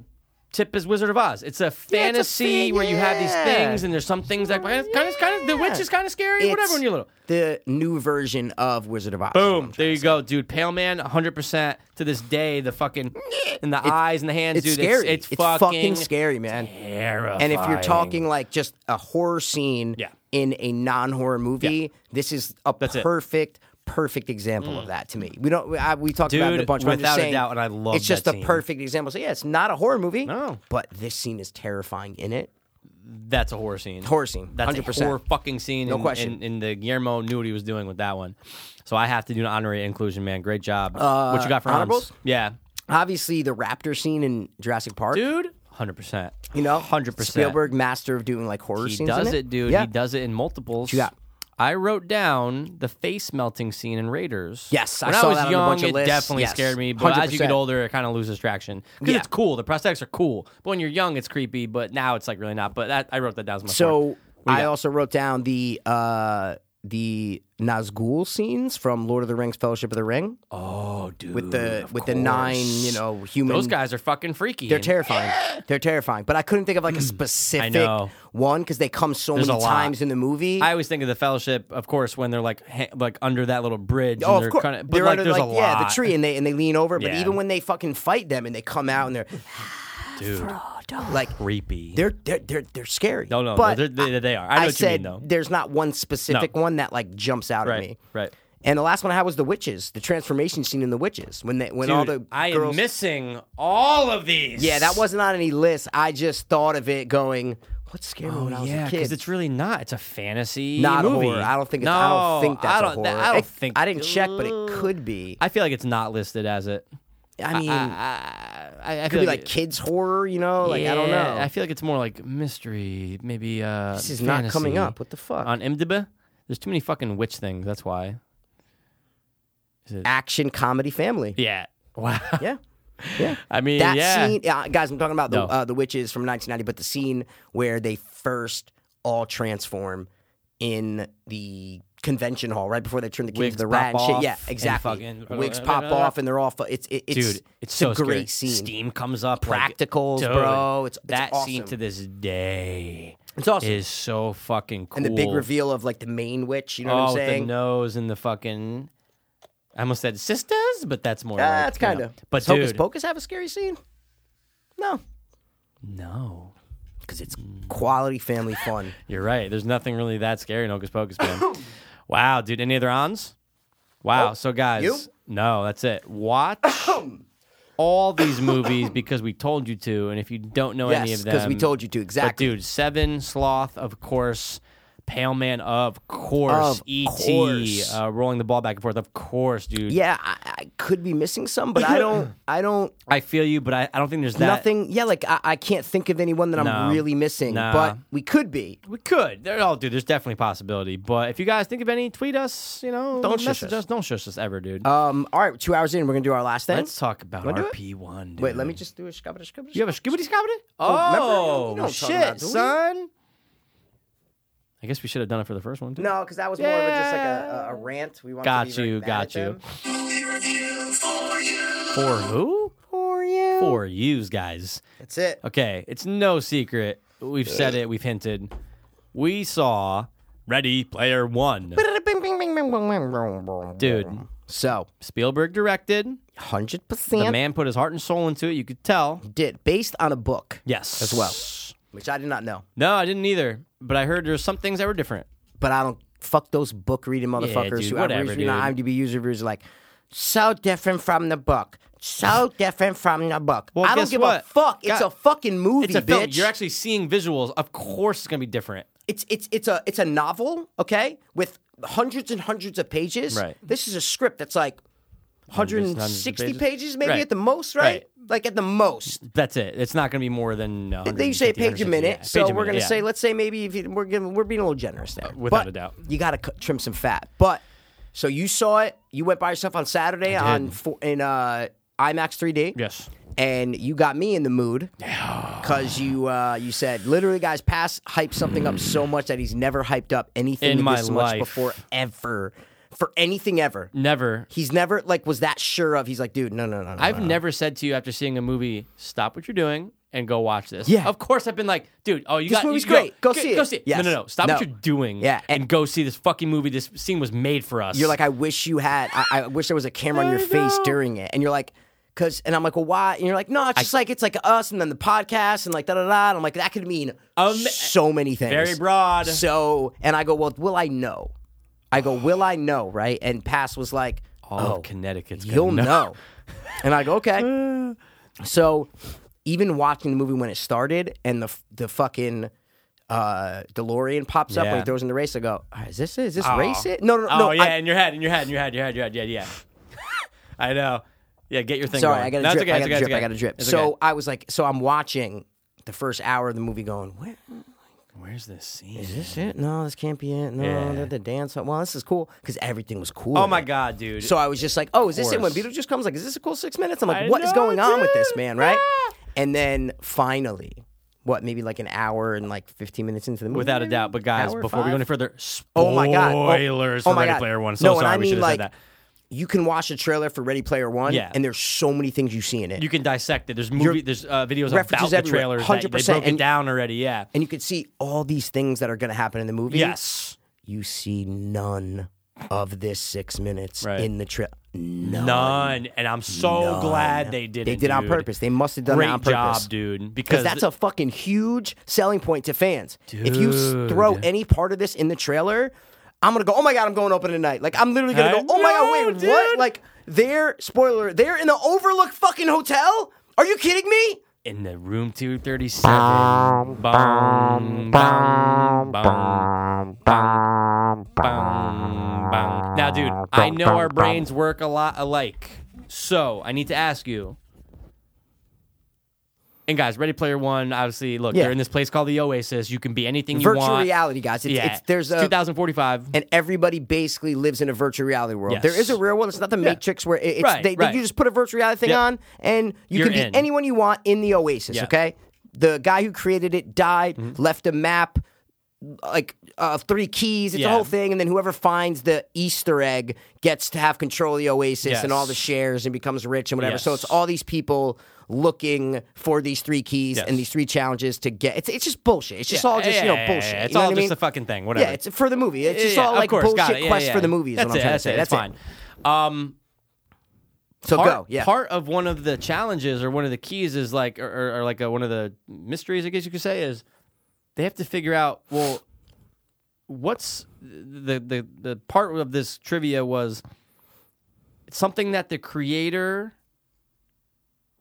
Speaker 5: tip as Wizard of Oz. It's a fantasy
Speaker 1: fan-
Speaker 5: where you have these
Speaker 1: yeah.
Speaker 5: things and there's some things that kind of, kind of, kind of the witch is kind of scary, whatever.
Speaker 1: It's
Speaker 5: When you're little,
Speaker 1: The new version of Wizard of Oz. is what I'm
Speaker 5: boom, there you go, dude. Pale Man, 100 percent to this day. The fucking and the eyes and the hands,
Speaker 1: it's
Speaker 5: dude.
Speaker 1: scary.
Speaker 5: It's,
Speaker 1: fucking,
Speaker 5: fucking,
Speaker 1: scary, man.
Speaker 5: Terrifying.
Speaker 1: And if you're talking like just a horror scene
Speaker 5: Yeah.
Speaker 1: in a non-horror movie, this is a
Speaker 5: That's it. Mm.
Speaker 1: perfect, perfect example of that to me. We don't. We, I, we talked about it a
Speaker 5: Dude,
Speaker 1: bunch. but I'm just
Speaker 5: without a
Speaker 1: saying,
Speaker 5: doubt, and I love
Speaker 1: It's just
Speaker 5: that
Speaker 1: a
Speaker 5: scene.
Speaker 1: perfect example. So yeah, it's not a horror movie.
Speaker 5: No.
Speaker 1: but this scene is terrifying in it.
Speaker 5: that's a horror scene.
Speaker 1: Horror scene,
Speaker 5: That's
Speaker 1: 100%.
Speaker 5: a horror fucking scene.
Speaker 1: No
Speaker 5: and,
Speaker 1: question.
Speaker 5: And, and the Guillermo knew what he was doing with that one. So I have to do an honorary inclusion, man. Great job. what you got for
Speaker 1: Uh, honorables?
Speaker 5: honorables? Yeah,
Speaker 1: Obviously, the raptor scene in Jurassic Park.
Speaker 5: dude, hundred percent.
Speaker 1: you know,
Speaker 5: hundred percent.
Speaker 1: Spielberg, master of doing like horror
Speaker 5: He
Speaker 1: scenes. in
Speaker 5: does it,
Speaker 1: it,
Speaker 5: dude.
Speaker 1: Yeah.
Speaker 5: He does it in multiples.
Speaker 1: you got?
Speaker 5: I wrote down the face melting scene in Raiders.
Speaker 1: Yes, I
Speaker 5: when
Speaker 1: saw
Speaker 5: was
Speaker 1: that on a
Speaker 5: young,
Speaker 1: bunch of
Speaker 5: it
Speaker 1: lists.
Speaker 5: definitely
Speaker 1: Yes,
Speaker 5: scared me. But as you
Speaker 1: 100%.
Speaker 5: get older, it kind of loses traction because
Speaker 1: Yeah.
Speaker 5: it's cool. The prosthetics are cool, but when you're young, it's creepy. But now it's like really not. But that I wrote that down as my fourth.
Speaker 1: So
Speaker 5: What do you
Speaker 1: I
Speaker 5: got?
Speaker 1: also wrote down the uh the Nazgul scenes from Lord of the Rings, Fellowship of the Ring,
Speaker 5: oh, dude,
Speaker 1: with the
Speaker 5: of
Speaker 1: with the nine,
Speaker 5: course.
Speaker 1: you know, human.
Speaker 5: Those guys are fucking freaky.
Speaker 1: they're
Speaker 5: and-
Speaker 1: terrifying. They're terrifying. But I couldn't think of like a specific
Speaker 5: know.
Speaker 1: one because they come so
Speaker 5: There's a
Speaker 1: many
Speaker 5: lot.
Speaker 1: times in the movie.
Speaker 5: I always think of the Fellowship, of course, when they're like ha- like under that little bridge.
Speaker 1: Oh,
Speaker 5: and
Speaker 1: of
Speaker 5: they're
Speaker 1: course.
Speaker 5: kinda- but
Speaker 1: they're
Speaker 5: like,
Speaker 1: under,
Speaker 5: there's a
Speaker 1: like,
Speaker 5: lot.
Speaker 1: yeah, the tree, and they and they lean over. But
Speaker 5: Yeah.
Speaker 1: even when they fucking fight them, and they come out, and they're
Speaker 5: dude,
Speaker 1: like,
Speaker 5: creepy.
Speaker 1: they're they're they're, they're scary.
Speaker 5: No, no,
Speaker 1: but
Speaker 5: they're- they- they are. I know what you
Speaker 1: said
Speaker 5: mean, though.
Speaker 1: there's not one specific one that like jumps out at
Speaker 5: right,
Speaker 1: me.
Speaker 5: right.
Speaker 1: And the last one I had was the witches, the transformation scene in the witches when they when all
Speaker 5: Dude,
Speaker 1: the
Speaker 5: I
Speaker 1: girls.
Speaker 5: am missing all of these.
Speaker 1: yeah, that wasn't on any list. I just thought of it going. What scared me when I was
Speaker 5: Oh, yeah,
Speaker 1: a kid?
Speaker 5: because it's really not. It's a fantasy
Speaker 1: not
Speaker 5: movie.
Speaker 1: a horror. I don't think.
Speaker 5: No,
Speaker 1: It's, I don't think that's
Speaker 5: I don't,
Speaker 1: a horror.
Speaker 5: that- I don't
Speaker 1: It-
Speaker 5: think.
Speaker 1: I didn't check, but it could be.
Speaker 5: I feel like it's not listed as it.
Speaker 1: I mean,
Speaker 5: I, I
Speaker 1: it could be like kids horror. You know, like I don't know.
Speaker 5: I feel like it's more like mystery. Maybe uh,
Speaker 1: this is not coming
Speaker 5: fantasy.
Speaker 1: up. What the fuck?
Speaker 5: on IMDb. There's too many fucking witch things. That's why.
Speaker 1: Action comedy family.
Speaker 5: Yeah. Wow.
Speaker 1: Yeah. Yeah.
Speaker 5: I mean,
Speaker 1: that
Speaker 5: yeah.
Speaker 1: scene, yeah, guys, I'm talking about the
Speaker 5: No.
Speaker 1: uh, the witches from 1990, but the scene where they first all transform in the convention hall right before they turn the key
Speaker 5: Wigs
Speaker 1: into the
Speaker 5: pop
Speaker 1: rat and shit.
Speaker 5: off
Speaker 1: Yeah,
Speaker 5: and
Speaker 1: exactly.
Speaker 5: fucking-
Speaker 1: Wigs pop off and they're all. Fu- it's it, it's
Speaker 5: Dude,
Speaker 1: it's
Speaker 5: it's so
Speaker 1: a
Speaker 5: scary.
Speaker 1: great scene.
Speaker 5: Steam comes up.
Speaker 1: Practicals,
Speaker 5: like, dude,
Speaker 1: bro. It's- it's
Speaker 5: that scene
Speaker 1: awesome.
Speaker 5: to this day
Speaker 1: It's awesome.
Speaker 5: is so fucking cool.
Speaker 1: And the big reveal of like the main witch. You know
Speaker 5: oh,
Speaker 1: what I'm
Speaker 5: with
Speaker 1: saying?
Speaker 5: the nose and the fucking. I almost said sisters, but that's more. like,
Speaker 1: That's
Speaker 5: you know.
Speaker 1: kind of.
Speaker 5: But
Speaker 1: Does Hocus
Speaker 5: dude,
Speaker 1: Pocus have a scary scene? No,
Speaker 5: no,
Speaker 1: because it's quality family fun.
Speaker 5: you're right. There's nothing really that scary in Hocus Pocus, man. wow, dude. Any other ons? Wow. so guys,
Speaker 1: you?
Speaker 5: no, that's it. Watch all these movies because we told you to, and if you don't know any
Speaker 1: yes,
Speaker 5: of them,
Speaker 1: because we told you to
Speaker 5: But
Speaker 1: exactly.
Speaker 5: dude, Seven, Sloth, of course. Pale Man, of course.
Speaker 1: Of
Speaker 5: E.T.
Speaker 1: course.
Speaker 5: Uh, rolling the ball back and forth, of course, dude.
Speaker 1: yeah, I, I could be missing some, but I don't. I don't.
Speaker 5: I feel you, but I, I don't think there's that.
Speaker 1: Nothing. Yeah, like I, I can't think of anyone that I'm
Speaker 5: No.
Speaker 1: really missing,
Speaker 5: Nah.
Speaker 1: but we could be.
Speaker 5: We could. There, oh, dude, there's definitely a possibility. But if you guys think of any, tweet us. You know,
Speaker 1: Don't shush
Speaker 5: message
Speaker 1: us.
Speaker 5: Don't shush us ever, dude.
Speaker 1: Um. All right, two hours in, we're gonna do our last thing.
Speaker 5: Let's talk about
Speaker 1: Wanna do it?
Speaker 5: RP one. Dude.
Speaker 1: Wait, let me just do a scuba scuba.
Speaker 5: You have a skibbity scabbity?
Speaker 1: remember,
Speaker 5: Oh,
Speaker 1: we don't talk
Speaker 5: shit,
Speaker 1: about it, do we?
Speaker 5: son. I guess we should have done it for the first one. Too.
Speaker 1: No, because that was more of a, just like a, a, a rant. We wanted
Speaker 5: Got
Speaker 1: to be very
Speaker 5: you,
Speaker 1: mad
Speaker 5: got
Speaker 1: at
Speaker 5: you.
Speaker 1: them.
Speaker 5: For who?
Speaker 1: For you.
Speaker 5: For yous, guys.
Speaker 1: That's it.
Speaker 5: Okay, it's no secret. We've said it, we've hinted. We saw Ready Player One. Dude,
Speaker 1: So,
Speaker 5: Spielberg directed.
Speaker 1: hundred
Speaker 5: The
Speaker 1: percent
Speaker 5: man put his heart and soul into it. You could tell.
Speaker 1: did based on a book,
Speaker 5: Yes.
Speaker 1: As well. which I did not know,
Speaker 5: No, I didn't either. But I heard there's some things that were different.
Speaker 1: but I don't fuck those book reading motherfuckers
Speaker 5: dude,
Speaker 1: who
Speaker 5: whatever,
Speaker 1: are reading on
Speaker 5: dude.
Speaker 1: IMDb user reviews are like, so different from the book. So different from the book.
Speaker 5: Well,
Speaker 1: I don't
Speaker 5: guess
Speaker 1: give a
Speaker 5: what?
Speaker 1: fuck. It's
Speaker 5: Got-
Speaker 1: a fucking movie,
Speaker 5: It's a
Speaker 1: bitch.
Speaker 5: film. You're actually seeing visuals. Of course, it's gonna be different.
Speaker 1: it's it's it's a it's a novel, okay, with hundreds and hundreds of pages.
Speaker 5: Right.
Speaker 1: This is a script that's like
Speaker 5: Hundreds
Speaker 1: 160
Speaker 5: and hundreds of
Speaker 1: pages.
Speaker 5: pages.
Speaker 1: maybe
Speaker 5: Right.
Speaker 1: at the most, right?
Speaker 5: Right.
Speaker 1: Like at the most.
Speaker 5: That's it. It's not gonna be more than. Uh,
Speaker 1: They say a
Speaker 5: 150,
Speaker 1: page a
Speaker 5: 160,
Speaker 1: minute,
Speaker 5: yeah.
Speaker 1: so
Speaker 5: Page a
Speaker 1: we're
Speaker 5: minute,
Speaker 1: gonna
Speaker 5: yeah.
Speaker 1: say let's say maybe if you, we're giving, we're being a little generous there,
Speaker 5: without
Speaker 1: But
Speaker 5: a doubt.
Speaker 1: You gotta cut, trim some fat, but so you saw it, you went by yourself on Saturday on four, in uh, IMAX 3D,
Speaker 5: Yes.
Speaker 1: and you got me in the mood because you uh, you said literally, guys, Pass hyped something up so much that he's never hyped up anything
Speaker 5: In my
Speaker 1: this much
Speaker 5: life. Mm.
Speaker 1: before ever for anything ever.
Speaker 5: never.
Speaker 1: He's never like was that sure of. He's like, dude, no, no, no, no
Speaker 5: I've
Speaker 1: no.
Speaker 5: never said to you after seeing a movie, stop what you're doing and go watch this.
Speaker 1: Yeah.
Speaker 5: Of course, I've been like, dude, oh, you
Speaker 1: This
Speaker 5: got
Speaker 1: movie's
Speaker 5: you, go-
Speaker 1: great. Go
Speaker 5: g-
Speaker 1: see it.
Speaker 5: Go see it.
Speaker 1: Yes.
Speaker 5: No, no, no. Stop what
Speaker 1: No.
Speaker 5: you're doing.
Speaker 1: Yeah,
Speaker 5: And,
Speaker 1: and-
Speaker 5: go see this fucking movie. This scene was made for us.
Speaker 1: You're like, I wish you had. I, I wish there was a camera on your face during it. And you're like, cause, and I'm like, well, why? And you're like, no, it's just like it's like us, and then the podcast, and like da da da. And I'm like, that could mean
Speaker 5: Um,
Speaker 1: so many things.
Speaker 5: very broad.
Speaker 1: So, and I go, well, will I know? I go, will I know? Right? And Pass was like,
Speaker 5: all
Speaker 1: oh,
Speaker 5: of Connecticut's gonna
Speaker 1: you'll know. and I go, okay. so, even watching the movie when it started, and the the fucking. Uh, DeLorean pops up when
Speaker 5: Yeah.
Speaker 1: he throws in the race. I go, "All right, is this it? Is this race it? No, no, no.
Speaker 5: Oh
Speaker 1: no,
Speaker 5: yeah,
Speaker 1: I-
Speaker 5: in your head, in your head, in your head, in your head, your head, yeah, yeah. I know. Yeah, get your thing.
Speaker 1: Sorry,
Speaker 5: going.
Speaker 1: I got a
Speaker 5: No, it's
Speaker 1: drip.
Speaker 5: okay,
Speaker 1: I
Speaker 5: it's
Speaker 1: got a
Speaker 5: okay, it's
Speaker 1: drip. I
Speaker 5: okay.
Speaker 1: got a drip.
Speaker 5: It's
Speaker 1: So
Speaker 5: okay.
Speaker 1: I was like, so I'm watching the first hour of the movie, going, where
Speaker 5: where's this scene?
Speaker 1: is this it? No, this can't be it. No,
Speaker 5: Yeah.
Speaker 1: the, the dance. Well, this is cool because everything was cool.
Speaker 5: Oh
Speaker 1: in
Speaker 5: my
Speaker 1: it.
Speaker 5: god, dude.
Speaker 1: So I was just like, oh, is this it? When
Speaker 5: course.
Speaker 1: Beetlejuice comes, like, is this a cool six minutes? I'm like,
Speaker 5: I
Speaker 1: what is
Speaker 5: know,
Speaker 1: going on with this
Speaker 5: dude.
Speaker 1: man, right? And then finally, what maybe like an hour and like 15 minutes into the movie,
Speaker 5: Without a
Speaker 1: maybe?
Speaker 5: doubt. But guys,
Speaker 1: Hour,
Speaker 5: before
Speaker 1: five?
Speaker 5: we go any further,
Speaker 1: Oh my god! Oh-
Speaker 5: spoilers
Speaker 1: oh
Speaker 5: for
Speaker 1: my
Speaker 5: Ready
Speaker 1: God.
Speaker 5: Player One. So
Speaker 1: no, and
Speaker 5: sorry,
Speaker 1: I
Speaker 5: we
Speaker 1: mean
Speaker 5: should have
Speaker 1: like,
Speaker 5: said that.
Speaker 1: you can watch a trailer for Ready Player One,
Speaker 5: Yeah.
Speaker 1: and there's so many things you see in it.
Speaker 5: You can dissect it. There's movie. There's uh, videos about
Speaker 1: references
Speaker 5: the
Speaker 1: everywhere,
Speaker 5: trailers. that
Speaker 1: 100%,
Speaker 5: They broke
Speaker 1: and-
Speaker 5: it down already. Yeah.
Speaker 1: and you could see all these things that are going to happen in the movie.
Speaker 5: Yes.
Speaker 1: you see none of this six minutes
Speaker 5: Right.
Speaker 1: in the trip. None.
Speaker 5: None. And I'm so glad they did.
Speaker 1: They
Speaker 5: it,
Speaker 1: did on
Speaker 5: dude.
Speaker 1: purpose. They must have done
Speaker 5: Great
Speaker 1: it on purpose.
Speaker 5: job, dude. Because
Speaker 1: Because that's a fucking huge selling point to fans. If you s- throw
Speaker 5: Dude.
Speaker 1: any part of this in the trailer, I'm gonna go. Oh my god, I'm going open tonight. Like I'm literally gonna
Speaker 5: I
Speaker 1: go. Oh my god,
Speaker 5: know,
Speaker 1: wait, what?
Speaker 5: dude.
Speaker 1: Like they're spoiler. They're in the Overlook fucking hotel. Are you kidding me?
Speaker 5: in the room 237. Bum, bum, bum, bum, bum, bum, bum. Now, dude, I know our brains work a lot alike. So I need to ask you. And guys, Ready Player One, obviously, look,
Speaker 1: Yeah.
Speaker 5: they're in this place called the Oasis. You can be anything you
Speaker 1: Virtual
Speaker 5: want.
Speaker 1: reality, guys. It's,
Speaker 5: yeah.
Speaker 1: it's there's a
Speaker 5: 2045.
Speaker 1: and everybody basically lives in a virtual reality world.
Speaker 5: Yes.
Speaker 1: There is a real world. It's not the Matrix where it- it's
Speaker 5: Right,
Speaker 1: they, they-
Speaker 5: right.
Speaker 1: you just put a virtual reality thing
Speaker 5: Yep.
Speaker 1: on and you
Speaker 5: You're
Speaker 1: can be
Speaker 5: in.
Speaker 1: anyone you want in the Oasis.
Speaker 5: Yeah. Mm-hmm.
Speaker 1: Okay, the guy who created it died, left a map, like uh, three keys. It's a
Speaker 5: Yeah.
Speaker 1: whole thing, and then whoever finds the Easter egg gets to have control of the Oasis and all the
Speaker 5: Yes.
Speaker 1: shares and becomes rich and whatever. So
Speaker 5: Yes.
Speaker 1: it's all these people looking for these three keys
Speaker 5: Yes.
Speaker 1: and these three challenges to get. It's it's just bullshit. It's just
Speaker 5: Yeah,
Speaker 1: all just
Speaker 5: yeah,
Speaker 1: you know
Speaker 5: yeah, yeah,
Speaker 1: bullshit.
Speaker 5: yeah. It's
Speaker 1: You know
Speaker 5: all
Speaker 1: what I
Speaker 5: just
Speaker 1: mean?
Speaker 5: a fucking thing. Whatever.
Speaker 1: Yeah, it's for the movie. It's just
Speaker 5: Yeah,
Speaker 1: all
Speaker 5: of
Speaker 1: like
Speaker 5: course, got
Speaker 1: bullshit
Speaker 5: it. Yeah,
Speaker 1: quest
Speaker 5: yeah.
Speaker 1: for the movies.
Speaker 5: That's
Speaker 1: what I'm
Speaker 5: it,
Speaker 1: trying
Speaker 5: that's
Speaker 1: to say.
Speaker 5: it.
Speaker 1: That's
Speaker 5: It's fine.
Speaker 1: it.
Speaker 5: Um,
Speaker 1: So
Speaker 5: part,
Speaker 1: go. Yeah.
Speaker 5: part of one of the challenges or one of the keys is like, or, or, or like a, one of the mysteries, I guess you could say, is they have to figure out, well, what's the, the, the part of this trivia was something that the creator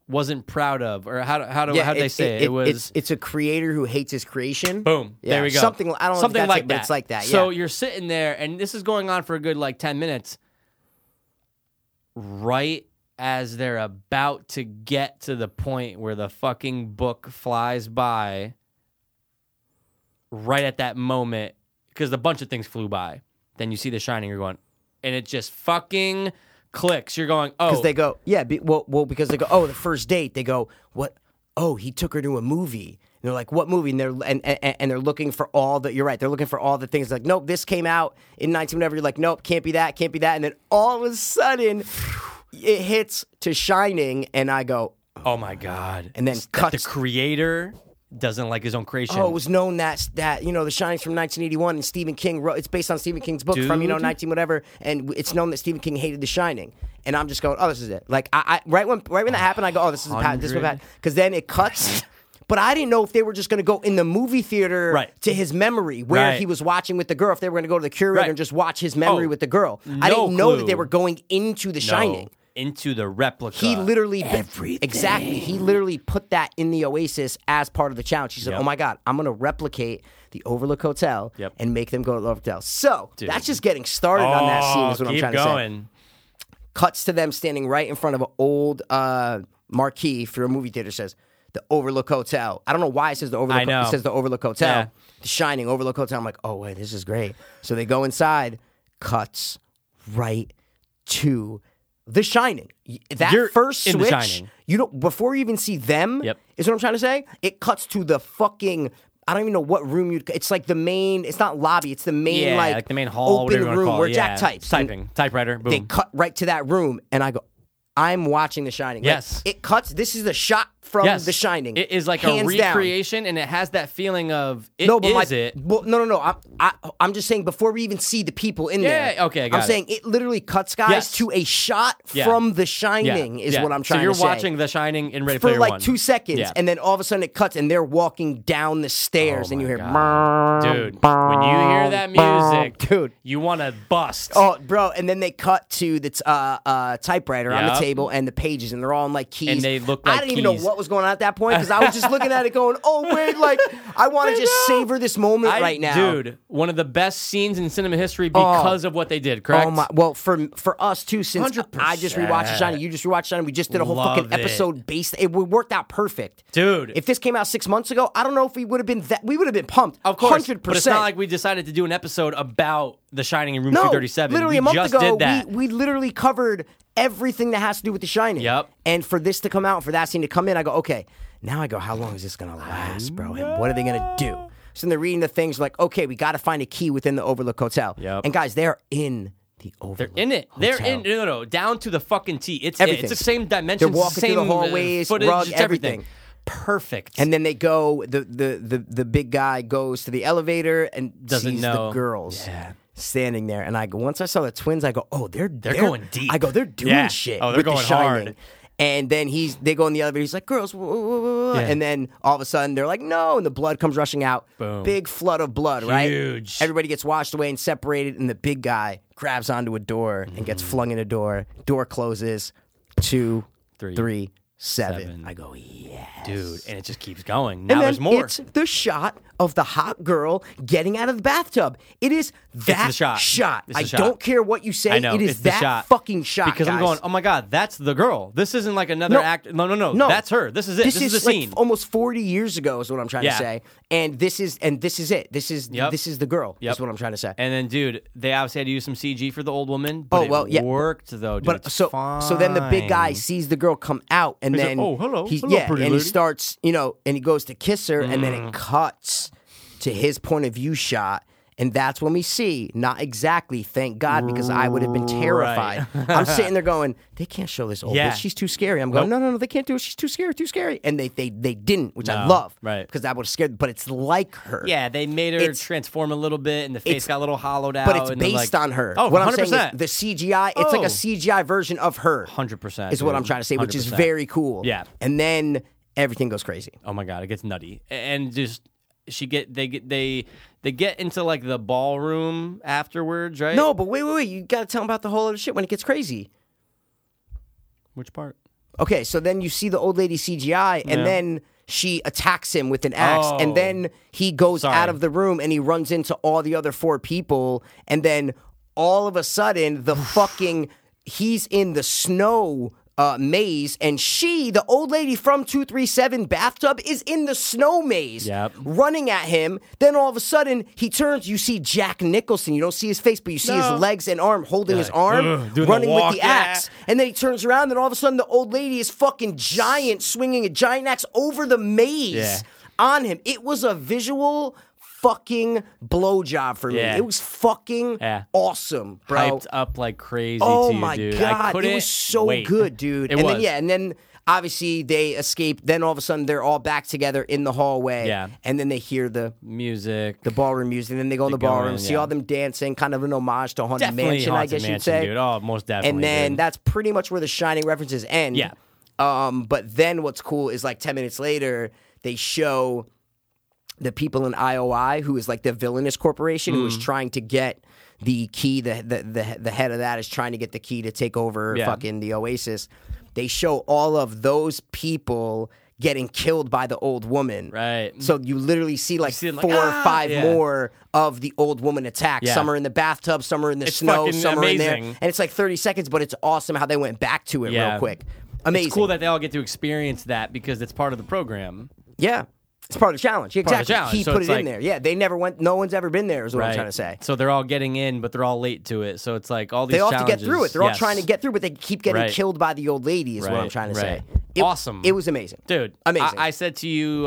Speaker 5: wasn't proud of, or how, do- how do,
Speaker 1: yeah,
Speaker 5: how do they say it? It, was.
Speaker 1: it's, it's a creator who hates his creation.
Speaker 5: Boom.
Speaker 1: Yeah,
Speaker 5: There we go.
Speaker 1: Something I don't know if
Speaker 5: something
Speaker 1: that's
Speaker 5: like
Speaker 1: it,
Speaker 5: that.
Speaker 1: but it's like that.
Speaker 5: So
Speaker 1: yeah.
Speaker 5: you're sitting there, and this is going on for a good like ten minutes. Right as they're about to get to the point where the fucking book flies by, right at that moment, because a bunch of things flew by. Then you see The Shining. You're going, and it just fucking clicks. You're going, oh,
Speaker 1: because they go, yeah, be, well, well, because they go, oh, the first date, they go, what? Oh, he took her to a movie. And they're like, what movie? And they're and, and, and they're looking for all the. You're right. They're looking for all the things. Like, nope, this came out in 19 whatever. You're like, nope, can't be that, can't be that. And then all of a sudden, it hits to Shining, and I go,
Speaker 5: oh my god,
Speaker 1: And then
Speaker 5: That the
Speaker 1: cuts-
Speaker 5: creator doesn't like his own creation.
Speaker 1: Oh, it was known that that you know The Shining's from 1981 and Stephen King wrote. It's based on Stephen King's book from you know
Speaker 5: Dude.
Speaker 1: 19 whatever, and w- it's known that Stephen King hated The Shining. And I'm just going, oh, this is it. Like I, I right when right when that happened, I go, oh, this is a pattern. This is a pattern. Because then it cuts. But I didn't know if they were just going to go in the movie theater
Speaker 5: Right.
Speaker 1: to his memory where
Speaker 5: Right.
Speaker 1: he was watching with the girl. If they were going to go to the curator
Speaker 5: Right.
Speaker 1: and just watch his memory
Speaker 5: Oh,
Speaker 1: with the girl, I
Speaker 5: no
Speaker 1: didn't know that
Speaker 5: clue.
Speaker 1: they were going into The Shining.
Speaker 5: into the replica.
Speaker 1: He literally exactly. He literally put that in the Oasis as part of the challenge. He said,
Speaker 5: Yep.
Speaker 1: "Oh my God, I'm gonna replicate the Overlook Hotel
Speaker 5: Yep.
Speaker 1: and make them go to the Overlook Hotel." So that's just getting started on that scene. Is what I'm
Speaker 5: Oh, keep
Speaker 1: trying to say.
Speaker 5: going.
Speaker 1: Cuts to them standing right in front of an old uh, marquee for a movie theater. Says the Overlook Hotel. I don't know why it says the Overlook.
Speaker 5: I know.
Speaker 1: It says the Overlook Hotel.
Speaker 5: Yeah.
Speaker 1: The Shining Overlook Hotel. I'm like, oh wait, this is great. So they go inside. Cuts right to The Shining. Y- That
Speaker 5: You're
Speaker 1: first
Speaker 5: in The
Speaker 1: switch,
Speaker 5: Shining.
Speaker 1: you don't before you even see them.
Speaker 5: Yep.
Speaker 1: Is what I'm trying to say. It cuts to the fucking. I don't even know what room you'd. It's like the main. It's not lobby. It's the main
Speaker 5: Yeah,
Speaker 1: like,
Speaker 5: like, the main hall,
Speaker 1: open
Speaker 5: whatever you wanna
Speaker 1: room
Speaker 5: call it.
Speaker 1: where
Speaker 5: Yeah,
Speaker 1: Jack types. And
Speaker 5: typing, typewriter. Boom.
Speaker 1: they cut right to that room, and I go, I'm watching The Shining. Like,
Speaker 5: Yes.
Speaker 1: it cuts. This is the shot from
Speaker 5: yes.
Speaker 1: The Shining.
Speaker 5: It is like
Speaker 1: hands
Speaker 5: a
Speaker 1: down.
Speaker 5: recreation, and it has that feeling of it
Speaker 1: No, but
Speaker 5: is
Speaker 1: my,
Speaker 5: it.
Speaker 1: Well, no, no, no. I'm, I, I'm just saying before we even see the people in there.
Speaker 5: Yeah, okay, I got
Speaker 1: I'm
Speaker 5: it.
Speaker 1: saying it literally cuts guys
Speaker 5: Yes.
Speaker 1: to a shot
Speaker 5: Yeah.
Speaker 1: from The
Speaker 5: Yeah,
Speaker 1: Shining is
Speaker 5: yeah.
Speaker 1: what I'm trying
Speaker 5: So you're
Speaker 1: to say.
Speaker 5: watching The Shining in Ready
Speaker 1: for
Speaker 5: Player
Speaker 1: like
Speaker 5: One.
Speaker 1: two seconds,
Speaker 5: Yeah. Oh
Speaker 1: and then all of a sudden it cuts, and they're walking down the stairs, and you hear.
Speaker 5: dude. When you hear that music,
Speaker 1: Dude.
Speaker 5: you want to bust.
Speaker 1: Oh, bro! And then they cut to the t- uh, uh, typewriter on the
Speaker 5: Yep.
Speaker 1: table and the pages, and they're all in like keys.
Speaker 5: And they look
Speaker 1: I
Speaker 5: like
Speaker 1: didn't even
Speaker 5: keys.
Speaker 1: know what was going on at that point because I was just looking at it, going, "Oh wait, like I want to just savor this moment
Speaker 5: I-
Speaker 1: right now."
Speaker 5: dude. One of the best scenes in cinema history because of what they did. Correct?
Speaker 1: Oh my! Well, for for us too, since I just rewatched The Shining, you just rewatched The Shining. We just did a whole
Speaker 5: Love
Speaker 1: fucking
Speaker 5: it.
Speaker 1: episode based. It w- worked out perfect,
Speaker 5: Dude.
Speaker 1: If this came out six months ago, I don't know if we would have been that. We would have been pumped,
Speaker 5: Of course,
Speaker 1: hundred
Speaker 5: but it's not like
Speaker 1: percent.
Speaker 5: we decided to do an episode about The Shining in Room
Speaker 1: No,
Speaker 5: 237.
Speaker 1: literally
Speaker 5: we
Speaker 1: a month
Speaker 5: just
Speaker 1: ago,
Speaker 5: did that.
Speaker 1: we we literally covered everything that has to do with The Shining.
Speaker 5: Yep.
Speaker 1: And for this to come out, for that scene to come in, I go, okay. Now I go, how long is this gonna last, bro? And what are they gonna do? So then they're reading the things like, okay, we got to find a key within the Overlook Hotel.
Speaker 5: Yep.
Speaker 1: and guys, they're in the Overlook.
Speaker 5: in it, they're
Speaker 1: Hotel.
Speaker 5: in no, no, no, down to the fucking T. It's it.
Speaker 1: Everything.
Speaker 5: it's the same dimensions,
Speaker 1: They're
Speaker 5: it's
Speaker 1: walking
Speaker 5: the
Speaker 1: through
Speaker 5: same
Speaker 1: the
Speaker 5: uh,
Speaker 1: hallways,
Speaker 5: footage,
Speaker 1: rug,
Speaker 5: it's everything.
Speaker 1: everything.
Speaker 5: Perfect.
Speaker 1: And then they go. The the the the big guy goes to the elevator and
Speaker 5: Doesn't
Speaker 1: sees
Speaker 5: know.
Speaker 1: the girls standing there. And I go. Once I saw the twins, I go, oh, they're they're,
Speaker 5: going deep.
Speaker 1: I go, they're doing
Speaker 5: Yeah.
Speaker 1: shit.
Speaker 5: Oh, they're
Speaker 1: with The
Speaker 5: going hard.
Speaker 1: Shining." And then he's they go in the elevator. He's like, girls, woo, woo, woo, woo.
Speaker 5: Yeah.
Speaker 1: and then all of a sudden they're like, no, and the blood comes rushing out.
Speaker 5: Boom.
Speaker 1: Big flood of blood, right?
Speaker 5: Huge.
Speaker 1: Everybody gets washed away and separated, and the big guy grabs onto a door and
Speaker 5: Mm.
Speaker 1: gets flung in a door. Door closes. Two,
Speaker 5: Three,
Speaker 1: three, three seven.
Speaker 5: seven.
Speaker 1: I go, yeah.
Speaker 5: dude, and it just keeps going. Now
Speaker 1: And then
Speaker 5: there's more.
Speaker 1: It's the shot of the hot girl getting out of the bathtub. It is that
Speaker 5: the shot. It's
Speaker 1: I
Speaker 5: the shot.
Speaker 1: don't care what you say.
Speaker 5: I know
Speaker 1: it is
Speaker 5: it's the
Speaker 1: that
Speaker 5: shot.
Speaker 1: fucking shot.
Speaker 5: because I'm
Speaker 1: guys.
Speaker 5: going, oh my god, that's the girl. This isn't like another act. No, no, no, that's her. This is it. This, is, the
Speaker 1: like oh
Speaker 5: scene.
Speaker 1: almost 40 years ago is what I'm trying
Speaker 5: Yeah.
Speaker 1: to say. And this is and this is it. This is
Speaker 5: Yep.
Speaker 1: this is the girl.
Speaker 5: Yep.
Speaker 1: That's what I'm trying to say.
Speaker 5: And then, dude, they obviously had to use some CG for the old woman.
Speaker 1: Oh,
Speaker 5: But
Speaker 1: well,
Speaker 5: it
Speaker 1: yeah.
Speaker 5: worked though. Dude.
Speaker 1: but
Speaker 5: It's
Speaker 1: so so then the big guy
Speaker 5: fine.
Speaker 1: sees the girl come out and
Speaker 5: He's like,
Speaker 1: then
Speaker 5: "Oh, hello.
Speaker 1: he's,
Speaker 5: Hello,
Speaker 1: yeah
Speaker 5: pretty
Speaker 1: and he
Speaker 5: lady." Mm.
Speaker 1: starts you know and he goes to kiss her and then it cuts to his point of view shot and that's when we see not exactly thank God because I would have been terrified I'm sitting there going they can't show this old
Speaker 5: Yeah.
Speaker 1: bitch she's too scary I'm going no no no they can't do it she's too scary too scary and they they they didn't which I
Speaker 5: No,
Speaker 1: love
Speaker 5: right.
Speaker 1: because that would have scared but it's like her
Speaker 5: Yeah, they made her
Speaker 1: It's-
Speaker 5: transform a little bit, and the face
Speaker 1: it's-
Speaker 5: got a little hollowed out.
Speaker 1: but it's
Speaker 5: and they're
Speaker 1: based
Speaker 5: like-
Speaker 1: on her
Speaker 5: Oh,
Speaker 1: what i am
Speaker 5: 100%.
Speaker 1: saying is the CGI it's like
Speaker 5: Oh.
Speaker 1: a CGI version of her
Speaker 5: 100%.
Speaker 1: is what
Speaker 5: dude.
Speaker 1: I'm trying to say, which is
Speaker 5: 100%.
Speaker 1: very cool.
Speaker 5: Yeah.
Speaker 1: And then everything goes crazy.
Speaker 5: Oh my god, it gets nutty, A- and just she get they get they they get into like the ballroom afterwards, right?
Speaker 1: No, but wait, wait, wait. You got to tell them about the whole other shit when it gets crazy.
Speaker 5: which part?
Speaker 1: Okay, so then you see the old lady CGI, and
Speaker 5: Yeah.
Speaker 1: then she attacks him with an axe,
Speaker 5: Oh.
Speaker 1: and then he goes
Speaker 5: Sorry.
Speaker 1: out of the room and he runs into all the other four people, and then all of a sudden the fucking he's in the snow. Uh, maze and she, the old lady from 237 bathtub, is in the snow maze
Speaker 5: Yep.
Speaker 1: running at him. Then all of a sudden, he turns. You see Jack Nicholson. You don't see his face, but you see
Speaker 5: No.
Speaker 1: his legs and arm holding his arm,
Speaker 5: "Ugh," doing the
Speaker 1: running
Speaker 5: walk,
Speaker 1: with the
Speaker 5: yeah.
Speaker 1: axe. And then he turns around, and all of a sudden, the old lady is fucking giant, swinging a giant axe over the maze
Speaker 5: Yeah.
Speaker 1: on him. It was a visual fucking blowjob for me.
Speaker 5: Yeah.
Speaker 1: It was fucking
Speaker 5: Yeah.
Speaker 1: awesome, bro.
Speaker 5: Hyped up like crazy.
Speaker 1: Oh
Speaker 5: too,
Speaker 1: my
Speaker 5: dude. I
Speaker 1: god, it
Speaker 5: couldn't
Speaker 1: was so
Speaker 5: wait.
Speaker 1: good, dude.
Speaker 5: It
Speaker 1: and
Speaker 5: was.
Speaker 1: then yeah, and then obviously they escape. Then all of a sudden they're all back together in the hallway.
Speaker 5: Yeah.
Speaker 1: And then they hear the
Speaker 5: Music.
Speaker 1: the ballroom music, and then they go in the
Speaker 5: They go
Speaker 1: ballroom,
Speaker 5: in,
Speaker 1: see
Speaker 5: yeah.
Speaker 1: all them dancing, kind of an homage to Haunted
Speaker 5: definitely
Speaker 1: Mansion, I
Speaker 5: Haunted
Speaker 1: guess
Speaker 5: Mansion,
Speaker 1: you'd say.
Speaker 5: dude. Oh, most definitely.
Speaker 1: and then
Speaker 5: dude.
Speaker 1: that's pretty much where the Shining references end.
Speaker 5: Yeah.
Speaker 1: Um, but then what's cool is like ten minutes later, they show the people in IOI, who is like the villainous corporation, who is
Speaker 5: Mm.
Speaker 1: trying to get the key. The, the the the head of that is trying to get the key to take over
Speaker 5: Yeah.
Speaker 1: fucking the Oasis. They show all of those people getting killed by the old woman.
Speaker 5: Right.
Speaker 1: So you literally see like
Speaker 5: see them, like,
Speaker 1: four
Speaker 5: "Ah!"
Speaker 1: or five
Speaker 5: Yeah.
Speaker 1: more of the old woman attack.
Speaker 5: Yeah.
Speaker 1: Some are in the bathtub, some are in the
Speaker 5: It's
Speaker 1: snow,
Speaker 5: fucking
Speaker 1: some are in there.
Speaker 5: amazing.
Speaker 1: And it's like 30 seconds, but it's awesome how they went back to it
Speaker 5: Yeah.
Speaker 1: real quick. Amazing.
Speaker 5: It's cool that they all get to experience that because it's part of the program.
Speaker 1: Yeah. It's part of the challenge. Exactly.
Speaker 5: of the challenge.
Speaker 1: He
Speaker 5: So
Speaker 1: put it
Speaker 5: it's like-
Speaker 1: in there. Yeah. They never went, no one's ever been there, is what I'm trying to say.
Speaker 5: So they're all getting in, but they're all late to it. So it's like all these
Speaker 1: They all have to get
Speaker 5: challenges-
Speaker 1: through it. They're all
Speaker 5: Yes.
Speaker 1: trying to get through, but they keep getting
Speaker 5: Right.
Speaker 1: killed by the old lady, is what I'm
Speaker 5: Right,
Speaker 1: trying to
Speaker 5: right.
Speaker 1: say. It-
Speaker 5: Awesome.
Speaker 1: It was amazing.
Speaker 5: Dude, I-
Speaker 1: Amazing.
Speaker 5: I, said to you,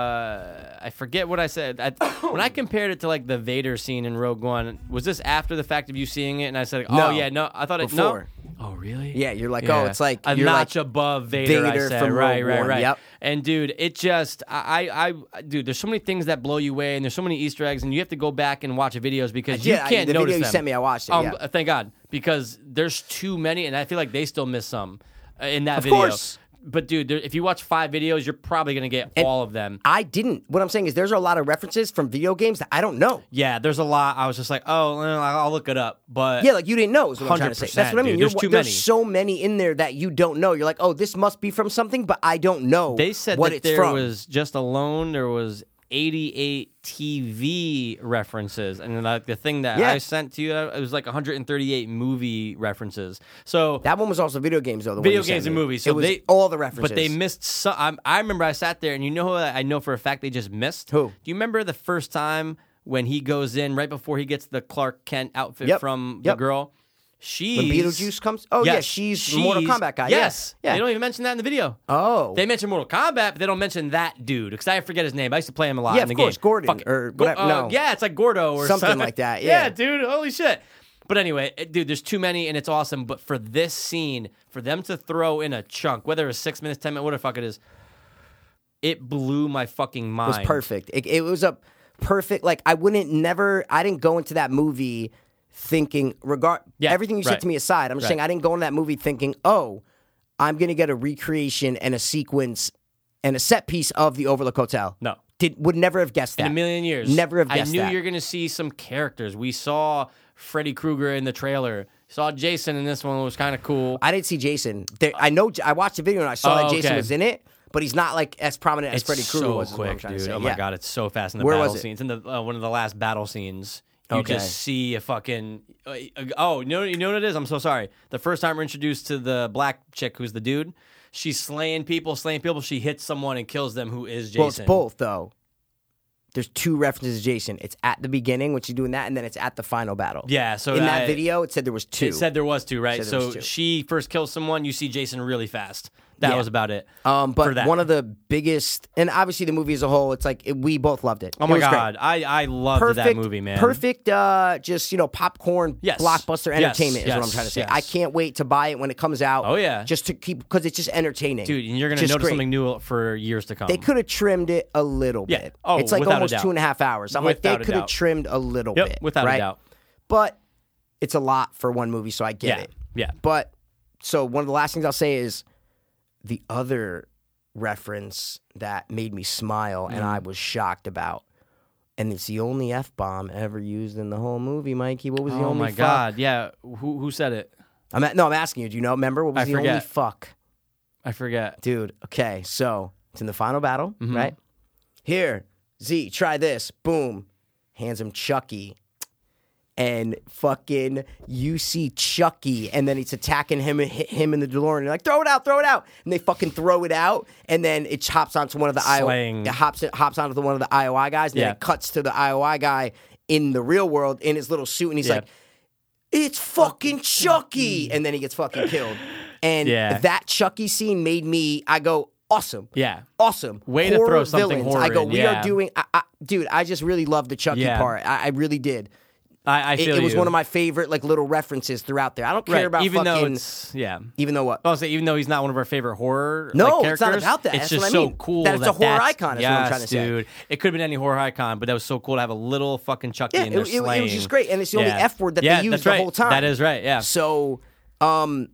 Speaker 5: uh, I forget what I said. I, when I compared it to like the Vader scene in Rogue One, was this after the fact of you seeing it? And I said, oh
Speaker 1: No.
Speaker 5: yeah, no, I thought it
Speaker 1: Before.
Speaker 5: no. Oh really?
Speaker 1: Yeah, you're like,
Speaker 5: Yeah.
Speaker 1: oh, it's like
Speaker 5: a
Speaker 1: you're
Speaker 5: notch
Speaker 1: like,
Speaker 5: above Vader. I
Speaker 1: Vader
Speaker 5: said,
Speaker 1: from
Speaker 5: right,
Speaker 1: Rogue
Speaker 5: right,
Speaker 1: One.
Speaker 5: right.
Speaker 1: Yep.
Speaker 5: And dude, it just, I, I, I, dude, there's so many things that blow you away, and there's so many Easter eggs, and you have to go back and watch the videos because you
Speaker 1: did. I-
Speaker 5: can't
Speaker 1: the video
Speaker 5: notice
Speaker 1: you
Speaker 5: them.
Speaker 1: sent me, I watched it,
Speaker 5: Um,
Speaker 1: yeah.
Speaker 5: Thank God, because there's too many, and I feel like they still miss some uh, in that
Speaker 1: Of
Speaker 5: video.
Speaker 1: course.
Speaker 5: But dude, there, if you watch five videos, you're probably gonna get all of them.
Speaker 1: I didn't. What I'm saying is, there's a lot of references from video games that I don't know.
Speaker 5: Yeah, there's a lot. I was just like, oh, well, I'll look it up. But
Speaker 1: Yeah, like you didn't know is what I'm trying to say.
Speaker 5: 100%,
Speaker 1: That's what I mean.
Speaker 5: dude.
Speaker 1: You're,
Speaker 5: There's too
Speaker 1: there's
Speaker 5: many.
Speaker 1: so many in there that you don't know. You're like, oh, this must be from something, but I don't know.
Speaker 5: They said
Speaker 1: what
Speaker 5: that
Speaker 1: it's
Speaker 5: there
Speaker 1: from.
Speaker 5: was just alone there was 88 TV references, and then, like the thing that
Speaker 1: Yeah.
Speaker 5: I sent to you, uh, it was like 138 movie references. So
Speaker 1: that one was also video games though. The
Speaker 5: video
Speaker 1: one you sent
Speaker 5: games and
Speaker 1: me.
Speaker 5: movies. So
Speaker 1: it was
Speaker 5: they
Speaker 1: all the references.
Speaker 5: but they missed. So, I, I remember I sat there, and you know who I know for a fact they just missed.
Speaker 1: Who?
Speaker 5: Do you remember the first time when he goes in right before he gets the Clark Kent outfit
Speaker 1: Yep.
Speaker 5: from
Speaker 1: Yep.
Speaker 5: the girl? She
Speaker 1: When Beetlejuice comes- oh, yeah, she's the Mortal Kombat guy, yeah,
Speaker 5: Yes,
Speaker 1: yeah.
Speaker 5: They don't even mention that in the video.
Speaker 1: Oh.
Speaker 5: they mention Mortal Kombat, but they don't mention that dude because I forget his name. I used to play him a lot.
Speaker 1: Yeah,
Speaker 5: in the
Speaker 1: of course,
Speaker 5: game.
Speaker 1: Gordon,
Speaker 5: Fuck it.
Speaker 1: or
Speaker 5: Go-
Speaker 1: whatever-
Speaker 5: uh,
Speaker 1: no.
Speaker 5: yeah, it's like Gordo or
Speaker 1: Something
Speaker 5: something
Speaker 1: like that,
Speaker 5: yeah,
Speaker 1: yeah.
Speaker 5: dude. Holy shit. But anyway, it- dude, there's too many and it's awesome. But for this scene, for them to throw in a chunk, whether it's six minutes, ten minutes, what the fuck it is, it blew my fucking mind.
Speaker 1: was perfect. It, it was a perfect. Like I wouldn't never. I didn't go into that movie thinking regard
Speaker 5: Yeah,
Speaker 1: everything you
Speaker 5: right.
Speaker 1: said to me aside. I'm just
Speaker 5: Right.
Speaker 1: saying I didn't go into that movie thinking, oh, I'm gonna get a recreation and a sequence and a set piece of the Overlook Hotel.
Speaker 5: No.
Speaker 1: did would never have guessed that
Speaker 5: in a million years.
Speaker 1: Never have
Speaker 5: I
Speaker 1: guessed
Speaker 5: knew
Speaker 1: that.
Speaker 5: you're gonna see some characters. We saw Freddy Krueger in the trailer. Saw Jason in this one, which was kind of cool.
Speaker 1: I didn't see Jason. There, I know I watched the video and I saw
Speaker 5: Oh,
Speaker 1: that Jason
Speaker 5: okay.
Speaker 1: was in it, but he's not like as prominent as
Speaker 5: It's
Speaker 1: Freddy Krueger
Speaker 5: so
Speaker 1: was. is what I'm
Speaker 5: quick,
Speaker 1: trying to
Speaker 5: dude.
Speaker 1: say.
Speaker 5: Oh my
Speaker 1: Yeah.
Speaker 5: god, it's so fast in the
Speaker 1: Where
Speaker 5: battle
Speaker 1: was it?
Speaker 5: scenes. In the uh, one of the last battle scenes, you
Speaker 1: Okay.
Speaker 5: just see a fucking. Uh, uh, oh, you know, you know what it is. I'm so sorry. The first time we're introduced to the black chick, who's the dude, she's slaying people, slaying people. She hits someone and kills them. Who is Jason?
Speaker 1: Well, it's both though. There's two references to Jason. It's at the beginning when she's doing that, and then it's at the final battle.
Speaker 5: Yeah, so
Speaker 1: in
Speaker 5: I-
Speaker 1: that video, it said there was two.
Speaker 5: It said there was two, right?
Speaker 1: Said there
Speaker 5: So
Speaker 1: was two.
Speaker 5: she first kills someone. You see Jason really fast. That
Speaker 1: Yeah.
Speaker 5: was about it.
Speaker 1: um,
Speaker 5: for
Speaker 1: but
Speaker 5: that.
Speaker 1: one of the biggest, and obviously the movie as a whole, it's like it, we both loved it.
Speaker 5: oh
Speaker 1: It
Speaker 5: my
Speaker 1: was great.
Speaker 5: god, I I loved
Speaker 1: perfect
Speaker 5: that movie, man.
Speaker 1: Perfect, uh, just you know, popcorn
Speaker 5: Yes.
Speaker 1: blockbuster
Speaker 5: Yes,
Speaker 1: entertainment is what I'm
Speaker 5: yes,
Speaker 1: trying to say.
Speaker 5: yes.
Speaker 1: I can't wait to buy it when it comes out.
Speaker 5: Oh, yeah.
Speaker 1: just to keep because it's just entertaining,
Speaker 5: dude. And you're gonna
Speaker 1: Just
Speaker 5: notice
Speaker 1: great.
Speaker 5: something new for years to come.
Speaker 1: They could have trimmed it a little
Speaker 5: Yeah.
Speaker 1: bit.
Speaker 5: Oh,
Speaker 1: it's like
Speaker 5: without a
Speaker 1: almost
Speaker 5: doubt.
Speaker 1: two and a half hours. I'm like
Speaker 5: Without a
Speaker 1: they could have
Speaker 5: doubt.
Speaker 1: trimmed a little
Speaker 5: Yep,
Speaker 1: bit,
Speaker 5: without a
Speaker 1: right?
Speaker 5: doubt.
Speaker 1: But it's a lot for one movie, so I get
Speaker 5: Yeah,
Speaker 1: it.
Speaker 5: yeah.
Speaker 1: But so one of the last things I'll say is the other reference that made me smile and
Speaker 5: Mm.
Speaker 1: I was shocked about. And it's the only f bomb ever used in the whole movie, Mikey. What was the
Speaker 5: Oh
Speaker 1: only
Speaker 5: my
Speaker 1: fuck?
Speaker 5: god, yeah. Who who said it?
Speaker 1: I'm at, no, I'm asking you. Do you know? Remember what was
Speaker 5: I
Speaker 1: the only
Speaker 5: forget.
Speaker 1: fuck?
Speaker 5: I forget.
Speaker 1: dude. Okay, so it's in the final battle,
Speaker 5: Mm-hmm.
Speaker 1: right? Here, Z, try this. Boom, hands him Chucky, and fucking you see Chucky, and then it's attacking him and hit him in the DeLorean. You're like, throw it out, throw it out, and they fucking throw it out, and then it hops onto one of the IO,
Speaker 5: Slaying.
Speaker 1: it hops hops onto the, one of the IOI guys, and
Speaker 5: Yeah.
Speaker 1: then it cuts to the IOI guy in the real world in his little suit, and he's
Speaker 5: Yeah.
Speaker 1: like. It's fucking Chucky, and then he gets fucking killed. And
Speaker 5: Yeah.
Speaker 1: that Chucky scene made me. I go awesome.
Speaker 5: Yeah.
Speaker 1: Awesome.
Speaker 5: Way to
Speaker 1: Horror
Speaker 5: throw something
Speaker 1: villains.
Speaker 5: horror
Speaker 1: I go.
Speaker 5: in,
Speaker 1: We
Speaker 5: yeah.
Speaker 1: are doing. I, I, dude, I just really love the Chucky
Speaker 5: Yeah.
Speaker 1: part. I, I really did.
Speaker 5: I, I
Speaker 1: It,
Speaker 5: feel
Speaker 1: it was
Speaker 5: you.
Speaker 1: one of my favorite like little references throughout there. I don't care
Speaker 5: Right,
Speaker 1: about
Speaker 5: even though
Speaker 1: fucking-
Speaker 5: it's Oh, yeah.
Speaker 1: even though what.
Speaker 5: I'll say even though he's not one of our favorite horror like,
Speaker 1: No, it's not
Speaker 5: characters,
Speaker 1: about that.
Speaker 5: It's
Speaker 1: That's
Speaker 5: just
Speaker 1: what I
Speaker 5: so
Speaker 1: mean.
Speaker 5: cool
Speaker 1: That it's a horror
Speaker 5: that's-
Speaker 1: icon is what
Speaker 5: Yes,
Speaker 1: I'm trying to say.
Speaker 5: dude. It could have been any horror icon, but that was so cool to have a little fucking Chucky
Speaker 1: Yeah,
Speaker 5: in
Speaker 1: it-
Speaker 5: there
Speaker 1: it- it was
Speaker 5: slaying.
Speaker 1: just great, and it's the only
Speaker 5: Yeah.
Speaker 1: F word that they
Speaker 5: yeah,
Speaker 1: used
Speaker 5: that's
Speaker 1: the
Speaker 5: right.
Speaker 1: whole time.
Speaker 5: That is right. Yeah.
Speaker 1: So, um,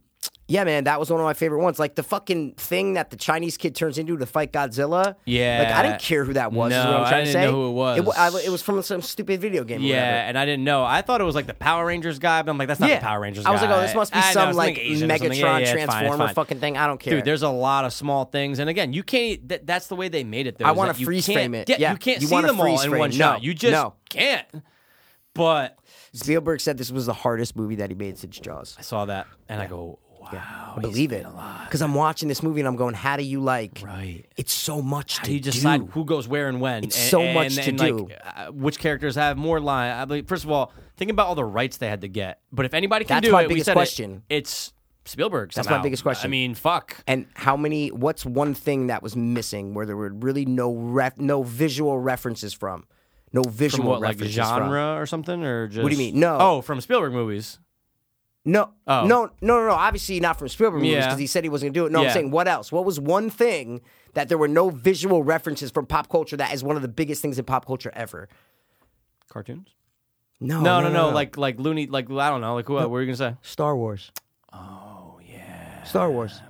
Speaker 1: Yeah, man, that was one of my favorite ones. Like the fucking thing that the Chinese kid turns into to fight Godzilla.
Speaker 5: Yeah.
Speaker 1: like I didn't care who that was. is
Speaker 5: No,
Speaker 1: what I'm
Speaker 5: I
Speaker 1: trying to
Speaker 5: didn't
Speaker 1: say.
Speaker 5: know who it was.
Speaker 1: It, wa- I- it was from some stupid video game. or
Speaker 5: Yeah,
Speaker 1: whatever.
Speaker 5: and I didn't know. I thought it was like the Power Rangers guy, but I'm like, that's not
Speaker 1: yeah.
Speaker 5: the Power Rangers guy.
Speaker 1: I was like, oh, this must be
Speaker 5: I know,
Speaker 1: some
Speaker 5: it's
Speaker 1: like
Speaker 5: something Asian or
Speaker 1: Megatron
Speaker 5: something. Yeah, yeah, it's fine, it's
Speaker 1: Transformer
Speaker 5: fine.
Speaker 1: fucking thing. I don't care.
Speaker 5: Dude, there's a lot of small things, and again, you can't. That, that's the way they made it. Though.
Speaker 1: I
Speaker 5: is
Speaker 1: wanna
Speaker 5: that you
Speaker 1: freeze
Speaker 5: can't-
Speaker 1: frame it.
Speaker 5: Yeah,
Speaker 1: Yeah,
Speaker 5: you can't
Speaker 1: you
Speaker 5: see
Speaker 1: wanna
Speaker 5: them all
Speaker 1: freeze
Speaker 5: in
Speaker 1: frame.
Speaker 5: one shot.
Speaker 1: No,
Speaker 5: You just
Speaker 1: no.
Speaker 5: can't. But
Speaker 1: Spielberg said this was the hardest movie that he made since Jaws.
Speaker 5: I saw that, and I go, wow,
Speaker 1: I believe it because I'm watching this movie and I'm going, how do you like?
Speaker 5: Right.
Speaker 1: It's so much
Speaker 5: How
Speaker 1: to
Speaker 5: do you decide
Speaker 1: do.
Speaker 5: who goes where and when?
Speaker 1: It's
Speaker 5: and,
Speaker 1: so
Speaker 5: and-
Speaker 1: much to
Speaker 5: and, like,
Speaker 1: do.
Speaker 5: uh, which characters have more line? I believe, first of all, think about all the rights they had to get. But if anybody can
Speaker 1: That's
Speaker 5: do
Speaker 1: my
Speaker 5: it, we
Speaker 1: biggest
Speaker 5: said it,
Speaker 1: question.
Speaker 5: it's Spielberg.
Speaker 1: That's my
Speaker 5: somehow.
Speaker 1: biggest question.
Speaker 5: I mean, fuck.
Speaker 1: And how many? What's one thing that was missing where there were really no ref, no visual references from, no visual
Speaker 5: From what, like
Speaker 1: references
Speaker 5: genre
Speaker 1: From.
Speaker 5: or something, or just
Speaker 1: What do you mean? No.
Speaker 5: Oh, from Spielberg movies.
Speaker 1: No,
Speaker 5: Oh.
Speaker 1: no, no, no, no. Obviously not from Spielberg movies
Speaker 5: Yeah.
Speaker 1: because he said he wasn't gonna do it. No,
Speaker 5: Yeah.
Speaker 1: I'm saying what else? What was one thing that there were no visual references from pop culture that is one of the biggest things in pop culture ever?
Speaker 5: Cartoons?
Speaker 1: No,
Speaker 5: Oh, No, no, no, Like, like Looney, like I don't know, like what, what were you gonna say?
Speaker 1: Star Wars. Oh yeah, Star Wars.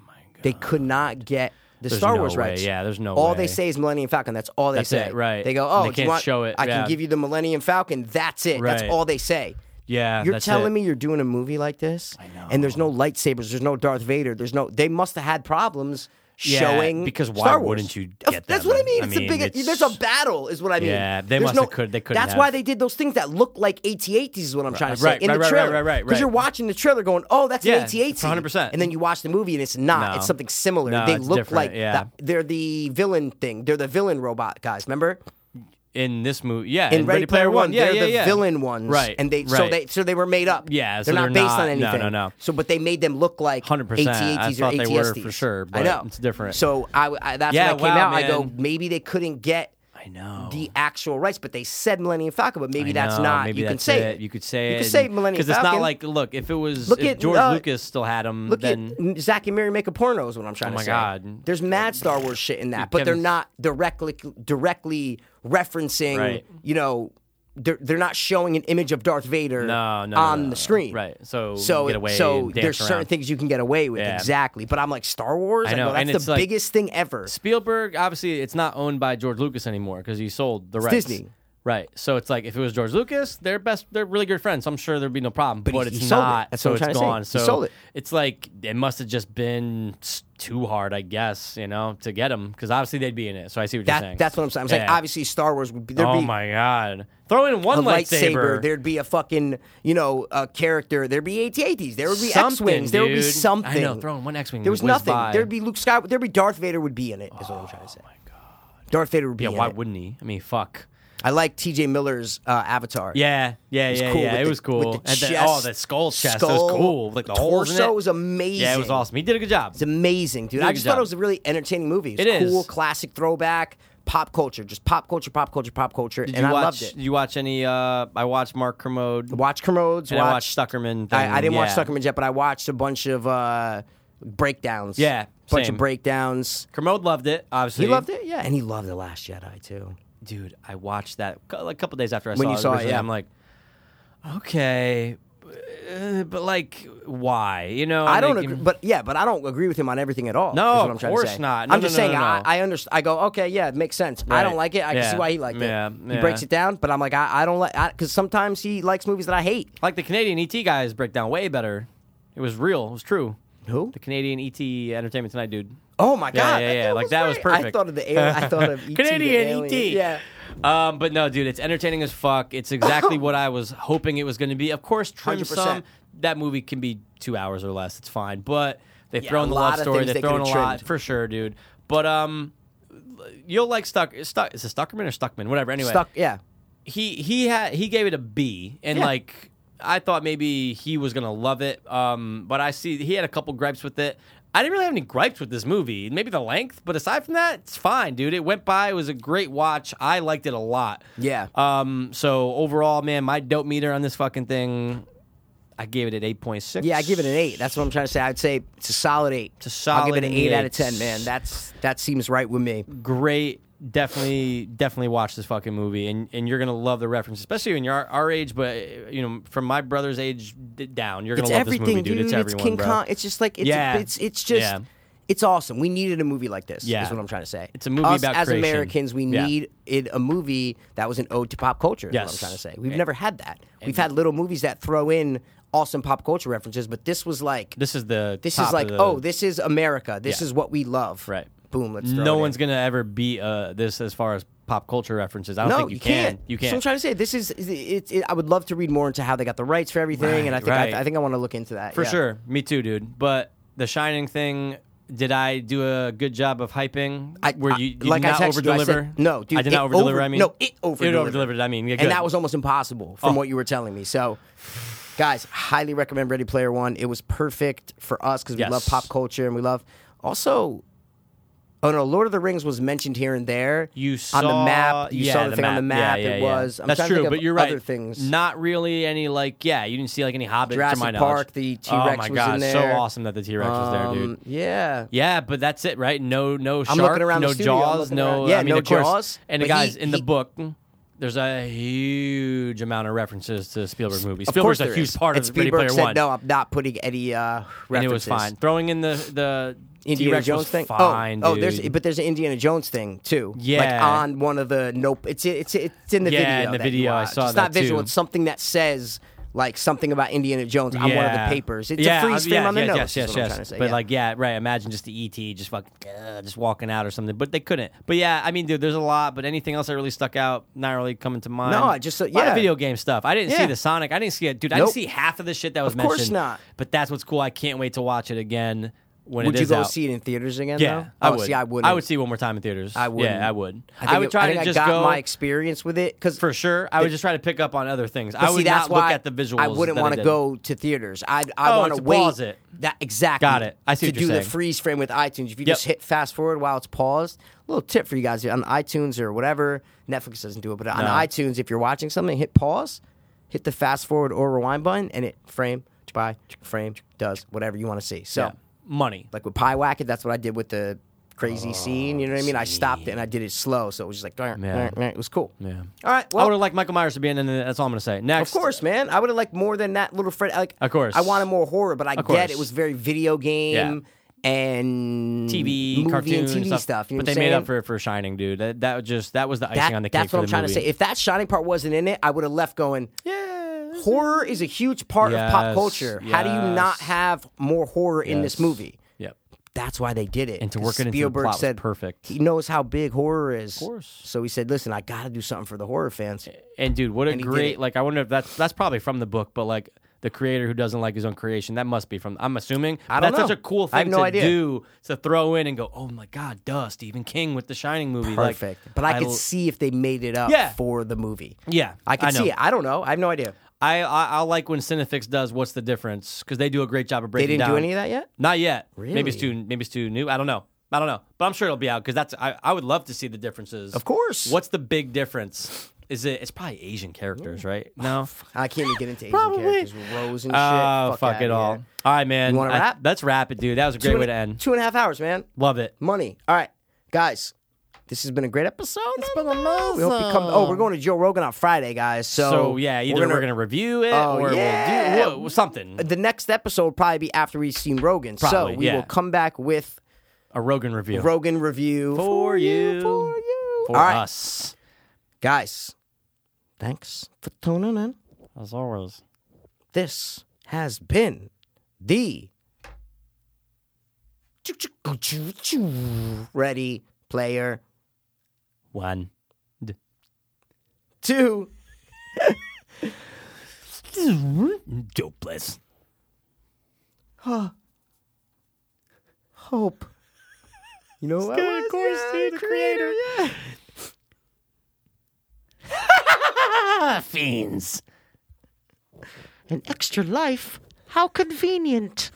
Speaker 1: They could not get the
Speaker 5: There's
Speaker 1: Star
Speaker 5: no
Speaker 1: Wars
Speaker 5: way.
Speaker 1: rights.
Speaker 5: Yeah, there's no
Speaker 1: All
Speaker 5: way.
Speaker 1: they say is Millennium Falcon. That's all they
Speaker 5: That's
Speaker 1: say.
Speaker 5: it, right.
Speaker 1: They go,
Speaker 5: And
Speaker 1: oh,
Speaker 5: they
Speaker 1: do you
Speaker 5: can't
Speaker 1: want-
Speaker 5: show it,
Speaker 1: I
Speaker 5: yeah.
Speaker 1: can give you the Millennium Falcon. That's it. That's
Speaker 5: Right.
Speaker 1: all they say.
Speaker 5: Yeah,
Speaker 1: You're
Speaker 5: that's
Speaker 1: telling
Speaker 5: it.
Speaker 1: me you're doing a movie like this, I know. and there's no lightsabers, there's no Darth Vader, there's no. They must have had problems
Speaker 5: Yeah,
Speaker 1: showing
Speaker 5: because why
Speaker 1: Star Wars.
Speaker 5: wouldn't you
Speaker 1: Of-
Speaker 5: get
Speaker 1: That's
Speaker 5: them?
Speaker 1: what I mean.
Speaker 5: I
Speaker 1: It's
Speaker 5: mean,
Speaker 1: the biggest.
Speaker 5: it's-
Speaker 1: There's a battle, is what I mean.
Speaker 5: Yeah, they
Speaker 1: There's
Speaker 5: must
Speaker 1: no,
Speaker 5: have could- they couldn't
Speaker 1: That's
Speaker 5: have.
Speaker 1: why they did those things that look like AT-ATs. Is what I'm trying to say
Speaker 5: Right,
Speaker 1: in
Speaker 5: right,
Speaker 1: the
Speaker 5: right, right,
Speaker 1: trailer.
Speaker 5: right, right, right.
Speaker 1: you're watching the trailer, going, "Oh, that's
Speaker 5: Yeah,
Speaker 1: an AT-AT."
Speaker 5: 100%.
Speaker 1: And then you watch the movie, and it's not.
Speaker 5: No.
Speaker 1: It's something similar.
Speaker 5: No,
Speaker 1: they
Speaker 5: it's
Speaker 1: look
Speaker 5: different,
Speaker 1: like
Speaker 5: yeah.
Speaker 1: the- they're the villain thing. They're the villain robot guys. Remember?
Speaker 5: in this movie. Yeah,
Speaker 1: in Ready, Player One,
Speaker 5: Yeah,
Speaker 1: they're
Speaker 5: yeah,
Speaker 1: the
Speaker 5: yeah.
Speaker 1: villain ones,
Speaker 5: Right,
Speaker 1: And they so
Speaker 5: right.
Speaker 1: they so they were made up.
Speaker 5: Yeah,
Speaker 1: they're
Speaker 5: so
Speaker 1: not
Speaker 5: they're
Speaker 1: based on
Speaker 5: not- no,
Speaker 1: anything.
Speaker 5: no, no.
Speaker 1: So, but they made them look like
Speaker 5: 100%. I
Speaker 1: AT-ATs
Speaker 5: thought
Speaker 1: or
Speaker 5: they
Speaker 1: ATSTs.
Speaker 5: were for sure, but
Speaker 1: I know
Speaker 5: it's different.
Speaker 1: So I, I that's
Speaker 5: Yeah,
Speaker 1: when I came
Speaker 5: wow,
Speaker 1: out. I go,
Speaker 5: man.
Speaker 1: maybe they couldn't get
Speaker 5: I know.
Speaker 1: the actual rights, but they said Millennium Falcon, but maybe
Speaker 5: I
Speaker 1: that's
Speaker 5: know,
Speaker 1: not.
Speaker 5: Maybe
Speaker 1: you can
Speaker 5: that's
Speaker 1: say
Speaker 5: it. You could say
Speaker 1: You
Speaker 5: it.
Speaker 1: can say Millennium
Speaker 5: Because it's not
Speaker 1: Falcon.
Speaker 5: like, look, if it was
Speaker 1: Look
Speaker 5: if
Speaker 1: at,
Speaker 5: George
Speaker 1: uh,
Speaker 5: Lucas still had him,
Speaker 1: Look
Speaker 5: Mm-hmm. then
Speaker 1: at Zach and Mary make a porno is what I'm trying to
Speaker 5: Oh my
Speaker 1: say.
Speaker 5: God.
Speaker 1: There's mad Star Wars shit in that, but
Speaker 5: Kevin-
Speaker 1: they're not directly directly referencing.
Speaker 5: Right.
Speaker 1: You know, they're they're not showing an image of Darth Vader
Speaker 5: No, no,
Speaker 1: on
Speaker 5: no, no.
Speaker 1: the screen.
Speaker 5: Right. So you
Speaker 1: so
Speaker 5: get away
Speaker 1: so
Speaker 5: and dance
Speaker 1: there's certain
Speaker 5: around.
Speaker 1: things you can get away with
Speaker 5: Yeah.
Speaker 1: exactly. But I'm like Star Wars.
Speaker 5: I
Speaker 1: I
Speaker 5: know,
Speaker 1: go, that's
Speaker 5: and
Speaker 1: the
Speaker 5: it's like-
Speaker 1: biggest thing ever.
Speaker 5: Spielberg obviously it's not owned by George Lucas anymore because he sold the rights.
Speaker 1: Disney.
Speaker 5: Right. So it's like if it was George Lucas, they're best they're really good friends. So I'm sure there'd be no problem. But,
Speaker 1: he-
Speaker 5: it's
Speaker 1: he sold it.
Speaker 5: not.
Speaker 1: That's
Speaker 5: so
Speaker 1: what I'm
Speaker 5: it's
Speaker 1: trying to say.
Speaker 5: gone. So
Speaker 1: He sold it.
Speaker 5: it's like it must have just been s- too hard, I guess, you know, to get them because obviously they'd be in it. So I see what you're saying.
Speaker 1: That, that's what I'm saying. I'm saying
Speaker 5: Yeah.
Speaker 1: obviously Star Wars would be there'd
Speaker 5: Oh
Speaker 1: be
Speaker 5: my god! Throw in one
Speaker 1: a lightsaber.
Speaker 5: lightsaber.
Speaker 1: There'd be a fucking you know a character. There'd be AT-ATs. There would be
Speaker 5: Something,
Speaker 1: X-wings. There would be
Speaker 5: dude.
Speaker 1: something.
Speaker 5: I know. Throw in one X-wing.
Speaker 1: There was
Speaker 5: whiz
Speaker 1: nothing.
Speaker 5: by. Oh,
Speaker 1: There'd be Luke Skywalker. There'd be Darth Vader would be in it. Is what I'm trying to say. Darth Vader would be
Speaker 5: Yeah.
Speaker 1: in
Speaker 5: Why
Speaker 1: it.
Speaker 5: wouldn't he? I mean, fuck.
Speaker 1: I like T.J. Miller's uh, Avatar.
Speaker 5: Yeah. Yeah.
Speaker 1: was
Speaker 5: Yeah.
Speaker 1: cool
Speaker 5: yeah.
Speaker 1: with
Speaker 5: It
Speaker 1: the-
Speaker 5: was cool.
Speaker 1: with the
Speaker 5: And the-
Speaker 1: chest,
Speaker 5: oh, that skull chest. That was
Speaker 1: skull,
Speaker 5: cool. Like the holes in
Speaker 1: torso
Speaker 5: it.
Speaker 1: was amazing.
Speaker 5: Yeah, it was awesome. He did a good job.
Speaker 1: It's amazing, dude.
Speaker 5: Did a
Speaker 1: I
Speaker 5: good
Speaker 1: just
Speaker 5: job.
Speaker 1: thought it was a really entertaining movie. It
Speaker 5: It
Speaker 1: was
Speaker 5: is.
Speaker 1: cool, classic throwback, pop culture, just pop culture, pop culture, pop culture,
Speaker 5: Did
Speaker 1: and
Speaker 5: you
Speaker 1: I
Speaker 5: watch,
Speaker 1: loved it.
Speaker 5: Did you watch any? Uh, I watched Mark Kermode.
Speaker 1: Watch Commodes.
Speaker 5: and
Speaker 1: watch,
Speaker 5: I watched Stuckerman.
Speaker 1: I,
Speaker 5: thing,
Speaker 1: I didn't watch
Speaker 5: yeah.
Speaker 1: Stuckerman yet, but I watched a bunch of uh, breakdowns.
Speaker 5: Yeah,
Speaker 1: bunch
Speaker 5: same.
Speaker 1: of breakdowns.
Speaker 5: Kermode loved it. Obviously,
Speaker 1: He loved it, yeah, and he loved the Last Jedi too.
Speaker 5: dude, I watched that cou- like, a couple days after I
Speaker 1: When
Speaker 5: saw
Speaker 1: you
Speaker 5: it.
Speaker 1: saw it,
Speaker 5: originally.
Speaker 1: yeah.
Speaker 5: I'm like, okay, uh, but like, why? You know,
Speaker 1: I don't
Speaker 5: like,
Speaker 1: agree, but yeah, but I don't agree with him on everything at all.
Speaker 5: No,
Speaker 1: is what I'm
Speaker 5: of
Speaker 1: trying
Speaker 5: course
Speaker 1: to say.
Speaker 5: not. No,
Speaker 1: I'm
Speaker 5: no,
Speaker 1: just
Speaker 5: no,
Speaker 1: saying
Speaker 5: no,
Speaker 1: I,
Speaker 5: no.
Speaker 1: I understand. I go, okay, yeah, it makes sense. I don't
Speaker 5: Right.
Speaker 1: like it. I can
Speaker 5: Yeah.
Speaker 1: see why he liked
Speaker 5: Yeah,
Speaker 1: it.
Speaker 5: yeah.
Speaker 1: He breaks it down, but I'm like, I, I don't like because sometimes he likes movies that I hate.
Speaker 5: like the Canadian ET guys break down way better. It was real. It was true.
Speaker 1: Who?
Speaker 5: The Canadian ET Entertainment Tonight dude.
Speaker 1: Oh my
Speaker 5: Yeah,
Speaker 1: god!
Speaker 5: yeah, yeah. Like, that was
Speaker 1: great. I
Speaker 5: perfect.
Speaker 1: thought of the alien. I thought of ET, the
Speaker 5: Canadian E
Speaker 1: alien.
Speaker 5: ET.
Speaker 1: Yeah.
Speaker 5: Um, but no, dude, it's entertaining as fuck. It's exactly what I was hoping it was going to be. Of course, trim
Speaker 1: 100%.
Speaker 5: some. That movie can be two hours or less. It's fine. But they
Speaker 1: Yeah,
Speaker 5: throw
Speaker 1: a
Speaker 5: in the
Speaker 1: lot
Speaker 5: love
Speaker 1: of
Speaker 5: story.
Speaker 1: things
Speaker 5: They
Speaker 1: they
Speaker 5: throw in a
Speaker 1: could've
Speaker 5: lot
Speaker 1: trimmed.
Speaker 5: for sure, dude. But um, you'll like Stuck. Stuck is it Stuckerman or Stuckman? Whatever. Anyway,
Speaker 1: Stuck. Yeah.
Speaker 5: he he had he gave it a B, and
Speaker 1: Yeah.
Speaker 5: like I thought maybe he was gonna love it. Um, but I see he had a couple gripes with it. I didn't really have any gripes with this movie. Maybe the length, but aside from that, it's fine, dude. It went by. It was a great watch. I liked it a lot.
Speaker 1: Yeah.
Speaker 5: Um. So overall, man, my dope meter on this fucking thing, I gave it an eight point six.
Speaker 1: Yeah, I give it an eight. That's what I'm trying to say. I'd say it's a solid eight.
Speaker 5: It's a
Speaker 1: I'll give it
Speaker 5: solid
Speaker 1: an eight out of
Speaker 5: eight.
Speaker 1: ten, man. That's that seems right with me.
Speaker 5: great definitely, definitely watch this fucking movie, and, and you're gonna love the reference, especially when you're our, our age, but you know, from my brother's age d- down, you're gonna
Speaker 1: It's
Speaker 5: love
Speaker 1: everything,
Speaker 5: this movie, dude.
Speaker 1: dude.
Speaker 5: It's everyone,
Speaker 1: King
Speaker 5: bro.
Speaker 1: Kong. It's just like it's
Speaker 5: Yeah.
Speaker 1: it's it's just
Speaker 5: Yeah.
Speaker 1: it's awesome. We needed a movie like this.
Speaker 5: Yeah.
Speaker 1: is what I'm trying to say.
Speaker 5: It's a movie
Speaker 1: Us,
Speaker 5: about
Speaker 1: as
Speaker 5: creation.
Speaker 1: Americans. We
Speaker 5: Yeah.
Speaker 1: needed a movie that was an ode to pop culture. Is what I'm
Speaker 5: Yes.
Speaker 1: trying to say. We've never had that. We've had little movies that throw in awesome pop culture references, but this was like
Speaker 5: This is the
Speaker 1: this
Speaker 5: top
Speaker 1: is
Speaker 5: of
Speaker 1: like
Speaker 5: the-
Speaker 1: oh, this is America. This
Speaker 5: Yeah.
Speaker 1: is what we love.
Speaker 5: Right.
Speaker 1: Boom. Let's. throw
Speaker 5: no
Speaker 1: it
Speaker 5: one's
Speaker 1: in.
Speaker 5: gonna ever beat uh, this as far as pop culture references. I don't
Speaker 1: No,
Speaker 5: think you,
Speaker 1: can't.
Speaker 5: You
Speaker 1: So I'm
Speaker 5: can't.
Speaker 1: trying to say this is. It, it, I would love to read more into how they got the rights for everything, and I think
Speaker 5: right.
Speaker 1: I, I think I want to look into that
Speaker 5: For
Speaker 1: yeah.
Speaker 5: sure. Me too, dude. But the Shining thing, did I do a good job of hyping?
Speaker 1: I-
Speaker 5: Were
Speaker 1: I-
Speaker 5: you, you
Speaker 1: like
Speaker 5: did not
Speaker 1: I
Speaker 5: over
Speaker 1: texted you, I said-
Speaker 5: deliver?
Speaker 1: no, dude,
Speaker 5: I did
Speaker 1: it
Speaker 5: not over deliver.
Speaker 1: over-
Speaker 5: I mean,
Speaker 1: no, it over-delivered.
Speaker 5: It over delivered. I mean, yeah, good. Oh.
Speaker 1: and that was almost impossible from what you were telling me. So, guys, highly recommend Ready Player One. It was perfect for us because we
Speaker 5: Yes.
Speaker 1: love pop culture and we love also. Oh no, Lord of the Rings was mentioned here and there.
Speaker 5: you saw
Speaker 1: on the map. You
Speaker 5: yeah,
Speaker 1: saw the, thing on the map.
Speaker 5: Yeah, yeah,
Speaker 1: it
Speaker 5: yeah.
Speaker 1: was. I'm
Speaker 5: That's
Speaker 1: trying to
Speaker 5: true,
Speaker 1: think of
Speaker 5: but you're right.
Speaker 1: Other things.
Speaker 5: Not really any like. Yeah, you didn't see like any Hobbit to my
Speaker 1: Jurassic
Speaker 5: knowledge.
Speaker 1: Park, the
Speaker 5: Oh
Speaker 1: T-Rex
Speaker 5: my
Speaker 1: was
Speaker 5: god,
Speaker 1: in there.
Speaker 5: so awesome that the T Rex was there, dude.
Speaker 1: Um, Yeah.
Speaker 5: Yeah, but that's it, right? No, no shark.
Speaker 1: I'm looking around the
Speaker 5: no
Speaker 1: studio, I'm
Speaker 5: jaws.
Speaker 1: looking
Speaker 5: No,
Speaker 1: around. Yeah,
Speaker 5: I mean,
Speaker 1: no
Speaker 5: of course-
Speaker 1: Jaws,
Speaker 5: And the
Speaker 1: but he-
Speaker 5: guys in the
Speaker 1: he-
Speaker 5: book, there's a huge amount of references to Spielberg movies.
Speaker 1: of course
Speaker 5: Spielberg's a
Speaker 1: there
Speaker 5: huge
Speaker 1: is.
Speaker 5: part
Speaker 1: and
Speaker 5: of
Speaker 1: Spielberg
Speaker 5: Ready Player
Speaker 1: said,
Speaker 5: One,
Speaker 1: No, I'm not putting any uh, references.
Speaker 5: and it was fine. Throwing in the the
Speaker 1: Indiana
Speaker 5: T Rex
Speaker 1: Jones
Speaker 5: was
Speaker 1: thing.
Speaker 5: fine.
Speaker 1: oh, oh,
Speaker 5: dude.
Speaker 1: there's but there's an Indiana Jones thing too. like
Speaker 5: Yeah.
Speaker 1: on one of the nope. It's it's it's in the
Speaker 5: Yeah,
Speaker 1: video.
Speaker 5: in the
Speaker 1: that you
Speaker 5: video, I
Speaker 1: watch.
Speaker 5: saw
Speaker 1: It's not
Speaker 5: that,
Speaker 1: visual.
Speaker 5: too.
Speaker 1: It's something that says like something about Indiana Jones on one of
Speaker 5: Yeah.
Speaker 1: the papers. It's
Speaker 5: yeah,
Speaker 1: a freeze
Speaker 5: uh,
Speaker 1: frame
Speaker 5: yeah,
Speaker 1: on the
Speaker 5: yeah,
Speaker 1: notes.
Speaker 5: Yes,
Speaker 1: is
Speaker 5: yes,
Speaker 1: what I'm
Speaker 5: yes.
Speaker 1: trying to say,
Speaker 5: But
Speaker 1: yeah.
Speaker 5: like, yeah, right. Imagine just the ET just fucking uh, just walking out or something. But they couldn't. But yeah, I mean, dude, there's a lot. But anything else that really stuck out, not really coming to mind.
Speaker 1: No, I just- uh,
Speaker 5: a lot
Speaker 1: yeah.
Speaker 5: of video game stuff. I didn't see
Speaker 1: Yeah.
Speaker 5: the Sonic. I didn't see it, dude. I
Speaker 1: Nope.
Speaker 5: didn't see half of the shit that was
Speaker 1: Of course
Speaker 5: mentioned.
Speaker 1: not.
Speaker 5: But that's what's cool. I can't wait to watch it again when
Speaker 1: would
Speaker 5: it
Speaker 1: you
Speaker 5: is
Speaker 1: go
Speaker 5: out.
Speaker 1: see it in theaters again?
Speaker 5: Yeah,
Speaker 1: though?
Speaker 5: I
Speaker 1: Oh,
Speaker 5: would.
Speaker 1: See, I would.
Speaker 5: I would see it one more time in theaters.
Speaker 1: I wouldn't.
Speaker 5: Yeah, I would.
Speaker 1: I, think
Speaker 5: would
Speaker 1: it-
Speaker 5: try
Speaker 1: I think
Speaker 5: to
Speaker 1: I
Speaker 5: just
Speaker 1: got
Speaker 5: go
Speaker 1: my experience with it because
Speaker 5: for sure. I would just try to pick up on other things. I
Speaker 1: But
Speaker 5: would
Speaker 1: see, that's
Speaker 5: not look
Speaker 1: why
Speaker 5: at the visuals.
Speaker 1: I wouldn't want
Speaker 5: want
Speaker 1: to go to theaters. I I
Speaker 5: Oh,
Speaker 1: want
Speaker 5: to
Speaker 1: to wait.
Speaker 5: pause it.
Speaker 1: That exactly.
Speaker 5: Got it. I see
Speaker 1: to
Speaker 5: what
Speaker 1: do
Speaker 5: you're
Speaker 1: the
Speaker 5: saying.
Speaker 1: freeze frame with iTunes. If you
Speaker 5: Yep.
Speaker 1: just hit fast forward while it's paused, little tip for you guys on iTunes or whatever. Netflix doesn't do it, but on
Speaker 5: No.
Speaker 1: iTunes, if you're watching something, hit pause, hit the fast forward or rewind button, and it frame by frame does whatever you want to see. So,
Speaker 5: Yeah. Money.
Speaker 1: like with Pie Wacket, that's what I did with the crazy scene. You know what I mean? I stopped it and I did it slow, so it was just like, "Darn,
Speaker 5: Oh, Yeah.
Speaker 1: darn, darn." it was cool.
Speaker 5: Yeah.
Speaker 1: All right.
Speaker 5: I
Speaker 1: Well,
Speaker 5: would have liked Michael Myers to be in, and that's all I'm gonna say. Next,
Speaker 1: of course, man. I would have liked more than that little Fred. Like,
Speaker 5: Of course.
Speaker 1: I wanted more horror, but I get
Speaker 5: Of course.
Speaker 1: it was very video game and
Speaker 5: TV,
Speaker 1: movie
Speaker 5: cartoon,
Speaker 1: and TV
Speaker 5: stuff.
Speaker 1: You know
Speaker 5: but
Speaker 1: what
Speaker 5: they
Speaker 1: I'm
Speaker 5: made up
Speaker 1: saying?
Speaker 5: for it for Shining, dude. That, that was just that was the icing
Speaker 1: that.
Speaker 5: on the cake.
Speaker 1: that's what
Speaker 5: for
Speaker 1: I'm
Speaker 5: the
Speaker 1: trying
Speaker 5: movie.
Speaker 1: to say. If that shining part wasn't in it, I would have left going.
Speaker 5: Yeah.
Speaker 1: Horror is a huge part of pop
Speaker 5: Yes,
Speaker 1: culture. How do you not
Speaker 5: yes.
Speaker 1: have more horror in this
Speaker 5: Yes.
Speaker 1: movie?
Speaker 5: Yep.
Speaker 1: That's why they did it.
Speaker 5: And to
Speaker 1: 'cause
Speaker 5: work it into the
Speaker 1: Spielberg
Speaker 5: plot was
Speaker 1: said
Speaker 5: perfect.
Speaker 1: He knows how big horror is. Of
Speaker 5: course.
Speaker 1: So he said, "Listen, I got to do something for the horror fans."
Speaker 5: And dude, what a
Speaker 1: he did
Speaker 5: great
Speaker 1: it.
Speaker 5: like. I wonder if that's that's probably from the book, but like the creator who doesn't like his own creation, that must be from. I'm assuming.
Speaker 1: I don't
Speaker 5: that's
Speaker 1: know.
Speaker 5: such a cool
Speaker 1: I
Speaker 5: thing
Speaker 1: have no
Speaker 5: to
Speaker 1: idea.
Speaker 5: do to throw in and go. Oh my god, duh, Stephen King with the Shining movie. Like,
Speaker 1: Perfect. but I, could
Speaker 5: l-
Speaker 1: see if they made it up
Speaker 5: Yeah.
Speaker 1: for the movie.
Speaker 5: Yeah,
Speaker 1: I could
Speaker 5: I know.
Speaker 1: see it. I don't know. I have no idea.
Speaker 5: I, I I like when Cinefix does what's the difference because they do a great job of
Speaker 1: They
Speaker 5: breaking
Speaker 1: didn't
Speaker 5: down.
Speaker 1: do any of that yet.
Speaker 5: Not yet. Maybe
Speaker 1: Really?
Speaker 5: it's too maybe it's too new. I don't know. I don't know. But I'm sure it'll be out because that's I, I would love to see the differences.
Speaker 1: Of course.
Speaker 5: What's the big difference? Is it it's probably Asian characters, right? No.
Speaker 1: I can't even get into Asian
Speaker 5: Probably.
Speaker 1: characters. Rose and shit.
Speaker 5: Oh,
Speaker 1: fuck,
Speaker 5: fuck
Speaker 1: outta
Speaker 5: it all.
Speaker 1: here.
Speaker 5: All right, man.
Speaker 1: You wanna
Speaker 5: I-
Speaker 1: wrap?
Speaker 5: Let's wrap it, dude. That was a great
Speaker 1: Two
Speaker 5: way
Speaker 1: and-
Speaker 5: to end.
Speaker 1: Two and a half hours, man.
Speaker 5: Love it.
Speaker 1: Money. All right, guys. This has been a great episode.
Speaker 5: It's been
Speaker 1: We hope you come. Oh, we're going to Joe Rogan on Friday, guys. So,
Speaker 5: So, yeah, either we're gonna, review it
Speaker 1: Oh,
Speaker 5: or
Speaker 1: yeah.
Speaker 5: we'll do whoa, something.
Speaker 1: The next episode will probably be after we've seen Rogan.
Speaker 5: Probably,
Speaker 1: so we
Speaker 5: yeah.
Speaker 1: will come back with
Speaker 5: A Rogan review.
Speaker 1: Rogan review
Speaker 5: for you.
Speaker 1: For you.
Speaker 5: For
Speaker 1: All right,
Speaker 5: us.
Speaker 1: guys. Thanks for tuning in.
Speaker 5: As always.
Speaker 1: This has been the Ready Player
Speaker 5: One.
Speaker 1: Two.
Speaker 5: Dopeless.
Speaker 1: Hope. You know what? Of course, the creator.
Speaker 5: Fiends.
Speaker 2: An extra life? How convenient.